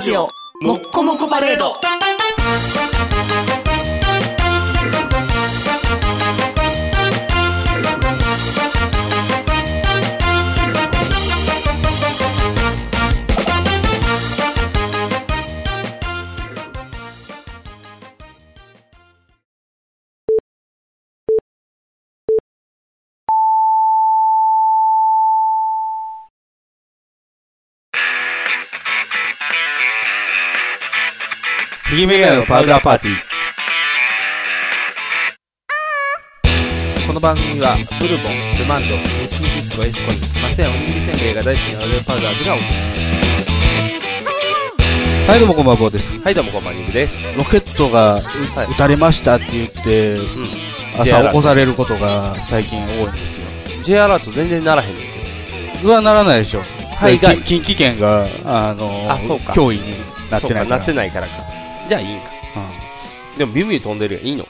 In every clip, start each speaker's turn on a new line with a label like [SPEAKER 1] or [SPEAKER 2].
[SPEAKER 1] ジオもっこもこパレード
[SPEAKER 2] 右メガネのパウダーパーティー。この番組は、ブルボン、ルマンド、メシシスコ、エシコイ、マセやおにぎりせんべいが大好きなオレオパウダーズがお送りします。はい、どうもこんばんは、です。はい、どうもこんばんは、です。
[SPEAKER 3] ロケットが
[SPEAKER 2] はい
[SPEAKER 3] 撃たれましたって言って、
[SPEAKER 2] J ア
[SPEAKER 3] 朝
[SPEAKER 2] ラート
[SPEAKER 3] 起こされることが最近多いんですよ。
[SPEAKER 2] J アラート全然ならへんねんけど。
[SPEAKER 3] うわ、ならないでしょ。
[SPEAKER 2] はい
[SPEAKER 3] で
[SPEAKER 2] はい
[SPEAKER 3] 近近畿圏が、あの、
[SPEAKER 2] あそうか
[SPEAKER 3] 脅威になってない
[SPEAKER 2] そ
[SPEAKER 3] から。
[SPEAKER 2] うか、なってないからか。じゃあいいんか。
[SPEAKER 3] う
[SPEAKER 2] でもビュンビュン飛んでるやん、いいの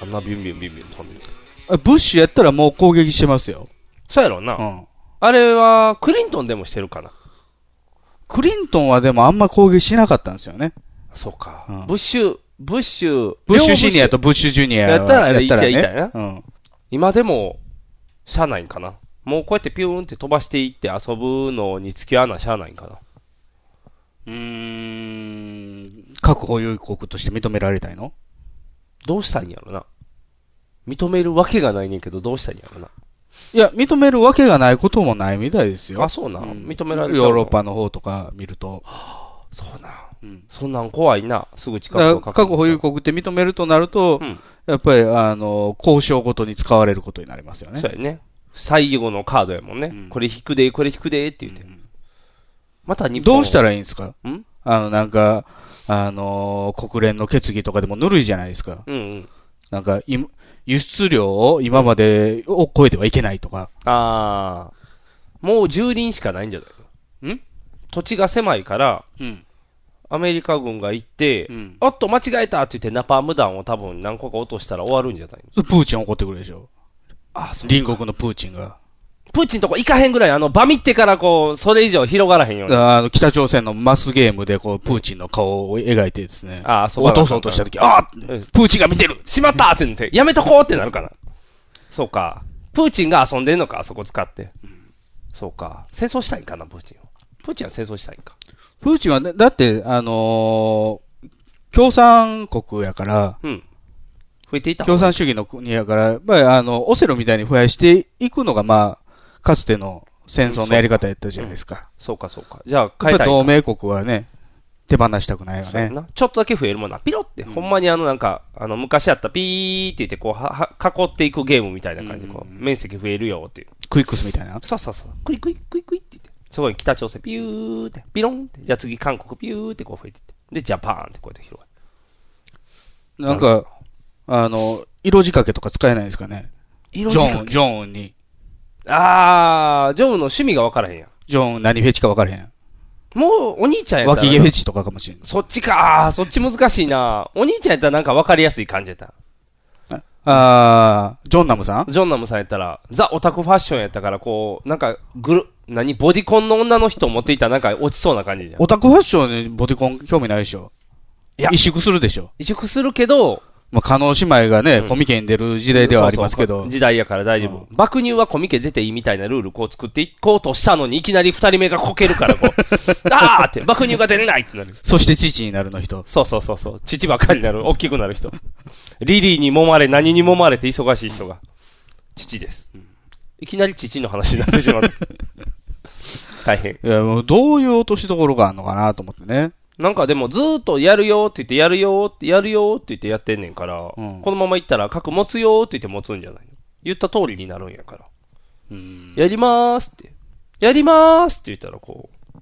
[SPEAKER 2] あんなビュンビュンビュンビュン飛んでる。
[SPEAKER 3] んブッシュやったらもう攻撃してますよ。
[SPEAKER 2] そうやろな。
[SPEAKER 3] うん。
[SPEAKER 2] あれは、クリントンでもしてるかな。
[SPEAKER 3] クリントンはでもあんま攻撃しなかったんですよね。
[SPEAKER 2] そうか。
[SPEAKER 3] うん
[SPEAKER 2] ブッシュ、ブッシュ、
[SPEAKER 3] ブッシュ
[SPEAKER 2] 両
[SPEAKER 3] シニアとブッシュジュニアは
[SPEAKER 2] やったらあれいけいけ
[SPEAKER 3] や
[SPEAKER 2] や
[SPEAKER 3] ったらね。
[SPEAKER 2] 今でも、しゃあないんかな。もうこうやってピューンって飛ばしていって遊ぶのに付き合わなしゃあないんかな。
[SPEAKER 3] うん。うーん。核保有国として認められたいの
[SPEAKER 2] どうしたいんやろな。認めるわけがないねんけど、どうしたいんやろな。
[SPEAKER 3] いや、認めるわけがないこともないみたいですよ。
[SPEAKER 2] あ、そうなん。
[SPEAKER 3] うん
[SPEAKER 2] 認められちゃう
[SPEAKER 3] ヨ
[SPEAKER 2] の
[SPEAKER 3] ーロッ。パの方とか見ると。
[SPEAKER 2] そうなん。
[SPEAKER 3] うん
[SPEAKER 2] そんなん怖いな。すぐ
[SPEAKER 3] だ
[SPEAKER 2] 近
[SPEAKER 3] か
[SPEAKER 2] く
[SPEAKER 3] ら核保有国って認めるとなると、
[SPEAKER 2] うん
[SPEAKER 3] やっぱり、あの、交渉ごとに使われることになりますよね。
[SPEAKER 2] そうやね。最後のカードやもんね。
[SPEAKER 3] うん
[SPEAKER 2] これ引くで、これ引くでって言って。
[SPEAKER 3] うん
[SPEAKER 2] また日本
[SPEAKER 3] どうした
[SPEAKER 2] ら
[SPEAKER 3] らいいんですか
[SPEAKER 2] ん
[SPEAKER 3] あの、なんか、あの、国連の決議とかでもぬるいじゃないですか。
[SPEAKER 2] うんうん。
[SPEAKER 3] なんか、い輸出量を今までを超えてはいけないとか。
[SPEAKER 2] あー。もう10輪しかないんじゃない
[SPEAKER 3] ん
[SPEAKER 2] 土地が狭いから、
[SPEAKER 3] うん。
[SPEAKER 2] アメリカ軍が行って、
[SPEAKER 3] うん。
[SPEAKER 2] おっと、間違えたって言って、ナパーム弾を多分何個か落としたら終わるんじゃないの
[SPEAKER 3] プーチン怒ってくるでしょ。
[SPEAKER 2] あ、そ
[SPEAKER 3] 隣国のプーチンが。
[SPEAKER 2] プーチンとこ行かへんぐらい、あの、バミってからこう、それ以上広がらへんように。
[SPEAKER 3] あの、北朝鮮のマスゲームで、こう、プーチンの顔を描いてですね。
[SPEAKER 2] ああ、そう
[SPEAKER 3] 落とそうとしたとき、ああ
[SPEAKER 2] う
[SPEAKER 3] プ
[SPEAKER 2] ん
[SPEAKER 3] ーチンが見てる
[SPEAKER 2] しまったってなって、やめとこうってなるかな。そうか。プーチンが遊んでんのか、あそこ使って。そうか。戦争したいんかな、プーチンは。プーチンは戦争したいんか。
[SPEAKER 3] プーチンはね、だって、あのー共産国やから、
[SPEAKER 2] うん。増えていった方
[SPEAKER 3] 共
[SPEAKER 2] が
[SPEAKER 3] 産主義の国やから、やっぱりあの、オセロみたいに増やしていくのが、まあ、かつての戦争のやり方やったじゃないですか。
[SPEAKER 2] そうか、そうか。じゃあ、
[SPEAKER 3] や
[SPEAKER 2] 変
[SPEAKER 3] っぱ
[SPEAKER 2] えた
[SPEAKER 3] り
[SPEAKER 2] い
[SPEAKER 3] 同
[SPEAKER 2] んか。
[SPEAKER 3] 盟国はね、手放したくないよ
[SPEAKER 2] そうや
[SPEAKER 3] ね。
[SPEAKER 2] なちょっとだけ増えるもんな。ピロって、ほんまにあのなんか、あの、昔あったピーって言って、こう、は、は、囲っていくゲームみたいな感じで、こう、面積増えるよっていう。
[SPEAKER 3] クイックスみたいな。
[SPEAKER 2] そうそうそう。クイクイクイクイって言って。そこに北朝鮮ピューって、ピロンって。じゃあ次韓国ピューってこう増えてって。で、ジャパーンってこうやって広がる。
[SPEAKER 3] なんか、あの、色仕掛けとか使えないですかね。
[SPEAKER 2] 色
[SPEAKER 3] ジョン、ジョンに。
[SPEAKER 2] あー、ジョンの趣味が分からへんやん。
[SPEAKER 3] ジョン何フェチか分からへん。
[SPEAKER 2] もう、お兄ちゃんやった
[SPEAKER 3] 脇
[SPEAKER 2] ら
[SPEAKER 3] 毛フェチとかかもしれない。
[SPEAKER 2] そっちかー。そっち難しいなお兄ちゃんやったらなんか分かりやすい感じやった。
[SPEAKER 3] あー、ジョンナムさん
[SPEAKER 2] ジョンナムさんやったら、ザ・オタクファッションやったから、こう、なんか、ぐる、何ボディコンの女の人を持っていたらなんか落ちそうな感じじゃん。
[SPEAKER 3] オタクファッションにボディコン興味ないでしょ。
[SPEAKER 2] いや
[SPEAKER 3] 萎縮するでしょ。
[SPEAKER 2] 移植するけど、
[SPEAKER 3] まあ、加納姉妹がね、
[SPEAKER 2] うん
[SPEAKER 3] コミケに出る事例ではありますけ
[SPEAKER 2] そう
[SPEAKER 3] ど
[SPEAKER 2] そう。時代やから大丈夫。
[SPEAKER 3] う
[SPEAKER 2] 爆乳はコミケ出ていいみたいなルールこう作っていこうとしたのに、いきなり二人目がこけるからこ う、あーって、爆乳が出れないってなる。
[SPEAKER 3] そして父になるの人。
[SPEAKER 2] そうそうそうそう。父ばっかりになる。大きくなる人。リリーに揉まれ、何に揉まれて忙しい人が。父です。いきなり父の話になってしまう。 大変。
[SPEAKER 3] いや、もうどういう落としどころがあるのかなと思ってね。
[SPEAKER 2] なんかでもずーっとやるよって言って、やるよって、やるよって言ってやってんねんから、
[SPEAKER 3] うん
[SPEAKER 2] このままいったら、核持つよって言って持つんじゃないの言った通りになるんやから。
[SPEAKER 3] うん。
[SPEAKER 2] やりまーすって。やりまーすって言ったらこう、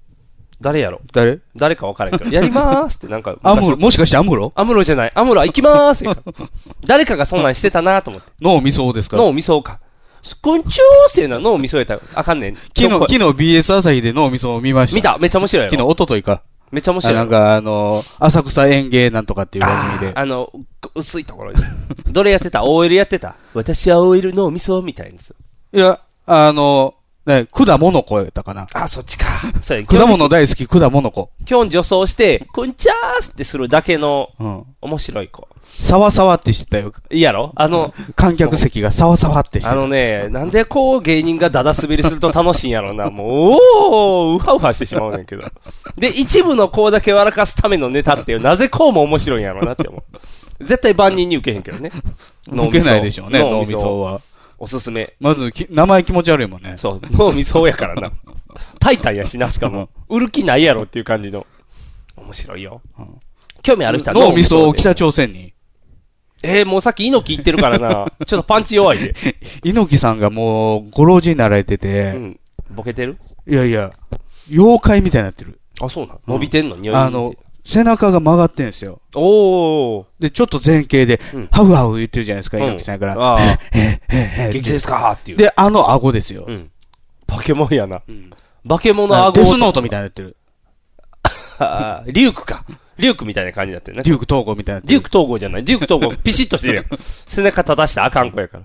[SPEAKER 2] 誰やろ
[SPEAKER 3] 誰
[SPEAKER 2] 誰か分からへんけど、やりまーすってなんか、
[SPEAKER 3] アム
[SPEAKER 2] 昔
[SPEAKER 3] ロ、もしかしてアムロ
[SPEAKER 2] アムロじゃない。アムロは行きまーすやから誰かがそんなんしてたなと思って。
[SPEAKER 3] 脳みそうですから。
[SPEAKER 2] 脳みそか。すっごいちょーせえな脳みそやったらあかんねん。
[SPEAKER 3] 昨日、
[SPEAKER 2] どっ
[SPEAKER 3] 昨
[SPEAKER 2] こい
[SPEAKER 3] 日 BS 朝日で脳みそを見ました。
[SPEAKER 2] 見ためっちゃ面白いや
[SPEAKER 3] 昨日、
[SPEAKER 2] ろ
[SPEAKER 3] 一昨日か。
[SPEAKER 2] めっちゃ面
[SPEAKER 3] あ
[SPEAKER 2] 白い
[SPEAKER 3] な
[SPEAKER 2] やろ
[SPEAKER 3] んか、あの、浅草園芸なんとかっていう番組
[SPEAKER 2] あ
[SPEAKER 3] で
[SPEAKER 2] ー。あの、こ薄いところに。どれやってた ?OL やってた私は OL の味噌みたいです。
[SPEAKER 3] いや、あの、ね、果物子やったかな。
[SPEAKER 2] あ、そっちか。そうや、
[SPEAKER 3] 果物大好き、果物子。
[SPEAKER 2] きょん女装して、くんちゃーすってするだけの
[SPEAKER 3] うん。
[SPEAKER 2] 面白い子。
[SPEAKER 3] サワサワってしてたよ。
[SPEAKER 2] いいやろあの、
[SPEAKER 3] 観客席がサワサワってして
[SPEAKER 2] あ
[SPEAKER 3] た。
[SPEAKER 2] のね、なんでこう芸人がダダ滑りすると楽しいんやろう な。もう、おー、うはうはしてしまうねんけど。で、一部の子だけ笑かすためのネタっていう、なぜこうも面白いんやろうなって思う。絶対万人に受けへんけどね。
[SPEAKER 3] 受けないでしょうね、脳みそ
[SPEAKER 2] を
[SPEAKER 3] は。
[SPEAKER 2] おすすめ。
[SPEAKER 3] まずき、名前気持ち悪いもんね。
[SPEAKER 2] そう、脳みそやから な。タイタンやしな、しかも。売る気ないやろっていう感じの。面白いよ
[SPEAKER 3] うん。
[SPEAKER 2] 興味ある人は
[SPEAKER 3] 脳みそを
[SPEAKER 2] で
[SPEAKER 3] 北朝鮮に。
[SPEAKER 2] えー、もうさっき猪木言ってるか らな。ちょっとパンチ弱いで。
[SPEAKER 3] 猪木さんがもう、ご老人になられて
[SPEAKER 2] う
[SPEAKER 3] て、
[SPEAKER 2] ん。ボケてる
[SPEAKER 3] いやいや、妖怪みたいになってる。
[SPEAKER 2] あ、そうなん。伸びてんの匂い。
[SPEAKER 3] あの、、背中が曲がってんですよ。
[SPEAKER 2] おー。
[SPEAKER 3] で、ちょっと前傾で
[SPEAKER 2] うん、
[SPEAKER 3] ハウハウ言ってるじゃないですか、
[SPEAKER 2] うん
[SPEAKER 3] 猪木さんやか
[SPEAKER 2] あ
[SPEAKER 3] ら。
[SPEAKER 2] あ
[SPEAKER 3] へっへっへっ
[SPEAKER 2] 激ですかーっていう。、
[SPEAKER 3] で、あの顎ですよ
[SPEAKER 2] う。ん。バケモンやな。
[SPEAKER 3] うん
[SPEAKER 2] バケモンの顎
[SPEAKER 3] デスノートみたいになってる。
[SPEAKER 2] な。リュークか。リュークみたいな感じだったよね。
[SPEAKER 3] デューク統合みたいになって
[SPEAKER 2] デュ
[SPEAKER 3] る
[SPEAKER 2] ーク統合じゃない。デューク統合、ピシッとしてるやん。背中正したらあかん子やから。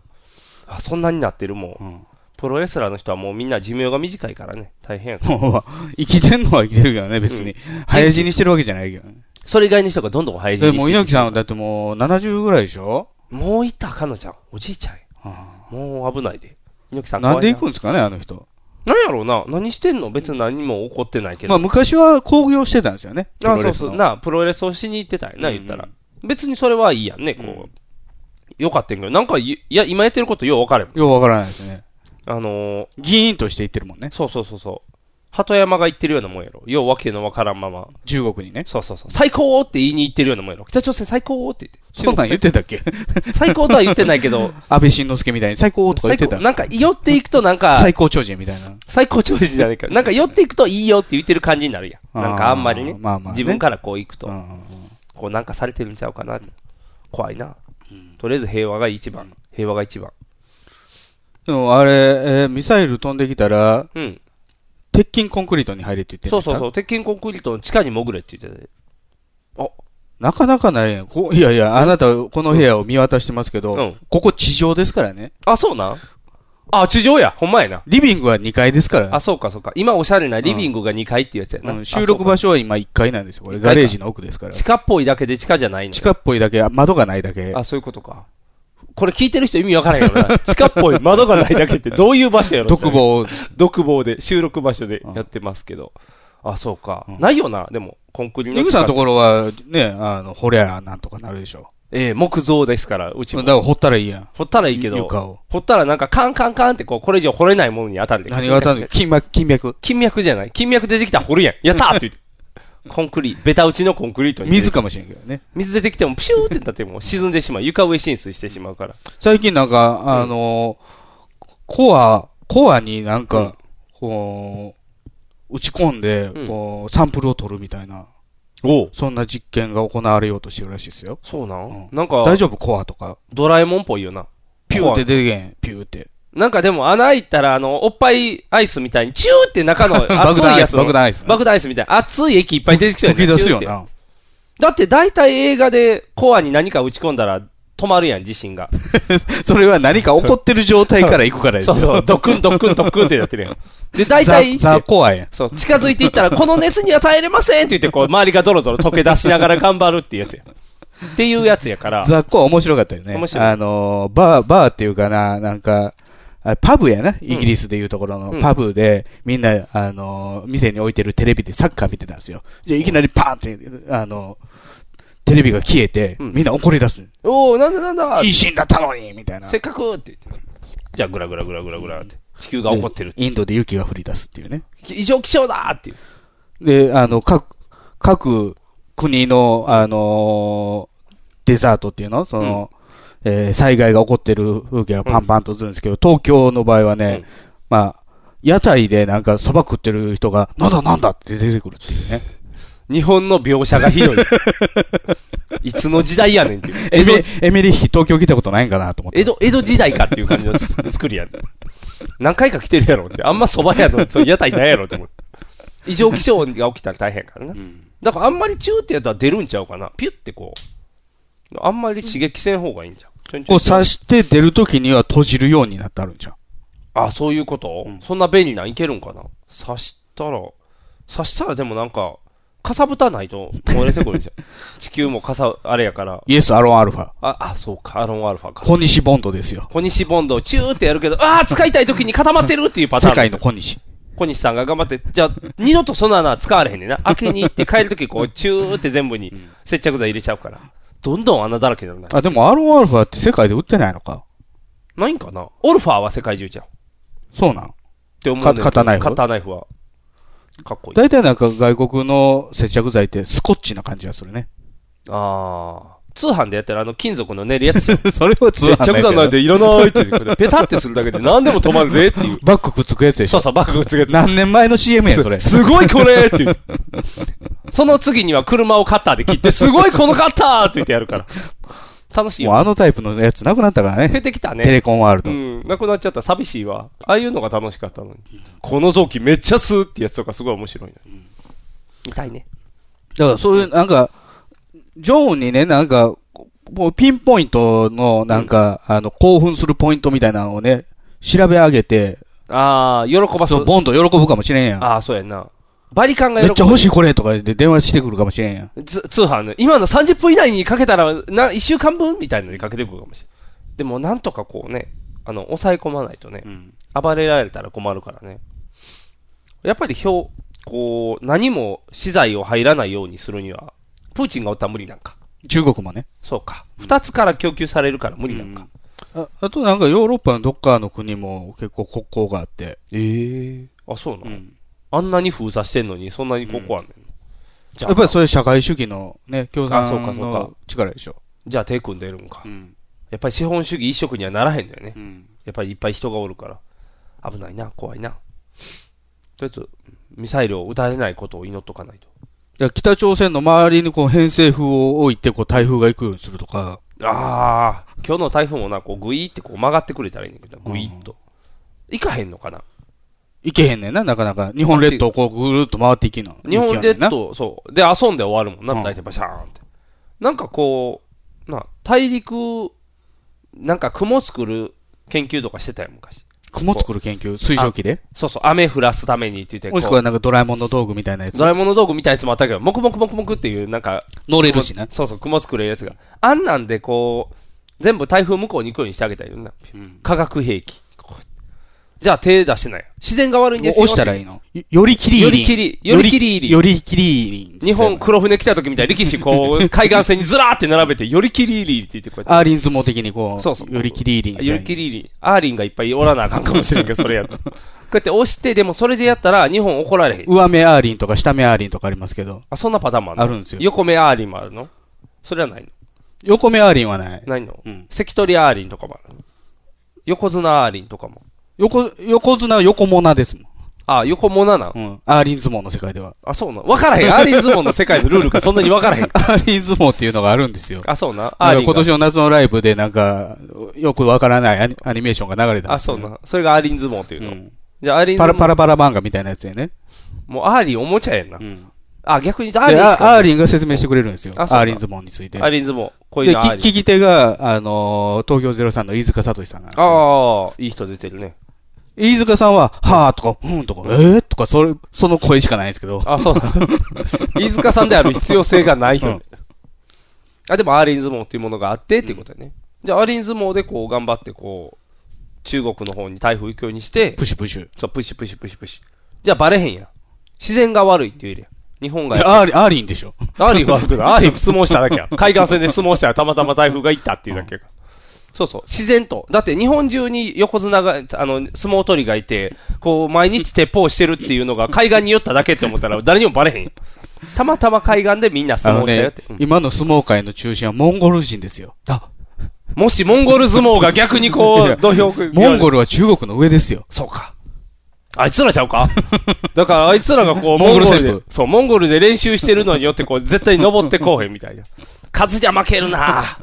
[SPEAKER 2] あ、そんなになってるもん。
[SPEAKER 3] うん
[SPEAKER 2] プロレスラーの人はもうみんな寿命が短いからね。大変やから。
[SPEAKER 3] もう、生きてんのは生きてるけどね、別に。早死にしてるわけじゃないけどね。
[SPEAKER 2] それ以外の人がどんどん早死に
[SPEAKER 3] で
[SPEAKER 2] して
[SPEAKER 3] も、猪木さんはだってもう、70ぐらいでしょ
[SPEAKER 2] もういったらあかんのちゃん。おじいちゃんや。もう危ないで。猪木さん
[SPEAKER 3] なんで行くん
[SPEAKER 2] 怖
[SPEAKER 3] ですかね、あの人。
[SPEAKER 2] いななんやろうな。何してんの別に何も起こってないけ
[SPEAKER 3] ま
[SPEAKER 2] ど。
[SPEAKER 3] あ、昔は興行してたんですよね。
[SPEAKER 2] あ、そうそう。
[SPEAKER 3] プロレスの
[SPEAKER 2] な、プロレスをしに行ってたよな、
[SPEAKER 3] うんう
[SPEAKER 2] 言
[SPEAKER 3] ん
[SPEAKER 2] ったら。別にそれはいいやんね、こう。よかったんやけど、なんかい、いや、今やってることよう分かれば。
[SPEAKER 3] ようわからないですね。
[SPEAKER 2] あのー、
[SPEAKER 3] 議員として行ってるもんね。
[SPEAKER 2] そうそうそうそう。鳩山が言ってるようなもんやろ。ようわけのわからんまま。
[SPEAKER 3] 中国にね。
[SPEAKER 2] そうそうそう。最高って言いに行ってるようなもんやろ。北朝鮮最高って
[SPEAKER 3] そ
[SPEAKER 2] 言
[SPEAKER 3] ん
[SPEAKER 2] って。
[SPEAKER 3] なん言ってたっ け
[SPEAKER 2] 最高とは言ってないけ ど、
[SPEAKER 3] 安倍晋之助みたいに最高とか言ってた
[SPEAKER 2] 最高。なんか、寄っていくとなんか、
[SPEAKER 3] 最高超人みたいな。
[SPEAKER 2] 最高調子じゃないか。なんか寄っていくといいよって言ってる感じになるやん。
[SPEAKER 3] あー
[SPEAKER 2] なんかあんまりね。
[SPEAKER 3] まあまあね
[SPEAKER 2] 自分からこう行く
[SPEAKER 3] うんう
[SPEAKER 2] と、
[SPEAKER 3] ん
[SPEAKER 2] こうなんかされてるんちゃうかなって。怖いな。とりあえず平和が一番。平和が一番。
[SPEAKER 3] でも、あれ、えーミサイル飛んできたら、
[SPEAKER 2] うん。
[SPEAKER 3] 鉄筋コンクリートに入れって言って。
[SPEAKER 2] そうそうそうう。鉄筋コンクリートの地下に潜れって言って
[SPEAKER 3] なかなかないやんこいやいや、あなた、この部屋を見渡してますけど、
[SPEAKER 2] うん
[SPEAKER 3] ここ地上ですからね。
[SPEAKER 2] た。あ、そうなんあ、地上や。ほんまやな。
[SPEAKER 3] リビングは2階ですからね
[SPEAKER 2] あ、そうかそうか。今おしゃれなリビングが2階っていうやつや
[SPEAKER 3] う
[SPEAKER 2] な。
[SPEAKER 3] ん収録
[SPEAKER 2] あ
[SPEAKER 3] 場所は今1階なんですよ。これ、
[SPEAKER 2] 一階
[SPEAKER 3] ガ
[SPEAKER 2] か
[SPEAKER 3] レージの奥ですから
[SPEAKER 2] 地。下っぽいだけで地下じゃないの。
[SPEAKER 3] 地下っぽいだけ、あ窓がないだけ。
[SPEAKER 2] あ、そういうことか。これ聞いてる人意味わからへんよ な。地下っぽい窓がないだけってどういう場所やろ
[SPEAKER 3] 独房。
[SPEAKER 2] 独房で、収録場所でやってますけど。あ、そうか。
[SPEAKER 3] うん
[SPEAKER 2] ないよな、でも、コンクリート
[SPEAKER 3] ニ
[SPEAKER 2] の
[SPEAKER 3] グ
[SPEAKER 2] 地
[SPEAKER 3] さん
[SPEAKER 2] 下。
[SPEAKER 3] のところは、ね、あの、掘りゃなんとかなるでしょ。
[SPEAKER 2] ええ木造ですから、うち
[SPEAKER 3] だ
[SPEAKER 2] も
[SPEAKER 3] か。ら掘ったらいいやん。
[SPEAKER 2] 掘ったらいいけど、
[SPEAKER 3] 床を
[SPEAKER 2] 掘ったらなんかカンカンカンってこう、これ以上掘れないものに当たるで。
[SPEAKER 3] 何が当た るの金脈、金脈。
[SPEAKER 2] 金脈じゃない金脈出てきたら掘るやん。やったーって言って。 コンクリート、ベタ打ちのコンクリートに。
[SPEAKER 3] 水。かもしれんけどね。
[SPEAKER 2] 水出てきてもピシューってなってもう沈んでしまう。床上浸水してしまうから。
[SPEAKER 3] 最近なんか、あのコア、コアになん
[SPEAKER 2] う
[SPEAKER 3] か
[SPEAKER 2] ん、
[SPEAKER 3] こう、打ち込んで、
[SPEAKER 2] うん
[SPEAKER 3] こう、サンプルを取るみたいな、
[SPEAKER 2] お
[SPEAKER 3] そんな実験が行われようとしてるらしいですよ。
[SPEAKER 2] そうなん、
[SPEAKER 3] うん
[SPEAKER 2] なんか
[SPEAKER 3] 大、丈夫コアとか。
[SPEAKER 2] ドラえもんっぽいよな。
[SPEAKER 3] ピューって出てけん。ピューって。
[SPEAKER 2] なんかでも穴開いたら、あの、おっぱいアイスみたいに、チューって中の熱
[SPEAKER 3] 爆
[SPEAKER 2] い
[SPEAKER 3] 弾アイ
[SPEAKER 2] や
[SPEAKER 3] ス
[SPEAKER 2] つの
[SPEAKER 3] 爆弾アイスな
[SPEAKER 2] 爆弾アイスみたいな。熱い液いっぱい出てきちゃ う
[SPEAKER 3] 吹き出すよ
[SPEAKER 2] チューって
[SPEAKER 3] な。
[SPEAKER 2] だって大体映画でコアに何か打ち込んだら止まるやん、地震が。
[SPEAKER 3] それは何か起こってる状態から行くからです
[SPEAKER 2] そ
[SPEAKER 3] よ。
[SPEAKER 2] うそう、ドクンドクンドクンってやってるやん。で、大体、
[SPEAKER 3] ザ、ザコアやん。
[SPEAKER 2] そう、近づいていったら、この熱には耐えれませんって言って、こう、周りがドロドロ溶け出しながら頑張るっていうやつや。っていうやつやから。
[SPEAKER 3] ザコア面白かったよね。
[SPEAKER 2] 面白い
[SPEAKER 3] あのー、バー、バーっていうかな、なんか、あパブやな、イギリスでいうところ
[SPEAKER 2] う
[SPEAKER 3] の
[SPEAKER 2] ん
[SPEAKER 3] パブで、みんな、あのー、店に置いてるテレビでサッカー見てたんですよ。で、いきなりパーンって、あのー、テレビが消えて、
[SPEAKER 2] うん
[SPEAKER 3] みんな怒り出す。
[SPEAKER 2] おー、なんだなんだ
[SPEAKER 3] いいシーンだったのにみたいな。
[SPEAKER 2] せっかくって言って。じゃあ、ぐらぐらぐらぐらぐらって。地球が怒ってる。
[SPEAKER 3] インドで雪が降り出すっていうね。
[SPEAKER 2] 異常気象だーっていう。
[SPEAKER 3] で、あの、各、各国の、あのーデザートっていうのその、えー災害が起こってる風景がパンパンと映るんですけど、東京の場合はね、
[SPEAKER 2] うん
[SPEAKER 3] まあ、屋台でなんか蕎麦食ってる人が、なんだなんだって出てくるっていうね。
[SPEAKER 2] 日本の描写がひ どい。いつの時代やねんっていう。
[SPEAKER 3] エ
[SPEAKER 2] 江戸
[SPEAKER 3] メ、エメリッヒ東京来たことないんかなと思って。
[SPEAKER 2] 江戸、江戸時代かっていう感じのす 作りやね何回か来てるやろって。あんまそば やの、その屋台ないやろって思う。異常気象が起きたら大変やからな。だからあんまりチューってやったら出るんちゃうかな。ピュってこう。あんまり刺激せん方がいいんじゃん。ちょんちょ
[SPEAKER 3] こ
[SPEAKER 2] ん
[SPEAKER 3] う刺して出るときには閉じるようになってあるんじゃん。
[SPEAKER 2] あ、そういうこと、
[SPEAKER 1] うん
[SPEAKER 2] そんな便利なんいけるんかな刺したら、刺したらでもなんか、かさぶたないと漏れてくるじゃん。 地球もかさ、あれやから。
[SPEAKER 3] イエス・アロン・アルファ。
[SPEAKER 2] あ、あ、そうか、アロンアルファか。
[SPEAKER 3] 小西ボンドですよ。
[SPEAKER 2] 小西ボンドをチューってやるけど、ああ、使いたい時に固まってるっていうパター
[SPEAKER 3] 世
[SPEAKER 2] ンなん
[SPEAKER 3] 界
[SPEAKER 2] で
[SPEAKER 3] の
[SPEAKER 2] すよ。
[SPEAKER 3] 小西。
[SPEAKER 2] 小西さんが頑張って、じゃあ、 二度とそんなのは使われへんねんな。開けに行って帰る時こう、チューって全部に接着剤入れちゃうから。どんどん穴だらけになるな。
[SPEAKER 3] あ、でもアロン・アルファって世界で売ってないのか。
[SPEAKER 2] ないんかなオルファーは世界中じゃん。っ
[SPEAKER 3] そうなん。
[SPEAKER 2] て思うねんだけど
[SPEAKER 3] かカタナイフ
[SPEAKER 2] カタナイフは。かっこいい。
[SPEAKER 3] 大体なんか外国の接着剤ってスコッチな感じがするね。
[SPEAKER 2] ああ。通販でやったらあの金属の練るやつよ。
[SPEAKER 3] それは 通
[SPEAKER 2] 接
[SPEAKER 3] 販
[SPEAKER 2] 着
[SPEAKER 3] のやつやろ
[SPEAKER 2] 剤なんていらないって言うけど、ペタってするだけで何でも止まるぜっていう。
[SPEAKER 3] バッグくっつくやつでし
[SPEAKER 2] そ
[SPEAKER 3] ょ
[SPEAKER 2] う。そう、バッグつけて。
[SPEAKER 3] 何年前の CM や、そ れ。
[SPEAKER 2] すごいこれって言う。その次には車をカッターで切って、すごいこのカッターって言ってやるから。楽しい
[SPEAKER 3] もう
[SPEAKER 2] よ。
[SPEAKER 3] あのタイプのやつなくなったから
[SPEAKER 2] 減っ
[SPEAKER 3] ね。
[SPEAKER 2] てきた
[SPEAKER 3] テ
[SPEAKER 2] ね
[SPEAKER 3] レ。コンワール
[SPEAKER 2] う
[SPEAKER 3] ド。
[SPEAKER 2] ん。なくなっちゃった。寂しいわ。ああいうのが楽しかったのに。この臓器めっちゃ吸うってやつとかすごい面白いね。痛いね。
[SPEAKER 3] だからそういう、なんか、ジョーンにね、なんか、もうピンポイントの、なんか、あの、興奮するポイントみたいなのをね、調べ上げて、
[SPEAKER 2] ああ、喜ばす
[SPEAKER 3] そう、。ボンと喜ぶかもしれんやん。
[SPEAKER 2] ああ、そうやんな。バリカンが
[SPEAKER 3] め
[SPEAKER 2] 喜
[SPEAKER 3] っちゃ欲しいこれとかで電話してくるかもしれんやん。
[SPEAKER 2] つ通販ね。今の30分以内にかけたら、な、1週間分みたいなのにかけてくるかもしれない。でも、なんとかこうね、あの、抑え込まないとね。
[SPEAKER 1] うん。
[SPEAKER 2] 暴れられたら困るからね。やっぱり表、こう、何も資材を入らないようにするには、プーチンがおったら無理なんか。
[SPEAKER 3] 中国もね。
[SPEAKER 2] そうか。二つから供給されるから無理なんか。
[SPEAKER 3] ああとなんかヨーロッパのどっかの国も結構国交があって、
[SPEAKER 2] ええあ、そうな
[SPEAKER 1] う
[SPEAKER 2] の、
[SPEAKER 1] ん。
[SPEAKER 2] あんなに封鎖してんのに、そんなにここあんねん。じゃ
[SPEAKER 3] や
[SPEAKER 2] あ、
[SPEAKER 3] っぱりそれ社会主義のね、共
[SPEAKER 2] あそうか
[SPEAKER 3] 産
[SPEAKER 2] そうか
[SPEAKER 3] の力でしょ。
[SPEAKER 2] じゃあ手組んでるんか。
[SPEAKER 1] うん。
[SPEAKER 2] やっぱり資本主義一色にはならへんだよね。
[SPEAKER 1] うん。
[SPEAKER 2] やっぱりいっぱい人がおるから。危ないな、怖いな。とりあえず、ミサイルを撃たれないことを祈っとかないと。
[SPEAKER 3] だから北朝鮮の周りにこう偏西風を置いてこう台風が行くようにするとか、
[SPEAKER 2] ああ、今日の台風もな、こう、ぐいーってこう曲がってくれたらいいんだけど、ぐいーっと。行かへんのかな
[SPEAKER 3] 行けへんねんな、なかなか。日本列島をこうぐるっと回っていきの。
[SPEAKER 2] 日本列
[SPEAKER 3] 行きよんねんな。
[SPEAKER 2] 島、そう。で、遊んで終わるもん
[SPEAKER 3] う
[SPEAKER 2] な、
[SPEAKER 3] ん
[SPEAKER 2] 大体バシャーンって。なんかこう、な、大陸、なんか雲作る研究とかしてたよ、昔。
[SPEAKER 3] 雲作る研究、水蒸気で。
[SPEAKER 2] そうそう、雨降らすためにって言って、
[SPEAKER 3] もしく
[SPEAKER 2] こ
[SPEAKER 3] はなんかドラえもんの道具みたいなや
[SPEAKER 2] う、
[SPEAKER 3] つ
[SPEAKER 2] ド。ラえもんの道具みたいなやつもあったけど、もくもくもくもくっていう、なんか、
[SPEAKER 3] 乗れるしな。
[SPEAKER 2] そうそう、雲作れるやつが。あんなんでこう、全部台風向こうに行くようにしてあげたらいいのにな。
[SPEAKER 1] うん。
[SPEAKER 2] 化学兵器。こうじゃあ手出してない。自然が悪いんですよ。
[SPEAKER 3] 押したらいいの。よりきり
[SPEAKER 2] よりきりよりきり
[SPEAKER 3] よりきり
[SPEAKER 2] 日本黒船来た時みたいに力士 こう、海岸線にずらーって並べて、よりきりりって言ってこうや
[SPEAKER 3] ア
[SPEAKER 2] っ
[SPEAKER 3] ーリン相撲的にこう、
[SPEAKER 2] そうそう
[SPEAKER 3] よりきりりん
[SPEAKER 2] て。よりきりり。アーリンがいっぱいおらなあかんかもしれんけど、それ やと。こうやって押して、でもそれでやったら日本怒られへん。
[SPEAKER 3] 上目アーリンとか下目アーリンとかありますけど、
[SPEAKER 2] あ、そんなパターンもあるの
[SPEAKER 3] あるんですよ
[SPEAKER 2] 横目アーリンもあるのそれはないの
[SPEAKER 3] 横目アーリンはない。
[SPEAKER 2] ないの
[SPEAKER 1] うん
[SPEAKER 2] 関取アーリンとかもあるの横綱アーリンとかも。
[SPEAKER 3] 横、横綱は横モナですもん。
[SPEAKER 2] あ、横もなな。
[SPEAKER 3] うん。アーリン相撲の世界では。
[SPEAKER 2] あ、そうな。わからへん。アーリン相撲の世界のルールがそんなにわからへん。
[SPEAKER 3] アーリン相撲っていうのがあるんですよ。
[SPEAKER 2] あ、そうな。ア
[SPEAKER 3] な
[SPEAKER 2] ー
[SPEAKER 3] ん
[SPEAKER 2] リ
[SPEAKER 3] か今
[SPEAKER 2] ンが。
[SPEAKER 3] 年の夏のライブでなんか、よくわからないアニアニメーションが流れたん
[SPEAKER 2] あ、
[SPEAKER 3] ですよ
[SPEAKER 2] そうな。それがアーリン相撲っていうの。
[SPEAKER 3] うん
[SPEAKER 2] じゃあ、アーリン
[SPEAKER 3] パ
[SPEAKER 2] 相
[SPEAKER 3] ラ
[SPEAKER 2] 撲。
[SPEAKER 3] パラパラ漫画みたいなやつでね。
[SPEAKER 2] もうアーリンおもちゃやんな。
[SPEAKER 1] うん。
[SPEAKER 2] あ、逆に言うとアーリ
[SPEAKER 3] で
[SPEAKER 2] ンし
[SPEAKER 3] あ
[SPEAKER 2] か。
[SPEAKER 3] アーリンが説明してくれるんですよ。ア
[SPEAKER 2] あそうか
[SPEAKER 3] ーリン相撲について。
[SPEAKER 2] アーリン相撲。こういう
[SPEAKER 3] で、
[SPEAKER 2] のアー
[SPEAKER 3] 聞
[SPEAKER 2] リン。
[SPEAKER 3] き手が、あのー、東京03の飯塚聡さんなんですよ
[SPEAKER 2] ああ、いい人出てるね。
[SPEAKER 3] 飯塚さんは、はーとか、うんとか、えーとか、それ、その声しかないんですけど。
[SPEAKER 2] あ、そうだ。飯塚さんである必要性がないよね。あ、でもアーリン相撲っていうものがあってっていうことやね。じゃあ、アーリン相撲でこう頑張ってこう、中国の方に台風行くようにして、
[SPEAKER 3] プシュプシュ。
[SPEAKER 2] そう、プシュプシュプシュプシュ。じゃあ、バレへんやん。自然が悪いって言うやん。日本がやっ
[SPEAKER 3] アーリン、アーリンでしょ。
[SPEAKER 2] アーリン悪くない。アーリン相撲しただけや。海岸線で相撲したらたまたま台風が行ったっていうだけやから。そうそう。自然と。だって日本中に横綱が、あの、相撲取りがいて、こう、毎日鉄砲してるっていうのが海岸に寄っただけって思ったら誰にもバレへんよ。たまたま海岸でみんな
[SPEAKER 3] あ
[SPEAKER 2] 相
[SPEAKER 3] の
[SPEAKER 2] 撲したよっ
[SPEAKER 3] ね
[SPEAKER 2] て。う、ん
[SPEAKER 3] 今の相撲界の中心はモンゴル人ですよ。
[SPEAKER 2] もしモンゴル相撲が逆に
[SPEAKER 3] い
[SPEAKER 2] こ
[SPEAKER 3] や
[SPEAKER 2] う、土俵く
[SPEAKER 3] モンゴルは中国の上ですよ。
[SPEAKER 2] そうか。あいつらちゃうか だからあいつらがこう、
[SPEAKER 3] モンゴル旋風
[SPEAKER 2] で、そう、モンゴル で練習してるのによってこう、絶対登ってこうへんみたいな。数じゃ負けるな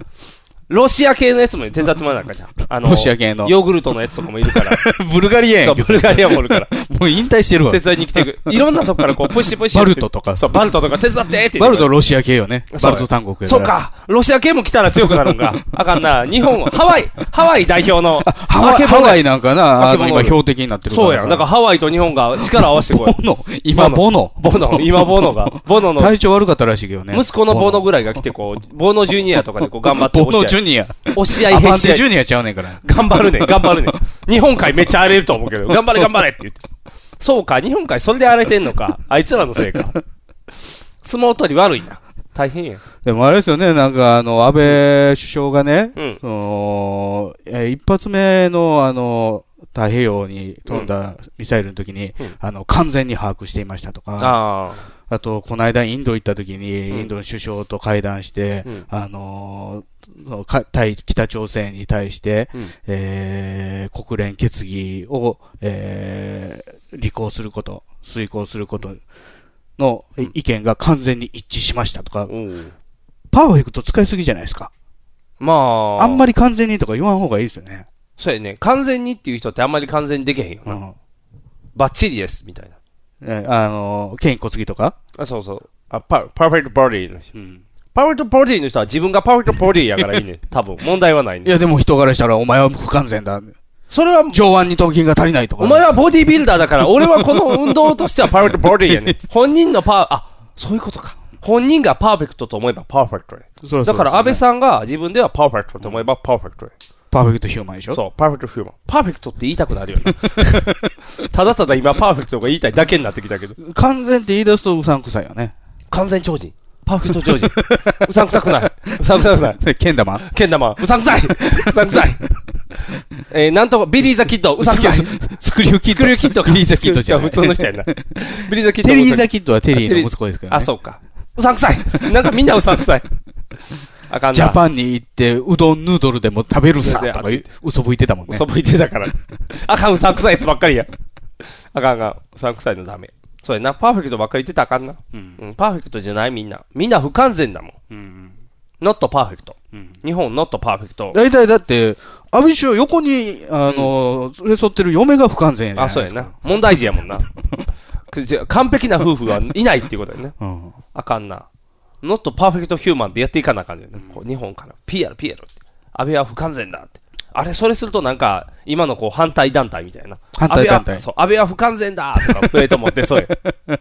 [SPEAKER 2] ロシア系のやつも手伝ってもらわなあかんじゃん。あの、
[SPEAKER 3] ロシア系の
[SPEAKER 2] ヨーグルトのやつとかもいる から。
[SPEAKER 3] ブルガリアや
[SPEAKER 2] そ
[SPEAKER 3] ん
[SPEAKER 2] う
[SPEAKER 3] け。
[SPEAKER 2] ブルガリアもお るから。
[SPEAKER 3] もう引退してるわ
[SPEAKER 2] 手。伝いに来てくいろんなとこからこう、プッシュプッシュ。
[SPEAKER 3] バルトとか
[SPEAKER 2] そう、バルトとか手伝ってって言ってくる
[SPEAKER 3] バルトロシア系よね。バルト三国やら
[SPEAKER 2] そう。か。ロシア系も来たら強くなるんか。あかんな。日本、ハワイ、ハワイ代表の。
[SPEAKER 3] あハワイ、ハワイなんかな、あ
[SPEAKER 2] 化
[SPEAKER 3] の、
[SPEAKER 2] け物
[SPEAKER 3] 今標的になってるから
[SPEAKER 2] そうやん。だからハワイと日本が力を合わせてこ
[SPEAKER 3] ボ
[SPEAKER 2] い。
[SPEAKER 3] ノ。今、ボノ。
[SPEAKER 2] ボ ノ、今ボノが。ボノの、
[SPEAKER 3] 体調悪かったらしいけどね。
[SPEAKER 2] 息子のボノぐらいが来てこう、ボノジュニアとかでこう頑張って
[SPEAKER 3] ボノジュ
[SPEAKER 2] 押し
[SPEAKER 3] ニア。
[SPEAKER 2] 合い。押し合い、
[SPEAKER 3] ア
[SPEAKER 2] へ
[SPEAKER 3] バン
[SPEAKER 2] し合
[SPEAKER 3] テ
[SPEAKER 2] い
[SPEAKER 3] ジュ。ニアちゃうねんから。
[SPEAKER 2] 頑張るね、頑張るね。日本海めっちゃ荒れると思うけど、頑張れ頑張れって言って。そうか、日本海それで荒れてんのか。あいつらのせいか。相撲取り悪いな。大変や。
[SPEAKER 3] でもあれですよね、なんかあの、安倍首相がね、
[SPEAKER 2] うん
[SPEAKER 3] そのえー一発目のあの、太平洋に飛んだミサイルの時に、
[SPEAKER 2] うん
[SPEAKER 3] あの、完全に把握していましたとか、あ
[SPEAKER 2] あ
[SPEAKER 3] と、この間インド行った時に、
[SPEAKER 2] うん
[SPEAKER 3] インドの首相と会談して、
[SPEAKER 2] うん
[SPEAKER 3] あのーそのか対北朝鮮に対して、
[SPEAKER 2] あ。うん。
[SPEAKER 3] えー国連決議を、えー履行すること、遂行することのえ
[SPEAKER 2] うん
[SPEAKER 3] 意見が完全に一致しましたとか、
[SPEAKER 2] おう
[SPEAKER 3] パーフェクト使いすぎじゃないですか。
[SPEAKER 2] まあ。
[SPEAKER 3] あんまり完全にとか言わん方がいいですよね。
[SPEAKER 2] そうやね。完全にっていう人ってあんまり完全にできへんよ
[SPEAKER 3] う
[SPEAKER 2] な。
[SPEAKER 3] ん。
[SPEAKER 2] バッチリです、みたいな。
[SPEAKER 3] えあの、ケイン小杉とか
[SPEAKER 2] あ、そうそう。あ、パ、パーフェクトボディの人。
[SPEAKER 3] うん。
[SPEAKER 2] パーフェクトボディの人は自分がパーフェクトボディやからいい ね。多分、問題はない
[SPEAKER 3] い
[SPEAKER 2] ね。
[SPEAKER 3] や、でも人からしたらお前は不完全だ。
[SPEAKER 2] それは、
[SPEAKER 3] 上腕に頭筋が足りないとか。
[SPEAKER 2] お前はボディビルダー だから、俺はこの運動としてはパーフェクトボディやね。本人のパー、あ、そういうことか。本人がパーフェクトと思えばパーフェクトや。
[SPEAKER 3] そらそうですよね、
[SPEAKER 2] だから、安倍さんが自分ではパーフェクトと思えばパーフェクトや。
[SPEAKER 3] パーフェクトヒューマンでしょ
[SPEAKER 2] そう、パーフェクトヒューマン。パーフェクトって言いたくなるよ ね。ただただ今、パーフェクトが言いたいだけになってきたけど。
[SPEAKER 3] 完全って言い出すとうさんくさいよ ね。
[SPEAKER 2] 完全超人。パーフェクト超人。うさんくさくない。うさんくさくない。
[SPEAKER 3] けん玉
[SPEAKER 2] けん玉。うさんくさい。うさん くさい。えー、なんとか、ビリーザキッド。うさんくさい。
[SPEAKER 3] ススクリューキッ
[SPEAKER 2] ス
[SPEAKER 3] ド。
[SPEAKER 2] クリューキッドか。
[SPEAKER 3] ビリーザキッドじゃない
[SPEAKER 2] 普通の人 やな。ビリーザキッド。
[SPEAKER 3] テリーザキッドはテリーの息子ですからね。
[SPEAKER 2] あ、そうか。うさんくさい。なんかみんなうさんくさい。あかんな。
[SPEAKER 3] ジャパンに行って、うどんヌードルでも食べるさ、とか言う嘘吹いてたもんね
[SPEAKER 2] 嘘。吹いてたから。あかん、うさんくさいやつばっかりや。あかんあかん、うさんくさいのダメ。そうやな、パーフェクトばっかり言ってたらあかんな。
[SPEAKER 3] うん。
[SPEAKER 2] うん、パーフェクトじゃないみんな。みんな不完全だもん。
[SPEAKER 3] うん。
[SPEAKER 2] ノットパーフェクト。
[SPEAKER 3] うん。
[SPEAKER 2] 日本ノットパーフェクト。
[SPEAKER 3] 大体だって、安倍首相横に、あの、連れ添ってる嫁が不完全やじゃ
[SPEAKER 2] あ、
[SPEAKER 3] ない
[SPEAKER 2] そ
[SPEAKER 3] で
[SPEAKER 2] うや
[SPEAKER 3] すか。
[SPEAKER 2] な。問題児やもんな。くじゃ完璧な夫婦はいないっていうことやね。
[SPEAKER 3] うん。
[SPEAKER 2] あかんな。ノットパーフェクトヒューマンでやっていかなあかんねんな。こう日本から。ピエロ、ピエロって。安倍は不完全だって。あれ、それするとなんか、今のこう反対団体みたいな。
[SPEAKER 3] 反対団体
[SPEAKER 2] 安倍はそう、安倍は不完全だとかプレート持ってそうや。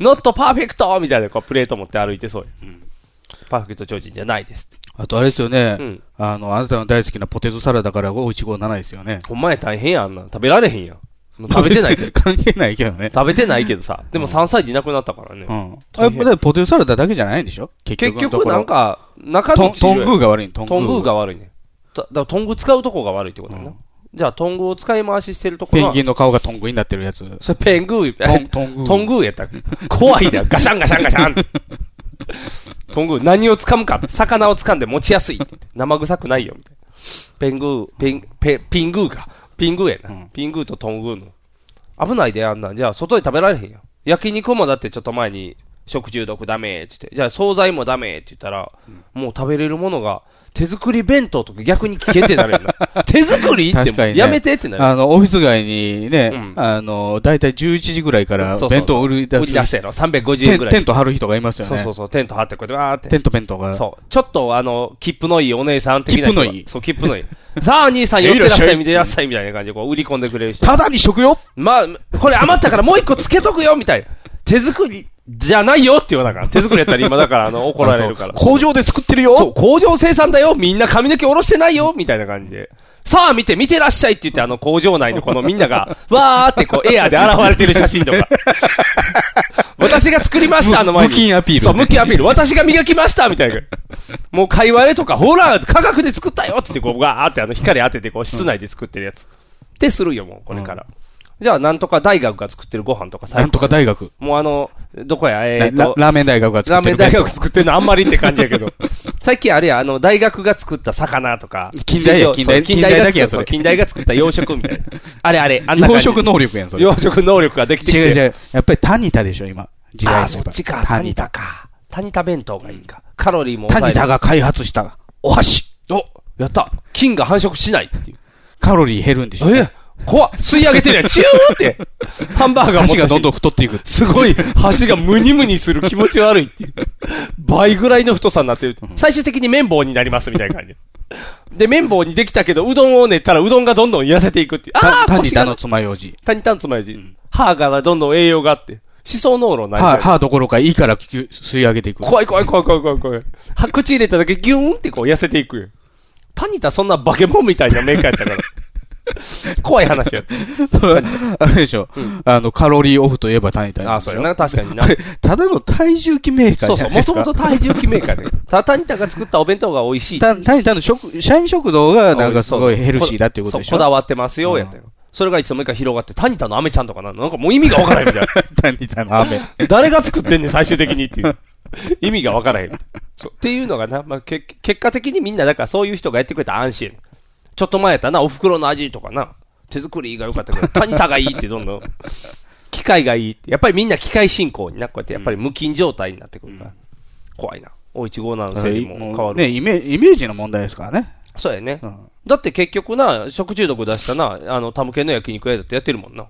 [SPEAKER 2] ノットパーフェクトみたいなこうプレート持って歩いてそうや。パーフェクト超人じゃないですって。
[SPEAKER 3] あとあれですよ
[SPEAKER 2] う
[SPEAKER 3] ね
[SPEAKER 2] ん。
[SPEAKER 3] あの、あなたの大好きなポテトサラダから557ですよね。
[SPEAKER 2] ほんまや大変やん、あんなの。食べられへんやん。もう食べてないけど。
[SPEAKER 3] 関係ないけどね。
[SPEAKER 2] 食べてないけどさ。でも3歳児いなくなったからね。
[SPEAKER 3] うん。あや
[SPEAKER 2] 大
[SPEAKER 3] っ
[SPEAKER 2] 変
[SPEAKER 3] ぱね、ポテトサラダだけじゃないんでしょ結
[SPEAKER 2] 結
[SPEAKER 3] 局のと
[SPEAKER 2] 局
[SPEAKER 3] ころ。
[SPEAKER 2] なんか、中
[SPEAKER 3] トン、
[SPEAKER 2] の
[SPEAKER 3] トングーが悪いトング
[SPEAKER 2] トング
[SPEAKER 3] ー
[SPEAKER 2] ーが悪いね。だだからトング使うとこが悪いってことやな。
[SPEAKER 3] うん
[SPEAKER 2] じゃあトングを使い回ししてるところ
[SPEAKER 3] ペン
[SPEAKER 2] は。
[SPEAKER 3] ギンの顔がトングーになってる やつ。
[SPEAKER 2] それペングー
[SPEAKER 3] トン、
[SPEAKER 2] え
[SPEAKER 3] トングー。
[SPEAKER 2] トングーやったら怖いだよ。ガシャンガシャンガシャン。トングー何を掴むか。魚を掴んで持ちやすいって言って。生臭くないよ。みたいなペングー、ペン、ペ、ピングーか。ピングーやな。
[SPEAKER 3] うん
[SPEAKER 2] ピングーとトングーの。危ないで、あんなん。じゃあ外で食べられへんよ。焼肉もだってちょっと前に食中毒ダメって言って。じゃあ惣菜もダメって言ったら、もう食べれるものが、手作り弁当とか逆に危険ってなるよ な。手作りって
[SPEAKER 3] 確かにね
[SPEAKER 2] やめてってなる。
[SPEAKER 3] あの、オフィス街にね、
[SPEAKER 2] うん
[SPEAKER 3] あの、だいたい11時ぐらいから
[SPEAKER 2] そうそうそう
[SPEAKER 3] 弁当を売り出
[SPEAKER 2] 売
[SPEAKER 3] す。
[SPEAKER 2] り出せの。350
[SPEAKER 3] テ
[SPEAKER 2] 円
[SPEAKER 3] ン
[SPEAKER 2] ぐらい。
[SPEAKER 3] テント張る人がいますよね。
[SPEAKER 2] そうそうそう、テント張ってこうやってわーって。
[SPEAKER 3] テント弁当が。
[SPEAKER 2] そう。ちょっと、あの、切符のいいお姉さん的な人
[SPEAKER 3] 切
[SPEAKER 2] が。
[SPEAKER 3] 符のいい
[SPEAKER 2] そう、切符のい い。さあ、兄さん、寄ってらっし
[SPEAKER 3] いらっし
[SPEAKER 2] ゃ
[SPEAKER 3] ゃ
[SPEAKER 2] い、
[SPEAKER 3] い
[SPEAKER 2] 見てらっしゃい、みたいな感じで、こう、売り込んでくれる人。
[SPEAKER 3] ただに食よ
[SPEAKER 2] まあ、これ余ったからもう一個つけとくよ、みたいな。手作りじゃないよって言わなあから。手作りやったら今だから、あの、怒られるから。
[SPEAKER 3] あそう工場で作ってる
[SPEAKER 2] そう、
[SPEAKER 3] よ
[SPEAKER 2] 工場生産だよみんな髪の毛下ろしてないよみたいな感じで。さあ見て、見てらっしゃいって言って、あの工場内のこのみん なが、わーってこうエアーで現れてる写真とか。私が作りました、あの前に。
[SPEAKER 3] 無無菌アピール
[SPEAKER 2] そう、無菌アピール。私が磨きました、みたいな。もう会話でとか、ほら、科学で作ったよって言って、こう、ガーってあの光当てて、こう、室内で作ってるやつ。ってするよ、もう、これから。じゃあ、なんとか大学が作ってるご飯とか最
[SPEAKER 3] なんとか
[SPEAKER 2] 高。
[SPEAKER 3] 大学。
[SPEAKER 2] もうあの、どこや、え
[SPEAKER 3] ラ
[SPEAKER 2] ーと、
[SPEAKER 3] ラーメン大学が作
[SPEAKER 2] ラ
[SPEAKER 3] っ
[SPEAKER 2] ー
[SPEAKER 3] て
[SPEAKER 2] メン
[SPEAKER 3] る
[SPEAKER 2] 大
[SPEAKER 3] 弁当。
[SPEAKER 2] 学作ってんのあんまりって感じやけど。 最近あれや、あの、大学が作った魚とか。
[SPEAKER 3] 近代や近代
[SPEAKER 2] そう
[SPEAKER 3] 近代だけや
[SPEAKER 2] 近代が作った
[SPEAKER 3] それ
[SPEAKER 2] 近代が作った洋食みたいな。 あれあれ、あんな感
[SPEAKER 3] 洋
[SPEAKER 2] じ
[SPEAKER 3] 食能力やん、それ。
[SPEAKER 2] 洋食能力ができてきて。
[SPEAKER 3] 違う違う。やっぱりタニタでしょ、今。時代
[SPEAKER 2] あ
[SPEAKER 3] の
[SPEAKER 2] ー、そっちか。
[SPEAKER 3] タ
[SPEAKER 2] タ
[SPEAKER 3] ニ
[SPEAKER 2] ニ
[SPEAKER 3] タ
[SPEAKER 2] タ。か。タニタ弁当がいいか。カロリーも
[SPEAKER 3] タ
[SPEAKER 2] 抑え
[SPEAKER 3] ニ
[SPEAKER 2] る
[SPEAKER 3] タ。が開発したお箸。
[SPEAKER 2] おやった菌が繁殖しないっていう。
[SPEAKER 3] カロリー減るんでしょうね。
[SPEAKER 2] え怖っ吸い上げてるやんチューってハンバーガー
[SPEAKER 3] 箸
[SPEAKER 2] 持
[SPEAKER 3] がどんどん
[SPEAKER 2] ん
[SPEAKER 3] 太っていく。
[SPEAKER 2] すごい、箸がムニムニする気持ち悪いっていう。倍ぐらいの太さになってる。最終的に綿棒になりますみたいな感じ。で、綿棒にできたけど、うどんを練ったらうどんがどんどん痩せていくっていう。あ
[SPEAKER 3] た
[SPEAKER 2] あ
[SPEAKER 3] 単に
[SPEAKER 2] 腰
[SPEAKER 3] あ
[SPEAKER 2] が
[SPEAKER 3] の爪楊枝。
[SPEAKER 2] タニタンつまようじ。歯がどんどん栄養があって。思想脳論ない
[SPEAKER 3] 歯、歯どころかいいから吸吸い上げていく。
[SPEAKER 2] 怖い怖い怖い怖い怖い怖い。は口入れただけギューンってこう痩せていくよ。タニタそんなバケモンみたいなメーカーやった から。怖い話や。
[SPEAKER 3] あれでしょ、あの、カロリーオフといえばタニタニ
[SPEAKER 2] あ、そうやな。確かにな
[SPEAKER 3] あ。れただの体重機メーカ
[SPEAKER 2] そ
[SPEAKER 3] ー
[SPEAKER 2] う
[SPEAKER 3] じ
[SPEAKER 2] そ
[SPEAKER 3] ゃ
[SPEAKER 2] う。
[SPEAKER 3] ないで
[SPEAKER 2] も
[SPEAKER 3] す
[SPEAKER 2] と
[SPEAKER 3] か。
[SPEAKER 2] もと体重機メーカーで。た、タニタが作ったお弁当が美味しい。
[SPEAKER 3] たタニタの食、社員食堂がなんかすごいヘルシーだっていうことでし
[SPEAKER 2] そ
[SPEAKER 3] ょ
[SPEAKER 2] こだわってますよ、やったよ。それがいつもか広がって、タニタのアメちゃんとかな、なんかもう意味がわからへんみたいな。
[SPEAKER 3] タニタの雨。
[SPEAKER 2] 誰が作ってんねん、最終的にっていう。 意味がわからへん。そうっていうのがな、まあ、け結果的にみんな、だからそういう人がやってくれたら安心。ちょっと前やったらな、お袋の味とかな、手作りが良かった けど、タニタがいいってどんどん、機械がいいって、やっぱりみんな機械進行にな、こうやってやっぱり無菌状態になってくるから、怖いな。おいちごな のせいでも変わ
[SPEAKER 3] もう
[SPEAKER 2] る。
[SPEAKER 3] ね、イメイメージの問題ですからね。
[SPEAKER 2] そうやね。
[SPEAKER 3] うん
[SPEAKER 2] だって結局な、食中毒出したな、あの、タム系の焼肉屋だってやってるもんな。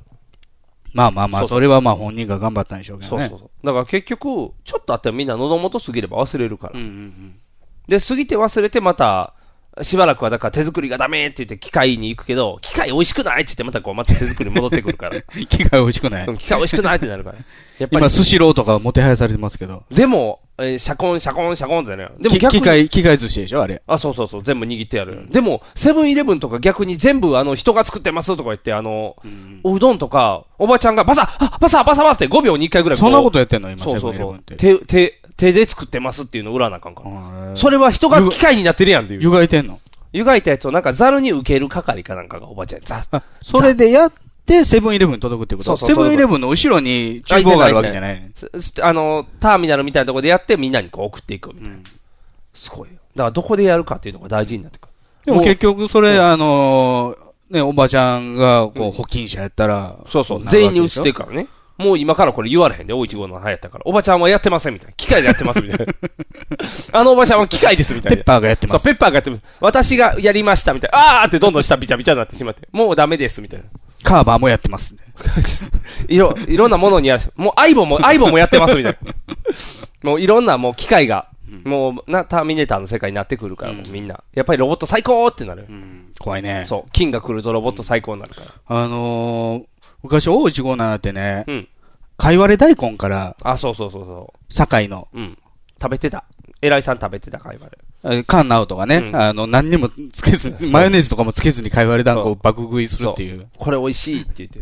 [SPEAKER 3] まあまあま
[SPEAKER 2] そ
[SPEAKER 3] あ、
[SPEAKER 2] うそう
[SPEAKER 3] それはまあ本人が頑張ったんでしょうけ
[SPEAKER 2] そ
[SPEAKER 3] ど
[SPEAKER 2] う
[SPEAKER 3] ね。
[SPEAKER 2] そうそう。だから結局、ちょっとあったらみんな喉元過ぎれば忘れるから。
[SPEAKER 3] うんうん
[SPEAKER 2] で、過ぎて忘れてまた、しばらくはだから手作りがダメって言って機械に行くけど、機械美味しくないって言ってまたこうまた手作り戻ってく るから。
[SPEAKER 3] うん。機械美味しくない
[SPEAKER 2] うん機械美味しくないってなるから。やっぱり
[SPEAKER 3] 今、。スシローとかもてはやされてますけど。
[SPEAKER 2] でも、えーシャコン、シャコン、シャコンってね。でも
[SPEAKER 3] き
[SPEAKER 2] 逆
[SPEAKER 3] 機
[SPEAKER 2] に。
[SPEAKER 3] 械、機械寿司でしょあれ。
[SPEAKER 2] あ、そうそうそう、全部握ってやる。でも、セブンイレブンとか逆に全部あの人が作ってますとか言って、あの、おうどんとか、おばちゃんがバサッあバサッバサッバサッって5秒に1回ぐらい
[SPEAKER 3] そんなこと
[SPEAKER 2] や
[SPEAKER 3] やってんの今、
[SPEAKER 2] そう
[SPEAKER 3] セブ
[SPEAKER 2] そう
[SPEAKER 3] ンイレ
[SPEAKER 2] そ
[SPEAKER 3] ブンっ
[SPEAKER 2] う。
[SPEAKER 3] て。
[SPEAKER 2] 手、手、手で作ってますっていうの裏なあかんから。
[SPEAKER 3] うん
[SPEAKER 2] それは人が機械になってるやんっていう。
[SPEAKER 3] 湯がいてんの
[SPEAKER 2] 湯がいたやつをなんかザルに受ける係かなんかがおばちゃんにザッ
[SPEAKER 3] あ、それでやって、セブンイレブンに届くってこ
[SPEAKER 2] そう
[SPEAKER 3] と
[SPEAKER 2] そう
[SPEAKER 3] セブンイレブンの後ろに厨房があるわけじゃないね。
[SPEAKER 2] すすあの、ターミナルみたいなとこでやってみんなにこう送っていくみたいな。すごいよ。だからどこでやるかっていうのが大事になってくる。
[SPEAKER 3] でも結局、それ、あのー、ね、おばちゃんが、こう、保菌者やったら、
[SPEAKER 2] そうそう。
[SPEAKER 3] なるわ
[SPEAKER 2] 全員
[SPEAKER 3] け
[SPEAKER 2] に移
[SPEAKER 3] で
[SPEAKER 2] っ
[SPEAKER 3] しょ
[SPEAKER 2] ていくからね。もう今からこれ言われへんで、大一号の流行ったから。おばちゃんはやってませんみたいな。機械でやってますみ たいな。あのおばちゃんは機械ですみたい
[SPEAKER 3] ペ
[SPEAKER 2] な。
[SPEAKER 3] ッパーがやってま
[SPEAKER 2] そう、
[SPEAKER 3] す。
[SPEAKER 2] ペッパーがやってます。私がやりましたみたいな。あーってどんどん下びちゃびちゃになってしまって。もうダメですみたいな。
[SPEAKER 3] カーバーもやってます。
[SPEAKER 2] いろ、いろんなものにやらせて、もうアイボも、アイボもやってますみたい な。もういろんなもう機械が、もうな、ターミネーターの世界になってくるから、もうみんな。やっぱりロボット最高ってなる。
[SPEAKER 3] 怖いね。
[SPEAKER 2] そう、金が来るとロボット最高になるから。
[SPEAKER 3] あのー、昔、大内5 7ってね
[SPEAKER 2] う、ん。
[SPEAKER 3] かいわれ大根から、
[SPEAKER 2] あ、そうそうそうそ
[SPEAKER 3] 堺の、
[SPEAKER 2] う。うん。食べてた。偉いさん食べてたか、今で。
[SPEAKER 3] えカンナウトがね、
[SPEAKER 2] うん
[SPEAKER 3] あの、何にもつけずに、マヨネーズとかもつけずにかいわれ団子を爆食いするっていう。
[SPEAKER 2] これ美味しいって 言って。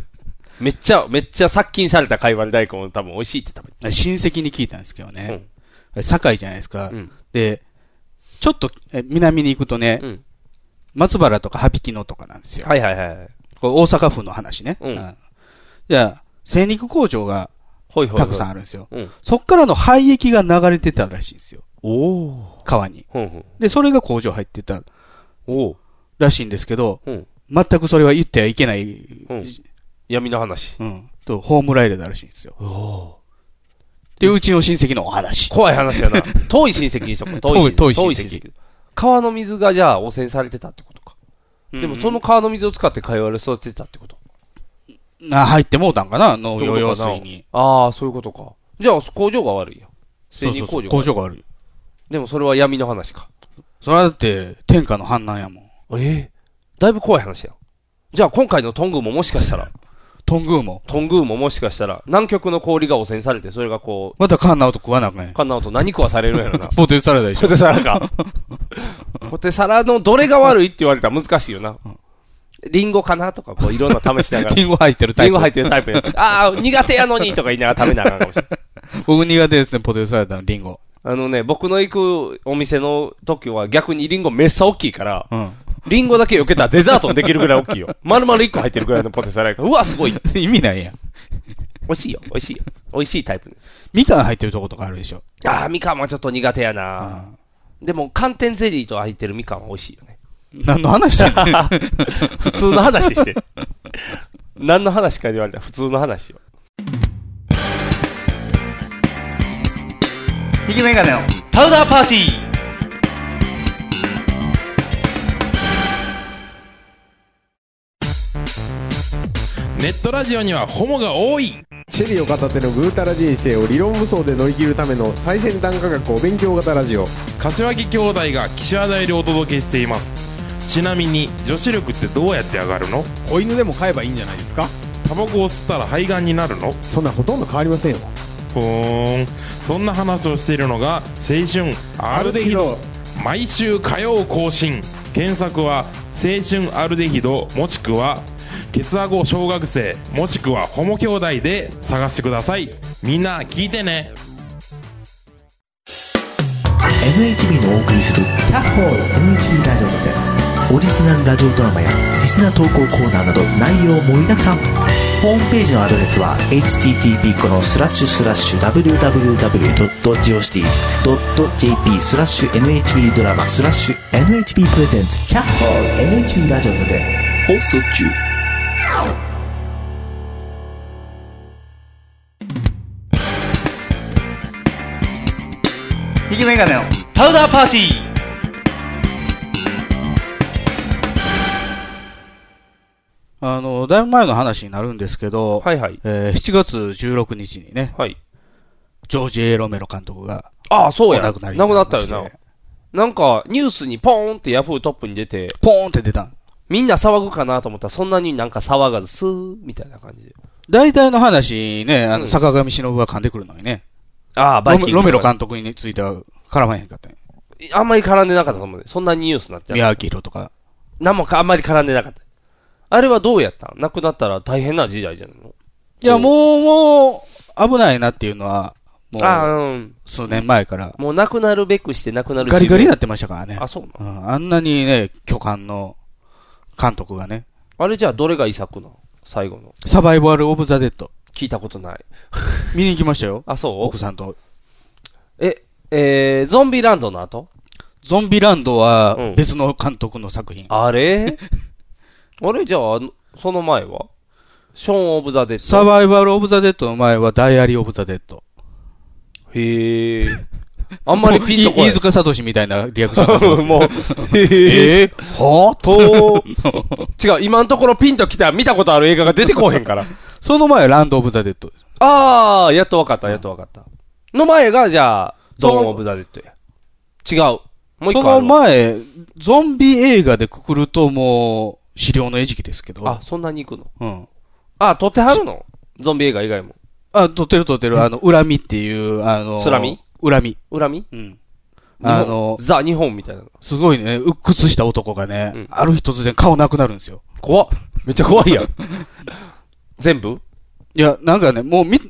[SPEAKER 2] めっちゃ、めっちゃ殺菌された貝割れ大根を多分美味しいって食べて
[SPEAKER 3] 親戚に聞いたんですけど
[SPEAKER 2] た。う
[SPEAKER 3] ね
[SPEAKER 2] ん、。
[SPEAKER 3] 堺じゃないですか。
[SPEAKER 2] うん
[SPEAKER 3] で、ちょっとえ南に行くとね、
[SPEAKER 2] うん。
[SPEAKER 3] 松原とか羽曳野とかなんですよ。
[SPEAKER 2] はいはいはい。
[SPEAKER 3] これ大阪府の話ね。
[SPEAKER 2] うん
[SPEAKER 3] あじゃあ、精肉工場が
[SPEAKER 2] ほいほいほ
[SPEAKER 3] た
[SPEAKER 2] い。
[SPEAKER 3] くさんあるんですよ。
[SPEAKER 2] うん。
[SPEAKER 3] そっからの廃液が流れてたらしいんですよ。
[SPEAKER 2] おー。
[SPEAKER 3] 川に。
[SPEAKER 2] ほんほん。
[SPEAKER 3] で、それが工場入ってた
[SPEAKER 2] おー。
[SPEAKER 3] らしいんですけど、
[SPEAKER 2] ほん。
[SPEAKER 3] 全くそれは言ってはいけない、
[SPEAKER 2] うん。闇の話。
[SPEAKER 3] うん、と、葬られたらしいんですよ。
[SPEAKER 2] おー。
[SPEAKER 3] で、うちの親戚のお話。
[SPEAKER 2] 怖い話や な。遠い親戚にしとこう。遠い
[SPEAKER 3] 遠い
[SPEAKER 2] 親
[SPEAKER 3] 遠
[SPEAKER 2] 戚
[SPEAKER 3] い親戚
[SPEAKER 2] 川の水がじゃあ汚染されてたってことか。でもその川の水を使って貝割れ育ててたってこと。
[SPEAKER 3] うん、あ入ってもうたんかな農業用
[SPEAKER 2] そうい
[SPEAKER 3] 水
[SPEAKER 2] うこと
[SPEAKER 3] に。
[SPEAKER 2] かなああ、そういうことか。じゃあ工場が悪いよ。精肉工場が悪
[SPEAKER 3] 工
[SPEAKER 2] い
[SPEAKER 3] 場がある。
[SPEAKER 2] でもそれは闇の話か。
[SPEAKER 3] それはだって、天下の反乱やもん。
[SPEAKER 2] ええだいぶ怖い話や。じゃあ今回のトングももしかし たら、
[SPEAKER 3] トングーも。
[SPEAKER 2] トングももしかしたら、南極の氷が汚染されて、それがこ
[SPEAKER 3] またカンナウト食わなあかんやん。
[SPEAKER 2] う、。カンナウト何食わされるんやろな
[SPEAKER 3] ポテトサラダでし ょ
[SPEAKER 2] ポテサラか。ポテサラのどれが悪いって言われたら難しいよな。リンゴかなとか、こういろんな試しながら。
[SPEAKER 3] リンゴ入ってるタイプ。
[SPEAKER 2] リンゴ入ってるタイプのやつ。ああ、 苦手やのにとか言いながら食べながらかもしれない。
[SPEAKER 3] 僕苦手ですね、ポテトサラダのリンゴ。
[SPEAKER 2] あのね、僕の行くお店の時は逆にリンゴめっさ大きいから、
[SPEAKER 3] うん。
[SPEAKER 2] リンゴだけ避けたらデザートにできるぐらい大きいよ。丸々1個入ってるぐらいのポテサラやから、うわ、すごい。美
[SPEAKER 3] 意味ないやん。
[SPEAKER 2] 味しいよ、美味しいよ。美味しいタイプです。
[SPEAKER 3] みかん入ってるとことかあるでしょ。
[SPEAKER 2] ああ、みかんはちょっと苦手やな。
[SPEAKER 3] ああ
[SPEAKER 2] でも、寒天ゼリーと入ってるみかんは美味しいよ ね。
[SPEAKER 3] 何の話してんの
[SPEAKER 2] 普通の話してる。何の話か言われたら普通の話よ。
[SPEAKER 3] 引きメガネを。
[SPEAKER 2] パウダーパーティー
[SPEAKER 4] ネットラジオにはホモが多い
[SPEAKER 5] シェリーを片手のぐうたら人生を理論武装で乗り切るための最先端科学お勉強型ラジオ
[SPEAKER 4] 柏木兄弟が岸和田よりお届けしていますちなみに女子力ってどうやって上がるの
[SPEAKER 5] 子犬でも飼えばいいんじゃないですか
[SPEAKER 4] タバコを吸ったら肺がんになるの
[SPEAKER 5] そんなんほとんど変わりませんよ
[SPEAKER 4] ふーんそんな話をしているのが青春アルデヒド毎週火曜更新検索は青春アルデヒドもしくはケツアゴ小学生もしくはホモ兄弟で探してくださいみんな聞いてね
[SPEAKER 6] NHB のお送りする「キャッホール NHB ラジオ」でオリジナルラジオドラマやリスナー投稿コーナーなど内容盛りだくさんホームページのアドレスは http このスラッシュスラッシュ www.geocities.jp スラッシュ NHB ドラマスラッシュ NHB プレゼンツキャッホール NHB ラジオで
[SPEAKER 1] 放送中。
[SPEAKER 3] 引きメガネの
[SPEAKER 2] パウダーパーティー
[SPEAKER 3] あの、だいぶ前の話になるんですけど、
[SPEAKER 2] はいはい。
[SPEAKER 3] えー7月16日にね、
[SPEAKER 2] はい。
[SPEAKER 3] ジョージ・エロメロ監督が
[SPEAKER 2] ああ、そ
[SPEAKER 3] お
[SPEAKER 2] うや。
[SPEAKER 3] 亡
[SPEAKER 2] な
[SPEAKER 3] くなり
[SPEAKER 2] くなったよ
[SPEAKER 3] ま
[SPEAKER 2] な
[SPEAKER 3] し。て
[SPEAKER 2] なんか、ニュースにポーンってヤフートップに出て、
[SPEAKER 3] ポーンって出た。
[SPEAKER 2] みんな騒ぐかなと思ったら、そんなになんか騒がず、スー、みたいな感じで。
[SPEAKER 3] 大体の話ね、あ
[SPEAKER 2] う
[SPEAKER 3] の、
[SPEAKER 2] ん
[SPEAKER 3] 坂上忍が噛んでくるのにね、
[SPEAKER 2] ああ、バ
[SPEAKER 3] ロ
[SPEAKER 2] イ
[SPEAKER 3] メ
[SPEAKER 2] キング。
[SPEAKER 3] ロメロ監督については絡まへんかったね。
[SPEAKER 2] あんまり絡んでなかったと思うね。そんなにニュースになっちゃう。
[SPEAKER 3] 宮城宏とか。
[SPEAKER 2] 何もかあんまり絡んでなかった。あれはどうやったん亡くなったら大変な時代じゃないの
[SPEAKER 3] いや、もう、もう、危ないなっていうのは、も
[SPEAKER 2] ああ、
[SPEAKER 3] う、
[SPEAKER 2] うん。
[SPEAKER 3] 数年前から、
[SPEAKER 2] もう亡くなるべくして亡くなる
[SPEAKER 3] ガリガリに
[SPEAKER 2] だ。
[SPEAKER 3] なってましたからね。
[SPEAKER 2] あ、そうなの
[SPEAKER 3] うん、あんなにね、巨漢の監督がね、
[SPEAKER 2] あれじゃあどれが遺作なの最後の。
[SPEAKER 3] サバイバル・オブ・ザ・デッド。
[SPEAKER 2] 聞いたことない。
[SPEAKER 3] 見に行きましたよ。
[SPEAKER 2] あ、そ
[SPEAKER 3] 奥さんと。
[SPEAKER 2] うえ、えー、ゾンビランドの後
[SPEAKER 3] ゾンビランド
[SPEAKER 2] う
[SPEAKER 3] は
[SPEAKER 2] ん
[SPEAKER 3] 別の監督の作品。
[SPEAKER 2] あれ あれじゃあ、あのその前はショーン・オブ・ザ・デッド。
[SPEAKER 3] サバイバル・オブ・ザ・デッドの前はダイアリー・オブ・ザ・デッド。
[SPEAKER 2] へえ。あ
[SPEAKER 3] あ
[SPEAKER 2] んまりピンとこない
[SPEAKER 3] 飯。塚聡みたいなリアクションだったんですよ
[SPEAKER 2] もう、へえ。
[SPEAKER 3] はぁ
[SPEAKER 2] と、 違う、今のところピンときた見たことある映画が出てこうへんから。
[SPEAKER 3] その前はランド・オブ・ザ・デッドです。
[SPEAKER 2] ああ、やっとわかった、やっとわかった。の前が、じゃあ、ゾーン・オブ・ザ・デッドや。違う。もう一
[SPEAKER 3] そ
[SPEAKER 2] 個あ
[SPEAKER 3] の
[SPEAKER 2] るわ。
[SPEAKER 3] 前、ゾンビ映画でくくるともう、資料の餌食ですけど。
[SPEAKER 2] あ、そんなに行くの
[SPEAKER 3] うん。
[SPEAKER 2] あ、撮ってはるのゾンビ映画以外も。
[SPEAKER 3] あ、撮ってる撮ってる、あの、恨みっていう、あの、
[SPEAKER 2] つらみ
[SPEAKER 3] 恨み。
[SPEAKER 2] 恨み
[SPEAKER 3] うん。あの
[SPEAKER 2] 日本、ザ・日本みたいなの。
[SPEAKER 3] すごいね、鬱屈した男がね、
[SPEAKER 2] うん
[SPEAKER 3] ある日突然顔なくなるんですよ。
[SPEAKER 2] 怖っ。めっちゃ怖いやん。 全部
[SPEAKER 3] いや、なんかね、もう見、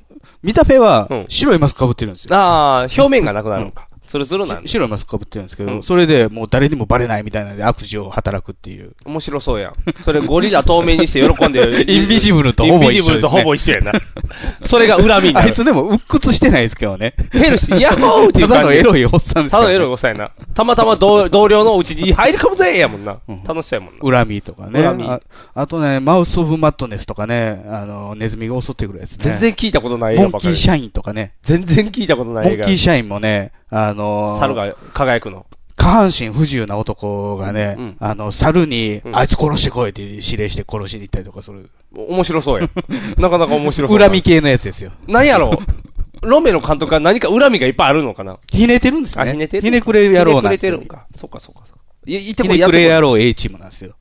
[SPEAKER 3] 見た目は
[SPEAKER 2] うん、
[SPEAKER 3] 白いマスク被ってるんですよ。
[SPEAKER 2] ああ、表面がなくなるのか。ツルツルなんだ
[SPEAKER 3] し白いマスク被ってるんですけど、
[SPEAKER 2] うん
[SPEAKER 3] それでもう誰にもバレないみたいなんで悪事を働くっていう。。
[SPEAKER 2] 面白そうやん。それゴリラ透明にして喜んで る
[SPEAKER 3] インビジブルとほぼ一緒ですね
[SPEAKER 2] インビジブルとほぼ一緒やな。それが恨みにな
[SPEAKER 3] あ
[SPEAKER 2] る。
[SPEAKER 3] いつでも鬱屈してないですけどね。
[SPEAKER 2] ヘルシー、ヤッホーってい
[SPEAKER 3] た
[SPEAKER 2] う感
[SPEAKER 3] だ
[SPEAKER 2] じ。
[SPEAKER 3] のエロいおっさんですか
[SPEAKER 2] ただ
[SPEAKER 3] ら
[SPEAKER 2] の
[SPEAKER 3] ね
[SPEAKER 2] エロいおさやな。たまたま同同僚のうちに入るかもぜやもんな
[SPEAKER 3] うん。
[SPEAKER 2] 楽しそうやもんな。
[SPEAKER 3] 恨みとかね。
[SPEAKER 2] 恨み
[SPEAKER 3] ああとね、マウス・オブ・マットネスとかね、あの、ネズミが襲ってくるやつね。
[SPEAKER 2] 全然聞いたことない映
[SPEAKER 3] モ
[SPEAKER 2] 画
[SPEAKER 3] ン
[SPEAKER 2] ば
[SPEAKER 3] キ
[SPEAKER 2] か
[SPEAKER 3] ー・
[SPEAKER 2] り。
[SPEAKER 3] シャインとかね。
[SPEAKER 2] 全然聞いたことな
[SPEAKER 3] モ
[SPEAKER 2] い
[SPEAKER 3] ン
[SPEAKER 2] 映
[SPEAKER 3] キ
[SPEAKER 2] 画
[SPEAKER 3] ー・。シャインもね、あのー
[SPEAKER 2] 猿が輝くの。
[SPEAKER 3] 下半身不自由な男がね、
[SPEAKER 2] うん
[SPEAKER 3] あの、猿に、
[SPEAKER 2] うん
[SPEAKER 3] あいつ殺してこいって指令して殺しに行ったりとかする。
[SPEAKER 2] 面白そ うやん。なかなか面白そう。
[SPEAKER 3] 恨み。系のやつですよ。
[SPEAKER 2] なんやろうロメロ監督は何か恨みがいっぱいあるのかな
[SPEAKER 3] ひねてるんですね。
[SPEAKER 2] あ、ひねてる。
[SPEAKER 3] ひねくれ野郎なんです
[SPEAKER 2] ひね
[SPEAKER 3] よ。
[SPEAKER 2] くれてるんか。そうかそうかそうか。い、いて
[SPEAKER 3] ひ
[SPEAKER 2] こ
[SPEAKER 3] ね
[SPEAKER 2] やっ
[SPEAKER 3] く
[SPEAKER 2] てこ
[SPEAKER 3] れ
[SPEAKER 2] い
[SPEAKER 3] 野郎 A チームなんですよ。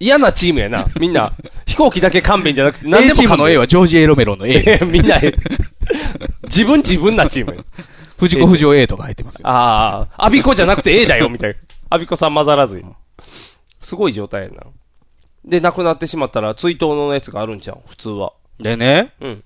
[SPEAKER 2] 嫌なチームやな。みんな、飛行機だけ勘弁じゃなくて、何
[SPEAKER 3] A チー
[SPEAKER 2] でも
[SPEAKER 3] ム
[SPEAKER 2] 勘
[SPEAKER 3] の A
[SPEAKER 2] 弁。
[SPEAKER 3] はジョージ・エロメロの A です。
[SPEAKER 2] え みんな、自分自分なチームや。
[SPEAKER 3] 藤子不二雄 A とか入ってますよ。
[SPEAKER 2] ああ、アビコじゃなくて A だよ、みた いな。アビコさん混ざらずに。すごい状態やな。で、亡くなってしまったら、追悼のやつがあるんちゃう普通は。
[SPEAKER 3] でね、
[SPEAKER 2] うん。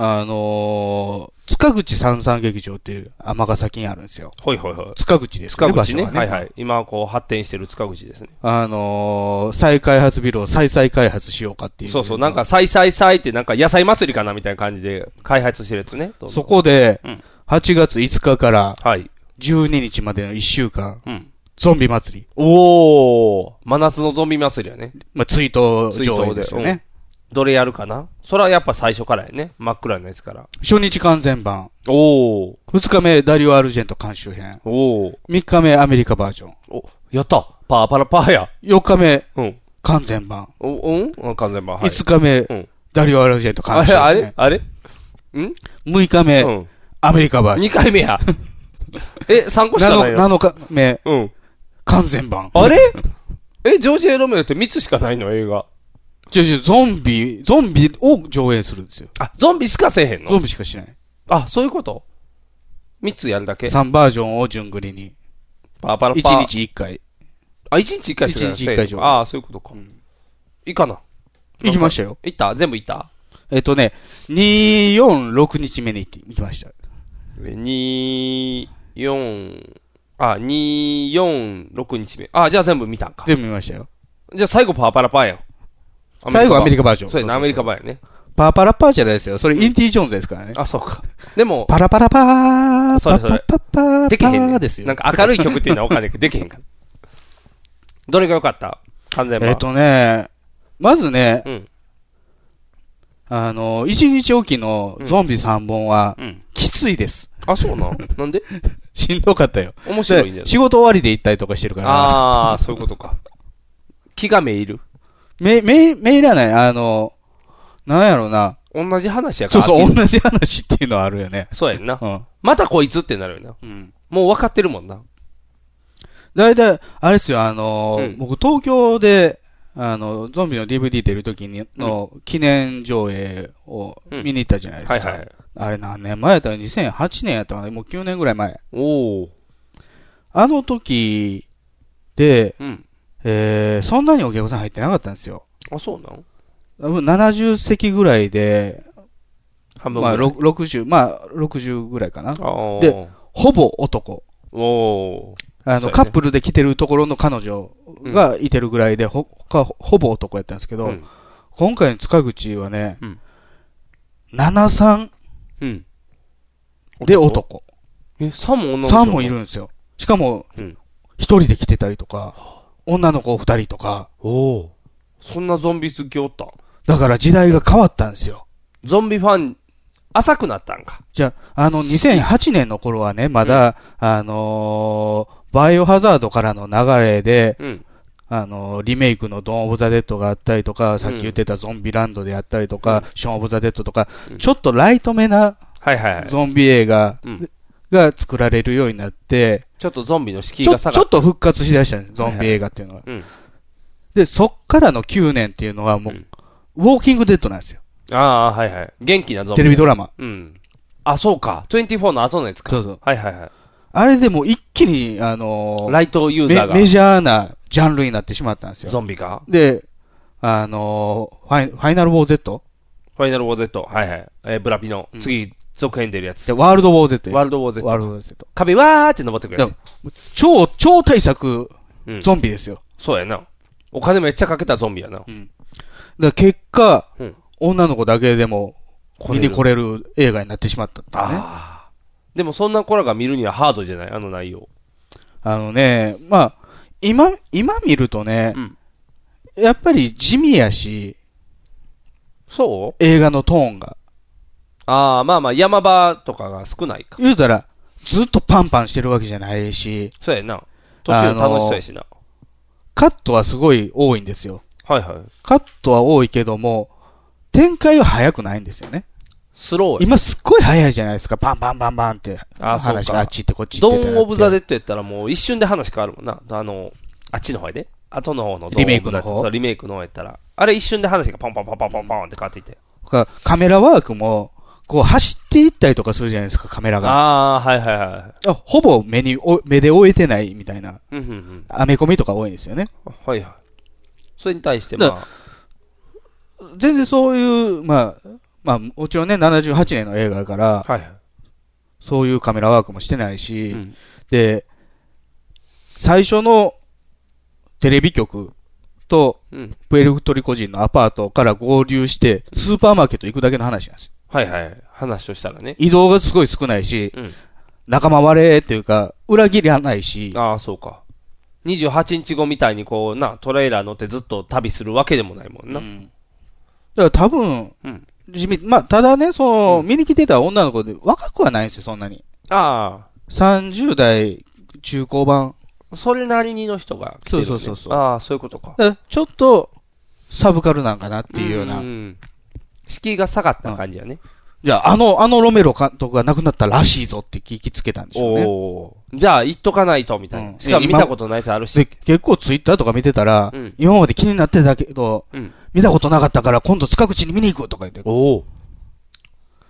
[SPEAKER 3] あのー、塚口三三劇場っていう天ヶ崎にあるんですよ。
[SPEAKER 2] ほいほいほい。
[SPEAKER 3] 塚口ですか
[SPEAKER 2] 塚
[SPEAKER 3] ね、
[SPEAKER 2] 口ね。
[SPEAKER 3] 場所
[SPEAKER 2] は
[SPEAKER 3] が
[SPEAKER 2] いはい。今、こう、発展してる塚口ですね。
[SPEAKER 3] あのー、再開発ビルを再々開発しようかっていう。
[SPEAKER 2] そうそう。なんか、、サイサイサイって、なんか、野菜祭りかなみたいな感じで、開発してるやつね。どうぞ
[SPEAKER 3] そ。こで
[SPEAKER 2] うん、
[SPEAKER 3] 8月5日から
[SPEAKER 2] はい。
[SPEAKER 3] 12日までの1週間、
[SPEAKER 2] うん。
[SPEAKER 3] ゾンビ祭り。
[SPEAKER 2] おー。真夏のゾンビ祭りやね。
[SPEAKER 3] まあ、追悼上映ですよね。
[SPEAKER 2] どれやるかなそれはやっぱ最初からやね。真っ暗なやつから。
[SPEAKER 3] 初日完全版。
[SPEAKER 2] おー。
[SPEAKER 3] 2日目、ダリオ・アルジェント監修編。
[SPEAKER 2] おー。
[SPEAKER 3] 3日目、アメリカバージョン。
[SPEAKER 2] お、やった。パーパラパーや。
[SPEAKER 3] 4日目、
[SPEAKER 2] うん。
[SPEAKER 3] 完全版。
[SPEAKER 2] お、うん完全版。はい。
[SPEAKER 3] 5日目、
[SPEAKER 2] うん
[SPEAKER 3] ダリオ・アルジェント監
[SPEAKER 2] あれ、
[SPEAKER 3] 修、
[SPEAKER 2] あれあれん
[SPEAKER 3] ?6 日目、
[SPEAKER 2] うん。
[SPEAKER 3] アメリカバージョン。
[SPEAKER 2] 2回 目や。え、3個しかないよ。
[SPEAKER 3] 7日目、
[SPEAKER 2] うん。
[SPEAKER 3] 完全版。
[SPEAKER 2] あれえ、ジョージ・エロメロって3つしかないの映画。
[SPEAKER 3] 違う違うゾンビ、ゾンビを上映するんですよ。
[SPEAKER 2] あ、ゾンビしかせえへん
[SPEAKER 3] ゾ
[SPEAKER 2] の
[SPEAKER 3] ンビしかしない。
[SPEAKER 2] あ、そういうこと ?3 つやるだけ
[SPEAKER 3] 3バージョンを順繰りに。
[SPEAKER 2] パーパラ
[SPEAKER 3] 1
[SPEAKER 2] パー。。
[SPEAKER 3] 日1回。
[SPEAKER 2] あ、1日1回しかやらせえ
[SPEAKER 3] 一日
[SPEAKER 2] へんの
[SPEAKER 3] 一回以上
[SPEAKER 2] ああ、そういうことか。いいかな。
[SPEAKER 3] 行きましたよ。
[SPEAKER 2] 行った全部行った
[SPEAKER 3] えっとね、2、4、6日目に行って行きました。
[SPEAKER 2] 二四あ、二四六日目。あ、じゃあ全部見たんか。
[SPEAKER 3] 全部見ましたよ。
[SPEAKER 2] じゃあ最後パワパラパーやん。
[SPEAKER 3] 最後アメリカバージョン
[SPEAKER 2] そうやな、
[SPEAKER 3] そ
[SPEAKER 2] ア
[SPEAKER 3] うそうそう
[SPEAKER 2] メリカバーやね。
[SPEAKER 3] パーパラパーじゃないですよ。それインディ・ジョーンズですからね。
[SPEAKER 2] あ、そうか。でも、
[SPEAKER 3] パラパラパー、
[SPEAKER 2] それそれ
[SPEAKER 3] パッパッパー、
[SPEAKER 2] できへん
[SPEAKER 3] パ
[SPEAKER 2] ね
[SPEAKER 3] ー
[SPEAKER 2] ん。
[SPEAKER 3] ですよ。
[SPEAKER 2] なんか明るい曲っていうのはお金できへんから。どれが良かった完全版。
[SPEAKER 3] えっとね、まずね、
[SPEAKER 2] うん。
[SPEAKER 3] あの、1日おきのゾンビ3本は、
[SPEAKER 2] うん。
[SPEAKER 3] きついです。
[SPEAKER 2] あ、そうなん。なんで
[SPEAKER 3] しんどかったよ。
[SPEAKER 2] 面白いね
[SPEAKER 3] で。仕事終わりで行ったりとかしてるから、
[SPEAKER 2] ああ、そういうことか。気がめいる。
[SPEAKER 3] め、め、めいらない、あの、なんやろうな。
[SPEAKER 2] 同じ話やか
[SPEAKER 3] そうそ
[SPEAKER 2] ら。
[SPEAKER 3] う、
[SPEAKER 2] 飽きる
[SPEAKER 3] 同じ話っていうのはあるよね。
[SPEAKER 2] そうやんな
[SPEAKER 3] う。ん。
[SPEAKER 2] またこいつってなるよな。
[SPEAKER 3] うん。
[SPEAKER 2] もう分かってるもんな。
[SPEAKER 3] だいたい、あれですよ、あの、
[SPEAKER 2] うん
[SPEAKER 3] 僕東京で、あの、ゾンビの DVD 出るときにの記念上映を見に行ったじゃないですか。
[SPEAKER 2] はいはい。
[SPEAKER 3] あれ何年前やったら2008年やったかなもう9年ぐらい前。
[SPEAKER 2] おお。
[SPEAKER 3] あの時で、
[SPEAKER 2] うん。
[SPEAKER 3] えー、そんなにお客さん入ってなかったんですよ。
[SPEAKER 2] あ、そうなん
[SPEAKER 3] 多分70席ぐらいで、
[SPEAKER 2] 半分ぐ
[SPEAKER 3] ま
[SPEAKER 2] ら
[SPEAKER 3] あ、
[SPEAKER 2] い。
[SPEAKER 3] ろ60、まあ、60ぐらいかな。
[SPEAKER 2] あ
[SPEAKER 3] で
[SPEAKER 2] で、
[SPEAKER 3] ほぼ男。
[SPEAKER 2] おお
[SPEAKER 3] あ
[SPEAKER 2] そうや
[SPEAKER 3] の、
[SPEAKER 2] ね
[SPEAKER 3] カップルで来てるところの彼女がいてるぐらいで、ほ、かほぼ男やったんですけ
[SPEAKER 2] ー。
[SPEAKER 3] ど、
[SPEAKER 2] うん。
[SPEAKER 3] 今回の塚口はね、
[SPEAKER 2] うん
[SPEAKER 3] 73
[SPEAKER 2] うん。
[SPEAKER 3] で男。
[SPEAKER 2] え、3も女の人
[SPEAKER 3] 3もいる。んですよ。しかも、
[SPEAKER 2] うん
[SPEAKER 3] 一人で来てたりとか、女の子二人とか、
[SPEAKER 2] おお。そんなゾンビ好きおった。
[SPEAKER 3] だから時代が変わったんですよ。
[SPEAKER 2] ゾンビファン、浅くなったんか。
[SPEAKER 3] じゃあ、あの、2008年の頃はね、まだ、あのーバイオハザードからの流れで、
[SPEAKER 2] うん。
[SPEAKER 3] あのーリメイクのドーン・オブ・ザ・デッドがあったりとか、さっき言ってたゾンビランドであったりとか、ショーン・オブ・ザ・デッドとか、
[SPEAKER 2] うん
[SPEAKER 3] ちょっとライトめな
[SPEAKER 2] はいはいはい。
[SPEAKER 3] ゾンビ映画
[SPEAKER 2] うん
[SPEAKER 3] が作られるようになって、
[SPEAKER 2] ちょっとゾンビの敷居
[SPEAKER 3] ちょ
[SPEAKER 2] が
[SPEAKER 3] ちょ
[SPEAKER 2] 下
[SPEAKER 3] っ
[SPEAKER 2] がっ
[SPEAKER 3] と復活しだしたんです、ゾンビ映画っていうのは。
[SPEAKER 2] うん。
[SPEAKER 3] で、そっからの9年っていうのはもう、
[SPEAKER 2] うん
[SPEAKER 3] ウォーキングデッドなんですよ。
[SPEAKER 2] ああ、はいはい。元気なゾンビ。
[SPEAKER 3] テレビドラマ。
[SPEAKER 2] うん。あ、そうか。24の後のやつか。
[SPEAKER 3] そうそう
[SPEAKER 2] はいはいは
[SPEAKER 3] あれでもう一気に、あのー
[SPEAKER 2] い。ライトユーザー
[SPEAKER 3] メメ
[SPEAKER 2] が、
[SPEAKER 3] ジャーなジャンルになってしまったんですよ。
[SPEAKER 2] ゾンビが。
[SPEAKER 3] で、あのーファイ、ファイナルウォー Z?
[SPEAKER 2] ファイナルウォー Z。はいはい。えー、ブラピの、
[SPEAKER 3] うん
[SPEAKER 2] 次、続編出るやつ
[SPEAKER 3] で。ワールドウォー Z や。
[SPEAKER 2] ワールドウォー Z。
[SPEAKER 3] ワールドウォー Z。
[SPEAKER 2] 壁わーって登ってくるやつ。
[SPEAKER 3] 超、超大作
[SPEAKER 2] うん。
[SPEAKER 3] ゾンビですよ。
[SPEAKER 2] そうやな。お金めっちゃかけたゾンビやな。
[SPEAKER 3] だから結果、
[SPEAKER 2] うん
[SPEAKER 3] 女の子だけでも
[SPEAKER 2] これ
[SPEAKER 3] 見てこれる映画になってしまったっていうね。あ
[SPEAKER 2] ああ。でもそんな子らが見るにはハードじゃないあの内容。
[SPEAKER 3] のね、まあ、今、今見るとね、
[SPEAKER 2] うん
[SPEAKER 3] やっぱり地味やし、
[SPEAKER 2] そう
[SPEAKER 3] 映画のトーンが。
[SPEAKER 2] ああ、まあまあ、山場とかが少ないか。
[SPEAKER 3] 言うたら、ずっとパンパンしてるわけじゃないし、
[SPEAKER 2] そうやな。途中楽しそうやしな。
[SPEAKER 3] カットはすごい多いんですよ。
[SPEAKER 2] はいはい。
[SPEAKER 3] カットは多いけども、展開は早くないんですよね。
[SPEAKER 2] スローや。
[SPEAKER 3] 今すっごい早いじゃないですか。パンパンパンパンって。
[SPEAKER 2] あそうか
[SPEAKER 3] 話があっち行ってこっち行
[SPEAKER 2] ド
[SPEAKER 3] ってってなって。
[SPEAKER 2] ーン・オブ・ザ・デッドやったらもう一瞬で話変わるもんな。あの、あっちの方やで。後の方のドーン
[SPEAKER 3] リメイクの方
[SPEAKER 2] オブザデッドそうリメイクの方やったら。あれ一瞬で話がパンパンパンパンパンパンって変わっていって。
[SPEAKER 3] かカメラワークも、こう走っていったりとかするじゃないですか、カメラが。
[SPEAKER 2] ああー、はいはいは
[SPEAKER 3] あほぼ目にお、目で終えてないみたいな。
[SPEAKER 2] い。うんうんうん。
[SPEAKER 3] アメコミとか多いんですよね。
[SPEAKER 2] はいはい。それに対して、
[SPEAKER 3] だ
[SPEAKER 2] ま
[SPEAKER 3] 全然そういう、まあ、まあ、もちろんね、78年の映画だから、
[SPEAKER 2] あ、はいは
[SPEAKER 3] そういうカメラワークもしてない
[SPEAKER 2] い。
[SPEAKER 3] し、
[SPEAKER 2] うん
[SPEAKER 3] で、最初のテレビ局と
[SPEAKER 2] うん。
[SPEAKER 3] プエルトリコ人のアパートから合流して、スーパーマーケット行くだけの話なんですよ。
[SPEAKER 2] はいはい。話をしたらね。
[SPEAKER 3] 移動がすごい少ないし、
[SPEAKER 2] うん。
[SPEAKER 3] 仲間割れっていうか、裏切りはないし、
[SPEAKER 2] ああ、そうか。28日後みたいにこうな、トレーラー乗ってずっと旅するわけでもないもんな。
[SPEAKER 3] うんだから多分、
[SPEAKER 2] うん
[SPEAKER 3] 地味、まあ、ただね、その、
[SPEAKER 2] うん
[SPEAKER 3] 見に来てた女の子で若くはないんですよ、そんなに。
[SPEAKER 2] あ
[SPEAKER 3] 30代中高版。
[SPEAKER 2] あ、それなりにの人が来てる、ね。
[SPEAKER 3] そうそうそうそう
[SPEAKER 2] ああ、そういうことか。
[SPEAKER 3] だからちょっと、サブカルなんかなっていうような。
[SPEAKER 2] ん敷居が下がった感じやね。
[SPEAKER 3] じゃあ、あの、あのロメロ監督が亡くなったらしいぞって聞きつけたんでしょうね。
[SPEAKER 2] おーじゃあ、行っとかないと、みたいな。
[SPEAKER 3] うん
[SPEAKER 2] しかも
[SPEAKER 3] いや
[SPEAKER 2] 見
[SPEAKER 3] 今
[SPEAKER 2] たことないやつある
[SPEAKER 3] で、
[SPEAKER 2] し。
[SPEAKER 3] 結構ツイッターとか見てたら、
[SPEAKER 2] うん
[SPEAKER 3] 今まで気になってたけど、
[SPEAKER 2] うん。
[SPEAKER 3] 見たことなかったから今度塚口に見に行くとか言って、
[SPEAKER 2] おお。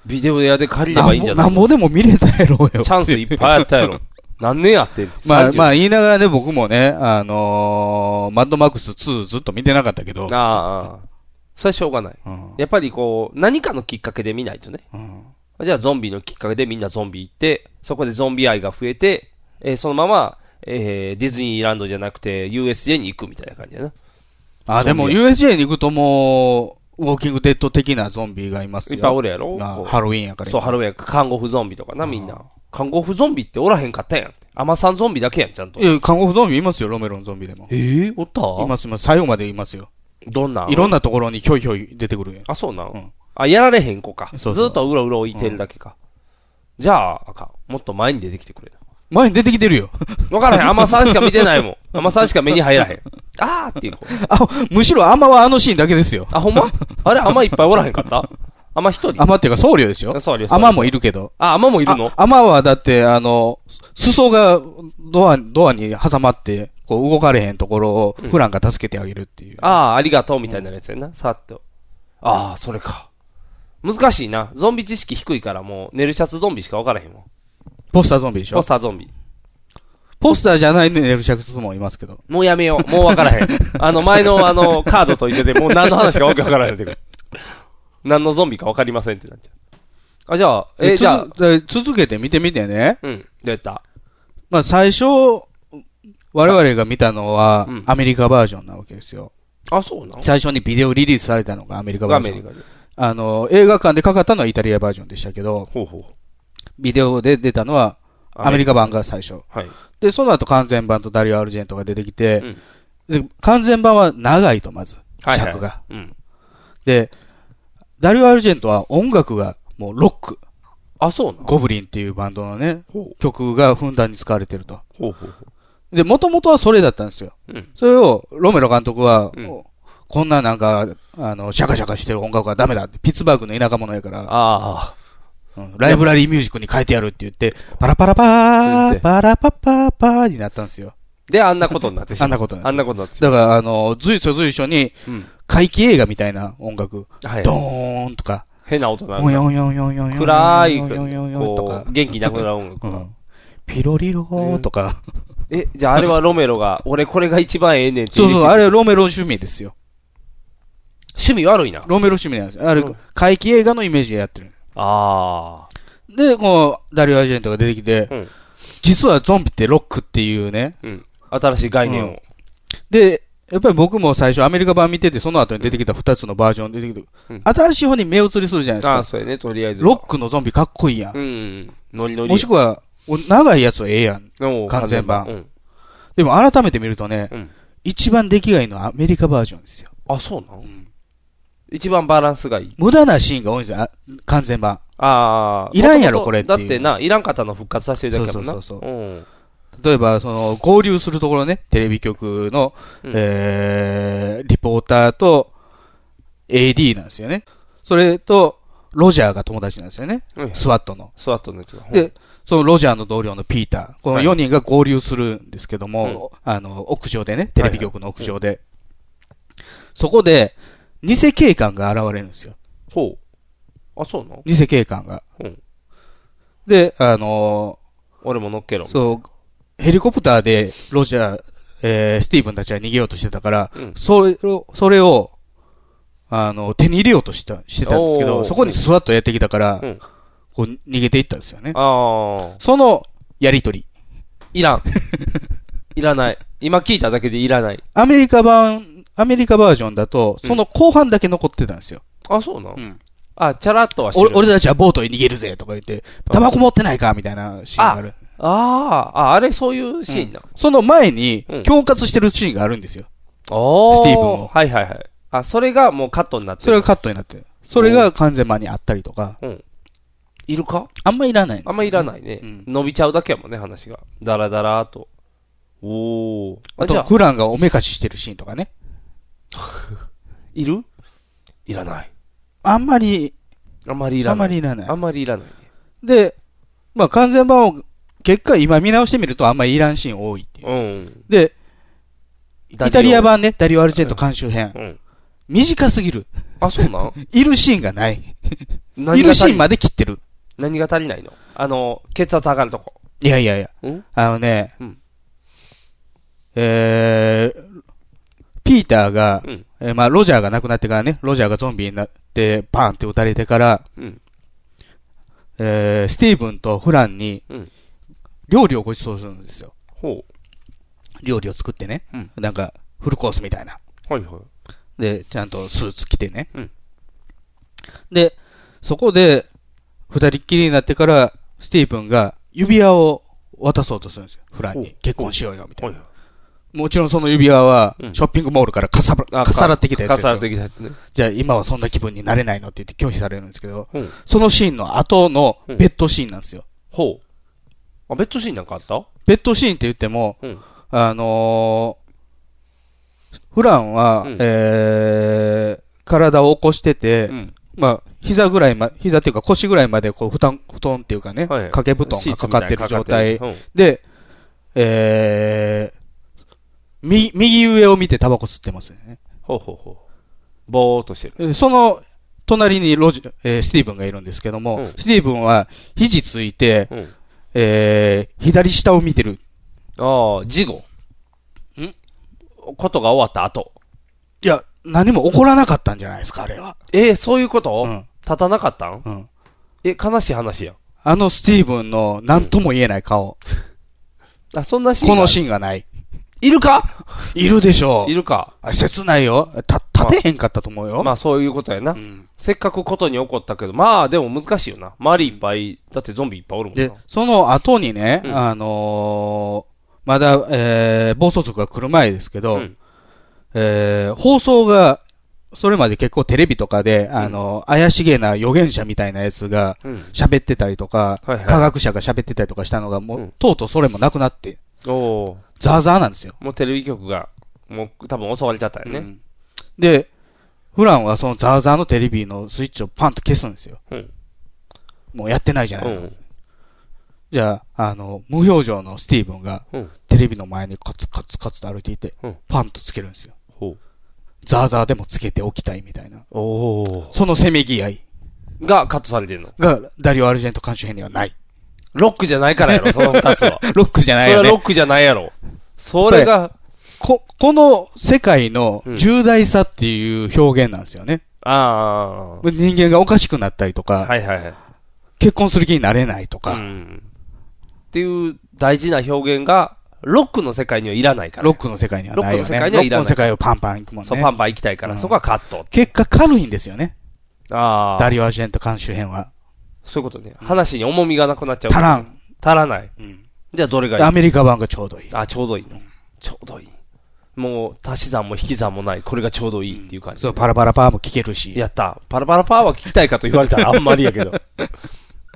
[SPEAKER 2] ビデオ屋で借り
[SPEAKER 3] な
[SPEAKER 2] れ
[SPEAKER 3] ん
[SPEAKER 2] ば
[SPEAKER 3] ぼ
[SPEAKER 2] いいんじゃな
[SPEAKER 3] ないんぼでも見れたやろうよ。
[SPEAKER 2] チャンスいっぱいあった やろ。何年やってん
[SPEAKER 3] まあ、ま
[SPEAKER 2] あ
[SPEAKER 3] あ言いながらね、僕もね、あのーマッドマックス2ずっと見てなかったけど、
[SPEAKER 2] ああ。それはしょうがない。
[SPEAKER 3] うん
[SPEAKER 2] やっぱりこう、何かのきっかけで見ないとね。
[SPEAKER 3] うん
[SPEAKER 2] じゃあゾンビのきっかけでみんなゾンビ行って、そこでゾンビ愛が増えて、えーそのまま、えーディズニーランドじゃなくて USJ に行くみたいな感じやな。
[SPEAKER 3] あ、でも USJ に行くともう、ウォーキングデッド的なゾンビがいますよ。
[SPEAKER 2] いっぱいおるやろ
[SPEAKER 3] まあ
[SPEAKER 2] こう
[SPEAKER 3] ハロウィーンやから。
[SPEAKER 2] そう、ハロウィン、看護婦ゾンビとかな、みんな。看護婦ゾンビっておらへんかったやん。アマさんゾンビだけやん、ちゃんと。
[SPEAKER 3] いや、韓国ゾンビいますよ、ロメロンゾンビでも。
[SPEAKER 2] えー、おった
[SPEAKER 3] います、います。最後までいますよ。
[SPEAKER 2] どんなん
[SPEAKER 3] いろんなところにひょいひょい出てくるやん。
[SPEAKER 2] あ、そうなん、
[SPEAKER 3] うん
[SPEAKER 2] あ、やられへん子か。
[SPEAKER 3] そうそう
[SPEAKER 2] ずっとうろうろ置いてるだけか。じゃあ、あかん。もっと前に出てきてくれな。
[SPEAKER 3] 前に出てきてるよ。
[SPEAKER 2] わからへん。甘さんしか見てないもん。甘さんしか目に入らへ ん。あーっていう子。
[SPEAKER 3] あ、むしろアマはあのシーンだけですよ。
[SPEAKER 2] あ、ほんまあれ、甘いっぱいおらへんかった甘一人
[SPEAKER 3] アマっていうか僧侶ですよ
[SPEAKER 2] あ僧侶。
[SPEAKER 3] アマもいるけど。
[SPEAKER 2] あ、甘もいるの
[SPEAKER 3] あアマはだって、あの、す裾がドア、ドアに挟まって、こう動かれへんところをフランが助けてあげるっていう。
[SPEAKER 2] ああー、ありがとうみたいなやつやな。さっと。ああ、それか。難しいな。ゾンビ知識低いからもう、寝るシャツゾンビしかわからへんわ。
[SPEAKER 3] ポスターゾンビでしょ
[SPEAKER 2] ポスターゾンビ。
[SPEAKER 3] ポスターじゃないね、エルシャクスもいますけど。
[SPEAKER 2] もうやめよう。 もうわからへん。あの、前のあの、カードと一緒で、もう何の話かわけわからへんって くる。何のゾンビかわかりませんってなっちゃう。あ、じゃあ、え、
[SPEAKER 3] つ
[SPEAKER 2] じゃあ、
[SPEAKER 3] づ続けて見てみてね。
[SPEAKER 2] うん、どうやった
[SPEAKER 3] まあ最初、我々が見たのは
[SPEAKER 2] うん、
[SPEAKER 3] アメリカバージョンなわけですよ。
[SPEAKER 2] あ、そうな
[SPEAKER 3] 最初にビデオリリースされたのがアメリカ
[SPEAKER 2] のア
[SPEAKER 3] バージョン。
[SPEAKER 2] メリカで。
[SPEAKER 3] あの、映画館でかかったのはイタリアバージョンでしたけど、
[SPEAKER 2] ほうほう。
[SPEAKER 3] ビデオで出たのはアメリカ版が最初。
[SPEAKER 2] はい。
[SPEAKER 3] で、その後完全版とダリオ・アルジェントが出てき
[SPEAKER 2] う
[SPEAKER 3] て、
[SPEAKER 2] ん
[SPEAKER 3] で完全版は長いと、まず。
[SPEAKER 2] はいはい
[SPEAKER 3] 尺が。
[SPEAKER 2] うん。
[SPEAKER 3] で、ダリオ・アルジェントは音楽がもうロック。
[SPEAKER 2] あ、そうなの
[SPEAKER 3] ゴブリンっていうバンドのね、
[SPEAKER 2] ほう
[SPEAKER 3] 曲がふんだんに使われてると。
[SPEAKER 2] ほうほうほ
[SPEAKER 3] で、もともとはそれだったんですよ。
[SPEAKER 2] う。うん。
[SPEAKER 3] それを、ロメロ監督は、
[SPEAKER 2] うん
[SPEAKER 3] おこんななんか、あの、シャカシャカしてる音楽はダメだって、ピッツバーグの田舎者やから、
[SPEAKER 2] あ
[SPEAKER 3] うんライブラリーミュージックに変えてやるって言って、パラパラパ
[SPEAKER 2] うんっ
[SPEAKER 3] ー、
[SPEAKER 2] て
[SPEAKER 3] パラパッパーパーになったんですよ。
[SPEAKER 2] あ。で、あんなことになってしまう。
[SPEAKER 3] あんなことにな
[SPEAKER 2] あ
[SPEAKER 3] っ
[SPEAKER 2] んなことになってしま
[SPEAKER 3] だから、あの、随所随所に、
[SPEAKER 2] う。うん。
[SPEAKER 3] 怪奇映画みたいな音楽、
[SPEAKER 2] はい
[SPEAKER 3] ド。ーンとか、
[SPEAKER 2] 変な音になる
[SPEAKER 3] ヨン
[SPEAKER 2] んだ。
[SPEAKER 3] ヨンヨンヨンヨンヨン
[SPEAKER 2] 暗い、
[SPEAKER 3] ヨンヨンヨンと
[SPEAKER 2] こ
[SPEAKER 3] か
[SPEAKER 2] う、、元気なくなる音
[SPEAKER 3] う
[SPEAKER 2] 楽。
[SPEAKER 3] んピロリローとか、
[SPEAKER 2] え、じゃああれはロメロが、俺これが一番ええねんって
[SPEAKER 3] そ
[SPEAKER 2] 言
[SPEAKER 3] う
[SPEAKER 2] う。
[SPEAKER 3] そう、あれロメロ趣味ですよ。
[SPEAKER 2] 趣味悪いな。あ
[SPEAKER 3] ロメロ趣味なんですよ。あれ
[SPEAKER 2] うん、
[SPEAKER 3] 怪奇映画のイメージでやってる。
[SPEAKER 2] あ
[SPEAKER 3] で、こう、ダリオ・アジェントが出てきて、
[SPEAKER 2] ー。うん。
[SPEAKER 3] 実はゾンビってロックっていうね。
[SPEAKER 2] うん。新しい概念を。
[SPEAKER 3] で、やっぱり僕も最初アメリカ版見てて、その後に出てきた2つのバージョン出てきて、
[SPEAKER 2] うん
[SPEAKER 3] 新しい方に目移りするじゃないです
[SPEAKER 2] ああ、
[SPEAKER 3] か。
[SPEAKER 2] そうやね、とりあえずは。
[SPEAKER 3] ロックのゾンビかっこいいや。
[SPEAKER 2] うんんうん。ノリノリ。
[SPEAKER 3] もしくは、お長いやつはええやん。
[SPEAKER 2] おう
[SPEAKER 3] 完全版
[SPEAKER 2] うん。
[SPEAKER 3] でも改めて見るとね、
[SPEAKER 2] うん。
[SPEAKER 3] 一番出来がいいのはアメリカバージョンですよ。
[SPEAKER 2] あ、そうなの一番バランスがいい。
[SPEAKER 3] 無駄なシーンが多いんですよ、あ完全版。
[SPEAKER 2] ああ。
[SPEAKER 3] いらんやろ
[SPEAKER 2] 元々
[SPEAKER 3] これってい
[SPEAKER 2] だ
[SPEAKER 3] う
[SPEAKER 2] ってな、いらん方の復活させてるだけやもんな。
[SPEAKER 3] そうそうそう
[SPEAKER 2] うん。
[SPEAKER 3] 例えば、その、合流するところね、テレビ局の、
[SPEAKER 2] うん
[SPEAKER 3] えー、リポーターと、AD なんですよね。それと、ロジャーが友達なんですよね。
[SPEAKER 2] はいはい
[SPEAKER 3] スワットの。
[SPEAKER 2] スワットのやつが。
[SPEAKER 3] で、そのロジャーの同僚のピーター。この
[SPEAKER 2] はい
[SPEAKER 3] 4人が合流するんですけども、あの、屋上でね、テレビ局の屋上で。そこで、偽警官が現れるんですよ。
[SPEAKER 2] ほう。あ、そうなの
[SPEAKER 3] 偽警官が。
[SPEAKER 2] うん
[SPEAKER 3] で、あのー
[SPEAKER 2] 俺も乗っけろ。
[SPEAKER 3] そう、ヘリコプターでロジャー、えー、スティーブンたちは逃げようとしてたから、
[SPEAKER 2] うん
[SPEAKER 3] それを、それを、あの、手に入れようとした、してたんですけ
[SPEAKER 2] お
[SPEAKER 3] ど、
[SPEAKER 2] ー
[SPEAKER 3] そこにスワッとやってきたから、
[SPEAKER 2] うん
[SPEAKER 3] こう、逃げていったんですよね。
[SPEAKER 2] ああ。
[SPEAKER 3] その、やりとり。
[SPEAKER 2] いらん。 いらない。今聞いただけでいらない。
[SPEAKER 3] アメリカ版、アメリカバージョンだと、その後半だけ残ってたんですよ。
[SPEAKER 2] あ、そうなの
[SPEAKER 3] うん
[SPEAKER 2] あ、チャラッとはして
[SPEAKER 3] 俺
[SPEAKER 2] る。
[SPEAKER 3] 俺たちはボートに逃げるぜとか言って、タバコ持ってないかみたいなシーンがある。
[SPEAKER 2] ああ、あ、あれそういうシーンだ。
[SPEAKER 3] その前に
[SPEAKER 2] うん、
[SPEAKER 3] 恐喝してるシーンがあるんですよ。ス
[SPEAKER 2] お
[SPEAKER 3] ティーブンを
[SPEAKER 2] はいはいはい。あ、それがもうカットになってる。
[SPEAKER 3] それがカットになってる。それが完全版にあったりとか、
[SPEAKER 2] うん。いるか
[SPEAKER 3] あんまいらないんですよ
[SPEAKER 2] あんまいらないね。
[SPEAKER 3] うん
[SPEAKER 2] 伸びちゃうだけやもんね、話が。だらだらーと。おー。あ
[SPEAKER 3] あ
[SPEAKER 2] じゃ
[SPEAKER 3] と、
[SPEAKER 2] あ、
[SPEAKER 3] フランがおめかししてるシーンとかね。
[SPEAKER 2] いるいらない。
[SPEAKER 3] あんまり、
[SPEAKER 2] あんまりい
[SPEAKER 3] あ
[SPEAKER 2] らない。
[SPEAKER 3] んまりいらない
[SPEAKER 2] あんまりいらないね。
[SPEAKER 3] で、まあ完全版を、結果今見直してみるとあんまりいらんシーン多いっていう。
[SPEAKER 2] うん。
[SPEAKER 3] で、イ
[SPEAKER 2] ダリオ
[SPEAKER 3] タリア版ね、ダリオ・アルジェント監修編。
[SPEAKER 2] うん。
[SPEAKER 3] 短すぎる。
[SPEAKER 2] あ、そうなん
[SPEAKER 3] いるシーンがない。い
[SPEAKER 2] 何が
[SPEAKER 3] るシ
[SPEAKER 2] 足
[SPEAKER 3] ー
[SPEAKER 2] り
[SPEAKER 3] ンまで切ってる。
[SPEAKER 2] 何が足りないのあの、血圧上がるとこ。
[SPEAKER 3] いやいやいや。
[SPEAKER 2] うん
[SPEAKER 3] あのね、
[SPEAKER 2] うん
[SPEAKER 3] えー、ピーターが、
[SPEAKER 2] うん。
[SPEAKER 3] えーまあ、ロジャーが亡くなってからね、ロジャーがゾンビになって、バーンって撃たれてから、
[SPEAKER 2] うん。
[SPEAKER 3] えー、スティーブンとフランに
[SPEAKER 2] うん。
[SPEAKER 3] 料理をご馳走するんですよ。
[SPEAKER 2] ほ
[SPEAKER 3] 料理を作ってね、
[SPEAKER 2] うん
[SPEAKER 3] なんか、フルコースみたいな。
[SPEAKER 2] う。はいはい。
[SPEAKER 3] で、ちゃんとスーツ着てね。
[SPEAKER 2] うん
[SPEAKER 3] で、そこで、二人っきりになってから、スティーブンが指輪を渡そうとするんですよ。フラン
[SPEAKER 2] ほ
[SPEAKER 3] に
[SPEAKER 2] う。
[SPEAKER 3] 結婚しようよ、みた
[SPEAKER 2] はいい
[SPEAKER 3] な。
[SPEAKER 2] は
[SPEAKER 3] もちろんその指輪は、シ
[SPEAKER 2] う
[SPEAKER 3] ョ
[SPEAKER 2] ん
[SPEAKER 3] ッピングモールからかさば
[SPEAKER 2] い。
[SPEAKER 3] かさらってきたやつです
[SPEAKER 2] かさらっ
[SPEAKER 3] よ
[SPEAKER 2] て。きたやつね。
[SPEAKER 3] じゃあ今はそんな気分になれないのって言って拒否されるんですけど、
[SPEAKER 2] うん。
[SPEAKER 3] そのシーンの後の
[SPEAKER 2] うん
[SPEAKER 3] ベッドシーンなんですよ。
[SPEAKER 2] ほう。あ、ベッドシーンなんかあった
[SPEAKER 3] ベッドシーンって言っても、
[SPEAKER 2] うん。
[SPEAKER 3] あのーフランは、
[SPEAKER 2] うん
[SPEAKER 3] えー、体を起こしてて、
[SPEAKER 2] うん。
[SPEAKER 3] まあ、膝ぐらいま、膝っていうか腰ぐらいまでこう、布団、布団っていうかね、
[SPEAKER 2] はい
[SPEAKER 3] 掛け布団がかかってる状態
[SPEAKER 2] シーツみたいなのかかってる
[SPEAKER 3] で、えー、右、右上を見てタバコ吸ってますよね。
[SPEAKER 2] うんほうほうほう。ぼーっとしてる。
[SPEAKER 3] えその、隣にロジ、えースティーブンがいるんですけども、
[SPEAKER 2] うん
[SPEAKER 3] スティーブンは肘ついて、
[SPEAKER 2] うん。
[SPEAKER 3] えー、左下を見てる。
[SPEAKER 2] ああ、事後。んことが終わった後。
[SPEAKER 3] いや、何も起こらなかったんじゃないですか、あれは。
[SPEAKER 2] えー、そういうこと、
[SPEAKER 3] うん
[SPEAKER 2] 立たなかったん
[SPEAKER 3] うん。
[SPEAKER 2] え、悲しい話やん。
[SPEAKER 3] あのスティーブンの何とも言えない顔。
[SPEAKER 2] あ、そんなシーン
[SPEAKER 3] このシ
[SPEAKER 2] ーン。
[SPEAKER 3] ーンがない。
[SPEAKER 2] いるか
[SPEAKER 3] いるでしょ
[SPEAKER 2] いるか。
[SPEAKER 3] う。あ切ないよ。た、立てへんかったと思うよ。
[SPEAKER 2] まあそういうことやな。
[SPEAKER 3] うん
[SPEAKER 2] せっかくことに起こったけど、まあでも難しいよな。周りいっぱい、だってゾンビいっぱいおるもん
[SPEAKER 3] で
[SPEAKER 2] な。、
[SPEAKER 3] その後にね、
[SPEAKER 2] うん
[SPEAKER 3] あのーまだ、えー、暴走族が来る前ですけど、
[SPEAKER 2] うん
[SPEAKER 3] えー、放送が、それまで結構テレビとかで、あのー怪しげな予言者みたいなやつが
[SPEAKER 2] うん。
[SPEAKER 3] 喋ってたりとか、
[SPEAKER 2] はいはい
[SPEAKER 3] 科学者が喋ってたりとかしたのが、もう、
[SPEAKER 2] うん
[SPEAKER 3] とうとうそれもなくなって、
[SPEAKER 2] おお
[SPEAKER 3] ザーザーなんですよ。
[SPEAKER 2] ーもうテレビ局が、もう多分襲われちゃったよ
[SPEAKER 3] う
[SPEAKER 2] ね。
[SPEAKER 3] んで、フランはそのザーザーのテレビのスイッチをパンと消すんですよ。
[SPEAKER 2] うん
[SPEAKER 3] もうやってないじゃな
[SPEAKER 2] う
[SPEAKER 3] い、
[SPEAKER 2] ん。
[SPEAKER 3] じゃあ、あの、無表情のスティーブンが、
[SPEAKER 2] うん。
[SPEAKER 3] テレビの前にカツカツカツと歩いていて、
[SPEAKER 2] うん
[SPEAKER 3] パンとつけるんですよ。
[SPEAKER 2] ほう。
[SPEAKER 3] ザーザーでもつけておきたいみたいな。
[SPEAKER 2] おお
[SPEAKER 3] そのせめぎ合い
[SPEAKER 2] がカットされてるの。
[SPEAKER 3] が、ダリオ・アルジェント監修編にはない。
[SPEAKER 2] ロックじゃないか らやろ、その二つは。
[SPEAKER 3] ロックじゃ
[SPEAKER 2] そ
[SPEAKER 3] ない
[SPEAKER 2] れは
[SPEAKER 3] よ
[SPEAKER 2] ロ
[SPEAKER 3] ね。
[SPEAKER 2] ックじゃないやろ。それが、
[SPEAKER 3] こ、この世界の
[SPEAKER 2] うん
[SPEAKER 3] 重大さっていう表現なんですよね。
[SPEAKER 2] あ
[SPEAKER 3] 人間がおかしくなったりと
[SPEAKER 2] あ。
[SPEAKER 3] か、
[SPEAKER 2] はいはいはい。
[SPEAKER 3] 結婚する気になれないとか、
[SPEAKER 2] うん。っていう大事な表現が、ロックの世界にはいらないから。
[SPEAKER 3] ロックの世界にはないよね。
[SPEAKER 2] ロックの世界にはいら
[SPEAKER 3] ロッ
[SPEAKER 2] ない
[SPEAKER 3] クの世界をパンパン行くもん
[SPEAKER 2] そう、パン
[SPEAKER 3] ね。
[SPEAKER 2] パン行きたいから、
[SPEAKER 3] うん
[SPEAKER 2] そこはカット。
[SPEAKER 3] 結果軽いんですよね。
[SPEAKER 2] ああ。
[SPEAKER 3] ダリオ・アルジェント監修編は。
[SPEAKER 2] そういうことね。話に重みがなくなっちゃう。
[SPEAKER 3] 足ら。ん。
[SPEAKER 2] 足らない。
[SPEAKER 3] うん
[SPEAKER 2] じゃあどれがいい
[SPEAKER 3] アメリカ版がちょうどいい。
[SPEAKER 2] あ、ちょうどいいの。ちょうどいい。もう、足し算も引き算もない。これがちょうどいいっていう感じ。
[SPEAKER 3] そう、パラパラパーも聞けるし。
[SPEAKER 2] やった。パラパラパーは聞きたいかと言われたらあんまりやけ ど。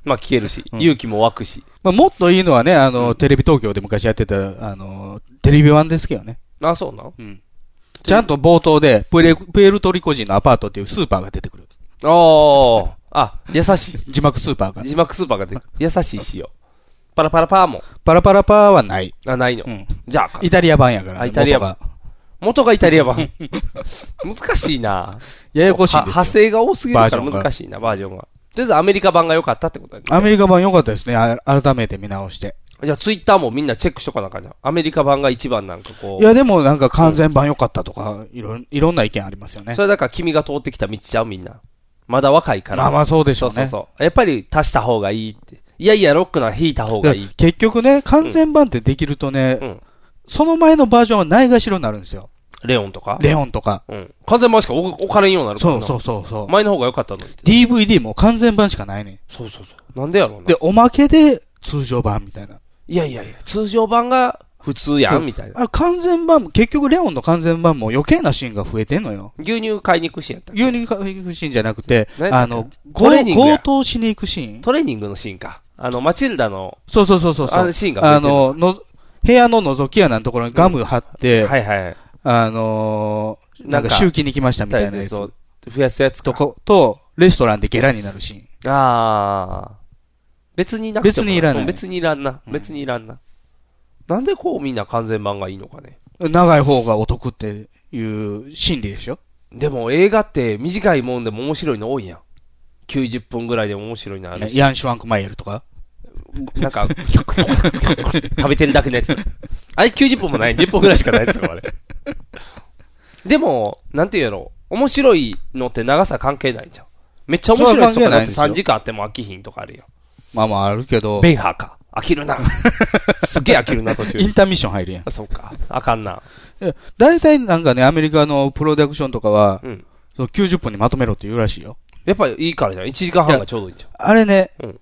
[SPEAKER 2] まあ聞けるし、
[SPEAKER 3] うん
[SPEAKER 2] 勇気も湧くし。
[SPEAKER 3] まあ、もっといいのはね、あの、テレビ東京で昔やってた、あの、テレビ版ですけどね。
[SPEAKER 2] あ、そうなん
[SPEAKER 3] ちゃんと冒頭で、プエル、プエルトリコ人のアパートっていうスーパーが出てくる。
[SPEAKER 2] おー。あ、優し
[SPEAKER 3] 字幕スーパーが
[SPEAKER 2] い。。字幕スーパーが出てくる優しい仕様。パラパラパーも。
[SPEAKER 3] パラパラパーはない。
[SPEAKER 2] あ、ないの
[SPEAKER 3] う。ん。
[SPEAKER 2] じゃあ、
[SPEAKER 3] イタリア版やから、
[SPEAKER 2] あイタリア版
[SPEAKER 3] 元が。
[SPEAKER 2] 元がイタリ ア版。難しいな
[SPEAKER 3] ややこしいん
[SPEAKER 2] は
[SPEAKER 3] ですよ
[SPEAKER 2] 派。生が多すぎるか
[SPEAKER 3] バー
[SPEAKER 2] ら
[SPEAKER 3] ジョンが
[SPEAKER 2] 難しいな、バージョンが。とりあえずアメリカ版が良かったってことだ
[SPEAKER 3] ア
[SPEAKER 2] ね。
[SPEAKER 3] メリカ版良かったですね。あ改めて見直して。
[SPEAKER 2] じゃあツイッターもみんなチェックしとかなあかんじゃん。アメリカ版が一番なんかこ。
[SPEAKER 3] いうや、でもなんか完全版良かったとか、いろん、いろんな意見ありますよね
[SPEAKER 2] そ。れだから君が通ってきた道ちゃうみんな。まだ若いから。
[SPEAKER 3] まあまあそうでし
[SPEAKER 2] そ
[SPEAKER 3] ょう
[SPEAKER 2] うそう
[SPEAKER 3] ね。
[SPEAKER 2] そう。やっぱり足した方がいいって。いやいや、ロックなら引いた方がいい。
[SPEAKER 3] で結局ね、完全版ってできるとね、
[SPEAKER 2] うん
[SPEAKER 3] その前のバージョンはないがしろになるんですよ。
[SPEAKER 2] レオンとか。
[SPEAKER 3] レオンとか。
[SPEAKER 2] うん。完全版しか置置かれんようになるから
[SPEAKER 3] そ
[SPEAKER 2] な
[SPEAKER 3] うそうそうそう。
[SPEAKER 2] 前の方が良かったのにって。
[SPEAKER 3] DVD も完全版しかないね
[SPEAKER 2] そうそうそう。なんでやろうな。
[SPEAKER 3] で、おまけで通常版みたいな。
[SPEAKER 2] いやいやいや、通常版が普通や
[SPEAKER 3] そうん
[SPEAKER 2] みたいな。
[SPEAKER 3] あれ完全版も、結局レオンの完全版も余計なシーンが増えてんのよ。
[SPEAKER 2] 牛乳買いに行くしやった。
[SPEAKER 3] 牛乳買いに行くシーンじゃなくて、
[SPEAKER 2] 何
[SPEAKER 3] あの、
[SPEAKER 2] トレーニングや
[SPEAKER 3] 強盗しに行くシーン。
[SPEAKER 2] トレーニングのシーンか。あの、マチルダの、
[SPEAKER 3] そうそうそうそうそう。
[SPEAKER 2] あのシーンが増えてんの
[SPEAKER 3] あの、の部屋の覗き穴のところにガム貼って、
[SPEAKER 2] はいはい。
[SPEAKER 3] あのー、なんか
[SPEAKER 2] なんか
[SPEAKER 3] 周期に来ましたみたいなやつ
[SPEAKER 2] を増やすやつ
[SPEAKER 3] と
[SPEAKER 2] とか。
[SPEAKER 3] こと、レストランでゲラになるシーン。
[SPEAKER 2] ああ。別になくても
[SPEAKER 3] 別にいらない
[SPEAKER 2] うん別にいらんな。別にいらんな。なんでこうみんな完全版がいいのかね。
[SPEAKER 3] 長い方がお得っていう心理でしょ
[SPEAKER 2] でも映画って短いもんでも面白いの多いやん。90分ぐらいでも面白いな。あるし
[SPEAKER 3] ヤン・シュワンクマイエルとか。
[SPEAKER 2] なんか、食べてるだけのやつ。あれ90分もない。10分ぐらいしかないですよ、あれ。でも、なんていうの面白いのって長さ関係ないじゃん。めっちゃ面白い人
[SPEAKER 3] それは関係
[SPEAKER 2] が
[SPEAKER 3] ない
[SPEAKER 2] だっ
[SPEAKER 3] で
[SPEAKER 2] て
[SPEAKER 3] すよ
[SPEAKER 2] 3時間あっても飽きひんとかあるよ。
[SPEAKER 3] まあまああるけど、
[SPEAKER 2] ベンハーか。飽き るな。すげえ飽きるな、途中
[SPEAKER 3] イ。ンターミッション入るやん
[SPEAKER 2] あ、。そうか。あかんな。
[SPEAKER 3] え大体なんかね、アメリカのプロダクションとかは、
[SPEAKER 2] うん。
[SPEAKER 3] その90分にまとめろって言うらしいよ。
[SPEAKER 2] やっぱいいからじゃん。1時間半がちょうどいいじゃん。
[SPEAKER 3] あれね、
[SPEAKER 2] うん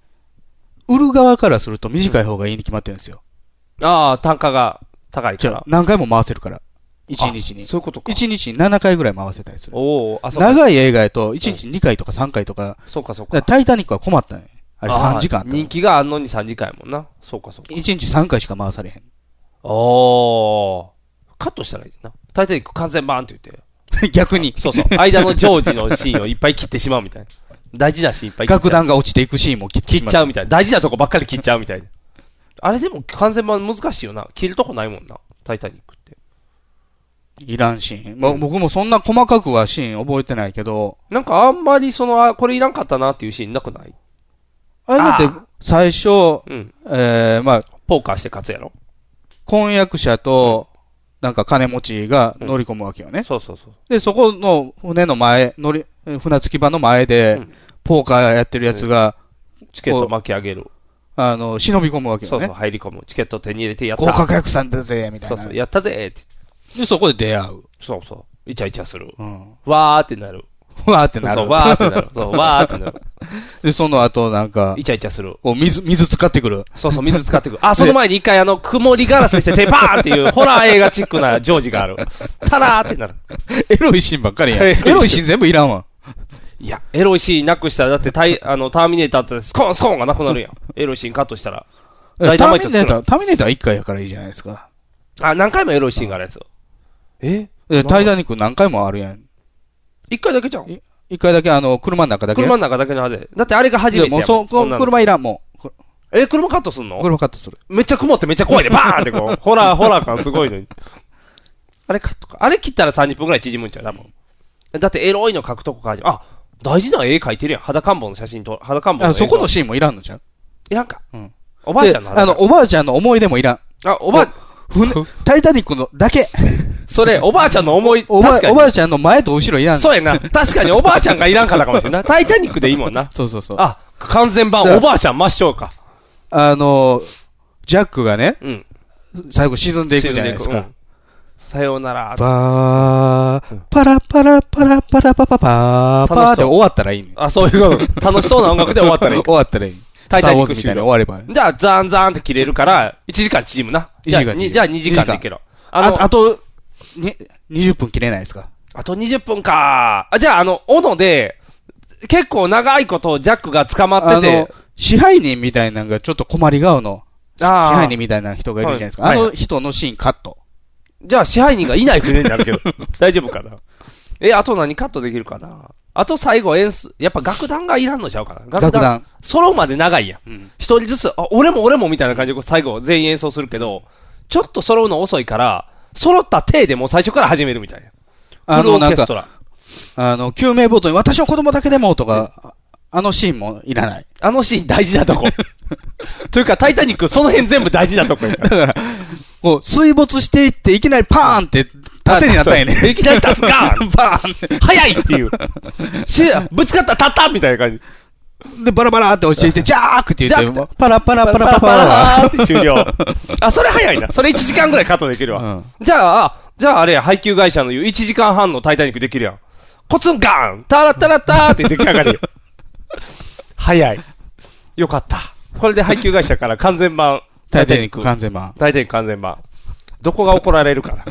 [SPEAKER 3] 売る側からすると短い方がいいに決まってるんですよ。
[SPEAKER 2] ああ、単価が高い
[SPEAKER 3] じ
[SPEAKER 2] か
[SPEAKER 3] ゃあ
[SPEAKER 2] ら。
[SPEAKER 3] 何回も回せるから。1日に。
[SPEAKER 2] そういうことか。
[SPEAKER 3] 1日に7回ぐらい回せたりする。
[SPEAKER 2] おお、あ、そうか。
[SPEAKER 3] 長い映画やと、1日に2回とか3回とか、
[SPEAKER 2] そうか、そう
[SPEAKER 3] だから
[SPEAKER 2] か。
[SPEAKER 3] タイタニックは困ったね。あれ3時間あ
[SPEAKER 2] あ
[SPEAKER 3] っ
[SPEAKER 2] ー
[SPEAKER 3] たの
[SPEAKER 2] 人気があんのに3時間やもんな。そうか、そうか。
[SPEAKER 3] 1日3回しか回されへん。
[SPEAKER 2] おー。カットしたらいいな。大体完全バーンって言って。
[SPEAKER 3] 逆 に。
[SPEAKER 2] そうそう。間のジョージのシーンをいっぱい切ってしまうみたいな。大事なシーンいっぱい切っちゃ
[SPEAKER 3] 楽
[SPEAKER 2] う。
[SPEAKER 3] 団が落ちていくシーンも切って
[SPEAKER 2] 切っ
[SPEAKER 3] しま
[SPEAKER 2] ちゃうみたいな。大事なとこばっかり切っちゃうみたいな。あれでも完全版難しいよな。切るとこないもんな。タイタニックって。
[SPEAKER 3] いらんシーン。まあ僕もそんな細かくはシーン覚えてないけど、
[SPEAKER 2] なんかあんまりその、あ、これいらんかったなっていうシーンなくない
[SPEAKER 3] あれだって最初、
[SPEAKER 2] うん。
[SPEAKER 3] えー、まあ、
[SPEAKER 2] ポーカーして勝つやろ
[SPEAKER 3] 婚約者と、なんか金持ちが乗り込むわけよね。
[SPEAKER 2] そうそうそう。
[SPEAKER 3] で、そこの船の前、乗り、船着き場の前で、
[SPEAKER 2] うん
[SPEAKER 3] ポーカーやってるやつが、
[SPEAKER 2] チケット巻き上げる。
[SPEAKER 3] あの、忍び込むわけ
[SPEAKER 2] そ
[SPEAKER 3] よ
[SPEAKER 2] うそう、
[SPEAKER 3] ね。
[SPEAKER 2] 入り込む。チケット手に入れてやった。
[SPEAKER 3] 合格役さんだぜ、みたい
[SPEAKER 2] そ
[SPEAKER 3] な。
[SPEAKER 2] うそう、やったぜーって。
[SPEAKER 3] で、そこで出会う。
[SPEAKER 2] そうそう。イチャイチャする。
[SPEAKER 3] うん。
[SPEAKER 2] わーってなる。
[SPEAKER 3] わーってなる。
[SPEAKER 2] そう、わーってなる。 そう、わーってなる。
[SPEAKER 3] で、その後、なんか
[SPEAKER 2] イ、チャイチャする。
[SPEAKER 3] こう、水、水使ってく る。
[SPEAKER 2] そうそう、水使ってくる。あ、その前に一回あの、曇りガラスしてて、パーンっていう、ホラー映画チックなジョージがある。たらーってなる。
[SPEAKER 3] エロいシーンばっかりやん。
[SPEAKER 2] エロい
[SPEAKER 3] エ
[SPEAKER 2] シーン
[SPEAKER 3] ロいシーン全部いらんわ。
[SPEAKER 2] いや、エロいシーンなくしたら、だってタイ、あの、ターミネーターってスコーンスコーンがなくなるや ん。エロいシーンカットしたら。
[SPEAKER 3] タ
[SPEAKER 2] ダイナマイ
[SPEAKER 3] ー
[SPEAKER 2] ト
[SPEAKER 3] ミネ
[SPEAKER 2] 作る
[SPEAKER 3] ーター、ターミネーターは1回やからいいじゃないですか。
[SPEAKER 2] あ、何回もエロいシーンがあるやつ。え
[SPEAKER 3] で、タイタニック何回もあるやん。
[SPEAKER 2] 一回だけじゃん。
[SPEAKER 3] 一回だけ、あの、車の中だけ。
[SPEAKER 2] 車の中だけのはずやだってあれが初めて
[SPEAKER 3] で
[SPEAKER 2] やも
[SPEAKER 3] も
[SPEAKER 2] ん。
[SPEAKER 3] う、そ、こ
[SPEAKER 2] 女の子
[SPEAKER 3] 車いらん、もう。こ
[SPEAKER 2] え、車カットすんの
[SPEAKER 3] 車カットする。
[SPEAKER 2] めっちゃ曇ってめっちゃ怖いで、バーンっ てこう、ホラー、ホラー感すごいのに。あれカットか。あれ切ったら30分くらい縮むんちゃう多分。だってエロいの書くとこから始まるあ、大事な絵描いてるやん。裸んぼの写真と、裸んぼの
[SPEAKER 3] あ
[SPEAKER 2] 映像
[SPEAKER 3] そこのシーンもいらんのじゃん。
[SPEAKER 2] いらんか。
[SPEAKER 3] うん
[SPEAKER 2] おばあちゃんの
[SPEAKER 3] であの、おばあちゃんの思い出もいらん。
[SPEAKER 2] あ、おばあ、
[SPEAKER 3] 船、タイタニックのだけ。
[SPEAKER 2] それ、おばあちゃんの思い、
[SPEAKER 3] おば
[SPEAKER 2] 確かに。
[SPEAKER 3] おばあちゃんの前と後ろいらんの。
[SPEAKER 2] そうやな。確かにおばあちゃんがいらんかったかもしれ んない。タイタニックでいいもんな。
[SPEAKER 3] そうそうそう。あ、
[SPEAKER 2] あ、完全版、
[SPEAKER 3] だから
[SPEAKER 2] おばあちゃん抹消か。
[SPEAKER 3] の、ジャックがね、
[SPEAKER 2] うん。
[SPEAKER 3] 最後沈んでいくじゃないです
[SPEAKER 2] 沈ん
[SPEAKER 3] か
[SPEAKER 2] く。うん。さようなら。
[SPEAKER 3] ばー、パラパラパラパラパパパー、パー
[SPEAKER 2] 楽し
[SPEAKER 3] で
[SPEAKER 2] そう
[SPEAKER 3] 終わったらいいね。
[SPEAKER 2] あ、そういうこと。楽しそうな音楽で終わったらいい。
[SPEAKER 3] 終わったらいい。
[SPEAKER 2] タ
[SPEAKER 3] ス
[SPEAKER 2] イ
[SPEAKER 3] タ
[SPEAKER 2] タ
[SPEAKER 3] ー
[SPEAKER 2] ニ
[SPEAKER 3] ウォ
[SPEAKER 2] ッ
[SPEAKER 3] ー
[SPEAKER 2] ク
[SPEAKER 3] ズみたいに終われば。
[SPEAKER 2] じゃあ、ザーンザーンって切れるから、1時間縮むな。
[SPEAKER 3] 1
[SPEAKER 2] じゃあ
[SPEAKER 3] 時間縮む
[SPEAKER 2] にじゃあ2時間でいけろ。あの、
[SPEAKER 3] あ
[SPEAKER 2] あ
[SPEAKER 3] あと、に、20分切れないですか
[SPEAKER 2] と20分か。あ、じゃあ、あの、斧で、結構長いことジャックが捕ま
[SPEAKER 3] あ
[SPEAKER 2] ってて
[SPEAKER 3] の、、支配人みたいなのがちょっと困り顔の、支
[SPEAKER 2] あ
[SPEAKER 3] 配人
[SPEAKER 2] ー
[SPEAKER 3] みたいな人がいるじゃないですか。
[SPEAKER 2] はい
[SPEAKER 3] あの人のシーンカット。
[SPEAKER 2] じゃあ支配人がいない船になるけど、大丈夫かな。え、あと何カットできるかな。あと最後演出、やっぱ楽団がいらんのちゃうかな。
[SPEAKER 3] 楽団。
[SPEAKER 2] ソロまで長いやん
[SPEAKER 3] ん。
[SPEAKER 2] 一、人ずつ、あ、俺も俺もみたいな感じでこう最後全員演奏するけど、ちょっと揃うの遅いから、揃った体でもう最初から始めるみたいな。
[SPEAKER 3] あ
[SPEAKER 2] フル
[SPEAKER 3] の、
[SPEAKER 2] オー
[SPEAKER 3] なん
[SPEAKER 2] ケス
[SPEAKER 3] か
[SPEAKER 2] ト、ラ。
[SPEAKER 3] あの、救命ボートに私の子供だけでもとか、ああのシーンもいらない。
[SPEAKER 2] あのシーン大事なと こ。というか、タイタニック、その辺全部大事なとこやから。
[SPEAKER 3] こう、水没していって、いきなりパーンって縦になったんや
[SPEAKER 2] あそう
[SPEAKER 3] ね。
[SPEAKER 2] いきなり立つガーン
[SPEAKER 3] パーン
[SPEAKER 2] 早いっていう。しぶつかった、たったみたいな感じ。
[SPEAKER 3] で、バラバラって落ちていって、ジャークって
[SPEAKER 2] ジ
[SPEAKER 3] 言
[SPEAKER 2] ャ
[SPEAKER 3] っ
[SPEAKER 2] ーク
[SPEAKER 3] て、パラパラパラパラパ
[SPEAKER 2] ー
[SPEAKER 3] ラ。
[SPEAKER 2] って終了。あ、それ早いな。それ1時間ぐらいカットできるわ。
[SPEAKER 3] うん
[SPEAKER 2] じゃあ、じゃああれや、配給会社の言う1時間半のタイタニックできるやん。コツンガーンタラタラターって出来上がるよ。早い。よかった。これで配給会社から完全版。
[SPEAKER 3] タイタニック完全版。
[SPEAKER 2] 大体完全版。どこが怒られるかな。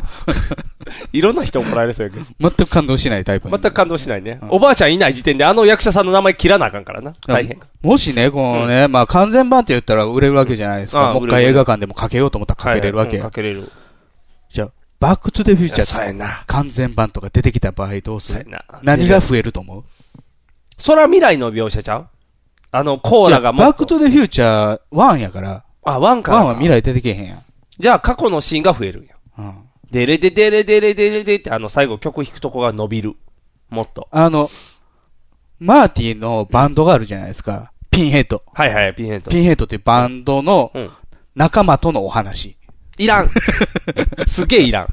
[SPEAKER 2] いろんな人怒られそうやけど。
[SPEAKER 3] 全く感動しないタイプに。
[SPEAKER 2] 全く感動しないね。
[SPEAKER 3] うん
[SPEAKER 2] おばあちゃんいない時点であの役者さんの名前切らなあかんからな。大変。
[SPEAKER 3] もしね、このね、まあ完全版って言ったら売れるわけじゃないです
[SPEAKER 2] う
[SPEAKER 3] か。
[SPEAKER 2] ん
[SPEAKER 3] もう一
[SPEAKER 2] 売
[SPEAKER 3] 回
[SPEAKER 2] れ
[SPEAKER 3] 映
[SPEAKER 2] る
[SPEAKER 3] 画館でもかけようと思ったらかけれるわけ
[SPEAKER 2] うん
[SPEAKER 3] や
[SPEAKER 2] か。けれる。
[SPEAKER 3] じゃあ、バックトゥデフューチャ
[SPEAKER 2] そうや
[SPEAKER 3] ー
[SPEAKER 2] な
[SPEAKER 3] 完全版とか出てきた場合どうす
[SPEAKER 2] そうや
[SPEAKER 3] る
[SPEAKER 2] な。
[SPEAKER 3] 何が増えると思う
[SPEAKER 2] 空未来の描写ちゃうあの、コーラが
[SPEAKER 3] いや
[SPEAKER 2] も
[SPEAKER 3] バ
[SPEAKER 2] っ
[SPEAKER 3] ックトゥ
[SPEAKER 2] と。
[SPEAKER 3] ザフューチャー1やから、
[SPEAKER 2] あ、ワンか。
[SPEAKER 3] 1は未。来出てけへんやん。
[SPEAKER 2] じゃあ過去のシーンが増えるんや。
[SPEAKER 3] うん。
[SPEAKER 2] デレデデレデレデレデって、あの、最後曲弾くとこが伸びる。もっと。
[SPEAKER 3] あの、マーティのバンドがあるじゃないですか。ピンヘッド。
[SPEAKER 2] はいはい、ピンヘッド。
[SPEAKER 3] ピンヘッドっていうバンドの
[SPEAKER 2] うん
[SPEAKER 3] 仲間とのお話。
[SPEAKER 2] いらん。すげ えいらん。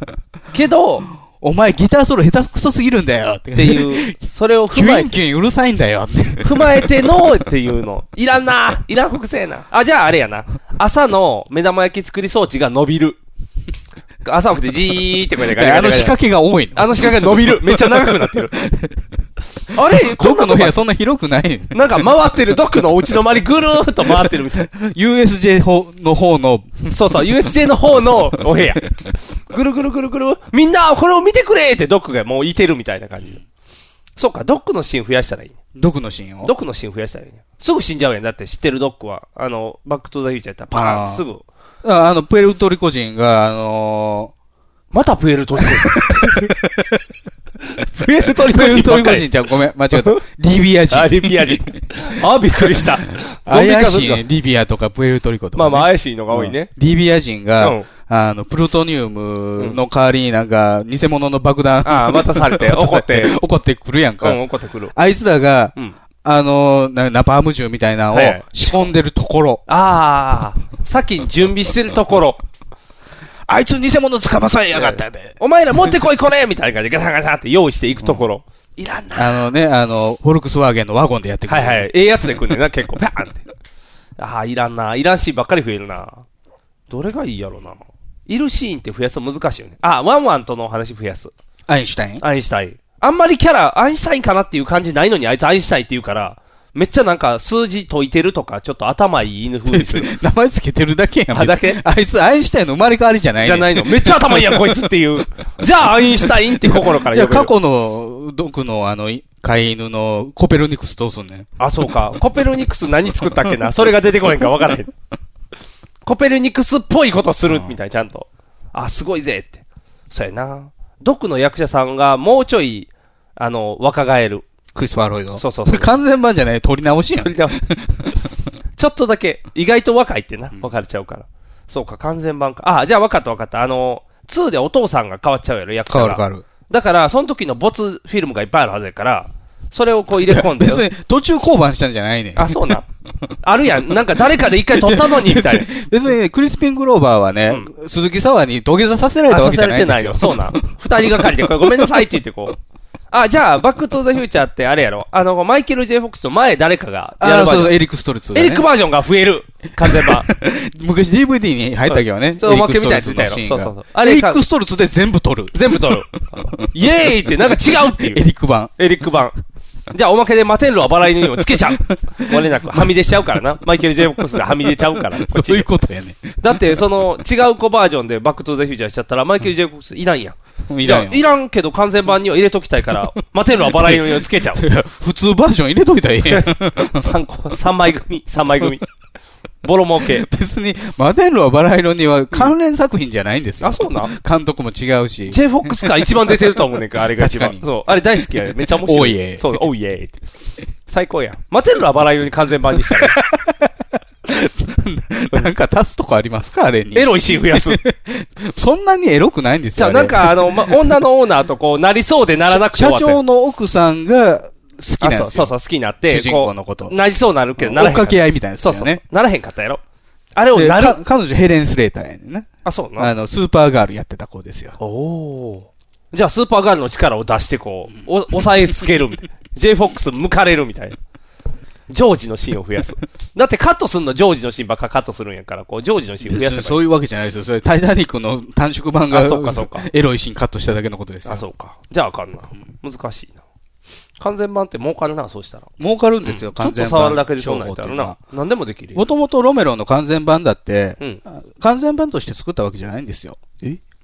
[SPEAKER 2] けど、っ
[SPEAKER 3] お前ギターソロ下手くそすぎるんだよって
[SPEAKER 2] ていう、それを
[SPEAKER 3] キ
[SPEAKER 2] 踏ま
[SPEAKER 3] ュ
[SPEAKER 2] え
[SPEAKER 3] インキュインうるさいんだよって。
[SPEAKER 2] 踏まえてのっていうの。いらんな。いらん複製な。あ、じゃああれやな。朝の目玉焼き作り装置が伸びる。朝起きてじーってこれでガリガ
[SPEAKER 3] あ
[SPEAKER 2] リガ
[SPEAKER 3] の
[SPEAKER 2] リ
[SPEAKER 3] 仕掛けが多いの。
[SPEAKER 2] あの仕掛けが伸び る。めっちゃ長くなってる。あ れこ
[SPEAKER 3] ど
[SPEAKER 2] んな
[SPEAKER 3] この
[SPEAKER 2] の
[SPEAKER 3] 部
[SPEAKER 2] 部
[SPEAKER 3] 屋そんな広くない
[SPEAKER 2] なんか回ってる。ドックのお家の周りぐるーっと回ってるみたい
[SPEAKER 3] ?USJ の方の、
[SPEAKER 2] な。そうそう。USJ の方のお部屋。ぐるぐるぐるぐる。みんなこれを見てくれってドックがもういてるみたいな感じ。そうか、ドックのシーン増やしたらいいね。
[SPEAKER 3] 毒のシーン
[SPEAKER 2] ド
[SPEAKER 3] を。
[SPEAKER 2] ックのシーン増やしたらいいね。すぐ死んじゃうやん。だって知ってるドックは。あの、バックトゥザフューチャーやったらパーンっ
[SPEAKER 3] あ
[SPEAKER 2] て
[SPEAKER 3] ー
[SPEAKER 2] すぐ。
[SPEAKER 3] ああの、プエルトリコ人が、あの
[SPEAKER 2] またプエルトリコ人。プエルトリ
[SPEAKER 3] ー、プ
[SPEAKER 2] コ
[SPEAKER 3] エル
[SPEAKER 2] 人
[SPEAKER 3] ト
[SPEAKER 2] ばっ
[SPEAKER 3] リ
[SPEAKER 2] か
[SPEAKER 3] コ
[SPEAKER 2] り
[SPEAKER 3] 人。ちゃう、ごめん、間違った。リビア人。
[SPEAKER 2] あ、リビア人。あ、びっくり した。ゾンビ化
[SPEAKER 3] 怪
[SPEAKER 2] す
[SPEAKER 3] し
[SPEAKER 2] る
[SPEAKER 3] い
[SPEAKER 2] か
[SPEAKER 3] ね、リビアとかプエルトリコとか
[SPEAKER 2] ま
[SPEAKER 3] ね、
[SPEAKER 2] あまあ、怪しいのが多いね。
[SPEAKER 3] うんリビア人が、
[SPEAKER 2] うん
[SPEAKER 3] あの、プルトニウムの代わりになんか、偽物の爆弾、
[SPEAKER 2] ああ、また されて、怒って。
[SPEAKER 3] 怒ってくるやん
[SPEAKER 2] う
[SPEAKER 3] か。
[SPEAKER 2] ん、怒ってくる。
[SPEAKER 3] あいつらが、
[SPEAKER 2] うん。
[SPEAKER 3] あの、なナパーム銃みたいなのを
[SPEAKER 2] はいはい
[SPEAKER 3] 仕込んでるところ、
[SPEAKER 2] ああ、先に準備してるところ。
[SPEAKER 3] あいつ偽物捕まさえやがったで。
[SPEAKER 2] お前ら持ってこいこれみたいな感じでガサガサって用意していくところ。いらんな。
[SPEAKER 3] あのね、あの、フォルクスワーゲンのワゴンでやってく
[SPEAKER 2] は
[SPEAKER 3] る。
[SPEAKER 2] いはい。ええやつで来んねんな、結構。パーンって。ああ、いらんな。いらんシーンばっかり増えるな。どれがいいやろな。いるシーンって増やすの難しいよね。あ、ワンワンとのお話増やす。
[SPEAKER 3] アインシュタイン
[SPEAKER 2] アインシュタイン。あんまりキャラ、アインシュタインかなっていう感じないのに、あいつアインシュタインって言うから、めっちゃなんか数字解いてるとか、ちょっと頭いい犬風にする。
[SPEAKER 3] 名前つけてるだけやん。
[SPEAKER 2] あだけ
[SPEAKER 3] あいつ、アインシュタインの生まれ変わりじゃない。
[SPEAKER 2] じゃないいの。めっちゃ頭いいやん、こいつっていう。じゃあ、アインシュタインって心から
[SPEAKER 3] じゃ
[SPEAKER 2] 呼
[SPEAKER 3] あ、
[SPEAKER 2] べ
[SPEAKER 3] 過。
[SPEAKER 2] る
[SPEAKER 3] 去の、毒の、あの、い飼い犬のコペルニクスどうすんねん。
[SPEAKER 2] あ、そうか。コペルニクス何作ったっけなそれが出てこへんか分からへん。コペルニクスっぽいことするみたい、ちゃんと。あ、すごいぜって。そうやな。ドクの役者さんがもうちょい、あの、若返る。
[SPEAKER 3] クリスパー・ロイド。
[SPEAKER 2] そうそうそう
[SPEAKER 3] 完全版じゃない、取り直しやん
[SPEAKER 2] 取。り直す ちょっとだけ、意外と若いってな、分かれちゃうから。そうか、完全版か。あ、じゃあ分かった分かった。あの、2でお父さんが変わっちゃうやろ、役者
[SPEAKER 3] 変
[SPEAKER 2] が。
[SPEAKER 3] わる変わる。
[SPEAKER 2] だから、その時の没フィルムがいっぱいあるはずやから、それをこう入れ込んで。
[SPEAKER 3] 別に途中降板したんじゃないねん。
[SPEAKER 2] あ、そうな。あるやん。なんか誰かで一回撮ったのに、みたいな。
[SPEAKER 3] 別にね、クリスピン・グローバーはね、鈴木沢に土下座させられ
[SPEAKER 2] あ
[SPEAKER 3] たわけ
[SPEAKER 2] さ
[SPEAKER 3] じ
[SPEAKER 2] せ
[SPEAKER 3] ゃ
[SPEAKER 2] ら
[SPEAKER 3] な
[SPEAKER 2] れ
[SPEAKER 3] い
[SPEAKER 2] て
[SPEAKER 3] んで
[SPEAKER 2] な
[SPEAKER 3] す
[SPEAKER 2] い
[SPEAKER 3] よ
[SPEAKER 2] の。。そうな。 二人がかりで、これごめんなさいって言ってこう。あ、じゃあ、バックトゥーザフューチャーってあれやろ。あの、マイケル・ J ・フォックスの前誰かがや
[SPEAKER 3] あ
[SPEAKER 2] る
[SPEAKER 3] あ、
[SPEAKER 2] バージ
[SPEAKER 3] そ
[SPEAKER 2] ョン
[SPEAKER 3] う、エリック・ストルツ、
[SPEAKER 2] エリックバージョンが増える。完全版。
[SPEAKER 3] ン。昔 DVD に入ったけどね。
[SPEAKER 2] そうおまけみたいなやついたやろ
[SPEAKER 3] エリックストルツのシーンが
[SPEAKER 2] そうそうそうあれ
[SPEAKER 3] エリック・ストルツで全部撮る。
[SPEAKER 2] 全部撮る。イエーイって、なんか違うって
[SPEAKER 3] エ
[SPEAKER 2] いう。
[SPEAKER 3] リック版。
[SPEAKER 2] エリック版。じゃあ、おまけでマテンロはバラ犬にもつけちゃう。漏れなく、はみ出しちゃうからな。マイケル・ J ・フォックスがはみ出ちゃうから。こっ
[SPEAKER 3] ど
[SPEAKER 2] ち
[SPEAKER 3] うい
[SPEAKER 2] で
[SPEAKER 3] うことやね
[SPEAKER 2] だって、その、違う子バージョンでバックトゥーザフューチャーしちゃったら、マイケル・ジェイコブスいらんやん。
[SPEAKER 3] ん。いらんよ
[SPEAKER 2] いらんけど完全版には入れときた いから、マテルはバラ色をつけちゃう。
[SPEAKER 3] 普通バージョン入れといたらええやん。
[SPEAKER 2] 3個、三枚組、3枚組。ボロ儲け。
[SPEAKER 3] 別に、マデンロはバラ色には関連作品じゃないんですよ。
[SPEAKER 2] あそうなん
[SPEAKER 3] 監督も違うし。
[SPEAKER 2] J-FOX が一番出てると思うねんか、あれが一番
[SPEAKER 3] 確。かに
[SPEAKER 2] そう。あれ大好きやねめっちゃ面白い。
[SPEAKER 3] おいえい
[SPEAKER 2] そう、おいえいって。最高やん。マテルはバラ色に完全版 にしたら、
[SPEAKER 3] なんか足すとこありますかあれに。
[SPEAKER 2] エロいシーン増やす。
[SPEAKER 3] そんなにエロくないんです
[SPEAKER 2] じ
[SPEAKER 3] よ。
[SPEAKER 2] ゃあ
[SPEAKER 3] あれ
[SPEAKER 2] なんかあの、ま、女のオーナーとこう、なりそうでならなくて
[SPEAKER 3] 社
[SPEAKER 2] 終わったやん
[SPEAKER 3] 長の奥さんが好きなんですよ。
[SPEAKER 2] あそうそうそう、好きになって、
[SPEAKER 3] 主人公のこと
[SPEAKER 2] こうなりそうなるけど、ならへん
[SPEAKER 3] 追っかけ合いみたいなやつだ
[SPEAKER 2] そう
[SPEAKER 3] よね
[SPEAKER 2] そう。ならへんかったやろ。あれを
[SPEAKER 3] で
[SPEAKER 2] な
[SPEAKER 3] か
[SPEAKER 2] る。
[SPEAKER 3] 彼女ヘレン・スレーターやねんな。
[SPEAKER 2] あ、そ
[SPEAKER 3] あ
[SPEAKER 2] うな。
[SPEAKER 3] の、スーパーガールやってた子ですよ。
[SPEAKER 2] おおー。じゃあ、スーパーガールの力を出して、こう、お、抑えつける みたいな。J-FOX 向かれるみたいな。ジョージのシーンを増やす。だってカットすんの、ジョージのシーンばっかカットするんやから、こう、ジョージのシーン増やせばいい
[SPEAKER 3] そういうわけじゃないですよ。それ、タイタニックの短縮版が
[SPEAKER 2] あそうかそうか、
[SPEAKER 3] エロいシーンカットしただけのことですよ。
[SPEAKER 2] あ、そうか。じゃああかんな。難しいな。完全版って儲かるな、そうしたら。
[SPEAKER 3] 儲かるんですよ、
[SPEAKER 2] ちょ
[SPEAKER 3] 完
[SPEAKER 2] っと
[SPEAKER 3] 全版。
[SPEAKER 2] 触るだけでそんなんやったら
[SPEAKER 3] 商法
[SPEAKER 2] な
[SPEAKER 3] って。
[SPEAKER 2] 何でもでき
[SPEAKER 3] い
[SPEAKER 2] る
[SPEAKER 3] うの
[SPEAKER 2] よ
[SPEAKER 3] は。もともとロメロの完全版だって、
[SPEAKER 2] うん
[SPEAKER 3] 完全版として作ったわけじゃないんですよ。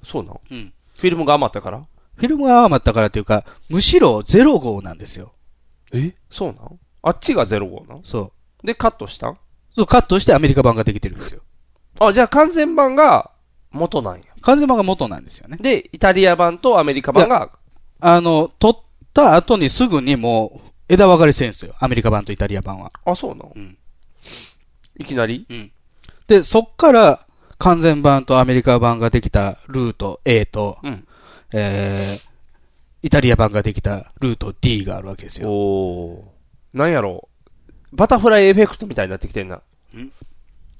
[SPEAKER 2] そうなの
[SPEAKER 3] うん
[SPEAKER 2] フィルムが余ったから
[SPEAKER 3] フィルムが余ったからというか、むしろゼロ号なんですよ。
[SPEAKER 2] そうなんあっちが05なん
[SPEAKER 3] そう。
[SPEAKER 2] で、カットしたん
[SPEAKER 3] そう、カットしてアメリカ版ができてるんですよ。
[SPEAKER 2] あ、じゃあ完全版が元なんや。
[SPEAKER 3] 完全版が元なんですよね。
[SPEAKER 2] で、イタリア版とアメリカ版が、
[SPEAKER 3] あの、撮った後にすぐにもう、枝分かれしてるんですよ。アメリカ版とイタリア版は。
[SPEAKER 2] あ、そうなの、
[SPEAKER 3] うん
[SPEAKER 2] いきなり
[SPEAKER 3] で、そっから完全版とアメリカ版ができたルート A と、
[SPEAKER 2] うん。
[SPEAKER 3] えー、イタリア版ができたルート D があるわけです
[SPEAKER 2] お
[SPEAKER 3] よ。
[SPEAKER 2] おーなんやろう。バタフライエフェクトみたいになってきてんな。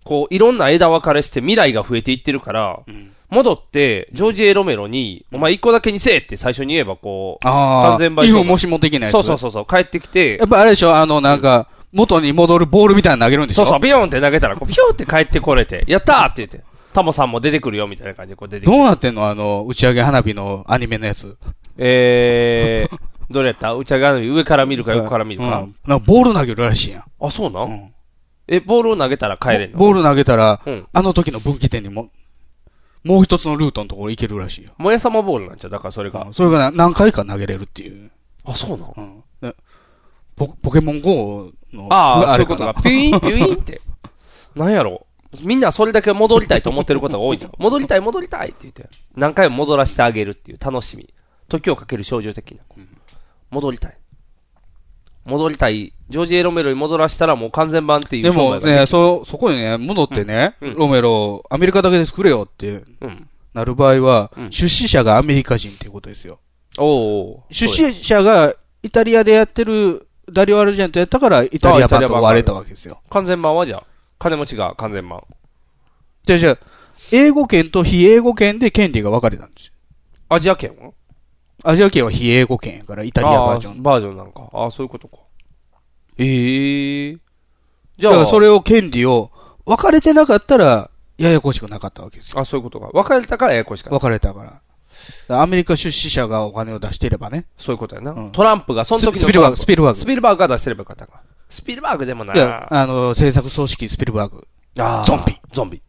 [SPEAKER 2] こう、いろんな枝分かれして未来が増えていってるから、戻って、ジョージ・エロメロに、お前一個だけにせえって最初に言えば、こう、
[SPEAKER 3] ああ、
[SPEAKER 2] 完全版
[SPEAKER 3] イフもしもできない
[SPEAKER 2] そうそう
[SPEAKER 3] う。
[SPEAKER 2] そうそう、帰ってきて
[SPEAKER 3] や、っぱあれでしょあの、なんか、元に戻るボールみたいなの投げるんでし
[SPEAKER 2] そ
[SPEAKER 3] ょ
[SPEAKER 2] うそう、ビヨーンって投げたら、こうピューって帰ってこれて、やったーって言って、タモさんも出てくるよみたいな感じでこう出てき
[SPEAKER 3] ど
[SPEAKER 2] て。
[SPEAKER 3] うなってんのあの、打ち上げ花火のアニメのやつ。
[SPEAKER 2] え ー、どれやった打ち上げ花火上から見るか横から見る
[SPEAKER 3] う
[SPEAKER 2] か
[SPEAKER 3] ん。。なんかボール投げるらしいやん。
[SPEAKER 2] あ、そうな
[SPEAKER 3] うんん
[SPEAKER 2] え、ボールを投げたら帰れんの
[SPEAKER 3] ボール投げたら、
[SPEAKER 2] うん
[SPEAKER 3] あの時の分岐点にも、もう一つのルートのところ行けるらしいよ。
[SPEAKER 2] もやさまボールなんちゃうだからそれが
[SPEAKER 3] う。んそれがな何回か投げれるっていう。
[SPEAKER 2] あ、そうなの
[SPEAKER 3] うんでポポケモン GO の、
[SPEAKER 2] ああ、そうい
[SPEAKER 3] れ
[SPEAKER 2] うこ
[SPEAKER 3] か
[SPEAKER 2] と
[SPEAKER 3] な
[SPEAKER 2] が。ピュイン、ピュインって。なんやろみんなそれだけ戻りたいと思ってることが多いじゃん。戻りたい、戻りたいって言って。何回も戻らせてあげるっていう楽しみ。時をかける少女的な。戻りたい。戻りたい。ジョージ・エロメロに戻らせたらもう完全版っていう
[SPEAKER 3] でも
[SPEAKER 2] 商売が
[SPEAKER 3] ね、そ、そこにね、戻ってね、
[SPEAKER 2] うんうん
[SPEAKER 3] ロメロ、アメリカだけで作れよって
[SPEAKER 2] うん。
[SPEAKER 3] なる場合は、
[SPEAKER 2] うん
[SPEAKER 3] 出資者がアメリカ人っていうことですよ。
[SPEAKER 2] おお。
[SPEAKER 3] 出資者がイタリアでやってるダリオ・アルジェントやったから、イタリア版と割れたわけですよ。
[SPEAKER 2] 完全版はじゃあ、金持ちが完全版。
[SPEAKER 3] じゃあじゃあ英語圏と非英語圏で権利が分かれたんですよ。
[SPEAKER 2] アジア圏は
[SPEAKER 3] アジア圏は非英語圏やから、イタリアバージョ
[SPEAKER 2] あ
[SPEAKER 3] ン。
[SPEAKER 2] バージョンなんか。ああ、そういうことか。ええじ
[SPEAKER 3] だか
[SPEAKER 2] ゃあ、
[SPEAKER 3] らそれを権利を、分かれてなかったら、ややこしくなかったわけですよ。
[SPEAKER 2] あ、そういうことか。別れたからややこしかった
[SPEAKER 3] 分かれたから。だからアメリカ出資者がお金を出していればね。
[SPEAKER 2] そういうことやな。
[SPEAKER 3] うん
[SPEAKER 2] トランプが、その時の
[SPEAKER 3] スピルバーグスピルバーグ
[SPEAKER 2] スピルバーグが出してればよかったか。スピルバーグでもない
[SPEAKER 3] や、あの、制作組織スピルバーグ。
[SPEAKER 2] あー
[SPEAKER 3] ゾンビ。
[SPEAKER 2] ゾンビ。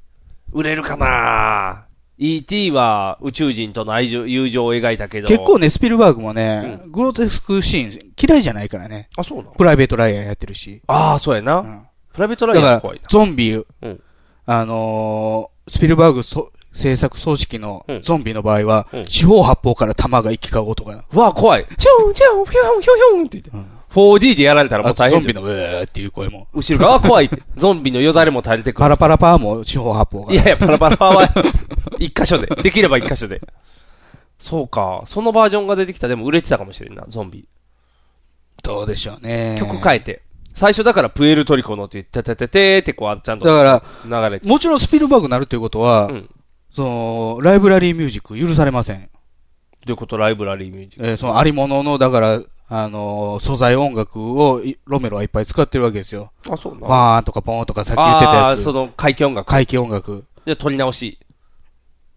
[SPEAKER 2] 売れるかな ?E.T. は宇宙人との愛情、友情を描いたけど。
[SPEAKER 3] 結構。ね、スピルバーグもね、グロテスクシーン嫌いじゃないからね。
[SPEAKER 2] あ、そうなの
[SPEAKER 3] プライベートライアーやってるし。
[SPEAKER 2] ああ、そうやな。
[SPEAKER 3] うん
[SPEAKER 2] プライベートラ
[SPEAKER 3] だ
[SPEAKER 2] イアン
[SPEAKER 3] か
[SPEAKER 2] 怖
[SPEAKER 3] ら
[SPEAKER 2] いな、。
[SPEAKER 3] ゾンビ、
[SPEAKER 2] ん
[SPEAKER 3] あのースピルバーグそ制作組織の
[SPEAKER 2] うん
[SPEAKER 3] ゾンビの場合は、
[SPEAKER 2] うん
[SPEAKER 3] 四方八方から弾が行き交う音が、
[SPEAKER 2] うわあ、怖い。チョンチョン、ヒョンヒョンヒョンって言って。4D でやられたらも
[SPEAKER 3] あ
[SPEAKER 2] う大
[SPEAKER 3] とゾ
[SPEAKER 2] 変
[SPEAKER 3] ンビ
[SPEAKER 2] だよ。
[SPEAKER 3] のウェーっていう声も、
[SPEAKER 2] 後ろ側怖いって。ゾンビのよだれも垂れてくる
[SPEAKER 3] パ。ラパラパーも四方八方が。
[SPEAKER 2] いやいや、パラパラは一箇所で。できれば一箇所で。そうか。そのバージョンが出てきたらでも売れてたかもしれんな、ゾンビ。
[SPEAKER 3] どうでしょうね。
[SPEAKER 2] 曲変えて。最初だからプエルトリコのって言って、てててーってこう、ちゃん
[SPEAKER 3] だ
[SPEAKER 2] と
[SPEAKER 3] から、
[SPEAKER 2] 流れて。
[SPEAKER 3] もちろんスピルバーグになるということは、
[SPEAKER 2] うん。
[SPEAKER 3] そ
[SPEAKER 2] ど
[SPEAKER 3] の、ライブラリーミュージック許されません。
[SPEAKER 2] ういうことライブラリーミュージック。
[SPEAKER 3] えーそのありものの、だから、あのー素材音楽をいロメロはいっぱい使ってるわけですよ。
[SPEAKER 2] あ、そうな。
[SPEAKER 3] わーンとかポーンとかさっき言ってた
[SPEAKER 2] あ
[SPEAKER 3] や
[SPEAKER 2] ー、そ
[SPEAKER 3] つ。
[SPEAKER 2] の、怪奇音楽。
[SPEAKER 3] 怪奇音楽。
[SPEAKER 2] じゃあ、撮り直し。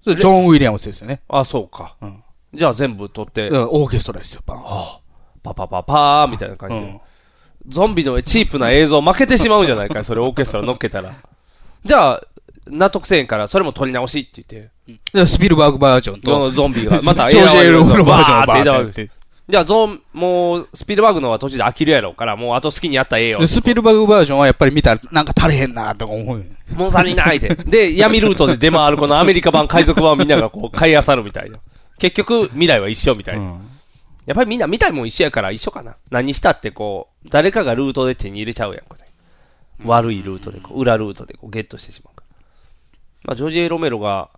[SPEAKER 3] それジョン・ウィリアムスですよね。
[SPEAKER 2] あ、そうか
[SPEAKER 3] うん。
[SPEAKER 2] じゃあ、全部撮っ
[SPEAKER 3] だ
[SPEAKER 2] て
[SPEAKER 3] か、らオーケストラですよ、バーン
[SPEAKER 2] パパパパーみたいな感じ
[SPEAKER 3] う
[SPEAKER 2] で
[SPEAKER 3] ん。
[SPEAKER 2] ゾンビのチープな映像負けてしまうんじゃない かいそれオーケストラ乗っけたら。じゃあ、納得せえへんから、それも撮り直しって言って。
[SPEAKER 3] でスピルバーグバージョン
[SPEAKER 2] ゾ
[SPEAKER 3] と、
[SPEAKER 2] ゾンビが、また
[SPEAKER 3] ジョージ・エル・フロバージョン
[SPEAKER 2] バ
[SPEAKER 3] バ
[SPEAKER 2] ーって
[SPEAKER 3] ー
[SPEAKER 2] 枝
[SPEAKER 3] ンってやっ
[SPEAKER 2] じゃあ、ゾン、もう、スピルバーグのは途中で飽きるやろうから、もうあと好きにやったらええよ
[SPEAKER 3] て。で。 スピルバーグバージョンはやっぱり見たら、なんか足りへんなとか思うよね。
[SPEAKER 2] 物足りないで。で、闇ルートで出回るこのアメリカ版、海賊版をみんながこう、買い漁るみたいな。結局、未来は一緒みたいな。やっぱりみんな見たいもん一緒やから一緒かな。何したってこう、誰かがルートで手に入れちゃうやん、これ。悪いルートでこう、裏ルートでこう、ゲットしてしまうから。まあ、ジョージ・エロメロが、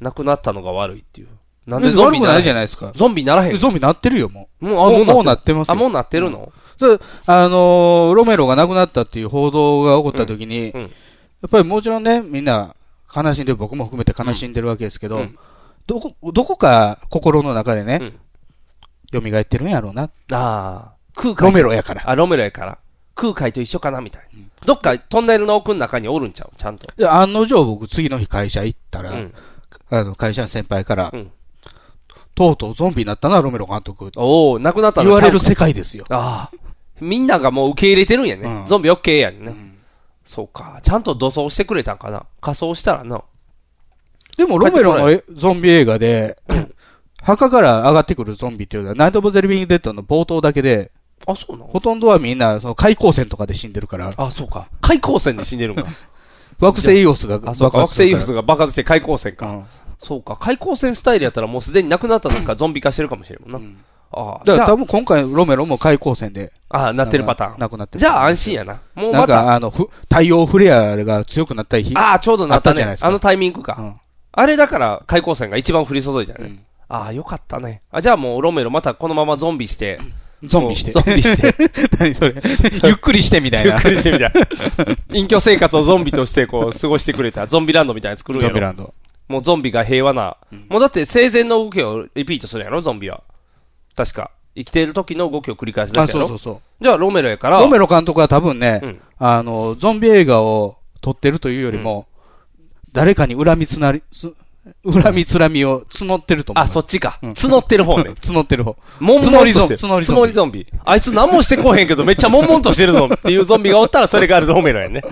[SPEAKER 2] 亡くなったのが悪いっていう。なんでゾンビ
[SPEAKER 3] 悪く
[SPEAKER 2] な
[SPEAKER 3] な
[SPEAKER 2] ら
[SPEAKER 3] いじ
[SPEAKER 2] へ
[SPEAKER 3] ゃ
[SPEAKER 2] ん
[SPEAKER 3] ないですか。
[SPEAKER 2] ゾンビならへん。
[SPEAKER 3] ゾンビなってるよ、も
[SPEAKER 2] も
[SPEAKER 3] も
[SPEAKER 2] う、
[SPEAKER 3] う
[SPEAKER 2] あ、もう
[SPEAKER 3] もうなってますよ
[SPEAKER 2] あ、もうなってるの、
[SPEAKER 3] う。それあのーロメロが亡くなったっていう報道が起こった時に、
[SPEAKER 2] うんうん
[SPEAKER 3] やっぱりもちろんね、みんな悲しんでる、僕も含めて悲しんでるわけですけど、
[SPEAKER 2] うん
[SPEAKER 3] どこ、どこか心の中でね、
[SPEAKER 2] うん
[SPEAKER 3] 蘇ってるんやろうな。
[SPEAKER 2] ああ。空海。
[SPEAKER 3] ロメロやから。
[SPEAKER 2] あ、ロメロやから。空海と一緒かなみたいな。どっかトンネルの奥の中におるんちゃうちゃんと。
[SPEAKER 3] で案の定僕次の日会社行った
[SPEAKER 2] う
[SPEAKER 3] ら、
[SPEAKER 2] ん。
[SPEAKER 3] あの、会社の先輩から、
[SPEAKER 2] うん
[SPEAKER 3] とうとうゾンビになったな、ロメロ監督。
[SPEAKER 2] おお亡くなったの
[SPEAKER 3] 言われる
[SPEAKER 2] ちゃうん
[SPEAKER 3] 世界ですよ。
[SPEAKER 2] かああ。みんながもう受け入れてるんやね。
[SPEAKER 3] うん
[SPEAKER 2] ゾンビオッケーやんね。そうか。ちゃんと土葬してくれたんかな仮装したらな。
[SPEAKER 3] でも、ロメロのえゾンビ映画 で、墓から上がってくるゾンビっていうのは、ナイト・オブ・ゼリビング・デッドの冒頭だけで、
[SPEAKER 2] あ、そうなの
[SPEAKER 3] ほとんどはみんな、その、開口戦とかで死んでるから、
[SPEAKER 2] あ、そうか。開口戦で死んでる んか。
[SPEAKER 3] 惑星イオスが
[SPEAKER 2] あ、そう
[SPEAKER 3] 爆
[SPEAKER 2] か。惑
[SPEAKER 3] 発す
[SPEAKER 2] 星
[SPEAKER 3] る
[SPEAKER 2] イ
[SPEAKER 3] か
[SPEAKER 2] フ
[SPEAKER 3] ら
[SPEAKER 2] スが爆発して開口戦か。
[SPEAKER 3] うん
[SPEAKER 2] そうか。開口戦スタイルやったらもうすでに亡くなったのかゾンビ化してるかもしれんもんな。あ
[SPEAKER 3] だ
[SPEAKER 2] あ。
[SPEAKER 3] から
[SPEAKER 2] じゃ
[SPEAKER 3] 多分今回ロメロも開口戦で。
[SPEAKER 2] あ、ああなってるパターン。
[SPEAKER 3] なくなってる
[SPEAKER 2] じゃあ安心やな。もう
[SPEAKER 3] な
[SPEAKER 2] ま
[SPEAKER 3] んか
[SPEAKER 2] た、あ
[SPEAKER 3] あの、ふ太陽フレアが強くなった日。
[SPEAKER 2] あ、ちょうどなっ
[SPEAKER 3] あ
[SPEAKER 2] た
[SPEAKER 3] ったじ
[SPEAKER 2] ね。
[SPEAKER 3] ゃない
[SPEAKER 2] あ
[SPEAKER 3] ですか
[SPEAKER 2] のタイミングか。
[SPEAKER 3] うん
[SPEAKER 2] あれだから、開口戦が一番降り注いだよね。
[SPEAKER 3] うん
[SPEAKER 2] ああ、よかったね。あ、じゃあもうロメロまたこのままゾンビして、
[SPEAKER 3] ゾンビして。
[SPEAKER 2] ゾンビして。
[SPEAKER 3] 何そ れ。ゆっくりしてみたい
[SPEAKER 2] ゆ
[SPEAKER 3] な。
[SPEAKER 2] っくりしてみたいな。 隠居生活をゾンビとしてこう、過ごしてくれたら、ゾンビランドみたいなの作るん
[SPEAKER 3] ゾ
[SPEAKER 2] や
[SPEAKER 3] ンビラ
[SPEAKER 2] ろ。
[SPEAKER 3] ンド。
[SPEAKER 2] もうゾンビが平和な。もうだって生前の動きをリピートするんやろ、ゾンビは。確か。生きている時の動きを繰り返すだ
[SPEAKER 3] あ、
[SPEAKER 2] けや
[SPEAKER 3] そ
[SPEAKER 2] ろ。
[SPEAKER 3] うそうそう。
[SPEAKER 2] じゃあロメロやから。
[SPEAKER 3] ロメロ監督は多分ね、
[SPEAKER 2] うん
[SPEAKER 3] あの、ゾンビ映画を撮ってるというよりも、誰かに恨みつなり、つ恨みつらみを募ってると思う。
[SPEAKER 2] あ、そっちか。
[SPEAKER 3] うん
[SPEAKER 2] 募ってる 方ね。
[SPEAKER 3] 募ってる方。
[SPEAKER 2] もんもんとしてる。
[SPEAKER 3] つもり
[SPEAKER 2] つ
[SPEAKER 3] ゾンビ
[SPEAKER 2] もりゾンビ。あいつ何もしてこうへんけど、めっちゃもんもんとしてるぞっていうゾンビがおったら、それがあるロメロやね。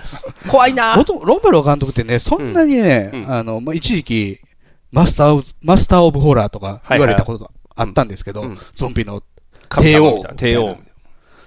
[SPEAKER 2] 怖いな
[SPEAKER 3] もとロメロ監督ってね、そんなにね、
[SPEAKER 2] うんうん
[SPEAKER 3] あの、まあ、一時期、マスターオブ、マスターオブホラーとか言われたことがあったんですけど、
[SPEAKER 2] うんうん
[SPEAKER 3] ゾンビの、
[SPEAKER 2] 神様みたいな帝
[SPEAKER 3] 帝王
[SPEAKER 2] 王。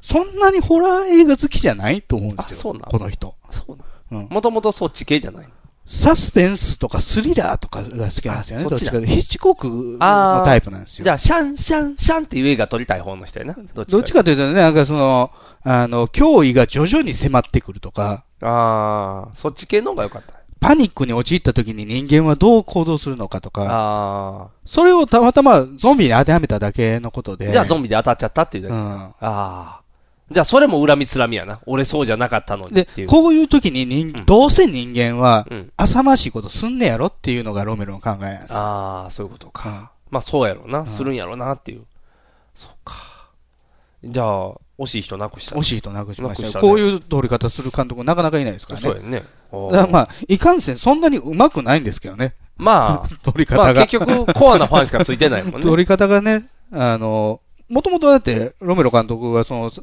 [SPEAKER 3] そんなにホラー映画好きじゃないと思うんです
[SPEAKER 2] あそう
[SPEAKER 3] よ
[SPEAKER 2] な。
[SPEAKER 3] こ
[SPEAKER 2] の
[SPEAKER 3] の人。
[SPEAKER 2] そう
[SPEAKER 3] うん
[SPEAKER 2] もともとそっち系じゃない。
[SPEAKER 3] サスペンスとかスリラーとかが好きなんですよね。
[SPEAKER 2] あ
[SPEAKER 3] ど
[SPEAKER 2] そ
[SPEAKER 3] っ
[SPEAKER 2] っ
[SPEAKER 3] ち
[SPEAKER 2] ち
[SPEAKER 3] か
[SPEAKER 2] だ
[SPEAKER 3] というとヒッチコック
[SPEAKER 2] あ
[SPEAKER 3] の
[SPEAKER 2] ー
[SPEAKER 3] タイプなんですよ。
[SPEAKER 2] じゃあ、シャン、シャン、シャンっていう映画撮りたい方の人やな。どっ
[SPEAKER 3] どっちかというとね、なんかその、あの、脅威が徐々に迫ってくるとか、
[SPEAKER 2] ああ、そっち系の方が良かった。
[SPEAKER 3] パニックに陥った時に人間はどう行動するのかとか、
[SPEAKER 2] あ
[SPEAKER 3] それをたまたまゾンビに当てはめただけのこと
[SPEAKER 2] あ。
[SPEAKER 3] で。
[SPEAKER 2] じゃあゾン
[SPEAKER 3] ビ。
[SPEAKER 2] ビで当たっちゃったっていうだ
[SPEAKER 3] う
[SPEAKER 2] け。あ
[SPEAKER 3] ん。
[SPEAKER 2] あ。じゃあそれも恨みつらみやな。俺そうじゃなかったのにっ
[SPEAKER 3] で
[SPEAKER 2] てい、う。
[SPEAKER 3] こういう時に人、
[SPEAKER 2] うん
[SPEAKER 3] どうせ人間は
[SPEAKER 2] う、ん。
[SPEAKER 3] 浅ましいことすんねやろっていうのがロメロの考えなんですよ。
[SPEAKER 2] ああ、そういうことか。
[SPEAKER 3] うん
[SPEAKER 2] まあそうやろうな。
[SPEAKER 3] ん
[SPEAKER 2] するんやろうなっていう。そうか。じゃあ、惜しい人なくしたね。
[SPEAKER 3] 惜しいとなくしました
[SPEAKER 2] なくし
[SPEAKER 3] よ
[SPEAKER 2] たね
[SPEAKER 3] こういう通り方する監督なかなかいないですからね。
[SPEAKER 2] そうやね。おー
[SPEAKER 3] だからまあ、いかんせんそんなに上手くないんですけどね。
[SPEAKER 2] まあ、
[SPEAKER 3] 撮り
[SPEAKER 2] まあ
[SPEAKER 3] 方が
[SPEAKER 2] 結。局コアなファンしかつい てないもんね。
[SPEAKER 3] 撮り方がね、あの、もともとだって、ロメロ監督はその、ス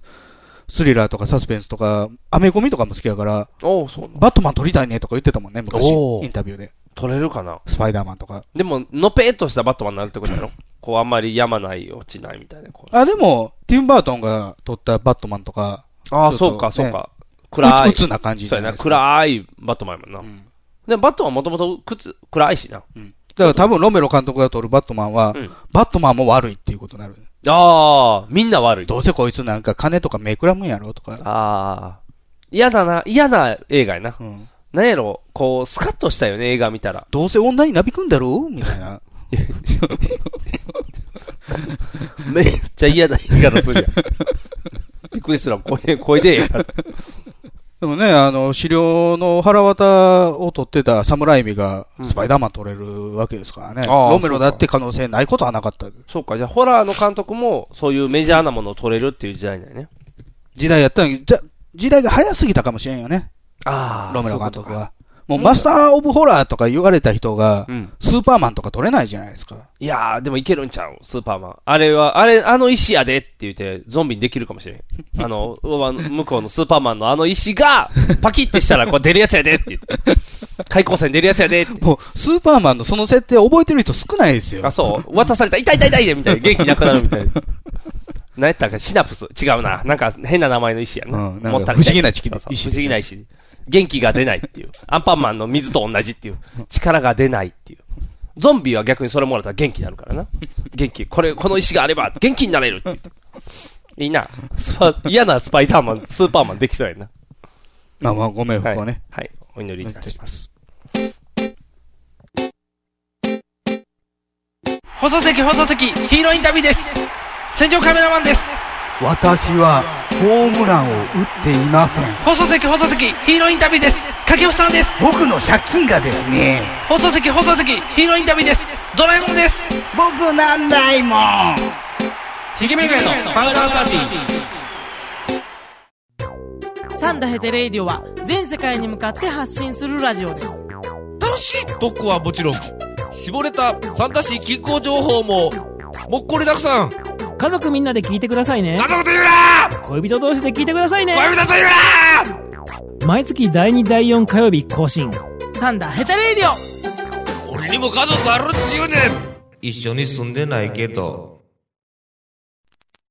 [SPEAKER 3] スリラーとかサスペンスとか、アメコミとかも好きやから、
[SPEAKER 2] おおそうなの。
[SPEAKER 3] バットマン撮りたいねとか言ってたもんね、昔。
[SPEAKER 2] おー
[SPEAKER 3] インタビューで。
[SPEAKER 2] 撮れるかな
[SPEAKER 3] スパイダーマンとか。
[SPEAKER 2] でも、のぺーっとしたバットマンになるってことやろこう、あんまりやまない、落ちないみたいな。こう
[SPEAKER 3] あ、でも、ティム・バートンが撮ったバットマンとか、
[SPEAKER 2] ああ、
[SPEAKER 3] ちょ
[SPEAKER 2] そ
[SPEAKER 3] っと
[SPEAKER 2] うか、そうか。暗
[SPEAKER 3] う
[SPEAKER 2] い。
[SPEAKER 3] つうつな感じじ
[SPEAKER 2] そ
[SPEAKER 3] ゃ
[SPEAKER 2] うや
[SPEAKER 3] ない
[SPEAKER 2] な、
[SPEAKER 3] ですか。
[SPEAKER 2] 暗いバットマンやもんな。
[SPEAKER 3] うん
[SPEAKER 2] で、バットマンもともと靴、暗いしな。
[SPEAKER 3] だから多分ロメロ監督が撮るバットマンは、
[SPEAKER 2] うん
[SPEAKER 3] バットマンも悪いっていうことになる。
[SPEAKER 2] ああ、みんな悪い。
[SPEAKER 3] どうせこいつなんか金とかめくらむんやろとか。
[SPEAKER 2] ああ。嫌だな、嫌な映画やな。
[SPEAKER 3] うん
[SPEAKER 2] なんやろ、こう、スカッとしたよね、映画 見たら。
[SPEAKER 3] どうせ女になびくんだろうみたいな。
[SPEAKER 2] めっちゃ嫌な言い方するやん。 びっくりするわ、声、声でええやん
[SPEAKER 3] でもね、あの、資料の腹渡を取ってた侍海が、スパイダーマン取れるわけですからね。
[SPEAKER 2] ああ
[SPEAKER 3] ロメロだって可能性ないことはなかった。
[SPEAKER 2] そうか、じゃあ、ホラーの監督も、そういうメジャーなものを撮れるっていう時代だよね。
[SPEAKER 3] 時代やったのに、じゃ、時代が早すぎたかもしれんよね。
[SPEAKER 2] あ
[SPEAKER 3] ロメロ監督は。もうマスターオブホラーとか言われた人が
[SPEAKER 2] う、ん。
[SPEAKER 3] スーパーマンとか取れないじゃないですか。
[SPEAKER 2] いやー、でもいけるんちゃうスーパーマン。あれは、あれ、あの石やでって言って、ゾンビにできるかもしれん。あ の、うわ向こうのスーパーマンのあの石が、パキってしたら、こう出るやつやでって言って。開口戦出るやつやでって。
[SPEAKER 3] もう、スーパーマンのその設定覚えてる人少ないですよ
[SPEAKER 2] あ、。そう。渡された。痛い痛い痛いでみたいな。元気なくなるみた いな。何やったっけシナプス。違うな。なんか変な名前の石やな。
[SPEAKER 3] うんなんか
[SPEAKER 2] もったい
[SPEAKER 3] 不思議な地球
[SPEAKER 2] そうそう
[SPEAKER 3] 石
[SPEAKER 2] 不思議な石。元気が出ないっていう。アンパンマンの水と同じっていう。力が出ないっていう。ゾンビは逆にそれもらったら元気になるからな。元気。これ、この石があれば元気になれるって言って。いいな。スパ嫌なスパイダーマン、スーパーマンできそうやな。
[SPEAKER 3] まあまあ、ご冥
[SPEAKER 2] は
[SPEAKER 3] 福を
[SPEAKER 2] い
[SPEAKER 3] ね。。
[SPEAKER 2] はい。お祈りいたします。放送席、放送席、ヒーローインタビューです。戦場カメラマンです。
[SPEAKER 7] 私はホームランを打っていません
[SPEAKER 8] 放送席放送席ヒーローインタビューです掛布さんです
[SPEAKER 7] 僕の借金がですね
[SPEAKER 8] 放送席放送席ヒーローインタビューですドラえもんです
[SPEAKER 7] 僕なんないもん
[SPEAKER 8] ひげめぐれのパウダーパーティー
[SPEAKER 9] サンダヘテレイディオは全世界に向かって発信するラジオです。
[SPEAKER 10] 楽しい特攻はもちろん、絞れた参加し気候情報も、もっこりたくさん
[SPEAKER 11] 家族みんなで聞いてくださいね
[SPEAKER 10] 家族と言うな
[SPEAKER 11] 恋人同士で聞いてくださいね
[SPEAKER 10] 恋人と言うな
[SPEAKER 11] 毎月第2第4火曜日更新
[SPEAKER 9] サンダヘテレイディオ
[SPEAKER 10] 俺にも家族あるっちゅうねん一緒に住んでないけど。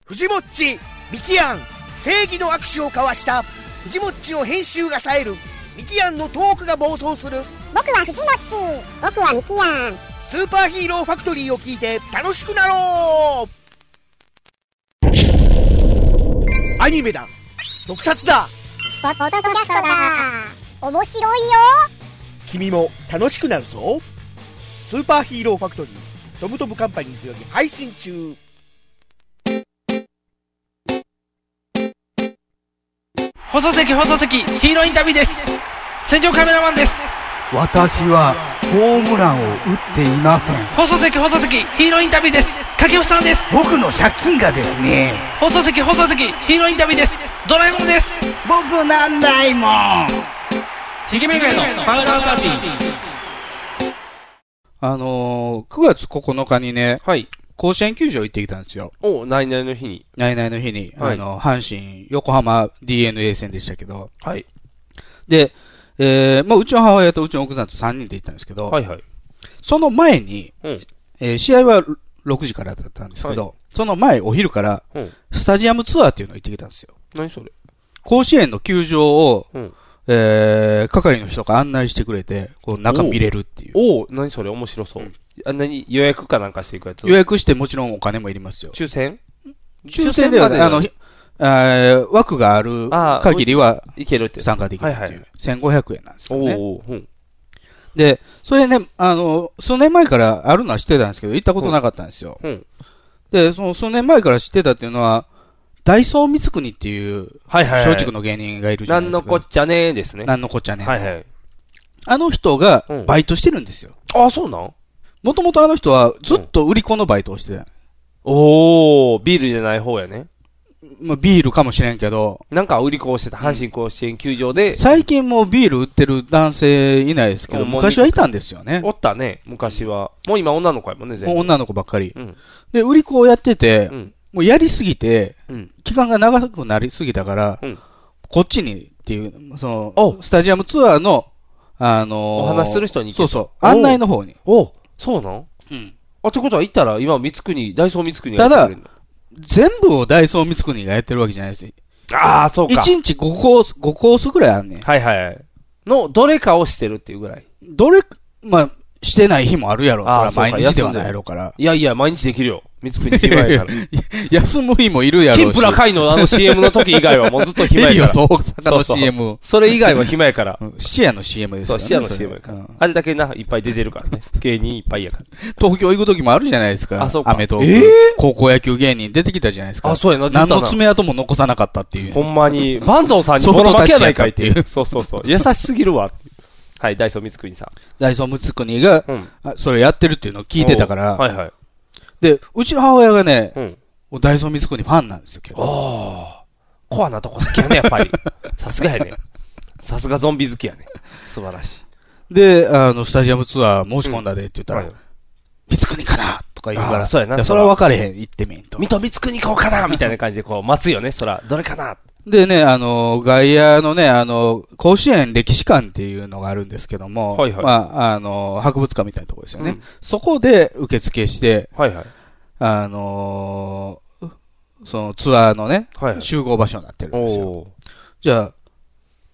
[SPEAKER 12] 藤もっちミキアン正義の握手を交わした藤もっちの編集が冴えるミキアンのトークが暴走する僕は藤もっち僕はミキアンスーパーヒーローファクトリーを聞いて楽しくなろうアニメだ特撮だ
[SPEAKER 13] ポッドキャストだ面白いよ
[SPEAKER 12] 君も楽しくなるぞスーパーヒーローファクトリートムトムカンパニーズより配信中
[SPEAKER 8] 放送席放送席ヒーローインタビューです戦場カメラマンです
[SPEAKER 7] 私はホームランを打っていません
[SPEAKER 8] 放送席放送席ヒーローインタビューです掛布さんです
[SPEAKER 7] 僕の借金がですね
[SPEAKER 8] 放送席放送席ヒーローインタビューですドラえもんです
[SPEAKER 7] 僕なんないもん
[SPEAKER 10] ひげめがのパウダーパーティー
[SPEAKER 3] あのー、9月9日にね、甲子園球場行ってきたんですよ。
[SPEAKER 2] おナイナイの日に。
[SPEAKER 3] ないないの日に、
[SPEAKER 2] はい
[SPEAKER 3] あの、阪神、横浜 DNA 戦でしたけど、
[SPEAKER 2] はい。
[SPEAKER 3] で、えー、まあ、うちの母親とうちの奥さんと3人で行ったんですけど、
[SPEAKER 2] はいはい。
[SPEAKER 3] その前に、
[SPEAKER 2] うん。
[SPEAKER 3] えー試合は6時からだったんですけど、
[SPEAKER 2] は
[SPEAKER 3] その前、お昼から、
[SPEAKER 2] うん。
[SPEAKER 3] スタジアムツアーっていうのを行ってきたんですよ。
[SPEAKER 2] 何それ
[SPEAKER 3] 甲子園の球場を、
[SPEAKER 2] うん
[SPEAKER 3] えー、係の人が案内してくれて、こう、中見れるっていう。
[SPEAKER 2] おうおう何それ面白そう。あ、何予約かなんかしていくやつ
[SPEAKER 3] 予約してもちろんお金もいりますよ。
[SPEAKER 2] 抽選
[SPEAKER 3] 抽選ではない、あの、ひあー枠がある
[SPEAKER 2] あー
[SPEAKER 3] 限りは、
[SPEAKER 2] いけるって。
[SPEAKER 3] 参加できるっていう。
[SPEAKER 2] はいはい
[SPEAKER 3] 1500円なんですよね。
[SPEAKER 2] おうおううん。
[SPEAKER 3] で、それね、あの、数年前からあるのは知ってたんですけど、行ったことなかったんですよ。
[SPEAKER 2] うん。
[SPEAKER 3] で、その数年前から知ってたっていうのは、ダイソー光国っていう、
[SPEAKER 2] はいはいはい
[SPEAKER 3] 松竹の芸人がいるじゃ
[SPEAKER 2] な
[SPEAKER 3] ない
[SPEAKER 2] ん
[SPEAKER 3] で
[SPEAKER 2] の
[SPEAKER 3] すか。
[SPEAKER 2] こっちゃねーですね。
[SPEAKER 3] なんのこっちゃね
[SPEAKER 2] はいはい。
[SPEAKER 3] あの人がバイトしてるんですよ。
[SPEAKER 2] あ、そうなん
[SPEAKER 3] もともとあの人はずっと売り子のバイトをしてた。
[SPEAKER 2] おおビールじゃない方やね。
[SPEAKER 3] まあ、ビールかもしれんけど、
[SPEAKER 2] なんか売り子をしてた、阪神甲子園球場で、
[SPEAKER 3] 最近もうビール売ってる男性いないですけど、
[SPEAKER 2] もう
[SPEAKER 3] 昔はいたんですよね。
[SPEAKER 2] おったね、昔は。もう今女の子やもんね、全
[SPEAKER 3] もう
[SPEAKER 2] 部。
[SPEAKER 3] 女の子ばっかり。
[SPEAKER 2] うん
[SPEAKER 3] で、売り子をやってて、
[SPEAKER 2] うん
[SPEAKER 3] もうやりすぎて、
[SPEAKER 2] うん
[SPEAKER 3] 期間が長くなりすぎたから、
[SPEAKER 2] うん
[SPEAKER 3] こっちにっていう、その、スタジアムツアーの、あのー
[SPEAKER 2] お話しする人に行
[SPEAKER 3] そ
[SPEAKER 2] けと
[SPEAKER 3] うそう、案内の方に。
[SPEAKER 2] おうそうなん
[SPEAKER 3] うん。
[SPEAKER 2] あ、ってことは行ったら、今、三つ国、ダイソー三つ国が
[SPEAKER 3] た
[SPEAKER 2] やっ
[SPEAKER 3] だ
[SPEAKER 2] てくれる、
[SPEAKER 3] 全部をダイソー光国がやってるわけじゃないですよ。
[SPEAKER 2] のああ、そうか。
[SPEAKER 3] 1日5コース、5コースぐらいあんねん。
[SPEAKER 2] はいはい。の、どれかをしてるっていうぐらい。
[SPEAKER 3] どれ、まあ、してない日もあるやろ。それ
[SPEAKER 2] あ
[SPEAKER 3] は
[SPEAKER 2] あ、そうか
[SPEAKER 3] 毎日ではないやろうから。
[SPEAKER 2] いやいや、毎日できるよ。三つ国 暇やから。
[SPEAKER 3] 休む日もいるやろうし。
[SPEAKER 2] 金プラ海のあの CM の時以外はもうずっと暇やから。
[SPEAKER 3] エリアそう魚の
[SPEAKER 2] そうそう
[SPEAKER 3] CM
[SPEAKER 2] それ以外は暇やから。
[SPEAKER 3] シアの CM です
[SPEAKER 2] そ
[SPEAKER 3] よ
[SPEAKER 2] う、
[SPEAKER 3] ね。
[SPEAKER 2] 視野の
[SPEAKER 3] それ
[SPEAKER 2] CM やか
[SPEAKER 3] う
[SPEAKER 2] ら
[SPEAKER 3] ん。
[SPEAKER 2] あれだけな、いっぱい出てるからね。 芸人いっぱいやから。
[SPEAKER 3] 東京行く時もあるじゃないですか。
[SPEAKER 2] あそうか
[SPEAKER 3] アメトーク
[SPEAKER 2] えー
[SPEAKER 3] 高校野球芸人出てきたじゃないですか。
[SPEAKER 2] あそうやな出たな
[SPEAKER 3] 何の爪痕も残さなかったっていう。
[SPEAKER 2] ほんまに、坂東さんに
[SPEAKER 3] ソフ
[SPEAKER 2] ボロ
[SPEAKER 3] ト
[SPEAKER 2] 負
[SPEAKER 3] タッチ
[SPEAKER 2] けやな
[SPEAKER 3] や
[SPEAKER 2] い
[SPEAKER 3] った
[SPEAKER 2] か
[SPEAKER 3] っ
[SPEAKER 2] いってて
[SPEAKER 3] い
[SPEAKER 2] いう う。そうそうそう。優しすぎるわっていう。はい、ダイソー三つ国さん。
[SPEAKER 3] ダイソームツクニが、
[SPEAKER 2] うん
[SPEAKER 3] あそれやってるっていうのを聞いてたから、
[SPEAKER 2] はいはい。
[SPEAKER 3] で、うちの母親がね、
[SPEAKER 2] ん
[SPEAKER 3] もうダイソームツクニファンなんですよ、結構。
[SPEAKER 2] ああ。コアなとこ好きやね、やっぱり。 さすがやね。さすがゾンビ好きやね。素晴らしい。
[SPEAKER 3] で、あの、スタジアムツアー申し込んだでって言ったら、
[SPEAKER 2] うん
[SPEAKER 3] 三つ国かなとか言うから、
[SPEAKER 2] あそうやない
[SPEAKER 3] それは分かれへん、行ってみんと。
[SPEAKER 2] 水戸光国行こうかなみたいな感じでこう、待つよね、そら。どれかな
[SPEAKER 3] でね、あの、外野のね、あの、甲子園歴史館っていうのがあるんですけども、
[SPEAKER 2] はいはい
[SPEAKER 3] まあ、あの、博物館みたいなところですよね。
[SPEAKER 2] うん
[SPEAKER 3] そこで受付して、
[SPEAKER 2] はいはい。
[SPEAKER 3] あのーそのツアーのね、
[SPEAKER 2] はいはい
[SPEAKER 3] 集合場所になってるんですよ。
[SPEAKER 2] おー
[SPEAKER 3] じゃあ、やっ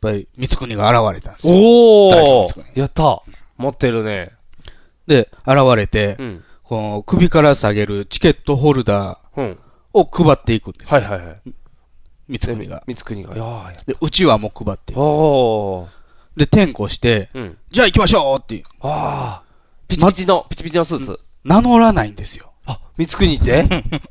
[SPEAKER 3] ぱり、三つ国が現れたんですよ。
[SPEAKER 2] お
[SPEAKER 3] 大将三つ
[SPEAKER 2] ー
[SPEAKER 3] 国
[SPEAKER 2] やった持ってるね。
[SPEAKER 3] で、現れて、
[SPEAKER 2] うん。
[SPEAKER 3] この首から下げるチケットホルダ
[SPEAKER 2] うん。
[SPEAKER 3] ーを配っていくんです
[SPEAKER 2] は
[SPEAKER 3] よ。
[SPEAKER 2] いはいはい。
[SPEAKER 3] 三つ国が。
[SPEAKER 2] 三つ国が。いやーや
[SPEAKER 3] で、うちはもう配っていく。
[SPEAKER 2] おー。
[SPEAKER 3] で、点呼して、
[SPEAKER 2] うん。
[SPEAKER 3] じゃあ行きましょうっていう。
[SPEAKER 2] ああ。ピチピチの、ピチピチのスーツ。
[SPEAKER 3] 名乗らないんですよ。
[SPEAKER 2] あ、三つ国って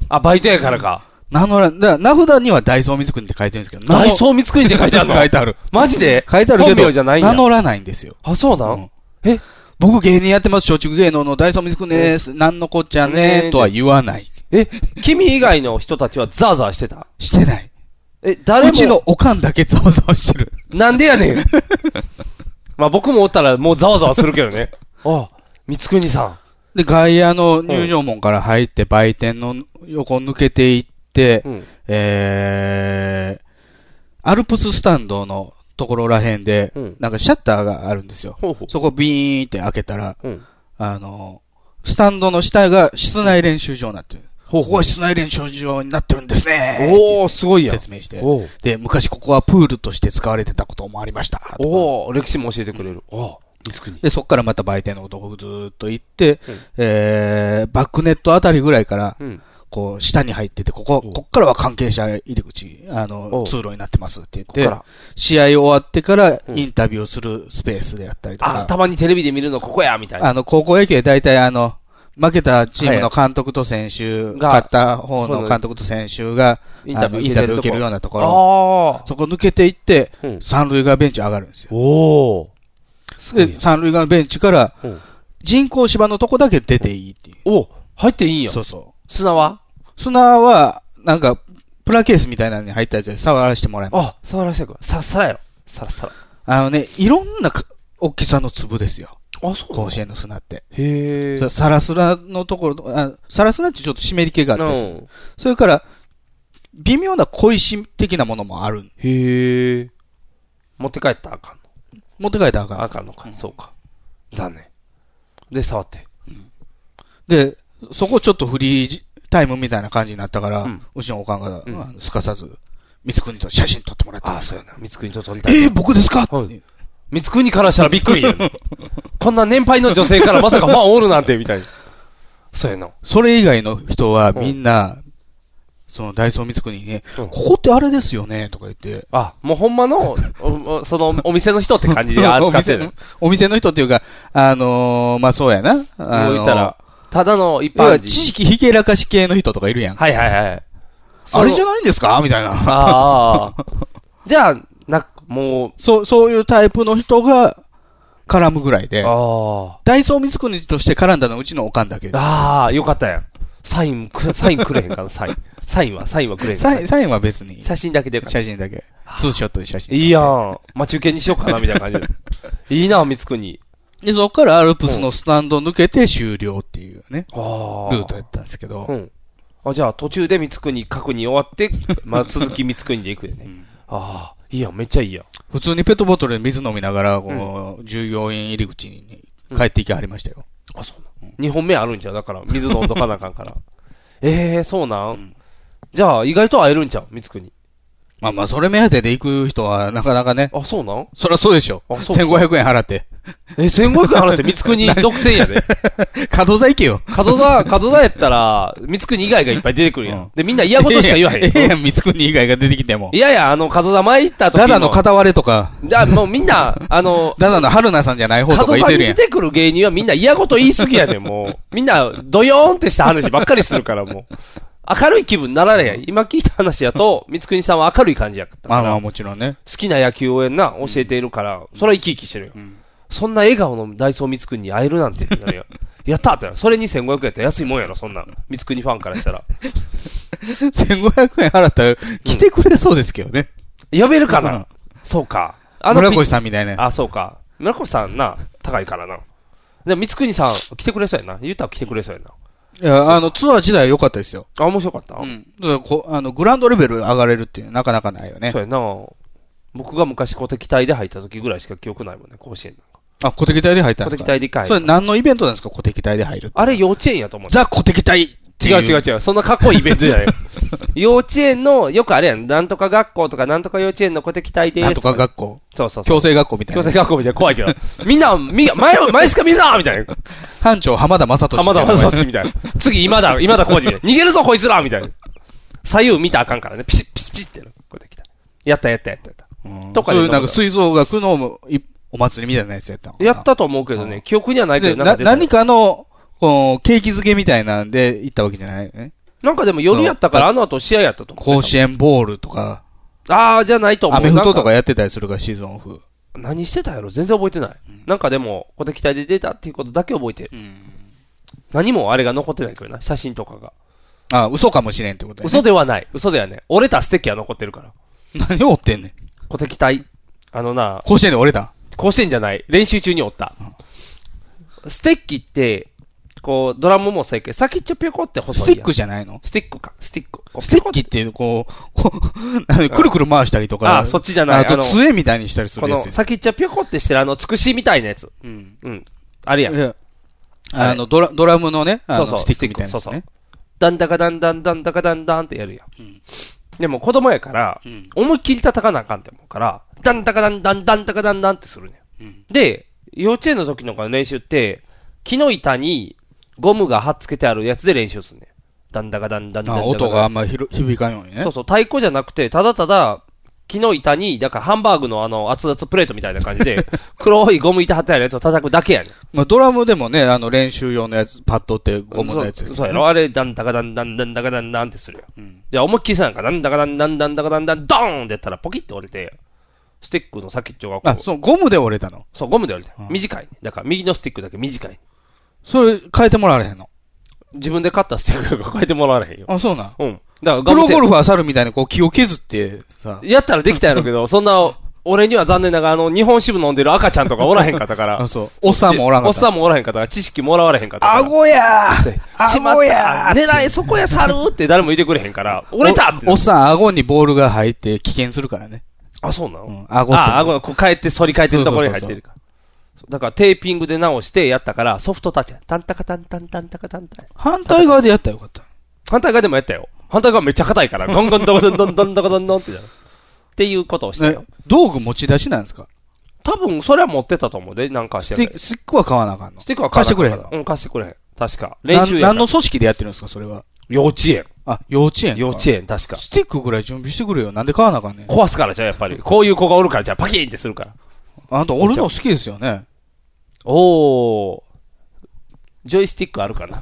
[SPEAKER 2] あ、バイトやからか。
[SPEAKER 3] 名乗ら、だ名札にはダイソー水国って書いてるんですけど、
[SPEAKER 2] ダイソー三つ国って書いてあるの
[SPEAKER 3] 書いてある。
[SPEAKER 2] マジで
[SPEAKER 3] 書いてあるけ
[SPEAKER 2] 本
[SPEAKER 3] ど、
[SPEAKER 2] 名じゃないんや
[SPEAKER 3] 名乗らないんですよ。
[SPEAKER 2] あ、そうな
[SPEAKER 3] うん
[SPEAKER 2] んえ
[SPEAKER 3] 僕芸人やってます、松竹芸能のダイソー水国です、なんのこっちゃ
[SPEAKER 2] ね
[SPEAKER 3] ね
[SPEAKER 2] ー
[SPEAKER 3] とは言わない。
[SPEAKER 2] え、君以外の人たちはザーザーしてた
[SPEAKER 3] してない。
[SPEAKER 2] え、誰も。
[SPEAKER 3] うちのおかんだけざわざわしてる。
[SPEAKER 2] なんでやね ん。まあ僕もおったらもうざわざわするけど ね。あ、三つ国さん。
[SPEAKER 3] で、外野の入場門から入って、売店の横抜けていって、
[SPEAKER 2] うん
[SPEAKER 3] えー、アルプススタンドのところらへんで、
[SPEAKER 2] うん
[SPEAKER 3] なんかシャッターがあるんですよ。
[SPEAKER 2] ほうほう
[SPEAKER 3] そこビーンって開けたら、
[SPEAKER 2] うん。
[SPEAKER 3] あの、スタンドの下が室内練習場になってる。ここは室内練習場になってるんですね。
[SPEAKER 2] おー、すごいやん。
[SPEAKER 3] 説明して。
[SPEAKER 2] おー
[SPEAKER 3] で、昔ここはプールとして使われてたこともありました。とか
[SPEAKER 2] おー、歴史も教えてくれる。おー、三つ国。
[SPEAKER 3] で、そこからまた売店のとこずーっと行って、
[SPEAKER 2] うん
[SPEAKER 3] えー、バックネットあたりぐらいから、
[SPEAKER 2] うん。
[SPEAKER 3] こう、下に入ってて、ここ、こっからは関係者入り口、あの、通路になってますって
[SPEAKER 2] こっ
[SPEAKER 3] 言
[SPEAKER 2] か
[SPEAKER 3] って
[SPEAKER 2] ら、
[SPEAKER 3] 試合終わってからインタビューをするスペースであったりと
[SPEAKER 2] あ
[SPEAKER 3] か
[SPEAKER 2] ー、たまにテレビで見るのここや、みたいな。
[SPEAKER 3] あの、高校野球で大体あの、負けたチームの監督と選手、
[SPEAKER 2] い
[SPEAKER 3] 勝った方の監督と選手が、
[SPEAKER 2] インタビュー
[SPEAKER 3] あのインタビューを受けるようなところ
[SPEAKER 2] あ、
[SPEAKER 3] そこ抜けていって、三塁側ベンチ上がるんですよ。で、三塁側のベンチから、人工芝のとこだけ出ていいっていう。
[SPEAKER 2] お入っていいんや。
[SPEAKER 3] そうそう。
[SPEAKER 2] 砂は
[SPEAKER 3] 砂は、なんか、プラケースみたいなのに入ったやつで触らせてもらいます。
[SPEAKER 2] あ、触らせてくれ。さ、さらやろ。さらさら。
[SPEAKER 3] あのね、いろんなか大きさの粒ですよ。
[SPEAKER 2] あ、そう
[SPEAKER 3] 甲子園の砂って。
[SPEAKER 2] へ
[SPEAKER 3] さサラスラのところと、あサラスラってちょっと湿り気があったりする
[SPEAKER 2] うん
[SPEAKER 3] それから、微妙な小石的なものもある。
[SPEAKER 2] へえ。持って帰ったらあかんの。
[SPEAKER 3] 持って帰ったらあかん。
[SPEAKER 2] あかんのか。そうか。残念。で、触って。
[SPEAKER 3] で、そこちょっとフリーじタイムみたいな感じになったから、うちのおかんが、あのすかさず、光国と写真撮ってもらった。
[SPEAKER 2] あ、そうやな。三つ国と撮りたい。
[SPEAKER 3] えー、僕ですか
[SPEAKER 2] 三つ国からしたらびっくり やんこんな年配の女性からまさかファン おるなんて、みたいな。そうやな。
[SPEAKER 3] それ以外の人はみんな、そのダイソー光国にね、ここってあれですよね、とか言って。
[SPEAKER 2] あ、もうほんまの、おおその、お店の人って感じで扱って
[SPEAKER 3] お
[SPEAKER 2] る
[SPEAKER 3] 店。お店の人っていうか、あのー、まあ、そうやな。あ
[SPEAKER 2] もう
[SPEAKER 3] の
[SPEAKER 2] 言ったら、ただの一
[SPEAKER 3] 要
[SPEAKER 2] 般
[SPEAKER 3] は
[SPEAKER 2] 人。
[SPEAKER 3] 知識ひけらかし系の人とかいるやん。
[SPEAKER 2] はいはいはい。
[SPEAKER 3] あれじゃないんですかみたいな。
[SPEAKER 2] ああ。じゃあ、な、もう。
[SPEAKER 3] そう、そういうタイプの人が絡むぐらいで。
[SPEAKER 2] あ
[SPEAKER 3] ダイソー光国として絡んだのはうちのおかんだけ。
[SPEAKER 2] ああ、よかったやん。サインく、サインくれへんかな、サイン。サインは、サインはくれへんかな
[SPEAKER 3] サイン、サインは別に。写
[SPEAKER 2] 真だけで
[SPEAKER 3] 写真だけ。ツーショットで写真。
[SPEAKER 2] いいやん。待ち受けにしようかな、みたいな感じ で。いいな、三つ国。
[SPEAKER 3] で、そこからアルプスのスタンド抜けて終了っていうね。
[SPEAKER 2] ルー
[SPEAKER 3] ートやったんですけど。
[SPEAKER 2] うん。あ、じゃあ途中で三つ国、各に終 わって、まあ続き三つ国で行くよね。ああ、いいやん、めっちゃいいやん。
[SPEAKER 3] 普通にペットボトルで水飲みながら、こう、従業員入り口にね帰っていきはりましたよ。
[SPEAKER 2] あ、そうなん。2本目あるんちゃうだから、水飲んどかなあかんから。ええー、そうなん。じゃあ、意外と会えるんちゃう三つ国。
[SPEAKER 3] まあまあ、それ目当てで行く人はなかなかね。
[SPEAKER 2] あ、そうなん
[SPEAKER 3] そりゃそうでしょ。
[SPEAKER 2] そうか
[SPEAKER 3] 1500円払 って。
[SPEAKER 2] え、1500円払って三 つ国独占やで。
[SPEAKER 3] 角座行けよ。
[SPEAKER 2] 角座、角座やったら、三つ国以外がいっぱい出てくるやん。で、みんな嫌事しか言わへん。
[SPEAKER 3] ええやん、三つ国以外が出てきても。
[SPEAKER 2] いやいや、あの、角座前行った時の。
[SPEAKER 3] ダダの片割れとか、
[SPEAKER 2] じゃあもうみんな、あの、
[SPEAKER 3] ダダの春菜さんじゃない方と
[SPEAKER 2] 角
[SPEAKER 3] かい
[SPEAKER 2] 座
[SPEAKER 3] て
[SPEAKER 2] に
[SPEAKER 3] るや
[SPEAKER 2] 出
[SPEAKER 3] ん。
[SPEAKER 2] てくる芸人はみんな嫌事言いすぎやで、もう。みんな、ドヨーンってした話ばっかりするから、もう。明るい気分になられへん。今聞いた話やと、三國さんは明るい感じやったから。
[SPEAKER 3] まあまあもちろんね。
[SPEAKER 2] 好きな野球をやんな、教えているから、それは生き生きしてるよ。そんな笑顔のダイソー三國に会えるなんてってな るよ。やったってなるそれに1500円やったら安いもんやろ、そんなん。三國ファンからし たら。
[SPEAKER 3] 1500円払ったら来てくれそうですけどね。
[SPEAKER 2] 呼べるかなそうか。
[SPEAKER 3] 村越さんみたいな。
[SPEAKER 2] あ、そうか。村越さんな、高いからな。でも、三國さん、来てくれそうやな。言うたら来てくれそうやな。
[SPEAKER 3] いや、あの、ツアー時代は良かったですよ。
[SPEAKER 2] あ、面白かった
[SPEAKER 3] うん。だからこあの、グラウンドレベル上がれるっていうなかなかないよね。
[SPEAKER 2] そうやな。僕が昔、小敵隊で入った時ぐらいしか記憶ないもんね、甲子園なんか。
[SPEAKER 3] あ、小敵隊で入ったんです
[SPEAKER 2] 小
[SPEAKER 3] か
[SPEAKER 2] 敵隊でかい
[SPEAKER 3] それ何のイベントなんですか小敵隊で入るって。
[SPEAKER 2] あれ幼稚園やと思う。
[SPEAKER 3] ザ小敵隊ってい
[SPEAKER 2] 違う違う違う。そんなかっこいいイベント じゃないよ。幼稚園の、よくあれやん。なんとか学校とか、なんとか幼稚園の小敵隊です。
[SPEAKER 3] なんとか学校。
[SPEAKER 2] そうそうそう。
[SPEAKER 3] 強制学校みたいな。
[SPEAKER 2] 強制学校みたいな怖いけど。みんな、み、前を、前しか見るなみ たいな。
[SPEAKER 3] 班長浜田正俊。
[SPEAKER 2] 浜田雅俊みたいな。次、今だ、今だ、こうじみたいな。逃げるぞ、こいつらみたいな。左右見たらあかんからね。ピシッピシッピシッってやる。こうやってきた。やったやったやったやった。とか
[SPEAKER 3] そう
[SPEAKER 2] で
[SPEAKER 3] いうなんか吹奏楽のいお祭りみたいなやつやったのかな
[SPEAKER 2] やったと思うけどね、記憶にはないけ
[SPEAKER 3] で
[SPEAKER 2] ど、
[SPEAKER 3] な
[SPEAKER 2] なんか出た
[SPEAKER 3] 何かの、この、ケーキ漬けみたいなんで行ったわけじゃないよね。
[SPEAKER 2] なんかでも夜やったから、あの後試合やったと思
[SPEAKER 3] 甲子園ボールとか、
[SPEAKER 2] う。ああ、じゃないと思う。
[SPEAKER 3] アメフト
[SPEAKER 2] なん
[SPEAKER 3] とかやってたりするから、シーズンオフ。
[SPEAKER 2] 何してたんやろ全然覚えてない。なんかでも、小敵隊で出たっていうことだけ覚えてる。何もあれが残ってないけどな、写真とかが。
[SPEAKER 3] あ、嘘かもしれんってことやね
[SPEAKER 2] 嘘ではない。嘘ではない。折れたステッキは残ってるから。
[SPEAKER 3] 何を折ってんねん。
[SPEAKER 2] 小敵隊。あのな、
[SPEAKER 3] 甲子園で折れた
[SPEAKER 2] 甲子園じゃない。練習中に折った。ステッキって、こう、ドラムもそうやけど、先っちょピョコって細いや
[SPEAKER 3] ス
[SPEAKER 2] ん。
[SPEAKER 3] ティックじゃないの
[SPEAKER 2] スティックか。スティック。こう
[SPEAKER 3] ステッキって、こう、こう、なんでくるくる回したりとか。
[SPEAKER 2] あそっちじゃな
[SPEAKER 3] あ
[SPEAKER 2] い
[SPEAKER 3] と
[SPEAKER 2] あの
[SPEAKER 3] 杖みたいにしたりす
[SPEAKER 2] こ
[SPEAKER 3] る
[SPEAKER 2] の
[SPEAKER 3] やつやね。
[SPEAKER 2] 先っちょピョコってしてるあの、つくしみたいなやつ。うん。うん。あれやん。
[SPEAKER 3] いやあの、ドラ、ドラムのね、あ
[SPEAKER 2] そうそ
[SPEAKER 3] の、
[SPEAKER 2] う
[SPEAKER 3] スティックみたいなやつ
[SPEAKER 2] そうそう
[SPEAKER 3] ね。
[SPEAKER 2] だんだかだんだんだんだかだんだんってやるやん。でも子供やから、思いっきり叩かなあかんって思うから、だんだかだんだんだんだかだんだんってするね、ん。で、幼稚園の時の練習って、木の板にゴムが貼っつけてあるやつで練習するねん。だんだかだんだんだん
[SPEAKER 3] あ
[SPEAKER 2] だか
[SPEAKER 3] 音があんまひろ響かんようにね。
[SPEAKER 2] そうそう、太鼓じゃなくて、ただただ、木の板に、だからハンバーグのあの、熱々プレートみたいな感じ で、黒いゴム板貼ってあるやつを叩くだけやねん。
[SPEAKER 3] まあ、ドラムでもね、あの練習用のやつ、パッドってゴムのやつ、
[SPEAKER 2] そうそうやろあれ、だんだかだんだんだんだかだんだんってするよ。じゃあ思いっきりさなんか、なんだかだんだんだんだかだんだん、ドーンってやったらポキって折れて、スティックの先っちょがこう。
[SPEAKER 3] あ、そう、ゴムで折れたの。
[SPEAKER 2] そう、ゴムで折れて。短い。だから右のスティックだけ短い。
[SPEAKER 3] それ変えてもらわれへんの。
[SPEAKER 2] 自分で買ったスティックが変えてもらわれへんよ。
[SPEAKER 3] あ、そうなん。
[SPEAKER 2] うん。だから
[SPEAKER 3] プロゴルファー
[SPEAKER 2] さ、
[SPEAKER 3] 猿みたいにこう気を削ってさ、
[SPEAKER 2] やったらできたやろう けど、そんな、俺には残念ながら、あの、日本支部飲んでる赤ちゃんとかおらへんかったから。
[SPEAKER 3] あそう おっさんもおらんかった
[SPEAKER 2] おっさんもおらへんかったから、知識もらわれへんかったから。
[SPEAKER 3] 顎や
[SPEAKER 2] ー
[SPEAKER 3] 顎や
[SPEAKER 2] 狙え、そこや猿って誰も言ってくれへんから、折れたってなる
[SPEAKER 3] おっさん顎にボールが入って危険するからね。
[SPEAKER 2] あ、そうなの、
[SPEAKER 3] 顎って
[SPEAKER 2] あ、顎がこう変えて、反り返ってるところに入ってるから。そうだからテーピングで直してやったから、ソフトタッチや。タンタカタンタンタンタカタンタン。
[SPEAKER 3] 反対側でやったらよかった。
[SPEAKER 2] 反対側でもやったよ。反対側めっちゃ硬いから、ゴンゴンドコドンドンドンドコドンドンってやる。っていうことをしてよ。
[SPEAKER 3] 道具持ち出しなんですか
[SPEAKER 2] 多分、それは持ってたと思うで、なんかして
[SPEAKER 3] スティックスティックは買わなあかんの。
[SPEAKER 2] スティックは
[SPEAKER 3] 貸してくれへんの。
[SPEAKER 2] のうん、貸してくれへん。確か。練習や
[SPEAKER 3] な
[SPEAKER 2] から
[SPEAKER 3] 何の組織でやってるんですか、それは。
[SPEAKER 2] 幼稚園。
[SPEAKER 3] あ、幼稚園か
[SPEAKER 2] 幼稚園、確か。
[SPEAKER 3] スティックぐらい準備してくれよ。なんで買わなあかんねん。
[SPEAKER 2] 壊すからじゃあやっぱり。こういう子がおるからじゃあパキーンってするから。
[SPEAKER 3] あんた俺の好きですよね。
[SPEAKER 2] おー。ジョイスティックあるかな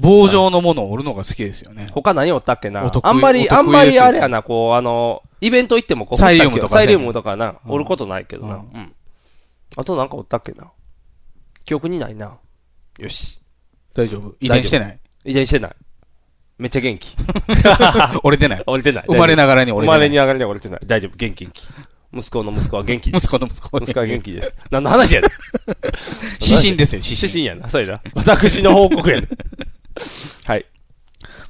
[SPEAKER 3] 棒状のものを折るのが好きですよね。
[SPEAKER 2] 他何おったっけな
[SPEAKER 3] お得意
[SPEAKER 2] あんま
[SPEAKER 3] お
[SPEAKER 2] り、
[SPEAKER 3] 得意
[SPEAKER 2] あんま
[SPEAKER 3] です
[SPEAKER 2] り
[SPEAKER 3] よ
[SPEAKER 2] あれやな、こう、あの、イベント行ってもこう、
[SPEAKER 3] サイリウムとかね
[SPEAKER 2] サイリウムとかな、おることないけどな。うん。あとなんかおったっけな記憶にないな。よし。
[SPEAKER 3] 大丈夫遺伝してない。
[SPEAKER 2] 大丈夫遺伝してない。めっちゃ元気
[SPEAKER 3] 折れてない
[SPEAKER 2] 折れてない。
[SPEAKER 3] 生まれながらに折れてない
[SPEAKER 2] 生まれながらに折れてない。大丈夫。元気元気。息子の息子は元気です。
[SPEAKER 3] 息子の息子は元気
[SPEAKER 2] 息子は元気です。何の話や ねん
[SPEAKER 3] 指針ですよ 指針
[SPEAKER 2] 指針やな。そうやな。私の報 告やねんはい。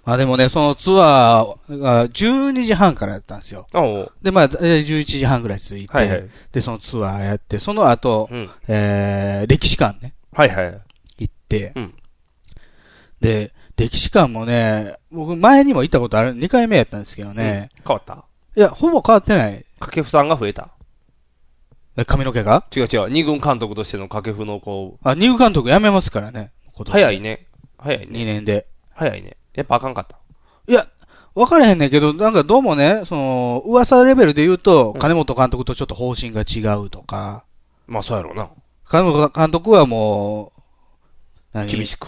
[SPEAKER 3] まあでもね、そのツアーが12時半からやったんですよ。で、まあ、えー11時半ぐらい続いて、
[SPEAKER 2] はいはい
[SPEAKER 3] で、そのツアーやって、その後、
[SPEAKER 2] うん
[SPEAKER 3] えー、歴史館ね。
[SPEAKER 2] はいはい。
[SPEAKER 3] 行って、
[SPEAKER 2] うん
[SPEAKER 3] で、歴史館もね、僕前にも行ったことある、2回目やったんですけどね、
[SPEAKER 2] 変わった
[SPEAKER 3] いや、ほぼ変わってない。
[SPEAKER 2] 掛布さんが増えた。
[SPEAKER 3] え髪の毛が
[SPEAKER 2] 違う違う。二軍監督としての掛布のこ
[SPEAKER 3] あ、入監督辞めますからね。
[SPEAKER 2] う、早いね。早いね。
[SPEAKER 3] 2年で。
[SPEAKER 2] 早いね。やっぱあかんかった。
[SPEAKER 3] いや、分からへんねんけど、なんかどうもね、その、噂レベルで言うと、金本監督とちょっと方針が違うとか、
[SPEAKER 2] まあそうやろうな。
[SPEAKER 3] 金本監督はもう、何
[SPEAKER 2] 厳しく。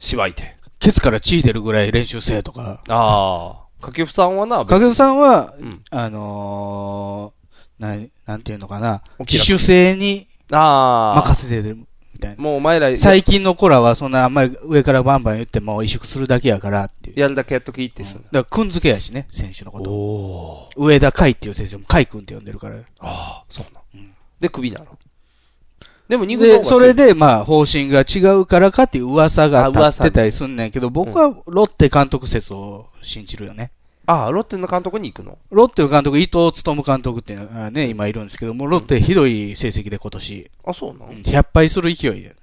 [SPEAKER 2] しばいて。
[SPEAKER 3] ケツから血出るぐらい練習せえとか。
[SPEAKER 2] ああ。掛布さんはな、
[SPEAKER 3] 影さんは、
[SPEAKER 2] うん
[SPEAKER 3] あのー、なん、なんていうのかな、
[SPEAKER 2] お気
[SPEAKER 3] 自
[SPEAKER 2] 楽
[SPEAKER 3] 主性に
[SPEAKER 2] ああ。
[SPEAKER 3] 任せてるみたいな。
[SPEAKER 2] もうお前ら、
[SPEAKER 3] 最近の子らはそんなあんまり上からバンバン言っても萎縮するだけやからっていう。
[SPEAKER 2] やるだけやっときってすんの。
[SPEAKER 3] だから、くんづけやしね、選手のこと。上田海っていう選手も海くんって呼んでるから。
[SPEAKER 2] ああ、そうな。で、首なの。でも二軍の方
[SPEAKER 3] で、
[SPEAKER 2] が
[SPEAKER 3] それで、まあ、方針が違うからかっていう噂が立ってたりすんねんけど、僕はロッテ監督説を信じるよね。
[SPEAKER 2] ああ、ロッテの監督に行くの
[SPEAKER 3] ロッテの監督、伊藤勉監督っていうのがね、今いるんですけども、ロッテひどい成績で今年、
[SPEAKER 2] あ、そうなの
[SPEAKER 3] 100敗する勢いで。。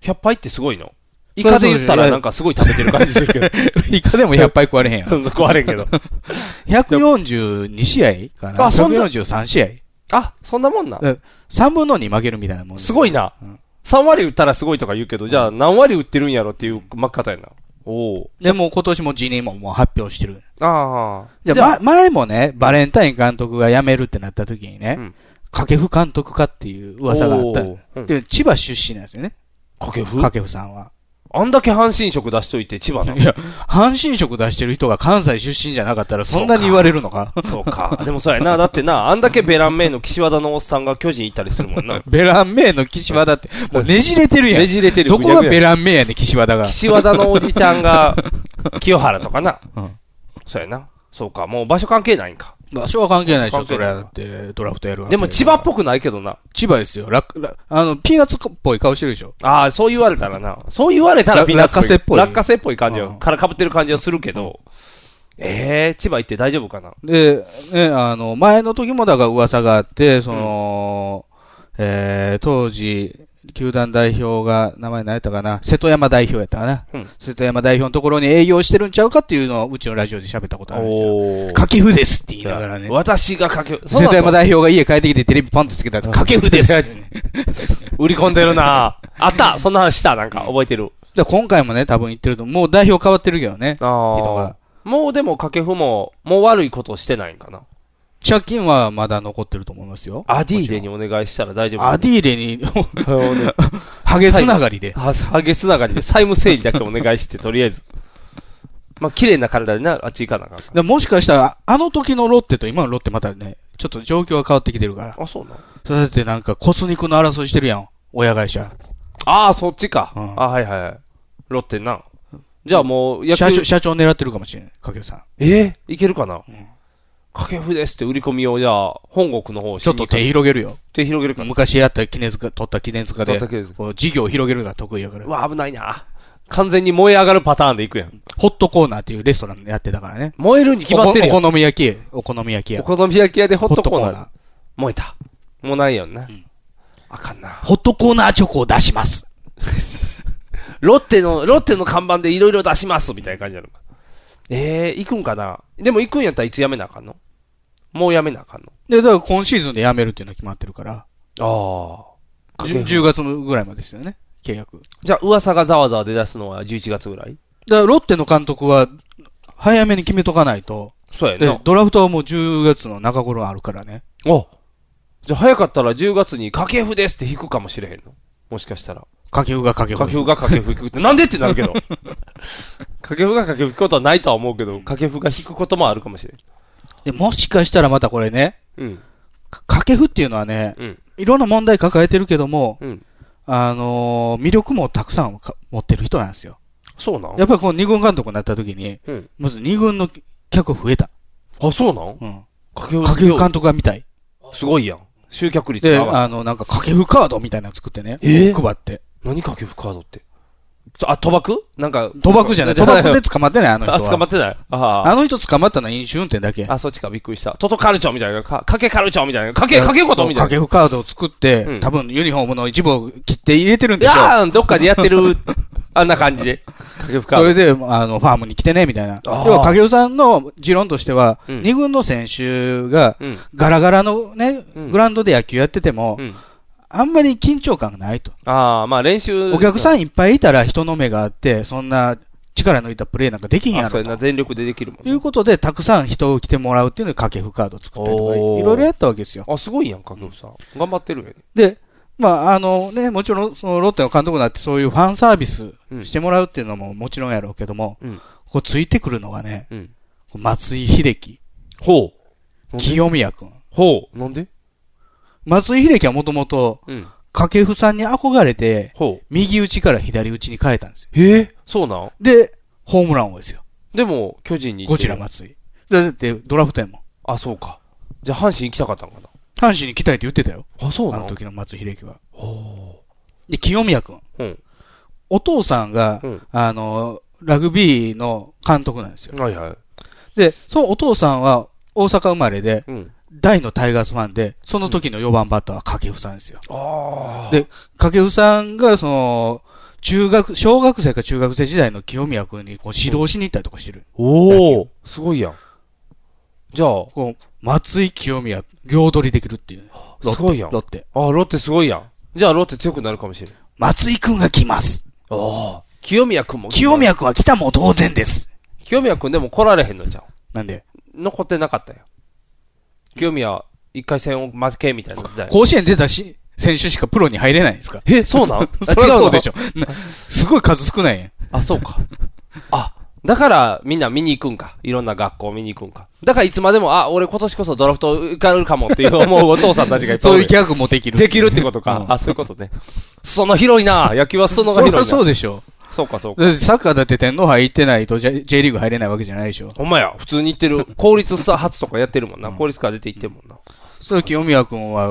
[SPEAKER 2] 100敗ってすごいのイカで言ったらなんかすごい食べてる感じするけど
[SPEAKER 3] イカでも100杯食われへんやん
[SPEAKER 2] 食われへんけど。
[SPEAKER 3] 142試合かな。
[SPEAKER 2] あそんな
[SPEAKER 3] 143試合。
[SPEAKER 2] あ、そんなもんな。
[SPEAKER 3] 3分の2負けるみたいなもん。
[SPEAKER 2] すごいな。3割打ったらすごいとか言うけど、じゃあ何割打ってるんやろっていう負け方やな。おお。
[SPEAKER 3] で、もう今年も辞任ももう発表してる。
[SPEAKER 2] ああ。
[SPEAKER 3] じゃあ、ま、前もね、バレンタイン監督が辞めるってなった時にね、掛布監督かっていう噂があった
[SPEAKER 2] おーう。ん
[SPEAKER 3] で、千葉出身なんですよね。
[SPEAKER 2] 掛布
[SPEAKER 3] 掛布さんは。
[SPEAKER 2] あんだけ阪神色出しといて 千葉なの。
[SPEAKER 3] いや、阪神職出してる人が関西出身じゃなかったらそんなに言われるのか。。
[SPEAKER 2] そうか。でもそうやな。だってな、あんだけベランメイの岸和田のおっさんが巨人行ったりするもんな
[SPEAKER 3] ベランメイの岸和田って、もうねじれてるやん。
[SPEAKER 2] ねじれてる
[SPEAKER 3] どこがベランメイやねん、岸和田が。
[SPEAKER 2] 岸和田のおじちゃ んが、清原とかな。
[SPEAKER 3] うん
[SPEAKER 2] そうやな。そうか。もう場所関係ないんか。
[SPEAKER 3] 場所は関係ないでしょ、
[SPEAKER 2] 関係
[SPEAKER 3] それ
[SPEAKER 2] ない
[SPEAKER 3] はだって、ドラフトやるわけ
[SPEAKER 2] でも千葉っぽくないけどな。
[SPEAKER 3] 千葉ですよ。楽、楽あの、ピーナッツっぽい顔してるでしょ。
[SPEAKER 2] ああ、そう言われたらな。そう言われたら
[SPEAKER 3] ら
[SPEAKER 2] ピーナッツ
[SPEAKER 3] 落花生っぽい
[SPEAKER 2] 落花生っぽい感じを、からかぶってる感じはするけど。ええ千葉行って大丈夫かな。
[SPEAKER 3] で、ね、あの、前の時もだから噂があって、その、えー、当時、球団代表が、名前何やったかな、瀬戸山代表やったかな。
[SPEAKER 2] うん
[SPEAKER 3] 瀬戸山代表のところに営業してるんちゃうかっていうのを、うちのラジオで喋ったことあるんですよ。掛布ですって言いながらね。
[SPEAKER 2] 私が掛布。
[SPEAKER 3] 瀬戸山代表が家帰ってきてテレビパンとつけたら、掛布ですって。
[SPEAKER 2] 売り込んでるなあったそんな話したなんか、覚えてる。
[SPEAKER 3] じゃあ今回もね、多分言ってると、もう代表変わってるけどね。人が
[SPEAKER 2] もうでも掛布も、もう悪いことしてないんかな。
[SPEAKER 3] 借金はまだ残ってると思いますよ。
[SPEAKER 2] アディーレにお願いしたら大丈夫。
[SPEAKER 3] アディーレに、 ハゲつながりで。
[SPEAKER 2] は ハゲつながりで、債務整理だけお願いして、とりあえず。まあ、綺麗な体でな、あっち行かなあかんか
[SPEAKER 3] でもしかしたら、あの時のロッテと今のロッテまたね、ちょっと状況が変わってきてるから。
[SPEAKER 2] あ、そうなの
[SPEAKER 3] それだってなんか、コス肉の争いしてるやん。親会社。
[SPEAKER 2] ああ、そっちか。あはいはい。ロッテな。じゃあもう、野球
[SPEAKER 3] 社長、社長狙ってるかもしれない。かけさん。
[SPEAKER 2] えいけるかな、掛布ですって売り込みを、じゃあ、本国の方
[SPEAKER 3] ちょっと手広げるよ。
[SPEAKER 2] 手広げるか。
[SPEAKER 3] 昔やった記念塚、取った記念塚で
[SPEAKER 2] 取った記念、
[SPEAKER 3] こう事業を広げるのが得意やから。
[SPEAKER 2] うわ、危ないな。完全に燃え上がるパターンでいくやん。
[SPEAKER 3] ホットコーナーっていうレストランやってたからね。
[SPEAKER 2] 燃えるに決まってるやん
[SPEAKER 3] おお好み焼き、お好み焼き
[SPEAKER 2] お
[SPEAKER 3] や。
[SPEAKER 2] 好み焼き屋でホットコーナー。
[SPEAKER 3] ホットコーナー
[SPEAKER 2] 燃えた。もうないよんな。
[SPEAKER 3] ホットコーナーチョコを出します。
[SPEAKER 2] ロッテの、ロッテの看板でいろいろ出しますみたいな感じなのか。ええー、行くんかなでも行くんやったらいつやめなあかんのもうやめなあかんの
[SPEAKER 3] で、だから今シーズンで辞めるっていうのは決まってるから。
[SPEAKER 2] ああ。
[SPEAKER 3] 10 10月ぐらいまでですよね、契約。
[SPEAKER 2] じゃあ噂がざわざわ出だすのは11月ぐらい
[SPEAKER 3] だからロッテの監督は、早めに決めとかないと。
[SPEAKER 2] そうや
[SPEAKER 3] で
[SPEAKER 2] な。
[SPEAKER 3] ドラフトはもう10月の中頃あるからね。
[SPEAKER 2] おじゃあ早かったら10月に掛布ですって引くかもしれへんのもしかしたら。
[SPEAKER 3] 掛布が掛布。
[SPEAKER 2] 掛布が掛布引くって、 なんでってなるけど。掛布が掛布引くことはないとは思うけど、掛布が引くこともあるかもしれん。
[SPEAKER 3] で、もしかしたらまたこれね、
[SPEAKER 2] うん。
[SPEAKER 3] 掛布っていうのはね、
[SPEAKER 2] うん
[SPEAKER 3] いろんな問題抱えてるけども、
[SPEAKER 2] うん
[SPEAKER 3] あのー魅力もたくさんか持ってる人なんですよ。
[SPEAKER 2] そうなん
[SPEAKER 3] やっぱりこの二軍監督になった時に、
[SPEAKER 2] うん
[SPEAKER 3] まず二軍の客増えた。
[SPEAKER 2] あ、そうなん
[SPEAKER 3] うん。
[SPEAKER 2] 掛布
[SPEAKER 3] 掛布監督が見たい。
[SPEAKER 2] すごいやん。集客率
[SPEAKER 3] で、
[SPEAKER 2] が上がる
[SPEAKER 3] あの、なんか掛布カードみたいなの作ってね、
[SPEAKER 2] えー
[SPEAKER 3] 配って。
[SPEAKER 2] 何掛布カードって。ちょあ、賭博なんか。
[SPEAKER 3] 賭博 じゃない賭博で捕まってないあの人は
[SPEAKER 2] あ、捕まってない。ああ。
[SPEAKER 3] あの人捕まったのは飲酒運転だけ。
[SPEAKER 2] あ、そっちか、びっくりした。トトカルチョみたいな、か、かけカルチョみたいな、かけ、かけことみたいな。
[SPEAKER 3] 掛布カードを作って、
[SPEAKER 2] ん
[SPEAKER 3] 多分ユニフォームの一部を切って入れてるん
[SPEAKER 2] い
[SPEAKER 3] でしょう。
[SPEAKER 2] やーどっかでやってる、あんな感じで。掛布カー
[SPEAKER 3] そ
[SPEAKER 2] ド。
[SPEAKER 3] れで、あの、ファームに来てね、みたいな。要
[SPEAKER 2] あー
[SPEAKER 3] は、影尾さんの持論としては、
[SPEAKER 2] うん
[SPEAKER 3] 二軍の選手が
[SPEAKER 2] うん、
[SPEAKER 3] ガラガラのね、
[SPEAKER 2] うん
[SPEAKER 3] グラウンドで野球やってても、
[SPEAKER 2] うん
[SPEAKER 3] あんまり緊張感がないと。
[SPEAKER 2] ああ、まあ練習。
[SPEAKER 3] お客さ
[SPEAKER 2] ん
[SPEAKER 3] んいっぱいいたら人の目があって、そんな力抜いたプレーなんかできひんや
[SPEAKER 2] あ、そ
[SPEAKER 3] ろ
[SPEAKER 2] れな、全力でできるもん。
[SPEAKER 3] ということで、たくさん人を来てもらうっていうので、掛布カード作ったりとか、い
[SPEAKER 2] おー
[SPEAKER 3] ろいろやったわけですよ。
[SPEAKER 2] あ、すごいやん、掛布さん。頑張ってるやん。
[SPEAKER 3] で、まあ、あのね、もちろん、そのロッテの監督になって、そういうファンサービスしてもらうっていうのももちろんやろうけども、こうついてくるのがね、
[SPEAKER 2] うん
[SPEAKER 3] こう松井秀喜。
[SPEAKER 2] ほう。
[SPEAKER 3] 清宮君。
[SPEAKER 2] ほう。なんで
[SPEAKER 3] 松井秀喜はもともと、
[SPEAKER 2] うん。
[SPEAKER 3] 掛布さんに憧れて、
[SPEAKER 2] ほう。
[SPEAKER 3] 右打ちから左打ちに変えたんですよ。
[SPEAKER 2] ええそうなん
[SPEAKER 3] で、ホームラン王ですよ。
[SPEAKER 2] でも、巨人に行
[SPEAKER 3] ゴ
[SPEAKER 2] って
[SPEAKER 3] ジ
[SPEAKER 2] る
[SPEAKER 3] ラ松井。だって、ドラフトやもん。
[SPEAKER 2] あ、そうか。じゃあ、阪神行きたかったんかな。
[SPEAKER 3] 阪神に来たいって言ってたよ。
[SPEAKER 2] あ、そう
[SPEAKER 3] なの
[SPEAKER 2] の
[SPEAKER 3] 時の松井秀喜は。で、清宮君。
[SPEAKER 2] うん。
[SPEAKER 3] お父さんが、
[SPEAKER 2] うん
[SPEAKER 3] あの、ラグビーの監督なんですよ。
[SPEAKER 2] はいはい。
[SPEAKER 3] で、そのお父さんは大阪生まれで、
[SPEAKER 2] うん
[SPEAKER 3] 大のタイガースファンで、その時の4番バッターは掛布さんですよ。
[SPEAKER 2] あ
[SPEAKER 3] で、掛布さんが、その、中学、小学生か中学生時代の清宮君にこう指導しに行ったりとかしてる。
[SPEAKER 2] おおすごいやん。じゃあ、
[SPEAKER 3] こう、松井清宮、両取りできるっていう。ロッテ
[SPEAKER 2] すごいやん。
[SPEAKER 3] ロッテ。
[SPEAKER 2] あ、ロッテすごいやん。じゃあ、ロッテ強くなるかもしれない。
[SPEAKER 3] 松井君が来ます。
[SPEAKER 2] ああ。清宮君も。
[SPEAKER 3] 清宮君は来たも当然です。
[SPEAKER 2] 清宮君でも来られへんのじゃん。
[SPEAKER 3] なんで
[SPEAKER 2] 残ってなかったよ。清宮、一回戦を負けみたいな時代。
[SPEAKER 3] 甲子園出たし、選手しかプロに入れないんですか
[SPEAKER 2] え、 そうなん
[SPEAKER 3] そりゃそうでしょ。なすごい数少ないやん。
[SPEAKER 2] あ、そうか。あ、だからみんな見に行くんか。いろんな学校見に行くんか。だからいつまでも、あ、俺今年こそドラフト受かるかもっていう思うお父さんたちがいっぱい
[SPEAKER 3] そう
[SPEAKER 2] おる
[SPEAKER 3] いうギャグもできる。
[SPEAKER 2] できるってことか。あ、そういうことね。その広いな。野球はその
[SPEAKER 3] そ
[SPEAKER 2] が
[SPEAKER 3] り
[SPEAKER 2] 広い
[SPEAKER 3] ゃ
[SPEAKER 2] な。
[SPEAKER 3] そうでしょ。
[SPEAKER 2] そうか、そうか。
[SPEAKER 3] だってサッカーだって天皇杯行ってないと J, J リーグ入れないわけじゃないでしょ。
[SPEAKER 2] ほんまや、普通に行ってる。公立さ初とかやってるもんな。公立から出て行ってるもんな。
[SPEAKER 3] その清宮君は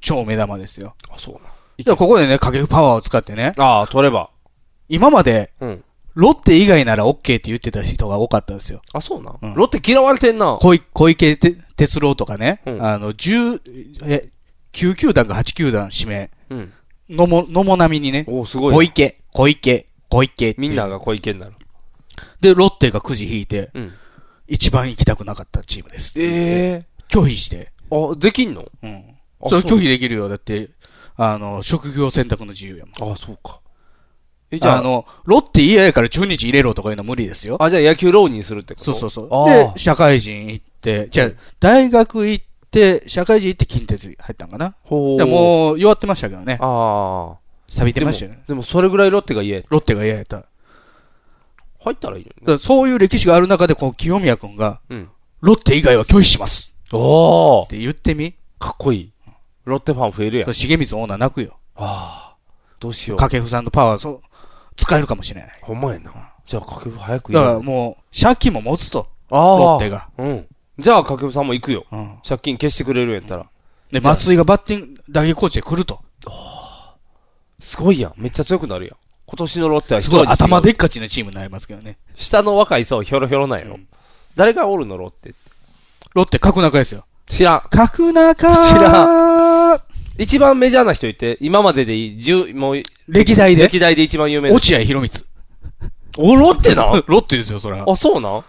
[SPEAKER 3] 超目玉ですよ。
[SPEAKER 2] あ、そうな。
[SPEAKER 3] じゃあここでね、掛布パワーを使ってね、
[SPEAKER 2] ああ、取れば。
[SPEAKER 3] 今まで、
[SPEAKER 2] うん。
[SPEAKER 3] ロッテ以外なら OK って言ってた人が多かったんですよ。
[SPEAKER 2] あ、そうな。
[SPEAKER 3] うん
[SPEAKER 2] ロッテ嫌われてんな。
[SPEAKER 3] 小い小池て哲郎とかね、あの、10、え、9球団か8球団指名、
[SPEAKER 2] うん。
[SPEAKER 3] のも、のもなみにね、
[SPEAKER 2] ごいな
[SPEAKER 3] 小池、小池、小池って
[SPEAKER 2] みんなが小池になる。
[SPEAKER 3] で、ロッテがくじ引いて、
[SPEAKER 2] うん
[SPEAKER 3] 一番行きたくなかったチームです。
[SPEAKER 2] え
[SPEAKER 3] 拒否して。
[SPEAKER 2] あ、できんの
[SPEAKER 3] うん。
[SPEAKER 2] あ
[SPEAKER 3] それ
[SPEAKER 2] そ
[SPEAKER 3] 拒
[SPEAKER 2] う
[SPEAKER 3] 否できるよ。だって、あの、職業選択の自由やもん。
[SPEAKER 2] あ、そうか。えじゃあ
[SPEAKER 3] あの、ロッテ嫌やから中日入れろとかいうのは無理ですよ。
[SPEAKER 2] あ、じゃあ野球浪人するってこと
[SPEAKER 3] そうそうそう
[SPEAKER 2] あ。
[SPEAKER 3] で
[SPEAKER 2] ー、
[SPEAKER 3] 社会人行って、じゃあ、大学行って、社会人行って近鉄入ったんかな。
[SPEAKER 2] ほ
[SPEAKER 3] でもう、弱ってましたけどね。
[SPEAKER 2] ああ。
[SPEAKER 3] 錆びてましたよね
[SPEAKER 2] でも。でもそれぐらいロッテが嫌や
[SPEAKER 3] ロッテが嫌やった。だか
[SPEAKER 2] 入ったらいいのに。
[SPEAKER 3] らそういう歴史がある中で、こう、清宮くんが、
[SPEAKER 2] うん
[SPEAKER 3] ロッテ以外は拒否します。
[SPEAKER 2] おー。って
[SPEAKER 3] 言ってみ
[SPEAKER 2] かっこいい。ロッテファン増えるやん。
[SPEAKER 3] 重光オーナー泣くよ。
[SPEAKER 2] ああ。どうしよう。
[SPEAKER 3] 掛布さんのパワー、そう、使えるかもしれない。
[SPEAKER 2] ほんまやな。じゃあ掛布早く
[SPEAKER 3] だ
[SPEAKER 2] 言
[SPEAKER 3] か
[SPEAKER 2] う
[SPEAKER 3] らもう、借金も持つと。
[SPEAKER 2] ああ。
[SPEAKER 3] ロッテが。
[SPEAKER 2] うん。じゃあ掛布さんも行くよ。
[SPEAKER 3] うん
[SPEAKER 2] 借金消してくれるんやったら。
[SPEAKER 3] で、松井がバッティング、打撃コーチで来ると。
[SPEAKER 2] すごいやん。めっちゃ強くなるやん。今年のロッテは
[SPEAKER 3] すごい
[SPEAKER 2] 一味違う
[SPEAKER 3] 頭でっかちなチームになりますけどね。
[SPEAKER 2] 下の若い層ひょろひょろなんやろ。誰がおるのロッテって。
[SPEAKER 3] ロッテ、角中ですよ。
[SPEAKER 2] 知らん。
[SPEAKER 3] 角中
[SPEAKER 2] 知らん。一番メジャーな人いて、今まででいい、十、もう、
[SPEAKER 3] 歴代で
[SPEAKER 2] 歴代で一番有名な。
[SPEAKER 3] 落合博満。
[SPEAKER 2] お、ロッテな
[SPEAKER 3] ロッテですよ、そら。
[SPEAKER 2] あ、そうなん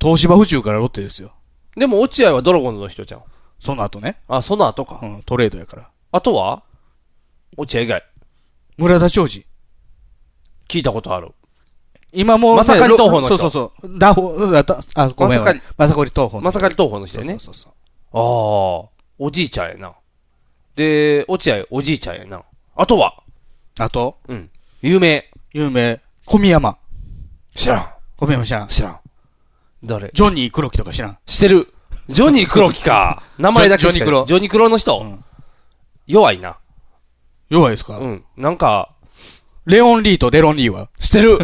[SPEAKER 3] 東芝宇宙からロッテですよ。
[SPEAKER 2] でも落合はドラゴンズの人じゃん。
[SPEAKER 3] その後ね。
[SPEAKER 2] あ、その後か。
[SPEAKER 3] うん、トレードやから。
[SPEAKER 2] あとは落合以外。
[SPEAKER 3] 村田兆治。
[SPEAKER 2] 聞いたことある。
[SPEAKER 3] 今もうね、
[SPEAKER 2] まさかり東邦の人
[SPEAKER 3] そうそうそう。だほ、うんあたあ、ごめんごめん。まさかり東邦の人
[SPEAKER 2] まさかり東方の人やね。ああ、おじいちゃんやな。で、落合おじいちゃんやな。あとは
[SPEAKER 3] あと
[SPEAKER 2] うん。有名。
[SPEAKER 3] 有名。小宮山。
[SPEAKER 2] 知らん。
[SPEAKER 3] 小宮山知らん。
[SPEAKER 2] 知らん。誰
[SPEAKER 3] ジョニー黒木とか知らん。
[SPEAKER 2] してる。ジョニー黒 木か。名前だけしか
[SPEAKER 3] ジョニー黒
[SPEAKER 2] ジョニー黒の人。弱いな。
[SPEAKER 3] 弱いですか
[SPEAKER 2] うん。なんか、
[SPEAKER 3] レオンリーとレロンリーは
[SPEAKER 2] してる。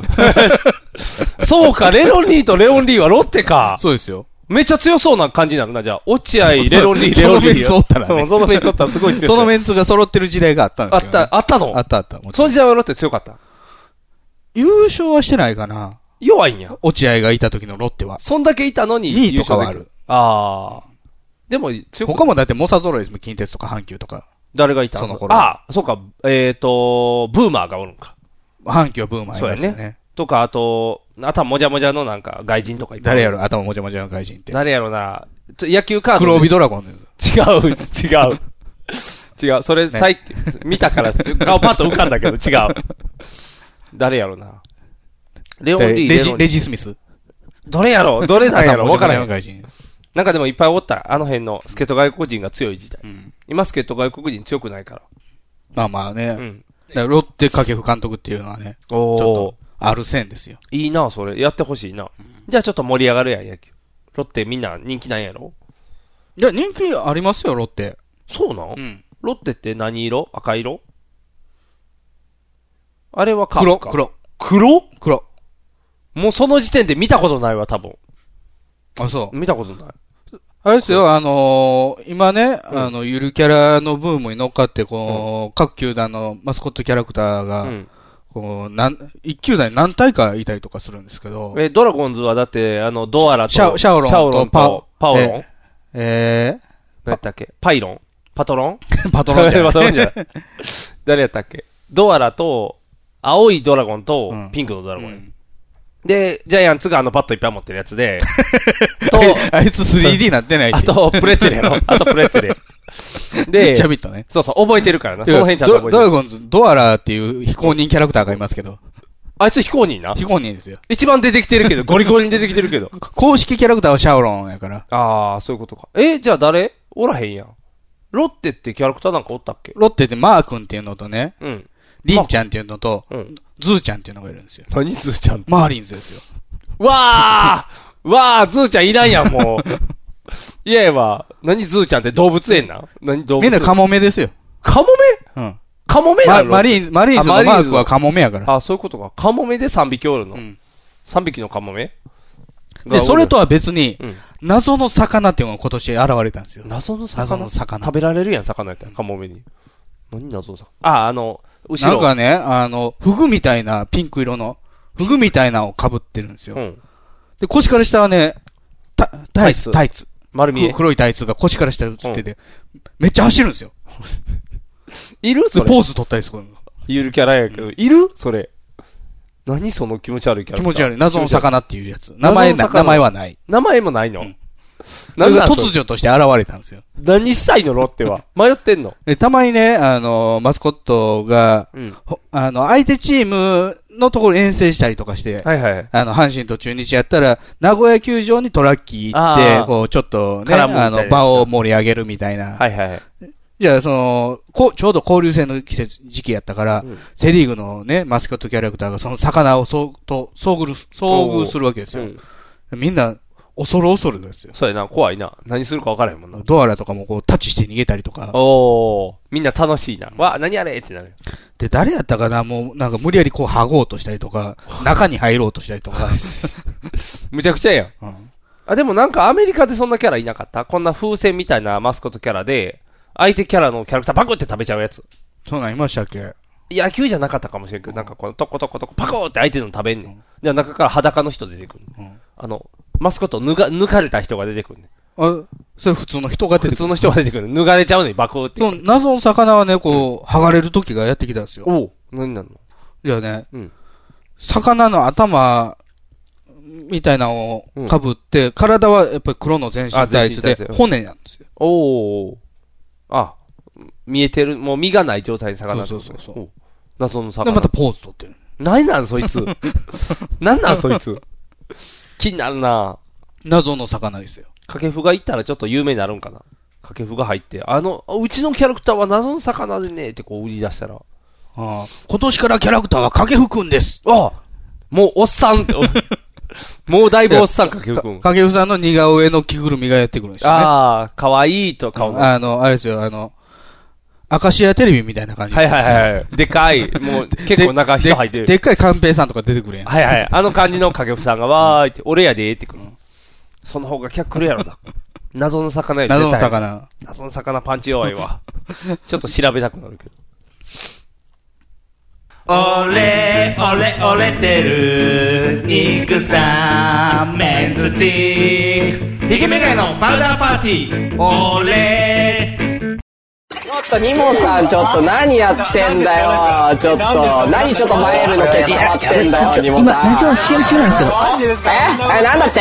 [SPEAKER 2] そうか、レロンリーとレオンリーはロッテか。
[SPEAKER 3] そうですよ。
[SPEAKER 2] めっちゃ強そうな感じになるな、じゃあ。落合、レロンリ ー、レ
[SPEAKER 3] そ
[SPEAKER 2] ロ
[SPEAKER 3] の
[SPEAKER 2] ンリ
[SPEAKER 3] メ
[SPEAKER 2] ー
[SPEAKER 3] ン
[SPEAKER 2] よ。
[SPEAKER 3] ツおったらね
[SPEAKER 2] うんそのメンツおったらすごい強そ
[SPEAKER 3] そ
[SPEAKER 2] う。
[SPEAKER 3] のメンツが揃ってる時代があったんですよね
[SPEAKER 2] あったあったの
[SPEAKER 3] あったあった。もち
[SPEAKER 2] そ
[SPEAKER 3] ろん
[SPEAKER 2] の時代はロッテ強かった。
[SPEAKER 3] 優勝はしてないかな
[SPEAKER 2] 弱いんや。
[SPEAKER 3] 落合がいた時のロッテは。
[SPEAKER 2] そんだけいたのに、
[SPEAKER 3] 2位とかは
[SPEAKER 2] 優勝でき
[SPEAKER 3] ある。
[SPEAKER 2] ああ。でも、強く
[SPEAKER 3] 他もだって猛者揃いですもん。近鉄とか阪急とか。
[SPEAKER 2] 誰がいた
[SPEAKER 3] その頃
[SPEAKER 2] ああ、そうか、えっ、と、ブーマーがおるんか。
[SPEAKER 3] 阪急はブームあり
[SPEAKER 2] そう
[SPEAKER 3] ま
[SPEAKER 2] や
[SPEAKER 3] したよ
[SPEAKER 2] ね
[SPEAKER 3] ね。。
[SPEAKER 2] とか、あと、あとはもじゃもじゃのなんか、外人とかいっぱい
[SPEAKER 3] 誰やろ頭もじゃもじゃの外人って。
[SPEAKER 2] 誰やろな。ちょ野球カードで。
[SPEAKER 3] 黒帯ドラゴンです。
[SPEAKER 2] 違う、違う。違う、それ、さい見たから、顔パッと浮かんだけど、違う。誰やろな。レオンリー、
[SPEAKER 3] レ
[SPEAKER 2] ロ
[SPEAKER 3] ジ、
[SPEAKER 2] ンリ
[SPEAKER 3] レ
[SPEAKER 2] ー
[SPEAKER 3] ジスミス。
[SPEAKER 2] どれやろどれなんや
[SPEAKER 3] 頭
[SPEAKER 2] ろわ
[SPEAKER 3] もじ
[SPEAKER 2] か
[SPEAKER 3] ゃもじゃ
[SPEAKER 2] らへ
[SPEAKER 3] の
[SPEAKER 2] ん。
[SPEAKER 3] 外人。
[SPEAKER 2] なんかでもいっぱいおった。あの辺の、スケート外国人が強い時代。今、スケート外国人強くないから。
[SPEAKER 3] まあまあね。
[SPEAKER 2] ん
[SPEAKER 3] だからロッテ掛布監督っていうのはね、ち
[SPEAKER 2] お
[SPEAKER 3] ょ
[SPEAKER 2] ー
[SPEAKER 3] っと、ある線ですよ。
[SPEAKER 2] いいな、それ。やってほしいな。じゃあちょっと盛り上がるやん、野球。ロッテみんな人気なんやろ
[SPEAKER 3] いや、人気ありますよ、ロッテ。
[SPEAKER 2] そうなん、
[SPEAKER 3] うん
[SPEAKER 2] ロッテって何色赤色あれはカー
[SPEAKER 3] 黒、
[SPEAKER 2] プか。
[SPEAKER 3] 黒。
[SPEAKER 2] 黒。
[SPEAKER 3] 黒。
[SPEAKER 2] もうその時点で見たことないわ、多分。
[SPEAKER 3] あ、そう。
[SPEAKER 2] 見たことない。
[SPEAKER 3] あれですよ、あのー今ね、あの、ゆるキャラのブームに乗っかって、こう、各球団のマスコットキャラクターが、
[SPEAKER 2] うん
[SPEAKER 3] こう、なん、一球団に何体かいたりとかするんですけど、
[SPEAKER 2] え、ドラゴンズはだって、あの、ドアラと、
[SPEAKER 3] シャオシャオロンとパオ
[SPEAKER 2] パオロン
[SPEAKER 3] えーえ
[SPEAKER 2] 何やったっけパイロンパトロン
[SPEAKER 3] ー、 パトロンじ ゃない
[SPEAKER 2] パトロンじゃ ない。誰やったっけドアラと、青いドラゴンと、ピンクのドラゴン、で、ジャイアンツがあのバットいっぱい持ってるや つで、と、
[SPEAKER 3] あいつ 3D なってないって
[SPEAKER 2] あと、プレッツェルやろあと、プレッツェル。 で、
[SPEAKER 3] ジャビットね。
[SPEAKER 2] そうそう、覚えてるからな。その辺ちゃんと覚
[SPEAKER 3] ドドラ
[SPEAKER 2] えてる。
[SPEAKER 3] ゴンズ、ドアラーっていう非公認キャラクターがいますけど、
[SPEAKER 2] あいつ非公認な。
[SPEAKER 3] 非公認ですよ。
[SPEAKER 2] 一番出てきてる けど、ゴリゴリに出てきてるけど。
[SPEAKER 3] 公式キャラクターはシャオロンやから、
[SPEAKER 2] ああ、そういうことか。え、じゃあ誰おらへんやん。ロッテってキャラクターなんかおったっけ
[SPEAKER 3] ロッテでマー君っていうのとね、
[SPEAKER 2] うん。
[SPEAKER 3] リンちゃんっていうのと、
[SPEAKER 2] うん。
[SPEAKER 3] ズーちゃんっていうのがいるんですよ。
[SPEAKER 2] 何ズーちゃん
[SPEAKER 3] マーリンズですよ。
[SPEAKER 2] わーわーズーちゃんいらんやん、もう。 いやいやわ。何ズーちゃんって動物園なん何動物
[SPEAKER 3] み
[SPEAKER 2] 園
[SPEAKER 3] んなカモメですよ。
[SPEAKER 2] カモメ
[SPEAKER 3] うん。
[SPEAKER 2] カモメな
[SPEAKER 3] マ
[SPEAKER 2] の
[SPEAKER 3] マリーンズ、マリーンズ
[SPEAKER 2] あ
[SPEAKER 3] の
[SPEAKER 2] マリー
[SPEAKER 3] マ
[SPEAKER 2] ン
[SPEAKER 3] ー
[SPEAKER 2] ズ
[SPEAKER 3] クはカモメやから。
[SPEAKER 2] あ、そういうことか。カモメで3匹おるの。
[SPEAKER 3] ん
[SPEAKER 2] 3匹のカモメがお
[SPEAKER 3] で、
[SPEAKER 2] る
[SPEAKER 3] それとは別に
[SPEAKER 2] うん、
[SPEAKER 3] 謎の魚っていうのが今年現れたんですよ。
[SPEAKER 2] 謎の魚
[SPEAKER 3] 謎の魚
[SPEAKER 2] 食べられるやん、魚やったら。カモメに。何謎の魚あ、あの、後
[SPEAKER 3] な
[SPEAKER 2] ろ。
[SPEAKER 3] んかね、あの、フグみたいな、ピンク色の、フグみたいなのを被ってるんですよ。
[SPEAKER 2] うん。
[SPEAKER 3] で、腰から下はね、タタイツ、
[SPEAKER 2] タ
[SPEAKER 3] タ
[SPEAKER 2] イ
[SPEAKER 3] イツ。
[SPEAKER 2] 丸見え
[SPEAKER 3] く。黒いタイツが腰から下映ってて、めっちゃ走るんですよ。
[SPEAKER 2] いるそ
[SPEAKER 3] で
[SPEAKER 2] れ。
[SPEAKER 3] ポーズ取ったりするの
[SPEAKER 2] ゆるキャラやけど、いるそれ。何その気持ち悪いキャ
[SPEAKER 3] 気
[SPEAKER 2] ラクター
[SPEAKER 3] 持ち悪い。謎の。魚っていうやつ。名
[SPEAKER 2] 謎
[SPEAKER 3] 前
[SPEAKER 2] の魚
[SPEAKER 3] な、名前はない。
[SPEAKER 2] 名前もないの。
[SPEAKER 3] そ
[SPEAKER 2] 何
[SPEAKER 3] れ
[SPEAKER 2] な
[SPEAKER 3] が
[SPEAKER 2] ん
[SPEAKER 3] 突
[SPEAKER 2] それ
[SPEAKER 3] 如として現れたんですよ。
[SPEAKER 2] 何したいのロッテは。迷ってんの。
[SPEAKER 3] でたまにね、あの、マスコットが、
[SPEAKER 2] うん。
[SPEAKER 3] ほあの、相手チームのところ遠征したりとかして、
[SPEAKER 2] はいはい
[SPEAKER 3] あの、阪神と中日やったら、名古屋球場にトラッキー行っ
[SPEAKER 2] あー
[SPEAKER 3] て、こう、ちょっとね、
[SPEAKER 2] 絡むみた
[SPEAKER 3] あ
[SPEAKER 2] いな
[SPEAKER 3] の、場を盛り上げるみたいな。
[SPEAKER 2] はいはい。
[SPEAKER 3] じゃあ、その、こう、ちょうど交流戦の季節、時期やったから、セリーグのね、マスコットキャラクターがその魚をそうと遭遇す、遭遇するわけですよ。みんな、恐る恐るですよ。
[SPEAKER 2] そうやな、怖いな。何するか分からへんもんな。
[SPEAKER 3] ドアラとかもこう、タッチして逃げたりとか。
[SPEAKER 2] おー、みんな楽しいな。わ、何あれってなる。
[SPEAKER 3] で、誰やったかなもう、なんか無理やりこう、剥ごうとしたりとか、中に入ろうとしたりとか。
[SPEAKER 2] むちゃくちゃやん。あ、でもなんかアメリカでそんなキャラいなかったこんな風船みたいなマスコットキャラで、相手キャラのキャラクターパクって食べちゃうやつ。
[SPEAKER 3] そうなんいましたっけ
[SPEAKER 2] 野球じゃなかったかもしれんけど、なんかこのトコトコトコパコーって相手の食べんねん。じゃ中から裸の人出てくる。あの、マスコットを脱が、抜かれた人が出てくるねん。
[SPEAKER 3] あ、それ普通の人が出てくる。
[SPEAKER 2] 普通の人が出てくる。脱がれちゃうのにバコーって。
[SPEAKER 3] そう謎の魚はね、こう、剥がれる時がやってきたんですよ。
[SPEAKER 2] お何なの
[SPEAKER 3] じゃあね、
[SPEAKER 2] うん
[SPEAKER 3] 魚の頭みたいなのを
[SPEAKER 2] うん
[SPEAKER 3] かぶって、体はやっぱり黒の全身
[SPEAKER 2] あ全
[SPEAKER 3] 体
[SPEAKER 2] 身
[SPEAKER 3] 質
[SPEAKER 2] 体
[SPEAKER 3] で
[SPEAKER 2] 質うん
[SPEAKER 3] 骨なんですよ。
[SPEAKER 2] おお。あ、見えてる、もう身がない状態に魚そうそうそう謎の魚。
[SPEAKER 3] で、またポーズ取ってる。
[SPEAKER 2] 何なんそい つ。何なんそいつ。気になるな
[SPEAKER 3] 謎の魚ですよ。
[SPEAKER 2] 掛布が行ったらちょっと有名になるんかな。掛布が入って、あの、うちのキャラクターは謎の魚でね、ってこう売り出したら。
[SPEAKER 3] ああ今年からキャラクターは掛布くんです。
[SPEAKER 2] あもうおっさ んって、もうだいぶおっさん掛布くん。
[SPEAKER 3] 掛布さんの似顔絵の着ぐるみがやってくるんですよね。
[SPEAKER 2] ああ、かわいいと顔の。
[SPEAKER 3] あの、あれですよ、あの、アカシアテレビみたいな感じ
[SPEAKER 2] は
[SPEAKER 3] で
[SPEAKER 2] い
[SPEAKER 3] すよ
[SPEAKER 2] はい はい。でかい。もう結構中人入って
[SPEAKER 3] で
[SPEAKER 2] る。
[SPEAKER 3] でっかい寛平さんとか出てくるやん。
[SPEAKER 2] はいはい。あの感じの掛布さんが、わーいって、俺やでーってくる。その方が客来るやろだ。 謎の魚より
[SPEAKER 3] 謎の
[SPEAKER 2] 絶対
[SPEAKER 3] 魚。
[SPEAKER 2] 謎の魚パンチ弱い わ。ちょっと調べたくなるけど。
[SPEAKER 14] 俺、俺、俺てる、肉さん、メンズスティック。ひげメガネのパウダーパーティー。俺、
[SPEAKER 15] ちょっとニモさんちょっと何やってんだよちょっと何ちょっと前よりの毛触ってんだよニモ
[SPEAKER 16] 今、
[SPEAKER 15] さん
[SPEAKER 16] ラジオ CM 中なんですけど。
[SPEAKER 15] ええなんだって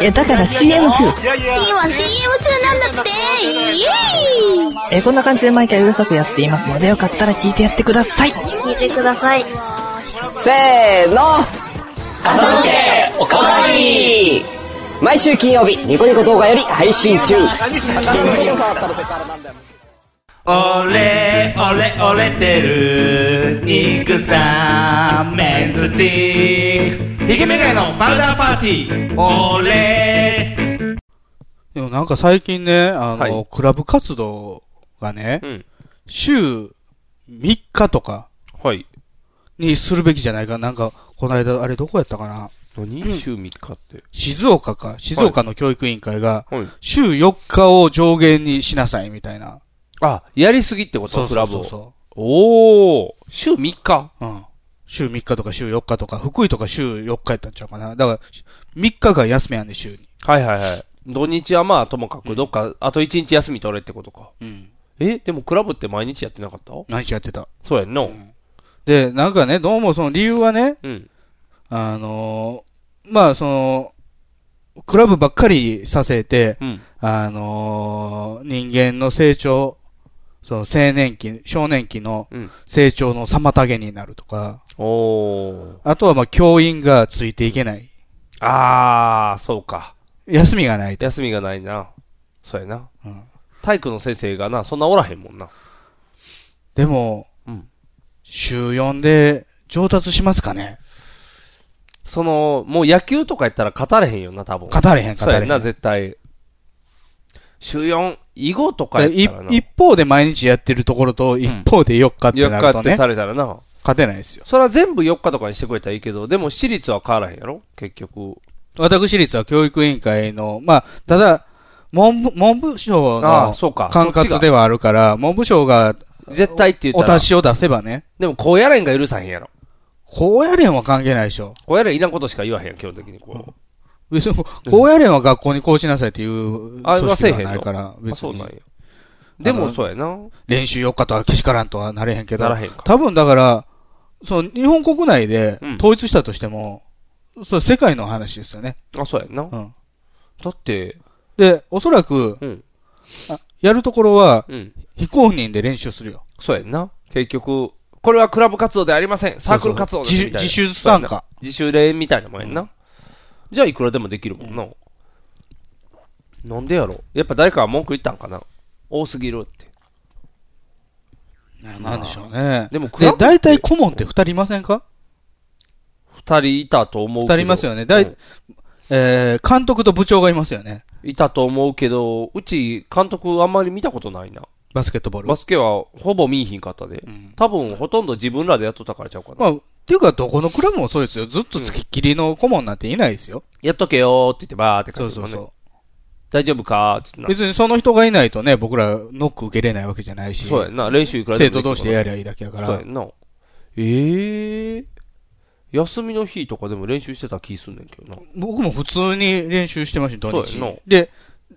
[SPEAKER 16] え、だから CM 中。
[SPEAKER 13] 今 CM 中なんだってイエーイ
[SPEAKER 16] え、こんな感じで毎回うるさくやっていますので、よかったら聞いてやってください。
[SPEAKER 13] 聞いてください
[SPEAKER 15] せーの遊んでおかわり毎週金曜日ニコニコ動画より配信中
[SPEAKER 14] 俺、俺、俺てる、肉さん、メンズスティック。ひげメガネのパウダーパーティー。俺、
[SPEAKER 3] でもなんか最近ね、あの、クラブ活動がね、週3日とか、にするべきじゃないか。なんか、この間、あれどこやったかな
[SPEAKER 2] 何週3日って。
[SPEAKER 3] 静岡か。静岡の教育委員会が
[SPEAKER 2] はい、
[SPEAKER 3] 週4日を上限にしなさい、みたいな。
[SPEAKER 2] あ、やりすぎってこと
[SPEAKER 3] そうそうそう
[SPEAKER 2] クラブ
[SPEAKER 3] そ
[SPEAKER 2] を。おー、週3日
[SPEAKER 3] うん。週3日とか週4日とか、福井とか週4日やったんちゃうかな。だから、3日が休みやんで、週に。
[SPEAKER 2] はいはいはい。土日はまあともかく、どっか、あと1日休み取れってことか。え、でもクラブって毎日やってなかった
[SPEAKER 3] 毎日やってた。
[SPEAKER 2] そうやんの。
[SPEAKER 3] で、なんかね、どうもその理由はね、
[SPEAKER 2] うん
[SPEAKER 3] あのーまあその、クラブばっかりさせて、
[SPEAKER 2] うん
[SPEAKER 3] あのー人間の成長、その青年期、少年期の
[SPEAKER 2] うん
[SPEAKER 3] 成長の妨げになるとか、
[SPEAKER 2] おー。
[SPEAKER 3] あとはまあ教員がついていけない。
[SPEAKER 2] あー、そうか。
[SPEAKER 3] 休みがないと。
[SPEAKER 2] 休みがないな。そうやな。体育の先生がな、そんなおらへんもんな。
[SPEAKER 3] でも、週4で上達しますかね
[SPEAKER 2] その、もう野球とかやったら語れへんよな、多分。
[SPEAKER 3] 語れへん語れへん
[SPEAKER 2] そうやな、絶対。週4、囲碁とかやっ
[SPEAKER 3] い
[SPEAKER 2] たらな。
[SPEAKER 3] 一方で毎日やってるところと、一方で4日ってなる
[SPEAKER 2] 4日
[SPEAKER 3] と
[SPEAKER 2] って
[SPEAKER 3] ね、
[SPEAKER 2] されたらな。
[SPEAKER 3] 勝てないですよ。
[SPEAKER 2] それは全部4日とかにしてくれたらいいけど、でも私立は変わらへんやろ結局。
[SPEAKER 3] 私立は教育委員会の、まあ、ただ、文部、文部省
[SPEAKER 2] ああ
[SPEAKER 3] の
[SPEAKER 2] そうか
[SPEAKER 3] 管
[SPEAKER 2] そっちが
[SPEAKER 3] 轄ではあるから、文部省が
[SPEAKER 2] 絶対って言
[SPEAKER 3] お
[SPEAKER 2] ったら。
[SPEAKER 3] 達しを出せばね、
[SPEAKER 2] でも、こうやれんが許さへんやろ。
[SPEAKER 3] こうやれんは関係ないでしょ。
[SPEAKER 2] こうやれんいらんことしか言わへん、基本的に。こう。
[SPEAKER 3] 別に、こうやれんは学校にこうしなさいっていう組
[SPEAKER 2] あ、言わ
[SPEAKER 3] 織
[SPEAKER 2] せへ
[SPEAKER 3] は
[SPEAKER 2] ん
[SPEAKER 3] ない
[SPEAKER 2] の
[SPEAKER 3] から、別
[SPEAKER 2] あそうなん
[SPEAKER 3] に
[SPEAKER 2] や。。で
[SPEAKER 3] あ
[SPEAKER 2] も、
[SPEAKER 3] の
[SPEAKER 2] そうやな。
[SPEAKER 3] 練習4日とはけしからんとはなれへんけど
[SPEAKER 2] ならへんか、
[SPEAKER 3] 多分だから、その日本国内で
[SPEAKER 2] うん
[SPEAKER 3] 統一したとしても、そう世界の話ですよね。
[SPEAKER 2] あ、そうやんな。だって、
[SPEAKER 3] で、おそらく、あやるところは、
[SPEAKER 2] うん
[SPEAKER 3] 非公認で練習するよ。
[SPEAKER 2] そうやんな。結局、これはクラブ活動ではありません。サークル活動です
[SPEAKER 3] そうそう
[SPEAKER 2] みたいな
[SPEAKER 3] 自主自主参加。
[SPEAKER 2] 自主練みたいなもんやんな。じゃあいくらでもできるもんな。なんでやろやっぱ誰かが文句言ったんかな多すぎるって。
[SPEAKER 3] なんでしょうね。
[SPEAKER 2] でもク
[SPEAKER 3] で
[SPEAKER 2] ラ、ブ
[SPEAKER 3] 大体顧問って二人いませんか
[SPEAKER 2] 二人いたと思う
[SPEAKER 3] 二
[SPEAKER 2] けど。
[SPEAKER 3] 人いますよね。だい、えー監督と部長がいますよね。
[SPEAKER 2] いたと思うけど、うち監督あんまり見たことないな。
[SPEAKER 3] バスケットボール。
[SPEAKER 2] バスケはほぼ見いひんかったで。多分ほとんど自分らでやっとったからちゃうかな。
[SPEAKER 3] まあ、っていうか、どこのクラブもそうですよ。ずっと付きっきりの顧問なんていないですよ。
[SPEAKER 2] やっとけよーって言ってばーって感じ、ね、
[SPEAKER 3] そうそう
[SPEAKER 2] 大丈夫かーって言ってな
[SPEAKER 3] 別にその人がいないとね、僕らノック受けれないわけじゃないし。
[SPEAKER 2] そうやんな。練習いくらで
[SPEAKER 3] 生徒
[SPEAKER 2] もきる
[SPEAKER 3] 同士でやりゃいいだけやから。
[SPEAKER 2] そうやんな。ええ休みの日とかでも練習してた気すんねんけどな。
[SPEAKER 3] 僕も普通に練習してました、土
[SPEAKER 2] そうやんな
[SPEAKER 3] 日。で、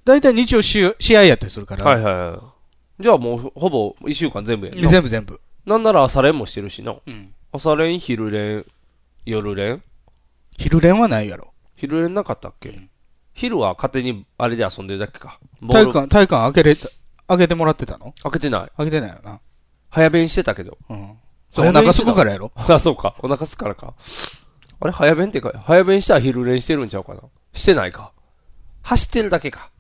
[SPEAKER 3] 大体日曜試試合やったりするから。
[SPEAKER 2] はいはいはい。じゃあもうほほぼ一週間全部やんな
[SPEAKER 3] 全部全部。
[SPEAKER 2] なんなら朝練もしてるしな。朝練、昼練、夜練
[SPEAKER 3] 昼練はないやろ。
[SPEAKER 2] 昼練なかったっけ、昼は勝手にあれで遊んでるだけか。ボー
[SPEAKER 3] 体
[SPEAKER 2] ル
[SPEAKER 3] 育館、体育館開けれた、開けてもらってたの
[SPEAKER 2] 開けてない。
[SPEAKER 3] 開けてないよな。
[SPEAKER 2] 早弁してたけど。
[SPEAKER 3] うん。
[SPEAKER 2] 早弁
[SPEAKER 3] お腹すくからやろ
[SPEAKER 2] してたあ、そうか。お腹すくからか。あれ、早弁ってか、早弁したら昼練してるんちゃうかな。してないか。走ってるだけか。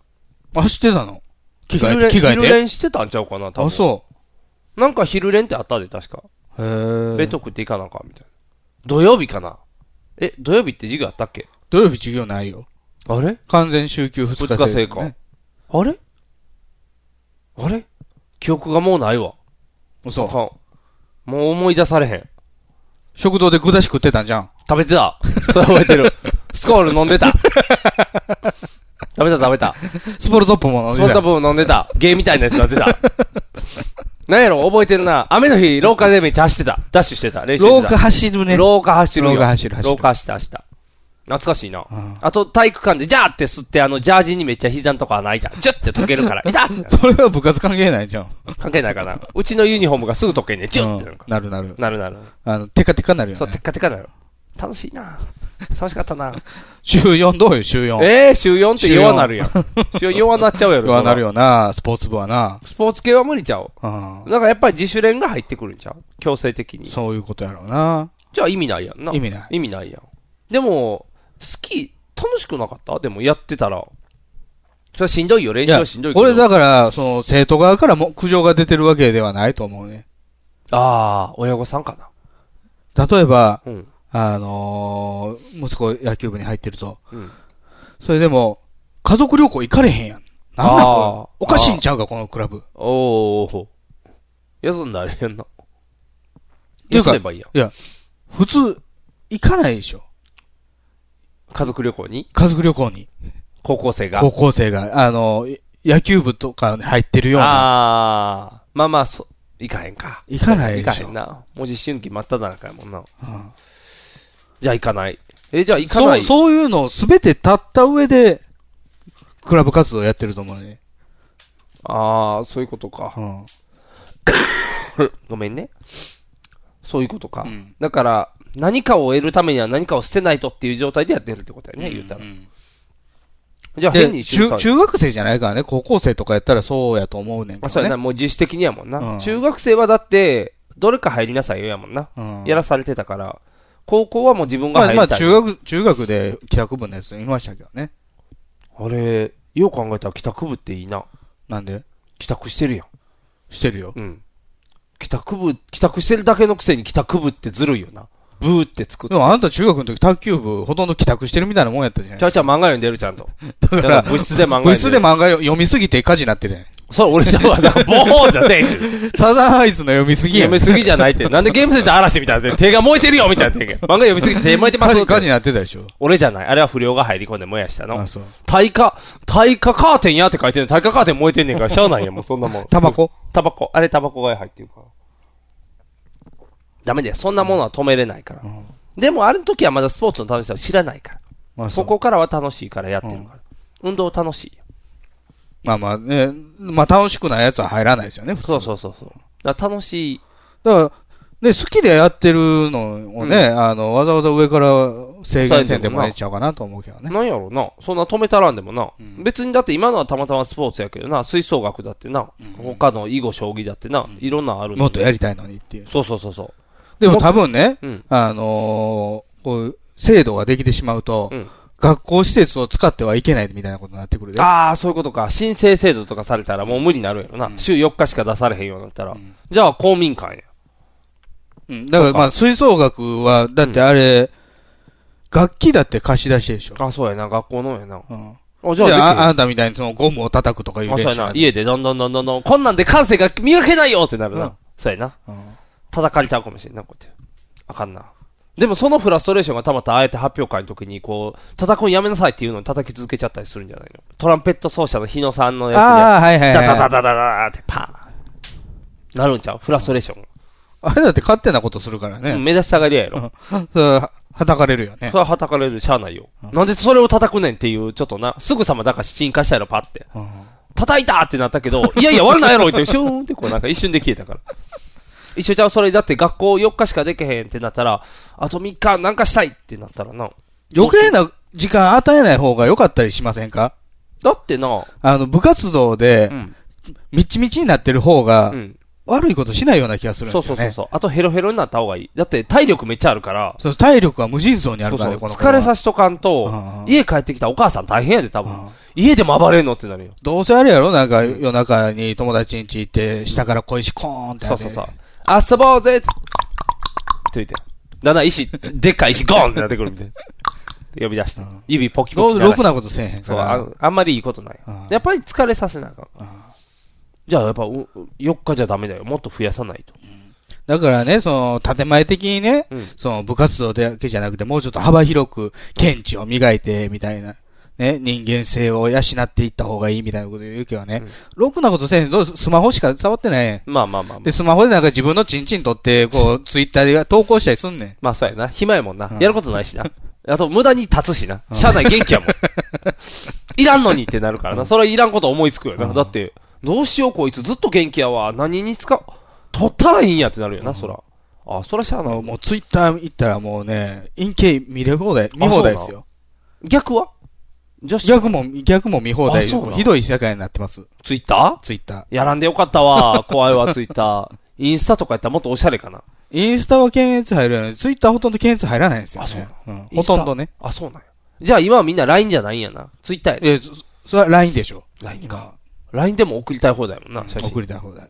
[SPEAKER 3] 走ってたの着替
[SPEAKER 2] 昼
[SPEAKER 3] え
[SPEAKER 2] 練
[SPEAKER 3] て、着替えて。
[SPEAKER 2] 昼練してたんちゃうかな、多分。。
[SPEAKER 3] あ、そう
[SPEAKER 2] なんか昼練ってあったで、確か。
[SPEAKER 3] う。へー
[SPEAKER 2] 弁当食っていかなあかんみたいな。土曜日かな。え、土曜日って授業あったっけ
[SPEAKER 3] 土曜日授業ないよ。
[SPEAKER 2] あれ
[SPEAKER 3] 完全週休二日制、
[SPEAKER 2] 二日制か。あれあれ記憶がもうないわ。
[SPEAKER 3] 嘘
[SPEAKER 2] あかん。もう思い出されへん。
[SPEAKER 3] 食堂で具だし食ってたんじゃん。
[SPEAKER 2] 食べてた。それ覚えて る。スコール飲んで た。食べた食べた。
[SPEAKER 3] スポルトップも飲んでた。
[SPEAKER 2] スポルトップも飲んでた。ゲーみたいなやつ飲んで た。なんやろ覚えてるな。雨の日、廊下でめっちゃ走ってた。ダッシュしてた。練習してた
[SPEAKER 3] 廊下走るね
[SPEAKER 2] 廊下走るよ。
[SPEAKER 3] 廊下走る走る
[SPEAKER 2] 廊下走った走った。懐かしいな。あと、体育館で、ジャーって吸って、あの、ジャージにめっちゃ膝のとこ穴開いた。ジュッて溶ける から。痛っ
[SPEAKER 3] それは部活関係ないじゃん。
[SPEAKER 2] 関係ないかな。うちのユニフォームがすぐ溶けんねん。ジュッてなるか
[SPEAKER 3] なるなる。
[SPEAKER 2] ら。なるなる。
[SPEAKER 3] あの、テカテカになるよ、ね。
[SPEAKER 2] そう、テッカテカなる。楽しいな。楽しかったな。
[SPEAKER 3] 週4どうよ、週4。
[SPEAKER 2] ええ週4って弱なるやん。週4はなっちゃうやろ。
[SPEAKER 3] 弱なる
[SPEAKER 2] よ。
[SPEAKER 3] よな、スポーツ部はな。
[SPEAKER 2] スポーツ系は無理ちゃう。
[SPEAKER 3] うん。
[SPEAKER 2] なんかやっぱり自主練が入ってくるんちゃう強制的に。
[SPEAKER 3] そういうことやろうな。
[SPEAKER 2] じゃあ意味ないやんな。
[SPEAKER 3] 意味ない。
[SPEAKER 2] 意味ないやん。でも、スキー楽しくなかったでもやってたら。それはしんどいよ、練習はしんどいけど。
[SPEAKER 3] 俺だから、その、生徒側からも苦情が出てるわけではないと思うね。
[SPEAKER 2] ああ、親御さんかな。
[SPEAKER 3] 例えば、
[SPEAKER 2] うん
[SPEAKER 3] あのー息子野球部に入ってると。
[SPEAKER 2] うん。
[SPEAKER 3] それでも、家族旅行行かれへんやん。なんだこれおかしいんちゃうか、このクラブ。っ
[SPEAKER 2] おーおーおー休んだらええやんな。
[SPEAKER 3] ていう
[SPEAKER 2] 休
[SPEAKER 3] か、
[SPEAKER 2] めばいいやん。
[SPEAKER 3] いや、普通、行かないでしょ。
[SPEAKER 2] 家族旅行に
[SPEAKER 3] 家族旅行に。
[SPEAKER 2] 高校生が。
[SPEAKER 3] 高校生が、あの、い野球部とかに入ってるような。
[SPEAKER 2] ああ、まあまあ、そう、行かへんか。
[SPEAKER 3] 行かない
[SPEAKER 2] 行
[SPEAKER 3] で
[SPEAKER 2] か
[SPEAKER 3] し
[SPEAKER 2] へ
[SPEAKER 3] ょ
[SPEAKER 2] んな。もう実春期真っ只中やもんな。
[SPEAKER 3] ん
[SPEAKER 2] じゃあ行かない。え、じゃあ行か
[SPEAKER 3] そ
[SPEAKER 2] な
[SPEAKER 3] う、
[SPEAKER 2] い。
[SPEAKER 3] そういうのをすべて立った上で、クラブ活動やってると思うね。
[SPEAKER 2] ああ、そういうことか。
[SPEAKER 3] うん。
[SPEAKER 2] ごめんね。そういうことか。だから、何かを得るためには何かを捨てないとっていう状態でやってるってことやね、言うたら。じゃあ
[SPEAKER 3] で
[SPEAKER 2] 変に出
[SPEAKER 3] 中、
[SPEAKER 2] 産
[SPEAKER 3] 中学生じゃないからね、高校生とかやったらそうやと思うねんけど、ね。
[SPEAKER 2] あ、そうやな、もう自主的にやもんな。
[SPEAKER 3] うん
[SPEAKER 2] 中学生はだって、どれか入りなさいよやもんな。
[SPEAKER 3] うん
[SPEAKER 2] やらされてたから、高校はもう自分が
[SPEAKER 3] ま
[SPEAKER 2] 入
[SPEAKER 3] あ、
[SPEAKER 2] り
[SPEAKER 3] ま
[SPEAKER 2] たい。
[SPEAKER 3] あ、中学、中学で帰宅部のやついましたけどね。
[SPEAKER 2] あれ、よう考えたら帰宅部っていいな。
[SPEAKER 3] なんで
[SPEAKER 2] 帰宅してるやん。
[SPEAKER 3] してるよ。
[SPEAKER 2] うん。帰宅部、帰宅してるだけのくせに帰宅部ってずるいよな。ブーって作っ
[SPEAKER 3] でもあなた中学の時卓球部ほとんど帰宅してるみたいなもんやったじゃない
[SPEAKER 2] ちゃうちゃう漫画読んでるちゃんと。
[SPEAKER 3] だか
[SPEAKER 2] ちゃ
[SPEAKER 3] ら、
[SPEAKER 2] んと部室で漫画
[SPEAKER 3] 部
[SPEAKER 2] 読
[SPEAKER 3] 室で
[SPEAKER 2] んでる。
[SPEAKER 3] 漫画読みすぎて火事になってるやん。
[SPEAKER 2] それ俺 じゃうわ。だからボーンだって。
[SPEAKER 3] サザンアイスの読みすぎや
[SPEAKER 2] 読
[SPEAKER 3] ん。
[SPEAKER 2] みすぎじゃないって。なんでゲームセンター嵐みたいな手が燃えてるよみたいな手が。漫画読みすぎて手燃えてます
[SPEAKER 3] 火
[SPEAKER 2] っ
[SPEAKER 3] 事
[SPEAKER 2] て
[SPEAKER 3] 火事になってたでしょ。
[SPEAKER 2] 俺じゃない。あれは不良が入り込んで燃やしたの。
[SPEAKER 3] あそう
[SPEAKER 2] 耐火、耐火カーテンやって書いてるの。耐火カーテン燃えてんねんから、しゃあないや、もうそんなもん。
[SPEAKER 3] タバコ
[SPEAKER 2] タバコ。あれタバコが入ってるから。ダメだよ。そんなものは止めれないから。でも、ある時はまだスポーツの楽しさを知らないから。
[SPEAKER 3] まあ、そ
[SPEAKER 2] そうこからは楽しいからやってるから。運動楽しい。
[SPEAKER 3] まあまあね、まあ楽しくないやつは入らないですよね、普通。
[SPEAKER 2] そうそうそうそう。だから楽しい。
[SPEAKER 3] だから、ね、好きでやってるのをね、あの、わざわざ上から制限線でもえちゃうかなと思うけどね。
[SPEAKER 2] なんやろうな。そんな止めたらんでもな。別にだって今のはたまたまスポーツやけどな。吹奏楽だってな。他の囲碁将棋だってな。いろんなのあるのに
[SPEAKER 3] もっとやりたいのにっていう。
[SPEAKER 2] そうそうそうそう。
[SPEAKER 3] でも多分ね、あのーこういう制度ができてしまうと、学校施設を使ってはいけないみたいなことになってくるで。
[SPEAKER 2] ああ、そういうことか。申請制度とかされたらもう無理になるやろな。週4日しか出されへんようになったら。じゃあ公民館や。
[SPEAKER 3] うんだからまあ、吹奏楽は、だってあれ、楽器だって貸し出しでしょ。
[SPEAKER 2] あ、そうやな。学校のやな。
[SPEAKER 3] あ
[SPEAKER 2] あじゃあできる
[SPEAKER 3] あ、あなたみたいにそのゴムを叩くとかいう
[SPEAKER 2] あ、そう
[SPEAKER 3] 練
[SPEAKER 2] や
[SPEAKER 3] 習なん
[SPEAKER 2] な。
[SPEAKER 3] て
[SPEAKER 2] 家でどんどんどんどんどん、こんなんで感性が磨けないよってなるな。
[SPEAKER 3] うん
[SPEAKER 2] そうやな。叩かれちゃうかもしれんな、こうやって。あかんな。でもそのフラストレーションがたまったああやって発表会の時に、こう、叩くんやめなさいっていうのを叩き続けちゃったりするんじゃないのトランペット奏者の日野さんのやつで、
[SPEAKER 3] ああはいはいはい
[SPEAKER 2] ダダダダダダーってパーンなるんちゃうフラストレーションが。
[SPEAKER 3] あれだって勝手なことするからね。
[SPEAKER 2] うん目指したがりやろ。
[SPEAKER 3] それは、はたかれるよね
[SPEAKER 2] そ。れは叩かれる、しゃあないよ。なんでそれを叩くねんっていう、ちょっとな、すぐさまだから進化したやろ、パって。叩いたってなったけど、い やいや、悪ないやろ、って、シューンってこうなんか一瞬で消えたから。一緒じゃあそれだって学校4日しかできへんってなったら、あと3日なんかしたいってなったらな。
[SPEAKER 3] 余計な時間与えない方が良かったりしませんか
[SPEAKER 2] だってな、
[SPEAKER 3] あの、部活動で、みちみちになってる方が、悪いことしないような気がするん
[SPEAKER 2] そ
[SPEAKER 3] で
[SPEAKER 2] う
[SPEAKER 3] すよ
[SPEAKER 2] そうそう
[SPEAKER 3] ね。
[SPEAKER 2] そう。あとヘロヘロになった方がいい。だって体力めっちゃあるから、
[SPEAKER 3] そう体力は無尽蔵にあ
[SPEAKER 2] そ
[SPEAKER 3] るか
[SPEAKER 2] うそ
[SPEAKER 3] ら
[SPEAKER 2] う
[SPEAKER 3] ね、この子
[SPEAKER 2] 疲れさしとかんと、家帰ってきたらお母さん大変やで、多分。家でも暴れんのってなるよ。
[SPEAKER 3] どうせあれやろなんか夜中に友達ん家行って、下から小石コーンって
[SPEAKER 2] そうそうそう。遊ぼうぜって言って。だんだん石、でっかい石ゴーンってなってくるみたいな。呼び出して。指ポキポキ鳴らして。
[SPEAKER 3] どうろくなことせえへんか
[SPEAKER 2] そう
[SPEAKER 3] ら
[SPEAKER 2] あ、あんまりいいことない。やっぱり疲れさせなあかん。じゃあやっぱう4日じゃダメだよ。もっと増やさないと。
[SPEAKER 3] だからね、その、建前的にね、その、部活動だけじゃなくて、もうちょっと幅広く、見地を磨いて、みたいな、ね、人間性を養っていった方がいいみたいなこと言うけどね、ろくなことせんどうスマホしか触ってないやん
[SPEAKER 2] まあまあまあまあ。
[SPEAKER 3] で、スマホでなんか自分のチンチン撮って、こ う、ツイッターで投稿したりすんねん。
[SPEAKER 2] まあそうやな。暇やもんな。やることないしな。あと無駄に立つしな。社内元気 やもん。いらんのにってなるからな。それはいらんこと思いつくよな。だって、どうしようこいつずっと元気やわ。何に使う、取ったらいいんやってなるよな、そら。あ、そらしゃあない。
[SPEAKER 3] もうツイッター行ったらもうね、陰形見れ放題、見放題ですよ。
[SPEAKER 2] 逆は
[SPEAKER 3] 逆も、逆も見放題
[SPEAKER 2] あそうなん
[SPEAKER 3] ひどい世界になってます。
[SPEAKER 2] ツイッター
[SPEAKER 3] ツイッタ
[SPEAKER 2] やらんでよかったわ。怖いわ、ツイッタ ー。インスタとかやったらもっとおしゃれかな。
[SPEAKER 3] ー。インスタは検閲入るのに、ツイッターほとんど検閲入らないんですよ、ね。うんほとんどね。
[SPEAKER 2] あ、そうなんや。じゃあ今はみんな LINE じゃないんやな。ツイッターや
[SPEAKER 3] え、そそれは LINE でしょ。
[SPEAKER 2] LINE か。LINE でも送りたい方だよな、写真。
[SPEAKER 3] 送りたい方だ。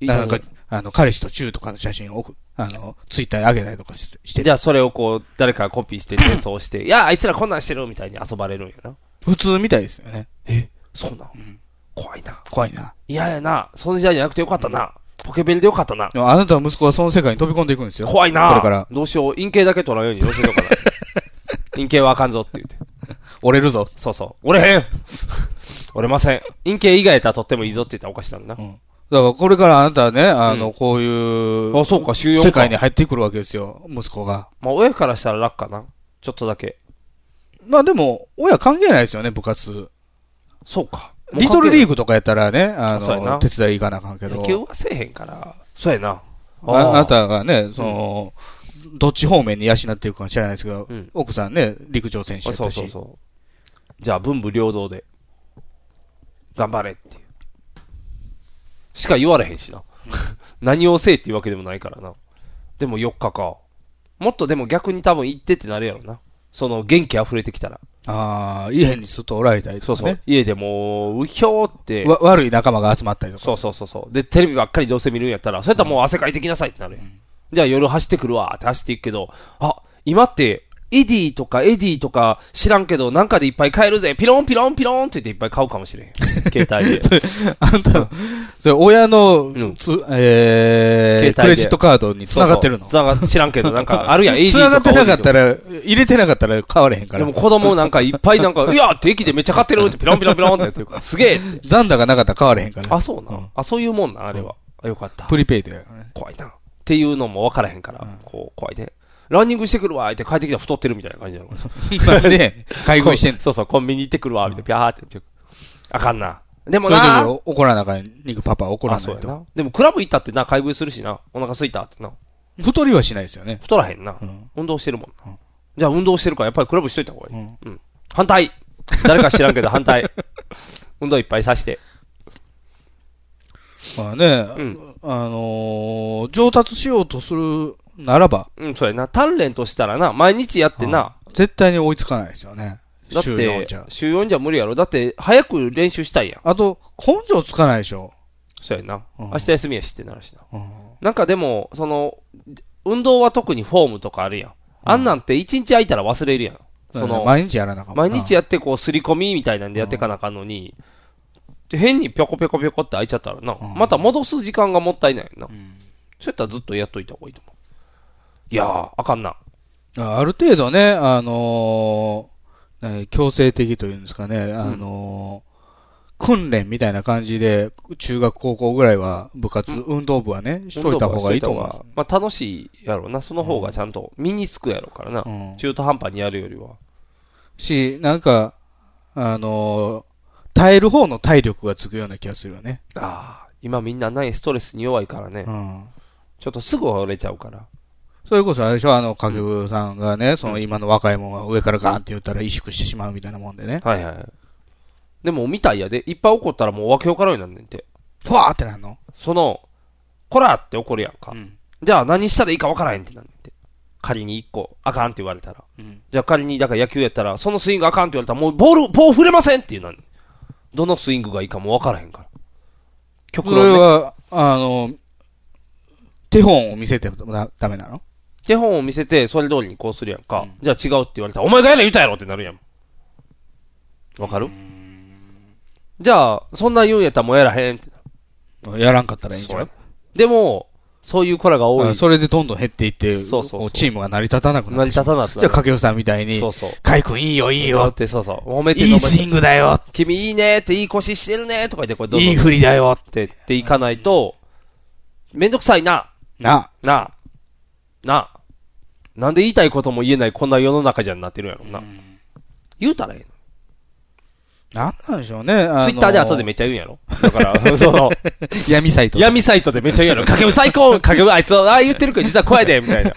[SPEAKER 2] いい
[SPEAKER 3] なんか
[SPEAKER 2] じゃ、
[SPEAKER 3] あの、彼氏と中とかの写真を送、あの、ツイッターに上げたりとかしてして
[SPEAKER 2] んじゃあそれをこう、誰かがコピーして転 送して、いや、あいつらこんなんしてるみたいに遊ばれるんやな。
[SPEAKER 3] 普通みたいですよね。
[SPEAKER 2] え、そうなん、怖いな。
[SPEAKER 3] 怖いな。
[SPEAKER 2] いややな、その時代じゃなくてよかったな。ポケベルでよかったな
[SPEAKER 3] で。もあなたの息子はその世界に飛び込んでいくんですよ。
[SPEAKER 2] 怖いな。
[SPEAKER 3] これから。
[SPEAKER 2] どうしよう。陰形だけ取らんようにどうしよう かな。陰形はあかんぞって言って。
[SPEAKER 3] 折れるぞ。
[SPEAKER 2] そうそう。折れへん 折れません。陰形以外やったら取ってもいいぞって言ったらおかしいなんだな。
[SPEAKER 3] だからこれからあなたはね、あの、こういう、
[SPEAKER 2] あそうか収容か
[SPEAKER 3] 世界に入ってくるわけですよ、息子が。
[SPEAKER 2] まあ親からしたら楽かな。ちょっとだけ。
[SPEAKER 3] まあでも、親関係ないですよね、部活。
[SPEAKER 2] そうか。
[SPEAKER 3] リトルリーグとかやったらね、あ
[SPEAKER 2] そうやな
[SPEAKER 3] の、手伝い行かなあかんけど。
[SPEAKER 2] 野球はせえへんから。そうやな。
[SPEAKER 3] ああなたがね、その、どっち方面に養っていくか知らないですけど、奥さんね、陸上選手やったし。
[SPEAKER 2] あそうそうそじゃあ文武両道で、頑張れっていう。しか言われへん しな。何をせえっていうわけでもないからな。でも4日か。もっとでも逆に多分行ってってなるやろな。その元気溢れてきたら。
[SPEAKER 3] ああ、家にずっとおられたり
[SPEAKER 2] そ
[SPEAKER 3] と
[SPEAKER 2] う
[SPEAKER 3] か
[SPEAKER 2] そう。
[SPEAKER 3] ね。
[SPEAKER 2] 家でもう、うひょーって。
[SPEAKER 3] わ悪い仲間が集まったりとか。
[SPEAKER 2] そうそうそうそう。で、テレビばっかりどうせ見るんやったら、それともう汗かいてきなさいってなるやん。じゃあ夜走ってくるわーって走っていくけど、あ、今って、エディとかエディとか知らんけど、なんかでいっぱい買えるぜピロンピロンピロンって言っていっぱい買うかもし れん。携帯で。
[SPEAKER 3] あんたの、それ親の、つえー、クレジットカードに繋がってるの。
[SPEAKER 2] そうそう繋が知らんけど、なんかあるやん、エディ と
[SPEAKER 3] 繋がってなかった
[SPEAKER 2] ら。
[SPEAKER 3] ら、入れてなかったら買われへんから。
[SPEAKER 2] でも子供なんかいっぱいなんか、い やーって駅でめっちゃ買ってるってピロンピロンピロンってやってるから、すげえって。
[SPEAKER 3] 残高なかったら買われへんから。
[SPEAKER 2] あ、そうな、あ、そういうもんなん、あれは。あよかった。
[SPEAKER 3] プリペイドやからね。
[SPEAKER 2] 怖いな。っていうのも分からへんから、こう、怖いで。ランニングしてくるわーって帰ってきたら太ってるみたいな感じな の。
[SPEAKER 3] なんでやねん買い食いしてんの
[SPEAKER 2] そうそう、コンビニ行ってくるわーみたいな、ピャーって言って。あかんな。でも
[SPEAKER 3] そう
[SPEAKER 2] な
[SPEAKER 3] いう時怒らなあかん、肉パパは怒ら
[SPEAKER 2] あ
[SPEAKER 3] な
[SPEAKER 2] そ
[SPEAKER 3] いう
[SPEAKER 2] やな
[SPEAKER 3] と。
[SPEAKER 2] でもクラブ行ったってな、買い食いするしな。お腹空いたってな。
[SPEAKER 3] 太りはしないですよね。
[SPEAKER 2] 太らへんな。運動してるもんな。じゃあ運動してるから、やっぱりクラブしといた方がいい。うん。反対 誰か知らんけど反対。運動いっぱいさして。
[SPEAKER 3] まあね、あのー上達しようとするならば、
[SPEAKER 2] うん、そうやな。鍛錬としたらな、毎日やってな。
[SPEAKER 3] 絶対に追いつかないですよね。
[SPEAKER 2] だっ
[SPEAKER 3] 週4
[SPEAKER 2] て
[SPEAKER 3] じゃ、
[SPEAKER 2] 週4じゃ無理やろ。だって、早く練習したいやん。
[SPEAKER 3] あと、根性つかないでしょ。
[SPEAKER 2] そうやな。明日休みやしってなるしな。なんかでも、その、運動は特にフォームとかあるやん。あんなんて一日空いたら忘れるやん。
[SPEAKER 3] そうや
[SPEAKER 2] そ
[SPEAKER 3] ね
[SPEAKER 2] の、
[SPEAKER 3] 毎日やらなあかんもん
[SPEAKER 2] 毎
[SPEAKER 3] な
[SPEAKER 2] 日やってこう、すり込みみたいなんでやってかなあかんのに、変にぴょこぴょこぴょこって空いちゃったらな、また戻す時間がもったいないよな。そうやったらずっとやっといた方がいいと思う。いやー、あかんな。
[SPEAKER 3] あある程度ね、あのー何強制的というんですかね、あのー訓練みたいな感じで、中学、高校ぐらいは部活、運動部はね、しといた方がいいと思う。
[SPEAKER 2] まあ楽しいやろうな。その方がちゃんと身につくやろうからな。中途半端にやるよりは。
[SPEAKER 3] し、なんか、あのー耐える方の体力がつくような気がするよね。
[SPEAKER 2] ああ、今みんなないストレスに弱いからね。ちょっとすぐ折れちゃうから。
[SPEAKER 3] それこそあれでしょ、あの、掛布さんがね、その今の若いもんが上からガーンって言ったら萎縮してしまうみたいなもんでね。
[SPEAKER 2] はいはい。でも、みたいやで、いっぱい怒ったらもう訳分からんようになんねんて。
[SPEAKER 3] ふわーってなんの
[SPEAKER 2] その、こらって怒るやんか。じゃあ何したらいいか分からへんってなんねんて。仮に一個、あかんって言われたら。じゃあ仮に、だから野球やったら、そのスイングあかんって言われたら、もうボール、ボール振れませんっていうなんねんどのスイングがいいかもう分からへんから。
[SPEAKER 3] そ
[SPEAKER 2] 極論、
[SPEAKER 3] れ
[SPEAKER 2] ね、
[SPEAKER 3] は、あの、手本を見せてもだダメなの
[SPEAKER 2] 手本を見せて、それ通りにこうするやんか。じゃあ違うって言われたら、お前がやれ言うたやろってなるやん。わかるじゃあ、そんな言うんやったらもうやらへんってなる
[SPEAKER 3] やらんかったらいいんちゃう
[SPEAKER 2] でも、そういう子らが多
[SPEAKER 3] あ
[SPEAKER 2] い。
[SPEAKER 3] それでどんどん減っていって、
[SPEAKER 2] そうそうそう
[SPEAKER 3] チームが成り立たなくな
[SPEAKER 2] 成り立たなく
[SPEAKER 3] じ
[SPEAKER 2] な
[SPEAKER 3] ゃあ、
[SPEAKER 2] る。
[SPEAKER 3] 掛布さんみたいに、
[SPEAKER 2] そうそう。
[SPEAKER 3] カイ君いいよいいよ
[SPEAKER 2] って、そうそう。褒めて
[SPEAKER 3] いいスイングだよ。
[SPEAKER 2] 君いいねって、いい腰してるねとか言って、これどんどん
[SPEAKER 3] いい振りだよ
[SPEAKER 2] って言っていかないと、めんどくさいな。
[SPEAKER 3] な。
[SPEAKER 2] な。な。なんで言いたいことも言えないこんな世の中じゃんなってるんやろうな。言うたらええの
[SPEAKER 3] なんなんでしょうね。あの
[SPEAKER 2] ツイッターで後でめっちゃ言うんやろ だから、その、
[SPEAKER 3] 闇サイト。
[SPEAKER 2] 闇サイトでめっちゃ言うやろ。掛布 最高掛布あいつ、ああ言ってるけど実は怖いで、みたいな。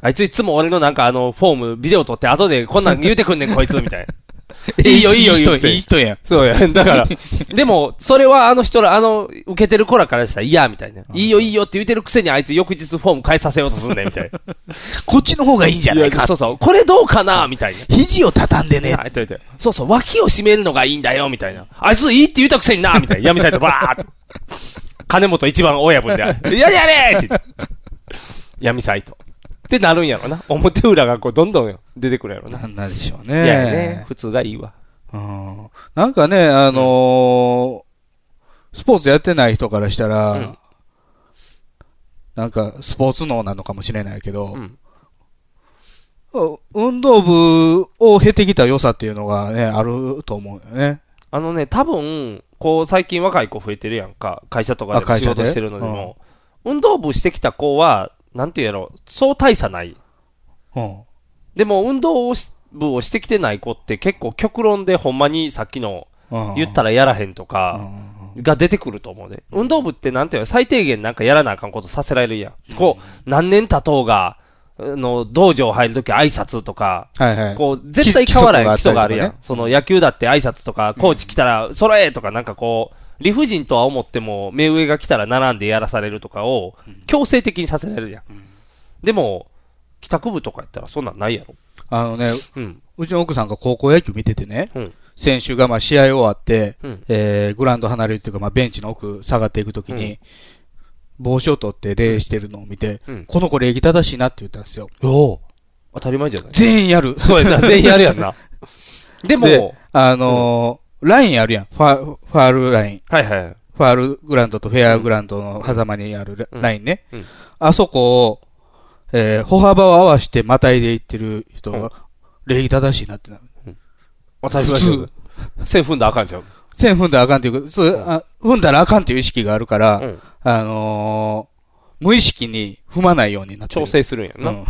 [SPEAKER 2] あいついつも俺のなんかあの、フォーム、ビデオ撮って後でこんなん言うてくんねん、こいつ、みた いな。いいよ、いいよ、
[SPEAKER 3] いい人
[SPEAKER 2] 言うて
[SPEAKER 3] いい人やん
[SPEAKER 2] そうや。だから、でも、それはあの人ら、あの、受けてる子らからしたら嫌、みたいな。いいよ、いいよって言うてるくせにあいつ翌日フォーム変えさせようとすんねん、みたいな。
[SPEAKER 3] こっちの方がいいんじゃないか
[SPEAKER 2] そうそう。これどうかなみたいな。
[SPEAKER 3] 肘を畳んでね。
[SPEAKER 2] はい、といて。そうそう、脇を締めるのがいいんだよ、みたいな。あいついいって言ったくせにな、みたいな。闇サイトバーっと。金本一番親分で、やれやれって言って。闇サイト。ってなるんやろな。表裏がこう、どんどんよ出てくるやろな。
[SPEAKER 3] なんなんでしょうね。
[SPEAKER 2] いやいやね。普通がいいわ。
[SPEAKER 3] うんなんかね、あのースポーツやってない人からしたら、
[SPEAKER 2] うん
[SPEAKER 3] なんかスポーツ脳なのかもしれないけど、
[SPEAKER 2] ん
[SPEAKER 3] う運動部を経てきた良さっていうのがね、あると思うよね。
[SPEAKER 2] あのね、多分、こう、最近若い子増えてるやんか。会社とかで
[SPEAKER 3] あ
[SPEAKER 2] も
[SPEAKER 3] 会
[SPEAKER 2] 仕
[SPEAKER 3] 社で
[SPEAKER 2] 事してるのでも。運動部してきた子は、なんていうやろ、そう大差ない。
[SPEAKER 3] うん
[SPEAKER 2] でも、運動をし部をしてきてない子って結構極論でほんまにさっきの
[SPEAKER 3] うん
[SPEAKER 2] 言ったらやらへんとかが出てくると思うね。運動部ってなんていうの最低限なんかやらなあかんことさせられるやん。こう、何年経とうが、あの、道場入るとき挨拶とか、
[SPEAKER 3] はいはい
[SPEAKER 2] こう、絶対変わらない基礎があるやん。
[SPEAKER 3] 基
[SPEAKER 2] その野球だって挨拶とか、コーチ来たら、そらえとかなんかこう、理不尽とは思っても、目上が来たら並んでやらされるとかを、強制的にさせられるやん。でも、帰宅部とかやったらそんなんないやろ。
[SPEAKER 3] あのね、
[SPEAKER 2] う
[SPEAKER 3] ちの奥さんが高校野球見ててね、
[SPEAKER 2] うん
[SPEAKER 3] 選手がまあ試合終わって、
[SPEAKER 2] うん
[SPEAKER 3] えーグラウンド離れるっていうか、まあ、ベンチの奥下がっていくときに、帽子を取って礼してるのを見て、
[SPEAKER 2] うん
[SPEAKER 3] この子礼儀正しいなって言ったんですよ。
[SPEAKER 2] 当たり前じゃ ない
[SPEAKER 3] 全員やる。
[SPEAKER 2] そうやな、全員やるやんな。 でも
[SPEAKER 3] あのーラインあるやん。ファファールライン。
[SPEAKER 2] はいはい。
[SPEAKER 3] ファールグラウンドとフェアグラウンドの狭間にあるララインね。
[SPEAKER 2] うん
[SPEAKER 3] あそこを、えー歩幅を合わせてまたいでいってる人が、礼儀正しいなってなる。
[SPEAKER 2] 当たり前じゃない線踏んだらあかんちゃう。
[SPEAKER 3] 線踏んだらあかんっていうか、そう、あ踏んだらあかんっていう意識があるから、
[SPEAKER 2] ん
[SPEAKER 3] あのー無意識に踏まないようになって
[SPEAKER 2] 調整するんやんな。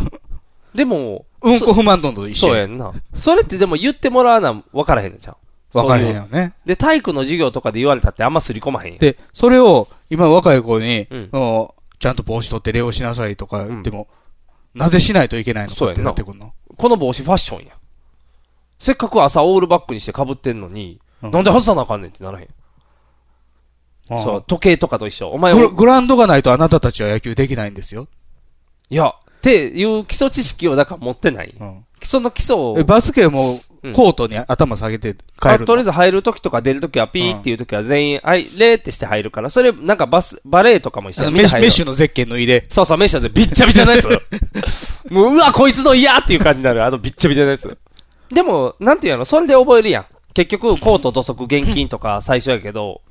[SPEAKER 2] でも、
[SPEAKER 3] うんこ踏まんどんと一緒
[SPEAKER 2] そうやんな。それってでも言ってもらわな、分からへんのじゃん。
[SPEAKER 3] 分からへん
[SPEAKER 2] そう
[SPEAKER 3] よ
[SPEAKER 2] いう
[SPEAKER 3] ね。
[SPEAKER 2] で、体育の授業とかで言われたってあんますり込まへんやん。
[SPEAKER 3] で、それを、今若い子に、
[SPEAKER 2] うん
[SPEAKER 3] あのちゃんと帽子取って礼をしなさいとか言っても、なぜしないといけないの
[SPEAKER 2] そ
[SPEAKER 3] かっ
[SPEAKER 2] うやん
[SPEAKER 3] て
[SPEAKER 2] な
[SPEAKER 3] なってくんの
[SPEAKER 2] この帽子ファッションや。せっかく朝オールバックにして被ってんのに、なんで外さなあかんねんってならへん。
[SPEAKER 3] ああ
[SPEAKER 2] そう、時計とかと一緒。お前
[SPEAKER 3] グラ
[SPEAKER 2] を、
[SPEAKER 3] グラウンドがないとあなたたちは野球できないんですよ。
[SPEAKER 2] いや、っていう基礎知識をだから持ってない。基礎の基礎を
[SPEAKER 3] え、。バスケも
[SPEAKER 2] うん
[SPEAKER 3] コートに頭下げて帰
[SPEAKER 2] あ
[SPEAKER 3] る
[SPEAKER 2] と
[SPEAKER 3] の。
[SPEAKER 2] りあえず入るときとか出るときはピーっていうときは全員、はい、レーってして入るから、それなんかバス、バレーとかも一緒
[SPEAKER 3] あの
[SPEAKER 2] に
[SPEAKER 3] メッシュメッシュ
[SPEAKER 2] の。
[SPEAKER 3] のゼッケン脱いで。
[SPEAKER 2] そうそう、メッシ ュのやつびっちゃびちゃなやつ。もう、うわ、こいつの嫌っていう感じになる。あのびっちゃびちゃなやつ。でも、なんていうの、それで覚えるやん。結局、コート土足現金とか最初やけど、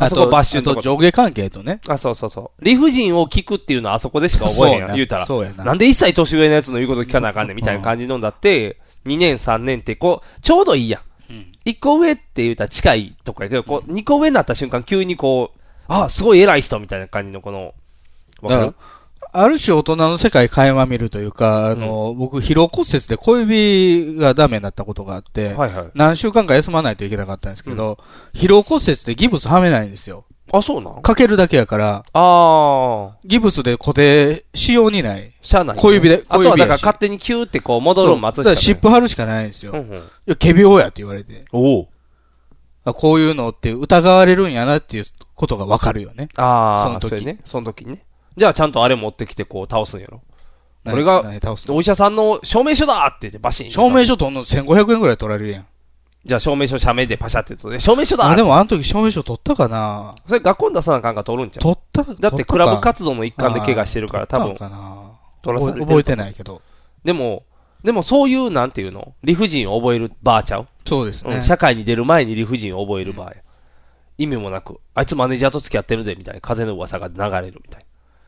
[SPEAKER 2] あそこバッシュ
[SPEAKER 3] あと
[SPEAKER 2] と
[SPEAKER 3] 上下関係とね。
[SPEAKER 2] あ、そうそうそう。理不尽を聞くっていうのはあそこでしか覚えへんや
[SPEAKER 3] そ
[SPEAKER 2] ん、
[SPEAKER 3] うや
[SPEAKER 2] 言うたら。
[SPEAKER 3] そうやな
[SPEAKER 2] なんで一切年上のやつの言うこと聞かなあかんねん、みたいな感じのんだって、2年3年ってこう、ちょうどいいやん。1個上って言うたら近いとかやけど、こう、2個上になった瞬間急にこう、あ、すごい偉い人みたいな感じのこの、わか
[SPEAKER 3] だ
[SPEAKER 2] る
[SPEAKER 3] からある種大人の世界垣間見るというか、あの、僕、疲労骨折で小指がダメになったことがあって、
[SPEAKER 2] はいはい
[SPEAKER 3] 何週間か休まないといけなかったんですけど、疲労骨折ってギブスはめないんですよ。
[SPEAKER 2] あ、そうなの
[SPEAKER 3] かけるだけやから、
[SPEAKER 2] ああ。
[SPEAKER 3] ギブスで固定しようにない。
[SPEAKER 2] しゃあない。
[SPEAKER 3] 小指で、
[SPEAKER 2] あ
[SPEAKER 3] 小
[SPEAKER 2] と
[SPEAKER 3] 指
[SPEAKER 2] はだから
[SPEAKER 3] やし
[SPEAKER 2] 勝手にキューってこう戻るの待
[SPEAKER 3] そ
[SPEAKER 2] つ
[SPEAKER 3] う
[SPEAKER 2] し
[SPEAKER 3] だ
[SPEAKER 2] か
[SPEAKER 3] から
[SPEAKER 2] ない。
[SPEAKER 3] 湿布貼るしかないんですよ。
[SPEAKER 2] うんうん
[SPEAKER 3] いや、ケビオやって言われて。
[SPEAKER 2] お
[SPEAKER 3] あこういうのって疑われるんやなっていうことがわかるよね。
[SPEAKER 2] ああ、
[SPEAKER 3] その時
[SPEAKER 2] そうやね。その時にね。じゃあちゃんとあれ持ってきてこう倒すんやろ。これが、お医者さんの証明書だって言ってバシン。
[SPEAKER 3] 証明書とんの1500円くらい取られるやん。
[SPEAKER 2] じゃあ証明書、社名でパシャって言うとね、証明書だ
[SPEAKER 3] あ、でもあの時証明書取ったかな
[SPEAKER 2] それ学校に出さなあかんか取るんちゃう
[SPEAKER 3] 取った
[SPEAKER 2] だってクラブ活動の一環で怪我してるから、多分。
[SPEAKER 3] 取ったんかな
[SPEAKER 2] 取らされてる
[SPEAKER 3] 覚えてないけど。
[SPEAKER 2] でも、でもそういう、なんていうの理不尽を覚えるバーちゃう
[SPEAKER 3] そうですね
[SPEAKER 2] ん社会に出る前に理不尽を覚えるバーや。意味もなく、あいつマネージャーと付き合ってるぜ、みたいな。風の噂が流れるみたいな。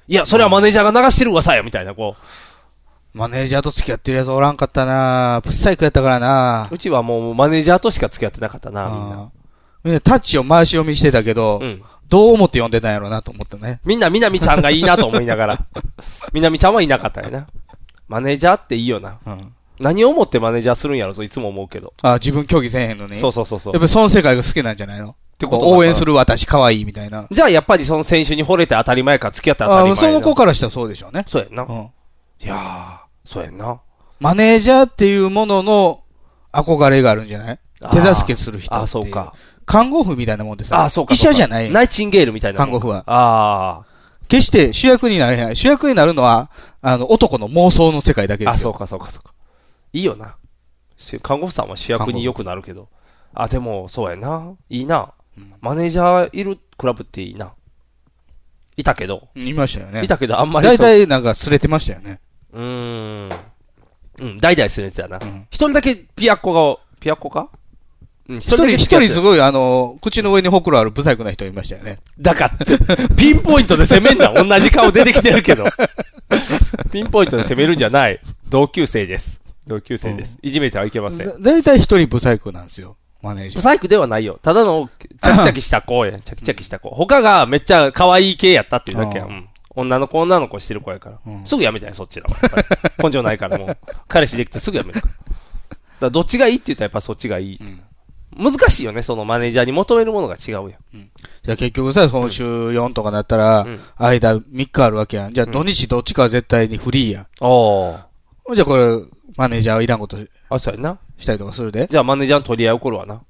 [SPEAKER 2] いや、それはマネージャーが流してる噂や、みたいな、こう。
[SPEAKER 3] マネージャーと付き合ってるやつおらんかったなプッサイクやったからな
[SPEAKER 2] うちはもうマネージャーとしか付き合ってなかったな、みんな。
[SPEAKER 3] みんなタッチを回し読みしてたけど、どう思って読んでたんやろうなと思ったね。
[SPEAKER 2] みんな、みなみちゃんがいいなと思いながら。 みなみちゃんはいなかったよな。マネージャーっていいよな。何をもってマネージャーするんやろといつも思うけど。
[SPEAKER 3] あ自分競技せえへんのに。
[SPEAKER 2] そうそうそうそう
[SPEAKER 3] やっぱりその世界が好きなんじゃないの
[SPEAKER 2] てことだから
[SPEAKER 3] 応援する私可愛いみたいな。
[SPEAKER 2] じゃあやっぱりその選手に惚れて当たり前か付き合って当たり
[SPEAKER 3] あ
[SPEAKER 2] 前
[SPEAKER 3] その子
[SPEAKER 2] ら。
[SPEAKER 3] からしたらそうでしょうね。
[SPEAKER 2] そうやな。
[SPEAKER 3] い
[SPEAKER 2] やそうやな。
[SPEAKER 3] マネージャーっていうものの憧れがあるんじゃない手助けする人っていう。
[SPEAKER 2] あ、そうか。
[SPEAKER 3] 看護婦みたいなもんでさ。
[SPEAKER 2] あ、そうか。
[SPEAKER 3] 医者じゃない。
[SPEAKER 2] ナイチンゲールみたいな。
[SPEAKER 3] 看護婦は。
[SPEAKER 2] ああ。
[SPEAKER 3] 決して主役になれない。主役になるのは、あの、男の妄想の世界だけですよ。
[SPEAKER 2] あ、そうか、そうか、そうか。いいよな。し看護婦さんは主役によくなるけど。あ、でも、そうやな。いいな。マネージャーいるクラブっていいな。いたけど。
[SPEAKER 3] いましたよね。
[SPEAKER 2] いたけど、あんまり
[SPEAKER 3] 大
[SPEAKER 2] そう
[SPEAKER 3] 体なんかすれてましたよね。
[SPEAKER 2] うーん。うん、代々するやつやな。一、人だけピアッコが、ピアッコかうん、
[SPEAKER 3] 一人、
[SPEAKER 2] だけ
[SPEAKER 3] 一
[SPEAKER 2] 付き合っ
[SPEAKER 3] 人
[SPEAKER 2] て
[SPEAKER 3] すごいあの、口の上にほくろある不細工な人いましたよね。
[SPEAKER 2] だ から、ピンポイントで攻めんな。同じ顔出てきてるけ ど。ピンポイントで攻めるんじゃない。同級生です。同級生です。いじめてはいけません。
[SPEAKER 3] 大体一人不細工なんですよ。マネージャ
[SPEAKER 2] ブサイクではないよ。ただの、チャキチャキした子や。チャキチャキした子。他がめっちゃ可愛い系やったっていうだけや。うん。女の子、女の子してる子やから。すぐやめたよ、そっちらは。やっぱり根性ないからも う。彼氏できてすぐやめるから。だからどっちがいいって言ったらやっぱそっちがいいって。難しいよね、そのマネージャーに求めるものが違うやん。
[SPEAKER 3] ー。じゃあ結局さ、その週4とかなったら、間3日あるわけやん。じゃあ土日どっちかは絶対にフリーやん。
[SPEAKER 2] お
[SPEAKER 3] ー。じゃあこれ、マネージャーはいらんこと
[SPEAKER 2] あ、そうやな。
[SPEAKER 3] したりとかするで。
[SPEAKER 2] じゃあマネージャーの取り合い起こるわな。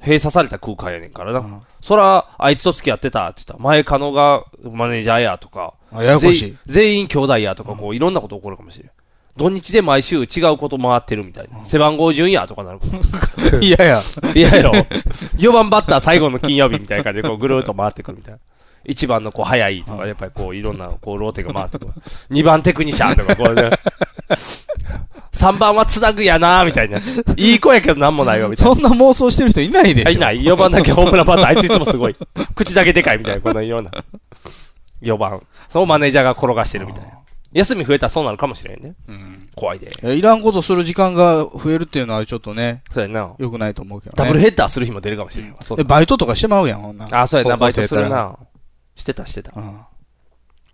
[SPEAKER 2] 閉鎖された空間やねんからな。そら、あいつと付き合ってたって言ったら、前カノがマネージャーやとか、
[SPEAKER 3] あややこしい
[SPEAKER 2] 全員全員兄弟やとか、こう、いろんなこと起こるかもしれん。土日で毎週違うこと回ってるみたいな。背番号順やとかなるかも しれん
[SPEAKER 3] いやや。
[SPEAKER 2] いややろ。4番バッター最後の金曜日みたいな感じで、こう、ぐるーっと回ってくるみたいな。1番のこう、早いとか、やっぱりこう、いろんな、こう、ローテが回ってくる。2番テクニシャンとか、こ うね。3番はつなぐやなみたいな。いい子やけどなんもない わ、みたいな。
[SPEAKER 3] そんな妄想してる人いないでしょ。
[SPEAKER 2] いない。4番だけホームランバッター、あいついつもすごい。 口だけでかいみたいな、このような。4番。そのマネージャーが転がしてるみたいな。休み増えたらそうなるかもしれんね。怖いで。
[SPEAKER 3] いやいらんことする時間が増えるっていうのはちょっとね。
[SPEAKER 2] そうやな。
[SPEAKER 3] 良くないと思うけどね。
[SPEAKER 2] ダブルヘッダーする日も出るかもしれんわ。そう
[SPEAKER 3] でバイトとかしてまうやん、ほんなら
[SPEAKER 2] あ、そうやな、
[SPEAKER 3] 高
[SPEAKER 2] バ
[SPEAKER 3] 校
[SPEAKER 2] イト
[SPEAKER 3] 生
[SPEAKER 2] す
[SPEAKER 3] やっ
[SPEAKER 2] る
[SPEAKER 3] たら
[SPEAKER 2] な。してた、してた。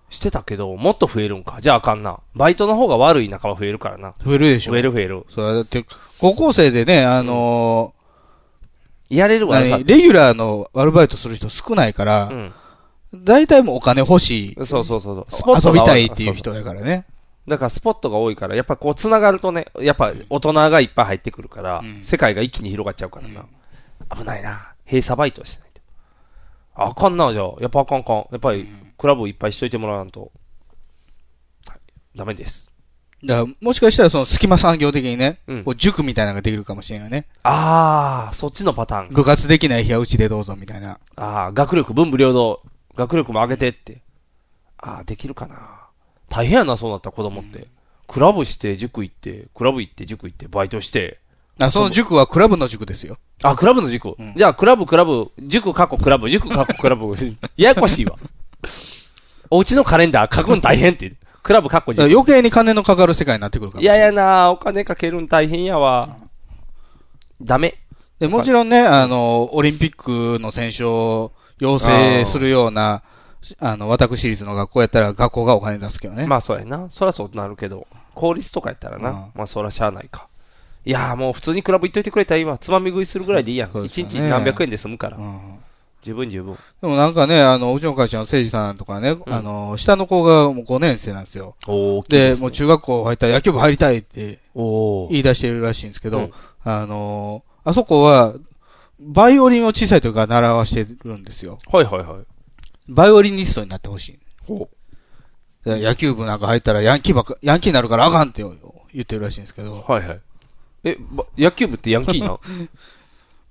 [SPEAKER 2] してたけど、もっと増えるんか。じゃああかんな。バイトの方が悪い仲間増えるからな。
[SPEAKER 3] 増えるでしょ
[SPEAKER 2] 増える増える。
[SPEAKER 3] そうだって、高校生でね、あの
[SPEAKER 2] ーやれるわ
[SPEAKER 3] レギュラーのアルバイトする人少ないから、大体もうお金欲しい。
[SPEAKER 2] そうそうそうそう。ス
[SPEAKER 3] 遊びたいっていう人やからね。
[SPEAKER 2] だからスポットが多いから、やっぱこう繋がるとね、やっぱ大人がいっぱい入ってくるから、世界が一気に広がっちゃうからな。危ないな。閉鎖バイトはしないと。あかんな、じゃあ。やっぱあかんかん。やっぱり、クラブいっぱいしといてもらわんと。はいダメです。
[SPEAKER 3] だから、もしかしたらその隙間産業的にね、こう塾みたいなのができるかもしれないよね。
[SPEAKER 2] あー、そっちのパターン。
[SPEAKER 3] 部活できない日はうちでどうぞみたいな。
[SPEAKER 2] ああ、学力、文武両道、学力も上げてって。ああ、できるかな。大変やな、そうなったら子供って。クラブして、塾行って、クラブ行って、塾行って、バイトして。
[SPEAKER 3] あその塾はクラブの塾ですよ。
[SPEAKER 2] あ、クラブの塾。じゃあ、クラブ、クラブ、塾過去クラブ、塾過去ク ラブ。ややこしいわ。お家のカレンダー書くん大変って。クラブ過去
[SPEAKER 3] だから
[SPEAKER 2] 塾。
[SPEAKER 3] 余計に金のかかる世界になってくるから。
[SPEAKER 2] いややな、お金かけるん大変やわ。ダメ。
[SPEAKER 3] で、もちろんね、あの、オリンピックの選手を養成するような、あの、私立の学校やったら学校がお金出すけどね。
[SPEAKER 2] まあそうやな。そらそうなるけど、公立とかやったらな、まあそらしゃあないか。いやーもう普通にクラブ行っといてくれたら今、つまみ食いするぐらいでいいやん。一、日何百円で済むから。十分十分。
[SPEAKER 3] でもなんかね、あの、うちの会社の誠司さんとかね、あの、下の子がもう5年生なんですよ。
[SPEAKER 2] お
[SPEAKER 3] で、もう中学校入ったら野球部入りたいって
[SPEAKER 2] 言
[SPEAKER 3] い出してるらしいんですけど、
[SPEAKER 2] うん
[SPEAKER 3] あの、あそこは、バイオリンを小さい時から習わしてるんですよ。
[SPEAKER 2] はいはいはい。
[SPEAKER 3] バイオリニストになってほしい。
[SPEAKER 2] ほ
[SPEAKER 3] で野球部なんか入ったらヤンキーばっか、ヤンキーになるからあかんって言ってるらしいんですけど。
[SPEAKER 2] はいはい。え、ば野球部ってヤンキーな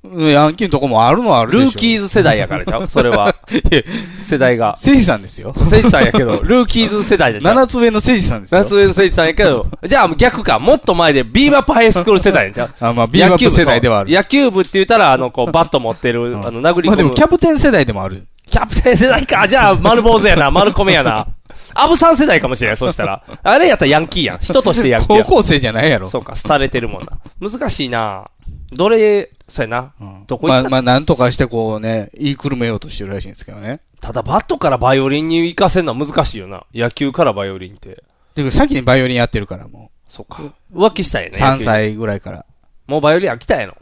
[SPEAKER 3] うんヤンキーのとこもあるのはあるでしょ
[SPEAKER 2] ルーキーズ世代やからちゃ うそれは
[SPEAKER 3] いや
[SPEAKER 2] 世代が。
[SPEAKER 3] 誠司さん ですよ。
[SPEAKER 2] 誠司さんやけど、ルーキーズ世代で。
[SPEAKER 3] 7つ上の誠司さんですよ。
[SPEAKER 2] 夏上の誠司さんやけど、じゃあ逆か、もっと前でビーバップハイスクール世代やんちゃう
[SPEAKER 3] あまあビーバップ世代ではある
[SPEAKER 2] 野球部そう野球部って言ったら、あの、こう、バット持ってる、あの、殴り込む。
[SPEAKER 3] まあでもキャプテン世代でもある。
[SPEAKER 2] キャプテン世代か。じゃあ、丸坊主やな、丸米やな。アブさん世代かもしれない、そうしたら。あれやったらヤンキーやん。人としてヤンキーやん。
[SPEAKER 3] 高校生じゃないやろ
[SPEAKER 2] そうか、廃れてるもんな。難しいなどれ、そうやな。どこ行
[SPEAKER 3] ま
[SPEAKER 2] っ
[SPEAKER 3] あ
[SPEAKER 2] た
[SPEAKER 3] まあなんとかしてこうね、言いくるめようとしてるらしいんですけどね。
[SPEAKER 2] ただ、バットからバイオリンに行かせるのは難しいよな。野球からバイオリンって。
[SPEAKER 3] で、先にバイオリンやってるからも
[SPEAKER 2] そっか。浮気したんや
[SPEAKER 3] う。
[SPEAKER 2] ね。
[SPEAKER 3] 3
[SPEAKER 2] 野球に。
[SPEAKER 3] 歳ぐらいから。
[SPEAKER 2] もうバイオリン飽きたんやろ。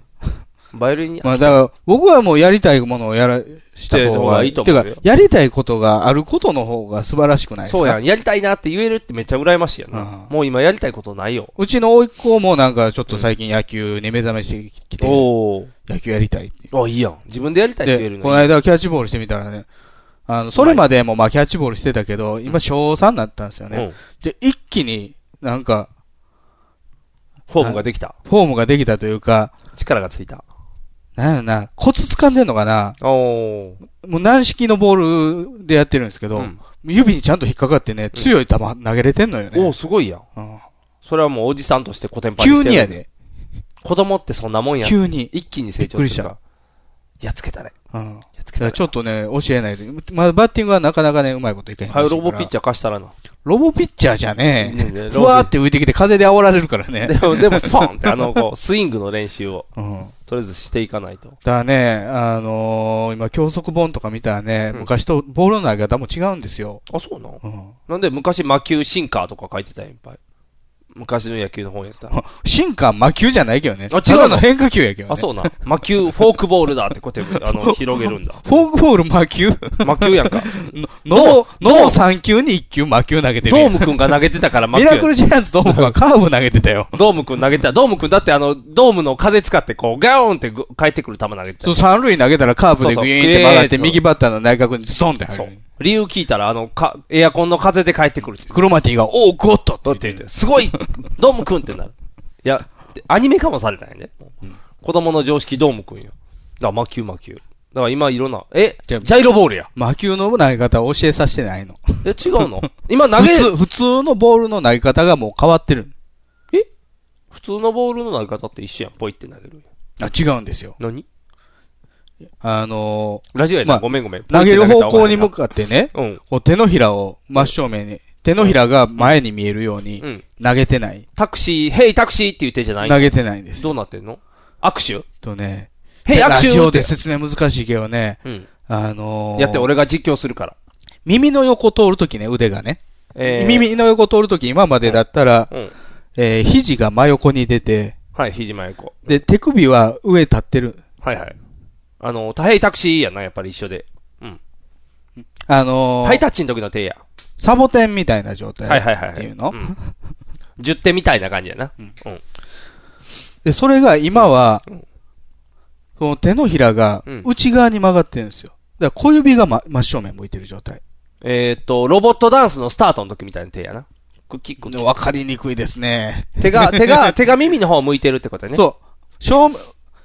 [SPEAKER 2] バイオリンに飽きた。
[SPEAKER 3] まあだから、僕はもうやりたいものをやら、した
[SPEAKER 2] してた
[SPEAKER 3] 方
[SPEAKER 2] 方が
[SPEAKER 3] が
[SPEAKER 2] い
[SPEAKER 3] い
[SPEAKER 2] い
[SPEAKER 3] い。
[SPEAKER 2] と
[SPEAKER 3] て
[SPEAKER 2] 思うよ
[SPEAKER 3] か、やりたいことがあることの方が素晴らしくないですか
[SPEAKER 2] そうやん。やりたいなって言えるってめっちゃ羨ましいやな。もう今やりたいことないよ。
[SPEAKER 3] うちの甥っ子もなんかちょっと最近野球に目覚めしてきて、野球やりたいって。
[SPEAKER 2] あ、いいやん。自分でやりたいって言える
[SPEAKER 3] で、
[SPEAKER 2] の
[SPEAKER 3] この間キャッチボールしてみたらね、あの、それまでもまあキャッチボールしてたけど、今小3になったんですよ
[SPEAKER 2] う
[SPEAKER 3] ね
[SPEAKER 2] ん。
[SPEAKER 3] で、一気になんか、
[SPEAKER 2] フォームができた。
[SPEAKER 3] フォームができたというか、
[SPEAKER 2] 力がついた。
[SPEAKER 3] なんやろな、コツ掴んでんのかな
[SPEAKER 2] お
[SPEAKER 3] もう軟式のボールでやってるんですけど、指にちゃんと引っかかってね、強い球投げれてんのよね。
[SPEAKER 2] おおすごいやん。それはもうおじさんとしてコテンパン
[SPEAKER 3] 急
[SPEAKER 2] してる
[SPEAKER 3] にやで。。
[SPEAKER 2] 子供ってそんなもんや。
[SPEAKER 3] 急に
[SPEAKER 2] 一気に成長
[SPEAKER 3] びっくり
[SPEAKER 2] す
[SPEAKER 3] し
[SPEAKER 2] る
[SPEAKER 3] た
[SPEAKER 2] から。やっつけたね。
[SPEAKER 3] うん。だからちょっとね、教えないで。まあ、バッティングはなかなかね、うまいこといけへん。
[SPEAKER 2] はよ、ロボピッチャー貸したらな。
[SPEAKER 3] ロボピッチャーじゃね
[SPEAKER 2] ねね
[SPEAKER 3] え。ふわーって浮いてきて風で煽られるからね。
[SPEAKER 2] でも、でも、スポンって、あの、こう、スイングの練習を、
[SPEAKER 3] うん
[SPEAKER 2] とりあえずしていかないと。
[SPEAKER 3] だからね、あのー今、教則本とか見たらね、昔とボールの投げ方も違うんですよ。
[SPEAKER 2] あ、そうなの
[SPEAKER 3] うん。
[SPEAKER 2] なんで、昔、魔球シンカーとか書いてたやん、いっぱい。昔の野球の本やったら。
[SPEAKER 3] シンカー魔球じゃないけどね。
[SPEAKER 2] あ、違う
[SPEAKER 3] ただの変化球やけどね。
[SPEAKER 2] あ、そうな。魔球、フォークボールだってこうやって、あ の、広げるんだ。
[SPEAKER 3] フォークボール魔球
[SPEAKER 2] 魔球や んか。
[SPEAKER 3] の、の3球に1球魔球投げてるや
[SPEAKER 2] ドームくんが投げてたから魔球
[SPEAKER 3] ミラクルジャイアンツドームくんはカーブ投げてた よ。
[SPEAKER 2] ドームくん投げてた。ドームくんだってあの、ドームの風使ってこう、ガーンって帰ってくる球投げてた
[SPEAKER 3] そう、。三塁投げたらカーブで
[SPEAKER 2] そ
[SPEAKER 3] グ
[SPEAKER 2] うそう
[SPEAKER 3] イーンって曲がっ
[SPEAKER 2] グイーンって
[SPEAKER 3] て、右バッターの内角にズドンって入る。
[SPEAKER 2] 理由聞いたら、あの、か、エアコンの風で帰ってくるって。
[SPEAKER 3] クロマティが、おお、ゴッとって言って。
[SPEAKER 2] すごいドームくんってなる。いや、でアニメ化もされたんやね。子供の常識ドームくんよ。だから魔球魔球。だから今いろんな、えジャイロボー ルや。
[SPEAKER 3] 魔球の投げ方を教えさせてないの。
[SPEAKER 2] え、違うの今投
[SPEAKER 3] 普
[SPEAKER 2] げ
[SPEAKER 3] 通、普通のボールの投げ方がもう変わってる。
[SPEAKER 2] 普通のボールの投げ方って一緒やん。ポイって投げる。
[SPEAKER 3] あ、違うんですよ。
[SPEAKER 2] 何
[SPEAKER 3] あのー
[SPEAKER 2] ラジオやな
[SPEAKER 3] まあ
[SPEAKER 2] ごめんごめん
[SPEAKER 3] 投げる方向に向かってね、こう手のひらを真正面に、手のひらが前に見えるよう
[SPEAKER 2] う
[SPEAKER 3] に
[SPEAKER 2] ん、
[SPEAKER 3] 投げてない。
[SPEAKER 2] タクシー、ヘイタクシーって言ってじゃない
[SPEAKER 3] 投げてないんです。
[SPEAKER 2] どうなってんの握手
[SPEAKER 3] とね、
[SPEAKER 2] ヘイ握
[SPEAKER 3] ラ
[SPEAKER 2] 手
[SPEAKER 3] ジオで説明難しいけどね、
[SPEAKER 2] うん
[SPEAKER 3] あのー
[SPEAKER 2] やって俺が実況するから。
[SPEAKER 3] 耳の横通るときね、腕がね。
[SPEAKER 2] えー
[SPEAKER 3] 耳の横通るとき、今までだったら、
[SPEAKER 2] うんうん
[SPEAKER 3] えー肘が真横に出て、
[SPEAKER 2] はい、ひじまゆこ。
[SPEAKER 3] で、手首は上立ってる。
[SPEAKER 2] はいはい。あの、タヘイタクシーやな、やっぱり一緒で。うん。
[SPEAKER 3] あのー
[SPEAKER 2] ハイタッチの時の手や。
[SPEAKER 3] サボテンみたいな状態。
[SPEAKER 2] はいはいはい。
[SPEAKER 3] っていうの、
[SPEAKER 2] ん ?10 手みたいな感じやな。うん。
[SPEAKER 3] で、それが今は、その手のひらが
[SPEAKER 2] うん
[SPEAKER 3] 内側に曲がってるんですよ。だから小指が、ま、真正面向いてる状態。
[SPEAKER 2] えーっと、ロボットダンスのスタートの時みたいな手やな。クキック。
[SPEAKER 3] わかりにくいですね。
[SPEAKER 2] 手が、手が、手が耳の方向いてるってことやね。
[SPEAKER 3] そう。正面、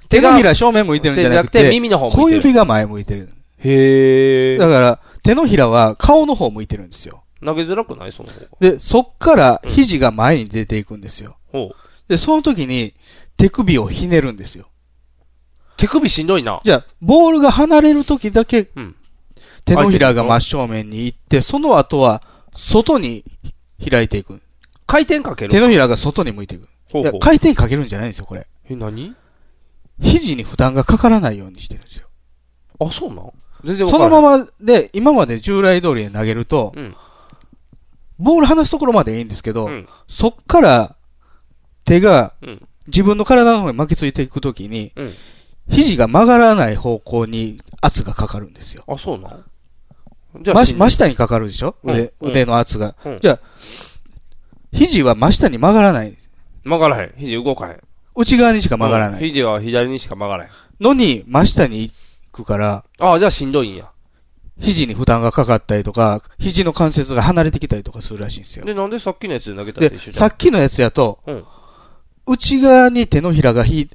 [SPEAKER 3] 手のひら正面向いてるんじゃなくて、
[SPEAKER 2] 手じゃなくて耳の方向いてる
[SPEAKER 3] 小指が前向いてる。
[SPEAKER 2] へー
[SPEAKER 3] だから、手のひらは顔の方向いてるんですよ。
[SPEAKER 2] 投げづらくないその方が。
[SPEAKER 3] で、そっから肘が前に出ていくんですよ。
[SPEAKER 2] ほう。
[SPEAKER 3] で、その時に手首をひねるんですよ。
[SPEAKER 2] 手首しんどいな。
[SPEAKER 3] じゃあ、ボールが離れる時だけ、
[SPEAKER 2] ん
[SPEAKER 3] 手のひらが真正面に行って、その後は外に開いていく。
[SPEAKER 2] 回転かける
[SPEAKER 3] 手のひらが外に向いていく。
[SPEAKER 2] ほうほう
[SPEAKER 3] いや回転かけるんじゃないんですよ、これ。
[SPEAKER 2] え、何
[SPEAKER 3] 肘に負担がかからないようにしてるんですよ。
[SPEAKER 2] あ、そうなん全然わ
[SPEAKER 3] そ
[SPEAKER 2] から
[SPEAKER 3] の
[SPEAKER 2] ん
[SPEAKER 3] ままで、今まで従来通りで投げると、ボール離すところまでいいんですけど、そっから手が
[SPEAKER 2] うん
[SPEAKER 3] 自分の体の方に巻きついていくときに、
[SPEAKER 2] うん
[SPEAKER 3] 肘が曲がらない方向に圧がかかるんですよ。
[SPEAKER 2] あ、そうなん
[SPEAKER 3] 真真下にかかるでしょ、
[SPEAKER 2] うん
[SPEAKER 3] 腕
[SPEAKER 2] うん
[SPEAKER 3] 腕の圧が。
[SPEAKER 2] うん
[SPEAKER 3] じゃあ、肘は真下に曲がらない。
[SPEAKER 2] 曲がらへん。肘動かへん。
[SPEAKER 3] 内側にしか曲がらない。
[SPEAKER 2] うん肘は左にしか曲がらへん。
[SPEAKER 3] のに、真下に行くから、
[SPEAKER 2] ああ、じゃあしんどいんや。
[SPEAKER 3] 肘に負担がかかったりとか、肘の関節が離れてきたりとかするらしいんですよ。
[SPEAKER 2] で、なんでさっきのやつで投げたって
[SPEAKER 3] で
[SPEAKER 2] 一緒、じゃ
[SPEAKER 3] さ
[SPEAKER 2] ん
[SPEAKER 3] っきのやつやと、
[SPEAKER 2] うん。
[SPEAKER 3] 内側に手のひらがひ、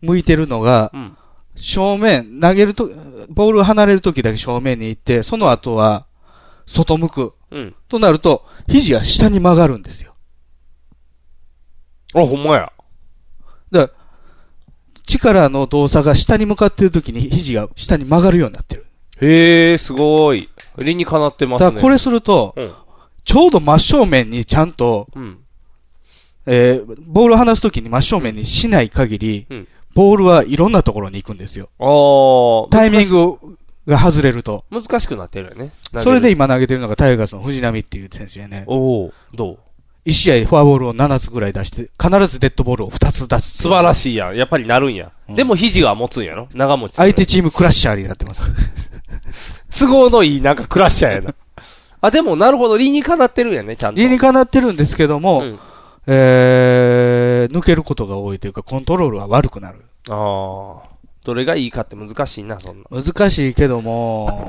[SPEAKER 3] 向いてるのが、
[SPEAKER 2] うん
[SPEAKER 3] 正面、投げると、ボールを離れるときだけ正面に行って、その後は、外向く。
[SPEAKER 2] うん。
[SPEAKER 3] となると、肘は下に曲がるんですよ。
[SPEAKER 2] あ、ほんまや。
[SPEAKER 3] だから、力の動作が下に向かってるときに、肘が下に曲がるようになってる。
[SPEAKER 2] へえ、すごい。理にかなってますね。
[SPEAKER 3] だからこれすると
[SPEAKER 2] うん。
[SPEAKER 3] ちょうど真正面にちゃんと、
[SPEAKER 2] うん
[SPEAKER 3] えーボールを離すときに真正面にしない限り、
[SPEAKER 2] うん
[SPEAKER 3] ボールはいろんなところに行くんですよ。
[SPEAKER 2] ああ。
[SPEAKER 3] タイミングが外れると。
[SPEAKER 2] 難しくなってるよね。
[SPEAKER 3] それで今投げてるのがタイガースの藤波っていう選手やね。
[SPEAKER 2] おおどう
[SPEAKER 3] 一試合フォアボールを7つぐらい出して、必ずデッドボールを2つ出す。
[SPEAKER 2] 素晴らしいやん。やっぱりなるんや。でも肘は持つんやろ長持ちする。
[SPEAKER 3] 相手チームクラッシャーになってます。
[SPEAKER 2] 都合のいいなんかクラッシャーやな。 あ、でもなるほど。理にかなってるんやね、ちゃんと。
[SPEAKER 3] 理にかなってるんですけども、えー、抜けることが多いというか、コントロールは悪くなる。
[SPEAKER 2] ああ。どれがいいかって難しいな、そんな。
[SPEAKER 3] 難しいけど も、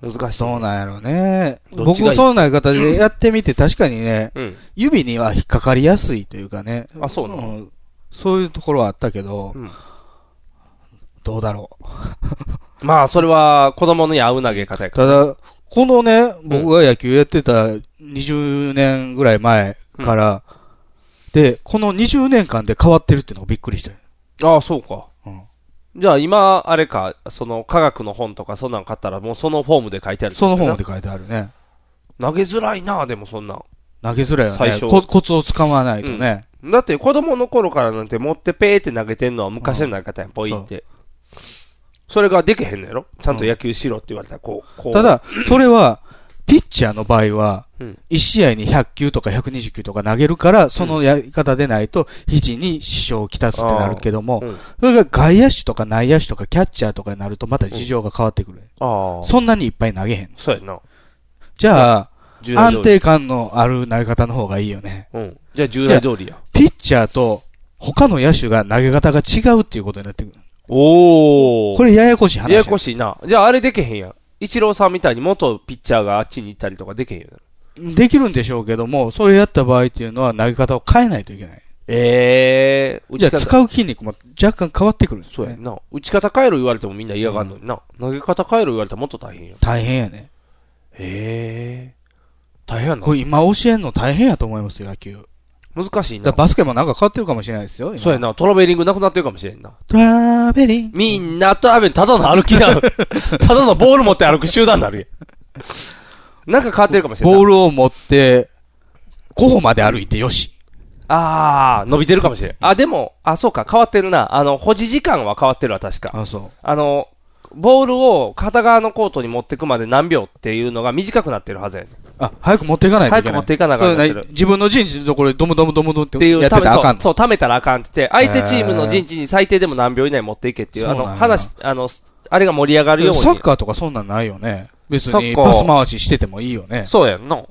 [SPEAKER 2] 難しい。
[SPEAKER 3] そうなんやろうね。
[SPEAKER 2] どっち
[SPEAKER 3] 僕
[SPEAKER 2] がいい
[SPEAKER 3] そうな方でやってみて確かにね、
[SPEAKER 2] うん
[SPEAKER 3] 指には引っかかりやすいというかね。
[SPEAKER 2] あそうなの
[SPEAKER 3] んそういうところはあったけど、どうだろ
[SPEAKER 2] まあ、それは子供に合う投げ方や
[SPEAKER 3] う。
[SPEAKER 2] から。
[SPEAKER 3] ただ、このね、僕が野球やってた20年ぐらい前から、で、この20年間で変わってるっていうのがびっくりしたよ。
[SPEAKER 2] ああ、そうか。じゃあ今、あれか、その科学の本とかそんなん買ったらもうそのフォームで書いてある。
[SPEAKER 3] その本で書いてあるね。
[SPEAKER 2] 投げづらいな、でもそんなん。
[SPEAKER 3] 投げづらいよ
[SPEAKER 2] 最
[SPEAKER 3] ね。
[SPEAKER 2] 初
[SPEAKER 3] ココツをつかまないとね。
[SPEAKER 2] だって子供の頃からなんて持ってペーって投げてんのは昔の投げ方やん、ポイって。それができへんのやろちゃんと野球しろって言われたら、こう、こう。
[SPEAKER 3] ただ、それは、ピッチャーの場合は
[SPEAKER 2] うん、
[SPEAKER 3] 1試合に100球とか120球とか投げるから、そのやり方でないと、肘に支障をきたすってなるけども
[SPEAKER 2] あーうん、
[SPEAKER 3] それが外野手とか内野手とかキャッチャーとかになるとまた事情が変わってくる。
[SPEAKER 2] ああ。
[SPEAKER 3] そんなにいっぱい投げへん。
[SPEAKER 2] そうやな。
[SPEAKER 3] じゃあ、
[SPEAKER 2] 従来通り
[SPEAKER 3] 安定感のある投げ方の方がいいよね。
[SPEAKER 2] うん。じゃあ従来通りや。
[SPEAKER 3] ピッチャーと他の野手が投げ方が違うっていうことになってくる。
[SPEAKER 2] おお。
[SPEAKER 3] これややこしい話
[SPEAKER 2] ややこしいな。じゃああれできへんやん。一郎さんみたいに元ピッチャーがあっちに行ったりとかできへんやん。
[SPEAKER 3] できるんでしょうけども、それやった場合っていうのは投げ方を変えないといけない。
[SPEAKER 2] ええー、
[SPEAKER 3] じゃあ
[SPEAKER 2] 打ち方
[SPEAKER 3] 使う筋肉も若干変わってくるんです
[SPEAKER 2] そうや
[SPEAKER 3] ね。
[SPEAKER 2] んな。打ち方変えろ言われてもみんな嫌がるのにな。投げ方変えろ言われたらもっと大変やん。
[SPEAKER 3] 大変やね。
[SPEAKER 2] へえ。大変やな
[SPEAKER 3] こ。れ今教えんの大変やと思いますよ、野球。
[SPEAKER 2] 難しい
[SPEAKER 3] だから
[SPEAKER 2] な。
[SPEAKER 3] バスケもなんか変わってるかもしれないですよ、今
[SPEAKER 2] そうやな。トラベリングなくなってるかもしれんな。
[SPEAKER 3] トラベリング。
[SPEAKER 2] みんなトラベリング、ただの歩き なの。ただのボール持って歩く集団になるやん。なんか変わってるかもしれんな
[SPEAKER 3] ボールを持って、歩まで歩いてよし。
[SPEAKER 2] あー、伸びてるかもしれん。あ、でも、あ、そうか、変わってるな。あの、保持時間は変わってるわ、確か。
[SPEAKER 3] あ、そう。
[SPEAKER 2] あの、ボールを片側のコートに持ってくまで何秒っていうのが短くなってるはずやねん。
[SPEAKER 3] あ、早く持っていかないといけない。
[SPEAKER 2] 早く持っていかなあかん
[SPEAKER 3] そう
[SPEAKER 2] なって
[SPEAKER 3] ね
[SPEAKER 2] る
[SPEAKER 3] 自分の陣地のところでドムドムドムドムって
[SPEAKER 2] っていう、
[SPEAKER 3] やってたらあかん
[SPEAKER 2] そう
[SPEAKER 3] の。
[SPEAKER 2] そう、貯めたらあかんって言って、相手チームの陣地に最低でも何秒以内持っていけっていう、
[SPEAKER 3] そ
[SPEAKER 2] あ
[SPEAKER 3] うなん
[SPEAKER 2] の、
[SPEAKER 3] や
[SPEAKER 2] 話、あの、あれが盛り上がるように。
[SPEAKER 3] サッカーとかそんなんないよね。別
[SPEAKER 2] サッ
[SPEAKER 3] に
[SPEAKER 2] カー
[SPEAKER 3] パス回ししててもいいよね。
[SPEAKER 2] そうやんな。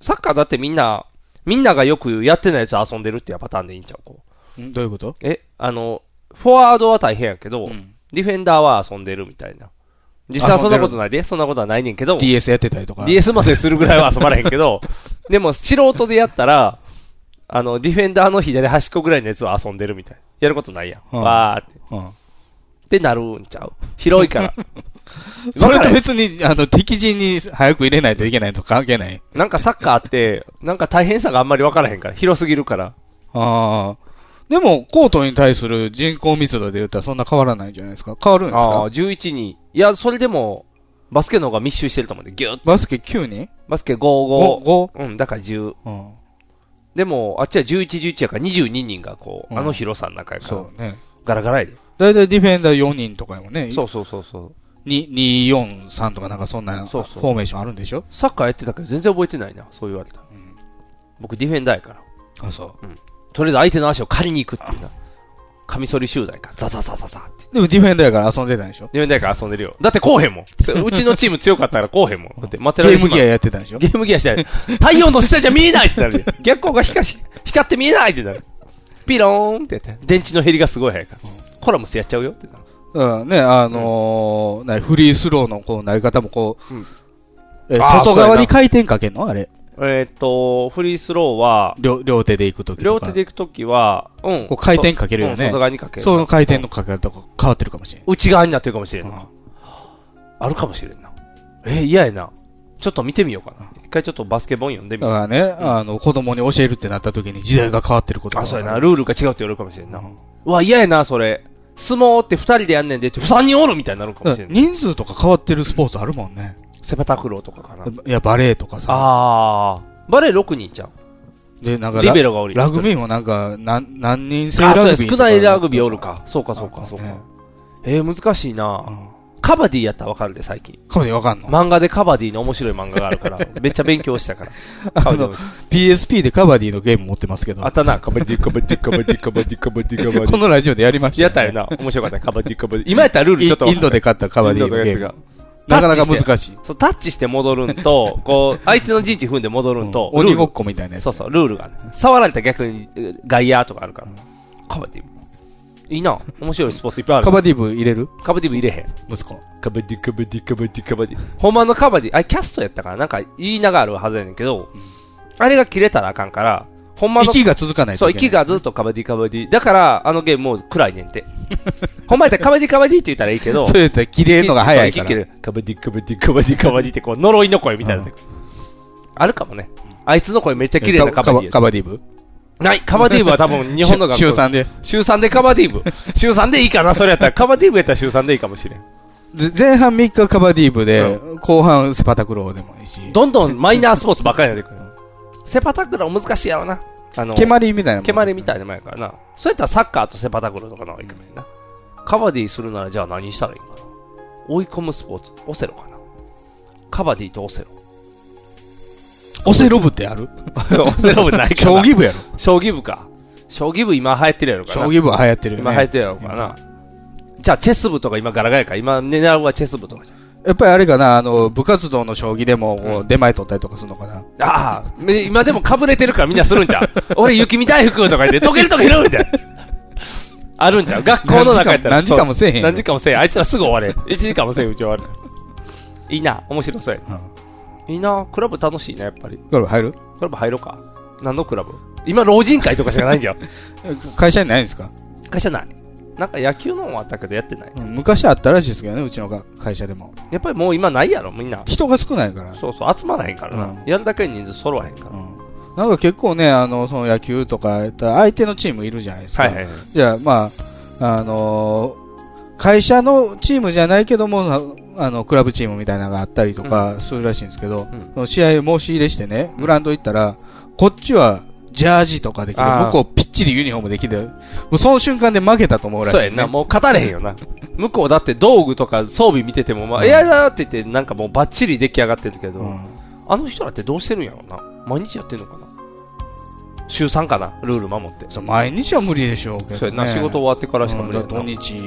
[SPEAKER 2] サッカーだってみんな、みんながよくやってないやつ遊んでるっていうパターンでいいんちゃうこうん
[SPEAKER 3] どういうこと
[SPEAKER 2] え、あの、フォワードは大変やけど、ディフェンダーは遊んでるみたいな。実際はそんなことないで、そんなことはないねんけど、
[SPEAKER 3] DS やってたりとか。
[SPEAKER 2] DS までするぐらいは遊ばれへんけ ど、でも素人でやったら、あの、ディフェンダーの左端っこぐらいのやつを遊んでるみたいな。やることないやん。
[SPEAKER 3] うん
[SPEAKER 2] わーって。
[SPEAKER 3] うん
[SPEAKER 2] ってなるんちゃう広 いから。
[SPEAKER 3] それと
[SPEAKER 2] わかる
[SPEAKER 3] 別に、あの、敵陣に早く入れないといけないとか関係ない。
[SPEAKER 2] なんかサッカーって、なんか大変さがあんまりわからへんから、広すぎるから。
[SPEAKER 3] ああ。でも、コートに対する人口密度で言ったらそんな変わらないんじゃないですか変わるんです
[SPEAKER 2] ああ
[SPEAKER 3] か
[SPEAKER 2] ー、11人。いや、それでも、バスケの方が密集してると思うんで、ぎゅっ
[SPEAKER 3] バスケ9人
[SPEAKER 2] バスケ5、5。うん、だから10。でも、あっちは11、11やから22人がこう、
[SPEAKER 3] うん
[SPEAKER 2] あの広さの中やから。
[SPEAKER 3] そうね
[SPEAKER 2] ガラガラやで。
[SPEAKER 3] だいたいディフェンダー4人とかやもんね。
[SPEAKER 2] そうそうそうそう。
[SPEAKER 3] 2、2、4、3とかなんかそんなフ
[SPEAKER 2] そうそう
[SPEAKER 3] ォーメーションあるんでしょ
[SPEAKER 2] サッカーやってたけど全然覚えてないな、そう言われたら。僕ディフェンダーやから。。
[SPEAKER 3] あ、そう
[SPEAKER 2] ん。とりあえず相手の足を借りに行くっていうな。カミソリ集団やから。ザザザザザって。
[SPEAKER 3] でもディフェンダーやから遊んでたんでしょ
[SPEAKER 2] ディフェンダーやから遊んでるよ。だってこうへんもん。うちのチーム強かったからこうへんもん。だって、マテラ
[SPEAKER 3] ゲームギアやってたんでしょ
[SPEAKER 2] ゲームギアしてない。太陽の下じゃ見えないってなるよ。逆光が光し光って見えないってなる。ピローンってやって。電池の減りがすごい早いから。コラムスやっちゃうよってなる。
[SPEAKER 3] だからね、あのーなフリースローのこう、なり方もこう、
[SPEAKER 2] うん
[SPEAKER 3] え
[SPEAKER 2] あー
[SPEAKER 3] 外側に回転かけんのあれ。
[SPEAKER 2] えーっと、フリースローは、
[SPEAKER 3] 両両手で行くとき
[SPEAKER 2] 両手で行くときは、うん。
[SPEAKER 3] こう回転かけるよ
[SPEAKER 2] うん
[SPEAKER 3] ね。
[SPEAKER 2] 外側にかける。
[SPEAKER 3] その回転のかけ方が変わってるかもしれない。
[SPEAKER 2] 内側になってるかもしれんな。あるかもしれんな。えー、嫌やな。ちょっと見てみようかな。一回ちょっとバスケ本読んでみ
[SPEAKER 3] だ
[SPEAKER 2] よう。
[SPEAKER 3] からね、あの、子供に教えるってなった時に時代が変わってることが
[SPEAKER 2] あ、そうやな。ルールが違うって言われるかもしれんな。うわ、嫌やな、それ。相撲って二人でやんねんでって、三人おるみたいになるかもしれんない。
[SPEAKER 3] 人数とか変わってるスポーツあるもんね。
[SPEAKER 2] セパタクローとかかな。
[SPEAKER 3] いや、バレーとかさ。
[SPEAKER 2] あー。バレー6人ちゃう。
[SPEAKER 3] で、なんか
[SPEAKER 2] リベロがおるよ
[SPEAKER 3] ラグビーもなんか、なん何人制
[SPEAKER 2] あ、
[SPEAKER 3] ラ
[SPEAKER 2] そうや
[SPEAKER 3] グビー
[SPEAKER 2] 少
[SPEAKER 3] とか
[SPEAKER 2] ないラグビーおるか。そうか、そうか、そうか。えー、難しいなカバディやったらわかるで、最近。
[SPEAKER 3] カバディわかんの
[SPEAKER 2] 漫画でカバディの面白い漫画があ るから、めっちゃ勉強したから。
[SPEAKER 3] あの、PSP でカバディのゲーム持ってますけど。
[SPEAKER 2] あったな、カバディ、カバディ、カバディ、カバディ、カバディ、カバディ。
[SPEAKER 3] このラジオでやりました
[SPEAKER 2] やったよな。面白かった。カバディ、カバディ。今やったらルールちょっと。
[SPEAKER 3] インインドで勝ったカバディの
[SPEAKER 2] インドやつが
[SPEAKER 3] ゲームなかなか難しい。
[SPEAKER 2] そう、タッチして戻るんと、こう、相手の陣地踏んで戻るんと。
[SPEAKER 3] うん
[SPEAKER 2] ルール
[SPEAKER 3] 鬼ごっこみたいなやつ
[SPEAKER 2] そうそう、ルールがある。触られたら逆にえー外野とかあるから。カバディ。いいな。面白いスポーツいっぱいある。
[SPEAKER 3] カバディ部入れる
[SPEAKER 2] カバディ部入れへん。
[SPEAKER 3] 息子。
[SPEAKER 2] カバディ、カバディ、カバディ、カバディ。ほんまのカバディ、あれキャストやったから、なんか言いながらあるはずやねんけど、あれが切れたらあかんから、ほんまの。
[SPEAKER 3] 息が続かないと
[SPEAKER 2] そう、
[SPEAKER 3] いけない
[SPEAKER 2] 息がずっとカバディ、カバディ。だから、あのゲームもう暗いねんて。ほんまやったらカバディ、カバディって言ったらいいけど。
[SPEAKER 3] そうやったら切れんのが早いから
[SPEAKER 2] そう息切れるカバディ、カバディ、カバディ、カバディってこう、呪いの声みたいな。あるかもね。あいつの声めっちゃ綺麗なカバディや。
[SPEAKER 3] カバディ部
[SPEAKER 2] ない、カバディーブは 多分日本の学校。
[SPEAKER 3] 週週三で。
[SPEAKER 2] 週3でカバディーブ。 週3でいいかな、それやったら。カバディーブやったら週3でいいかもしれ
[SPEAKER 3] で
[SPEAKER 2] ん。
[SPEAKER 3] 前半3日カバディ部で、後半スパタクローでもいいし。
[SPEAKER 2] どんどんマイナースポーツばっかりになってくる。セパタクロー難しいやろな。あの、
[SPEAKER 3] 蹴鞠みたいなもん
[SPEAKER 2] 蹴鞠みたいなもんやからな。そうやったらサッカーとセパタクローとかの方がいいかもしれんな。カバディするならじゃあ何したらいいかな。追い込むスポーツ。オセロかな。カバディとオセロ。
[SPEAKER 3] オセロ部ってある
[SPEAKER 2] オセロ部ないかな。
[SPEAKER 3] 将棋部やろ。
[SPEAKER 2] 将棋部か。将棋部今流行ってるやろかな。
[SPEAKER 3] 将棋部は流行ってるよね
[SPEAKER 2] 今流行ってるやろかな。じゃあチェス部とか今ガラガラやから、今狙うはチェス部とかじゃん
[SPEAKER 3] やっぱりあれかな、あの、部活動の将棋でも、こう出前取ったりとかするのかな。
[SPEAKER 2] ああ、め今でもかぶれてるからみんなするん じゃん。俺雪見大福とか言って、溶ける溶けるみたいな。あるんじゃん。学校の中やったら。
[SPEAKER 3] 何時間も
[SPEAKER 2] そう
[SPEAKER 3] 何時間もせえへんよ
[SPEAKER 2] 何時間もせえへん。あいつらすぐ終われ。1時間もせえへん、うち終わる。いいな、面白そうや。いいな、クラブ楽しいな、やっぱり。
[SPEAKER 3] クラブ入る
[SPEAKER 2] クラブ入ろうか。何のクラブ今、老人会とかしかないんじゃ ん。
[SPEAKER 3] 会社にないんですか
[SPEAKER 2] 会社ない。なんか野球のもあったけどやってない。
[SPEAKER 3] 昔あったらしいですけどね、うちのが会社でも。
[SPEAKER 2] やっぱりもう今ないやろ、みんな。
[SPEAKER 3] 人が少ないから。
[SPEAKER 2] そうそう、集まらへんからな。やるだけ人数揃わへんから。
[SPEAKER 3] なんか結構ね、あの、その野球とか、相手のチームいるじゃないですか。
[SPEAKER 2] はいはいはい
[SPEAKER 3] じゃあ、まあ、あのー会社のチームじゃないけども、あの、クラブチームみたいなのがあったりとかするらしいんですけど、その試合申し入れしてね、グラウンド行ったら、こっちはジャージとかできて、
[SPEAKER 2] あー
[SPEAKER 3] 向こうぴっちりユニフォームできて、もうその瞬間で負けたと思うらしい、
[SPEAKER 2] そうやんな、もう語れへんよな。 向こうだって道具とか装備見てても、まあ、エアだって言ってなんかもうバッチリ出来上がってるけど、あの人らってどうしてるんやろな。毎日やってんのかな。週3かな、ルール守って。
[SPEAKER 3] そう毎日は無理でしょうけど、ね。
[SPEAKER 2] そうやんな、仕事終わってからしか無理や
[SPEAKER 3] うん
[SPEAKER 2] な
[SPEAKER 3] だから土日。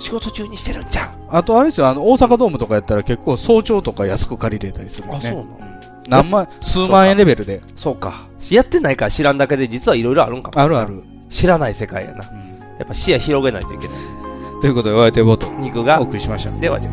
[SPEAKER 2] 仕事中にしてるんじゃん。
[SPEAKER 3] あとあれですよ、あの、大阪ドームとかやったら結構早朝とか安く借りれたりするよね。
[SPEAKER 2] あそうなの
[SPEAKER 3] 何万、数万円レベルで。
[SPEAKER 2] そうか。やってないから知らんだけで、実はいろいろあるんかも。
[SPEAKER 3] あるある。
[SPEAKER 2] 知らない世界やな。やっぱ視野広げないといけない。
[SPEAKER 3] ということで、お相手ボート。
[SPEAKER 2] 肉が。
[SPEAKER 3] お送りしました。
[SPEAKER 2] ではでは。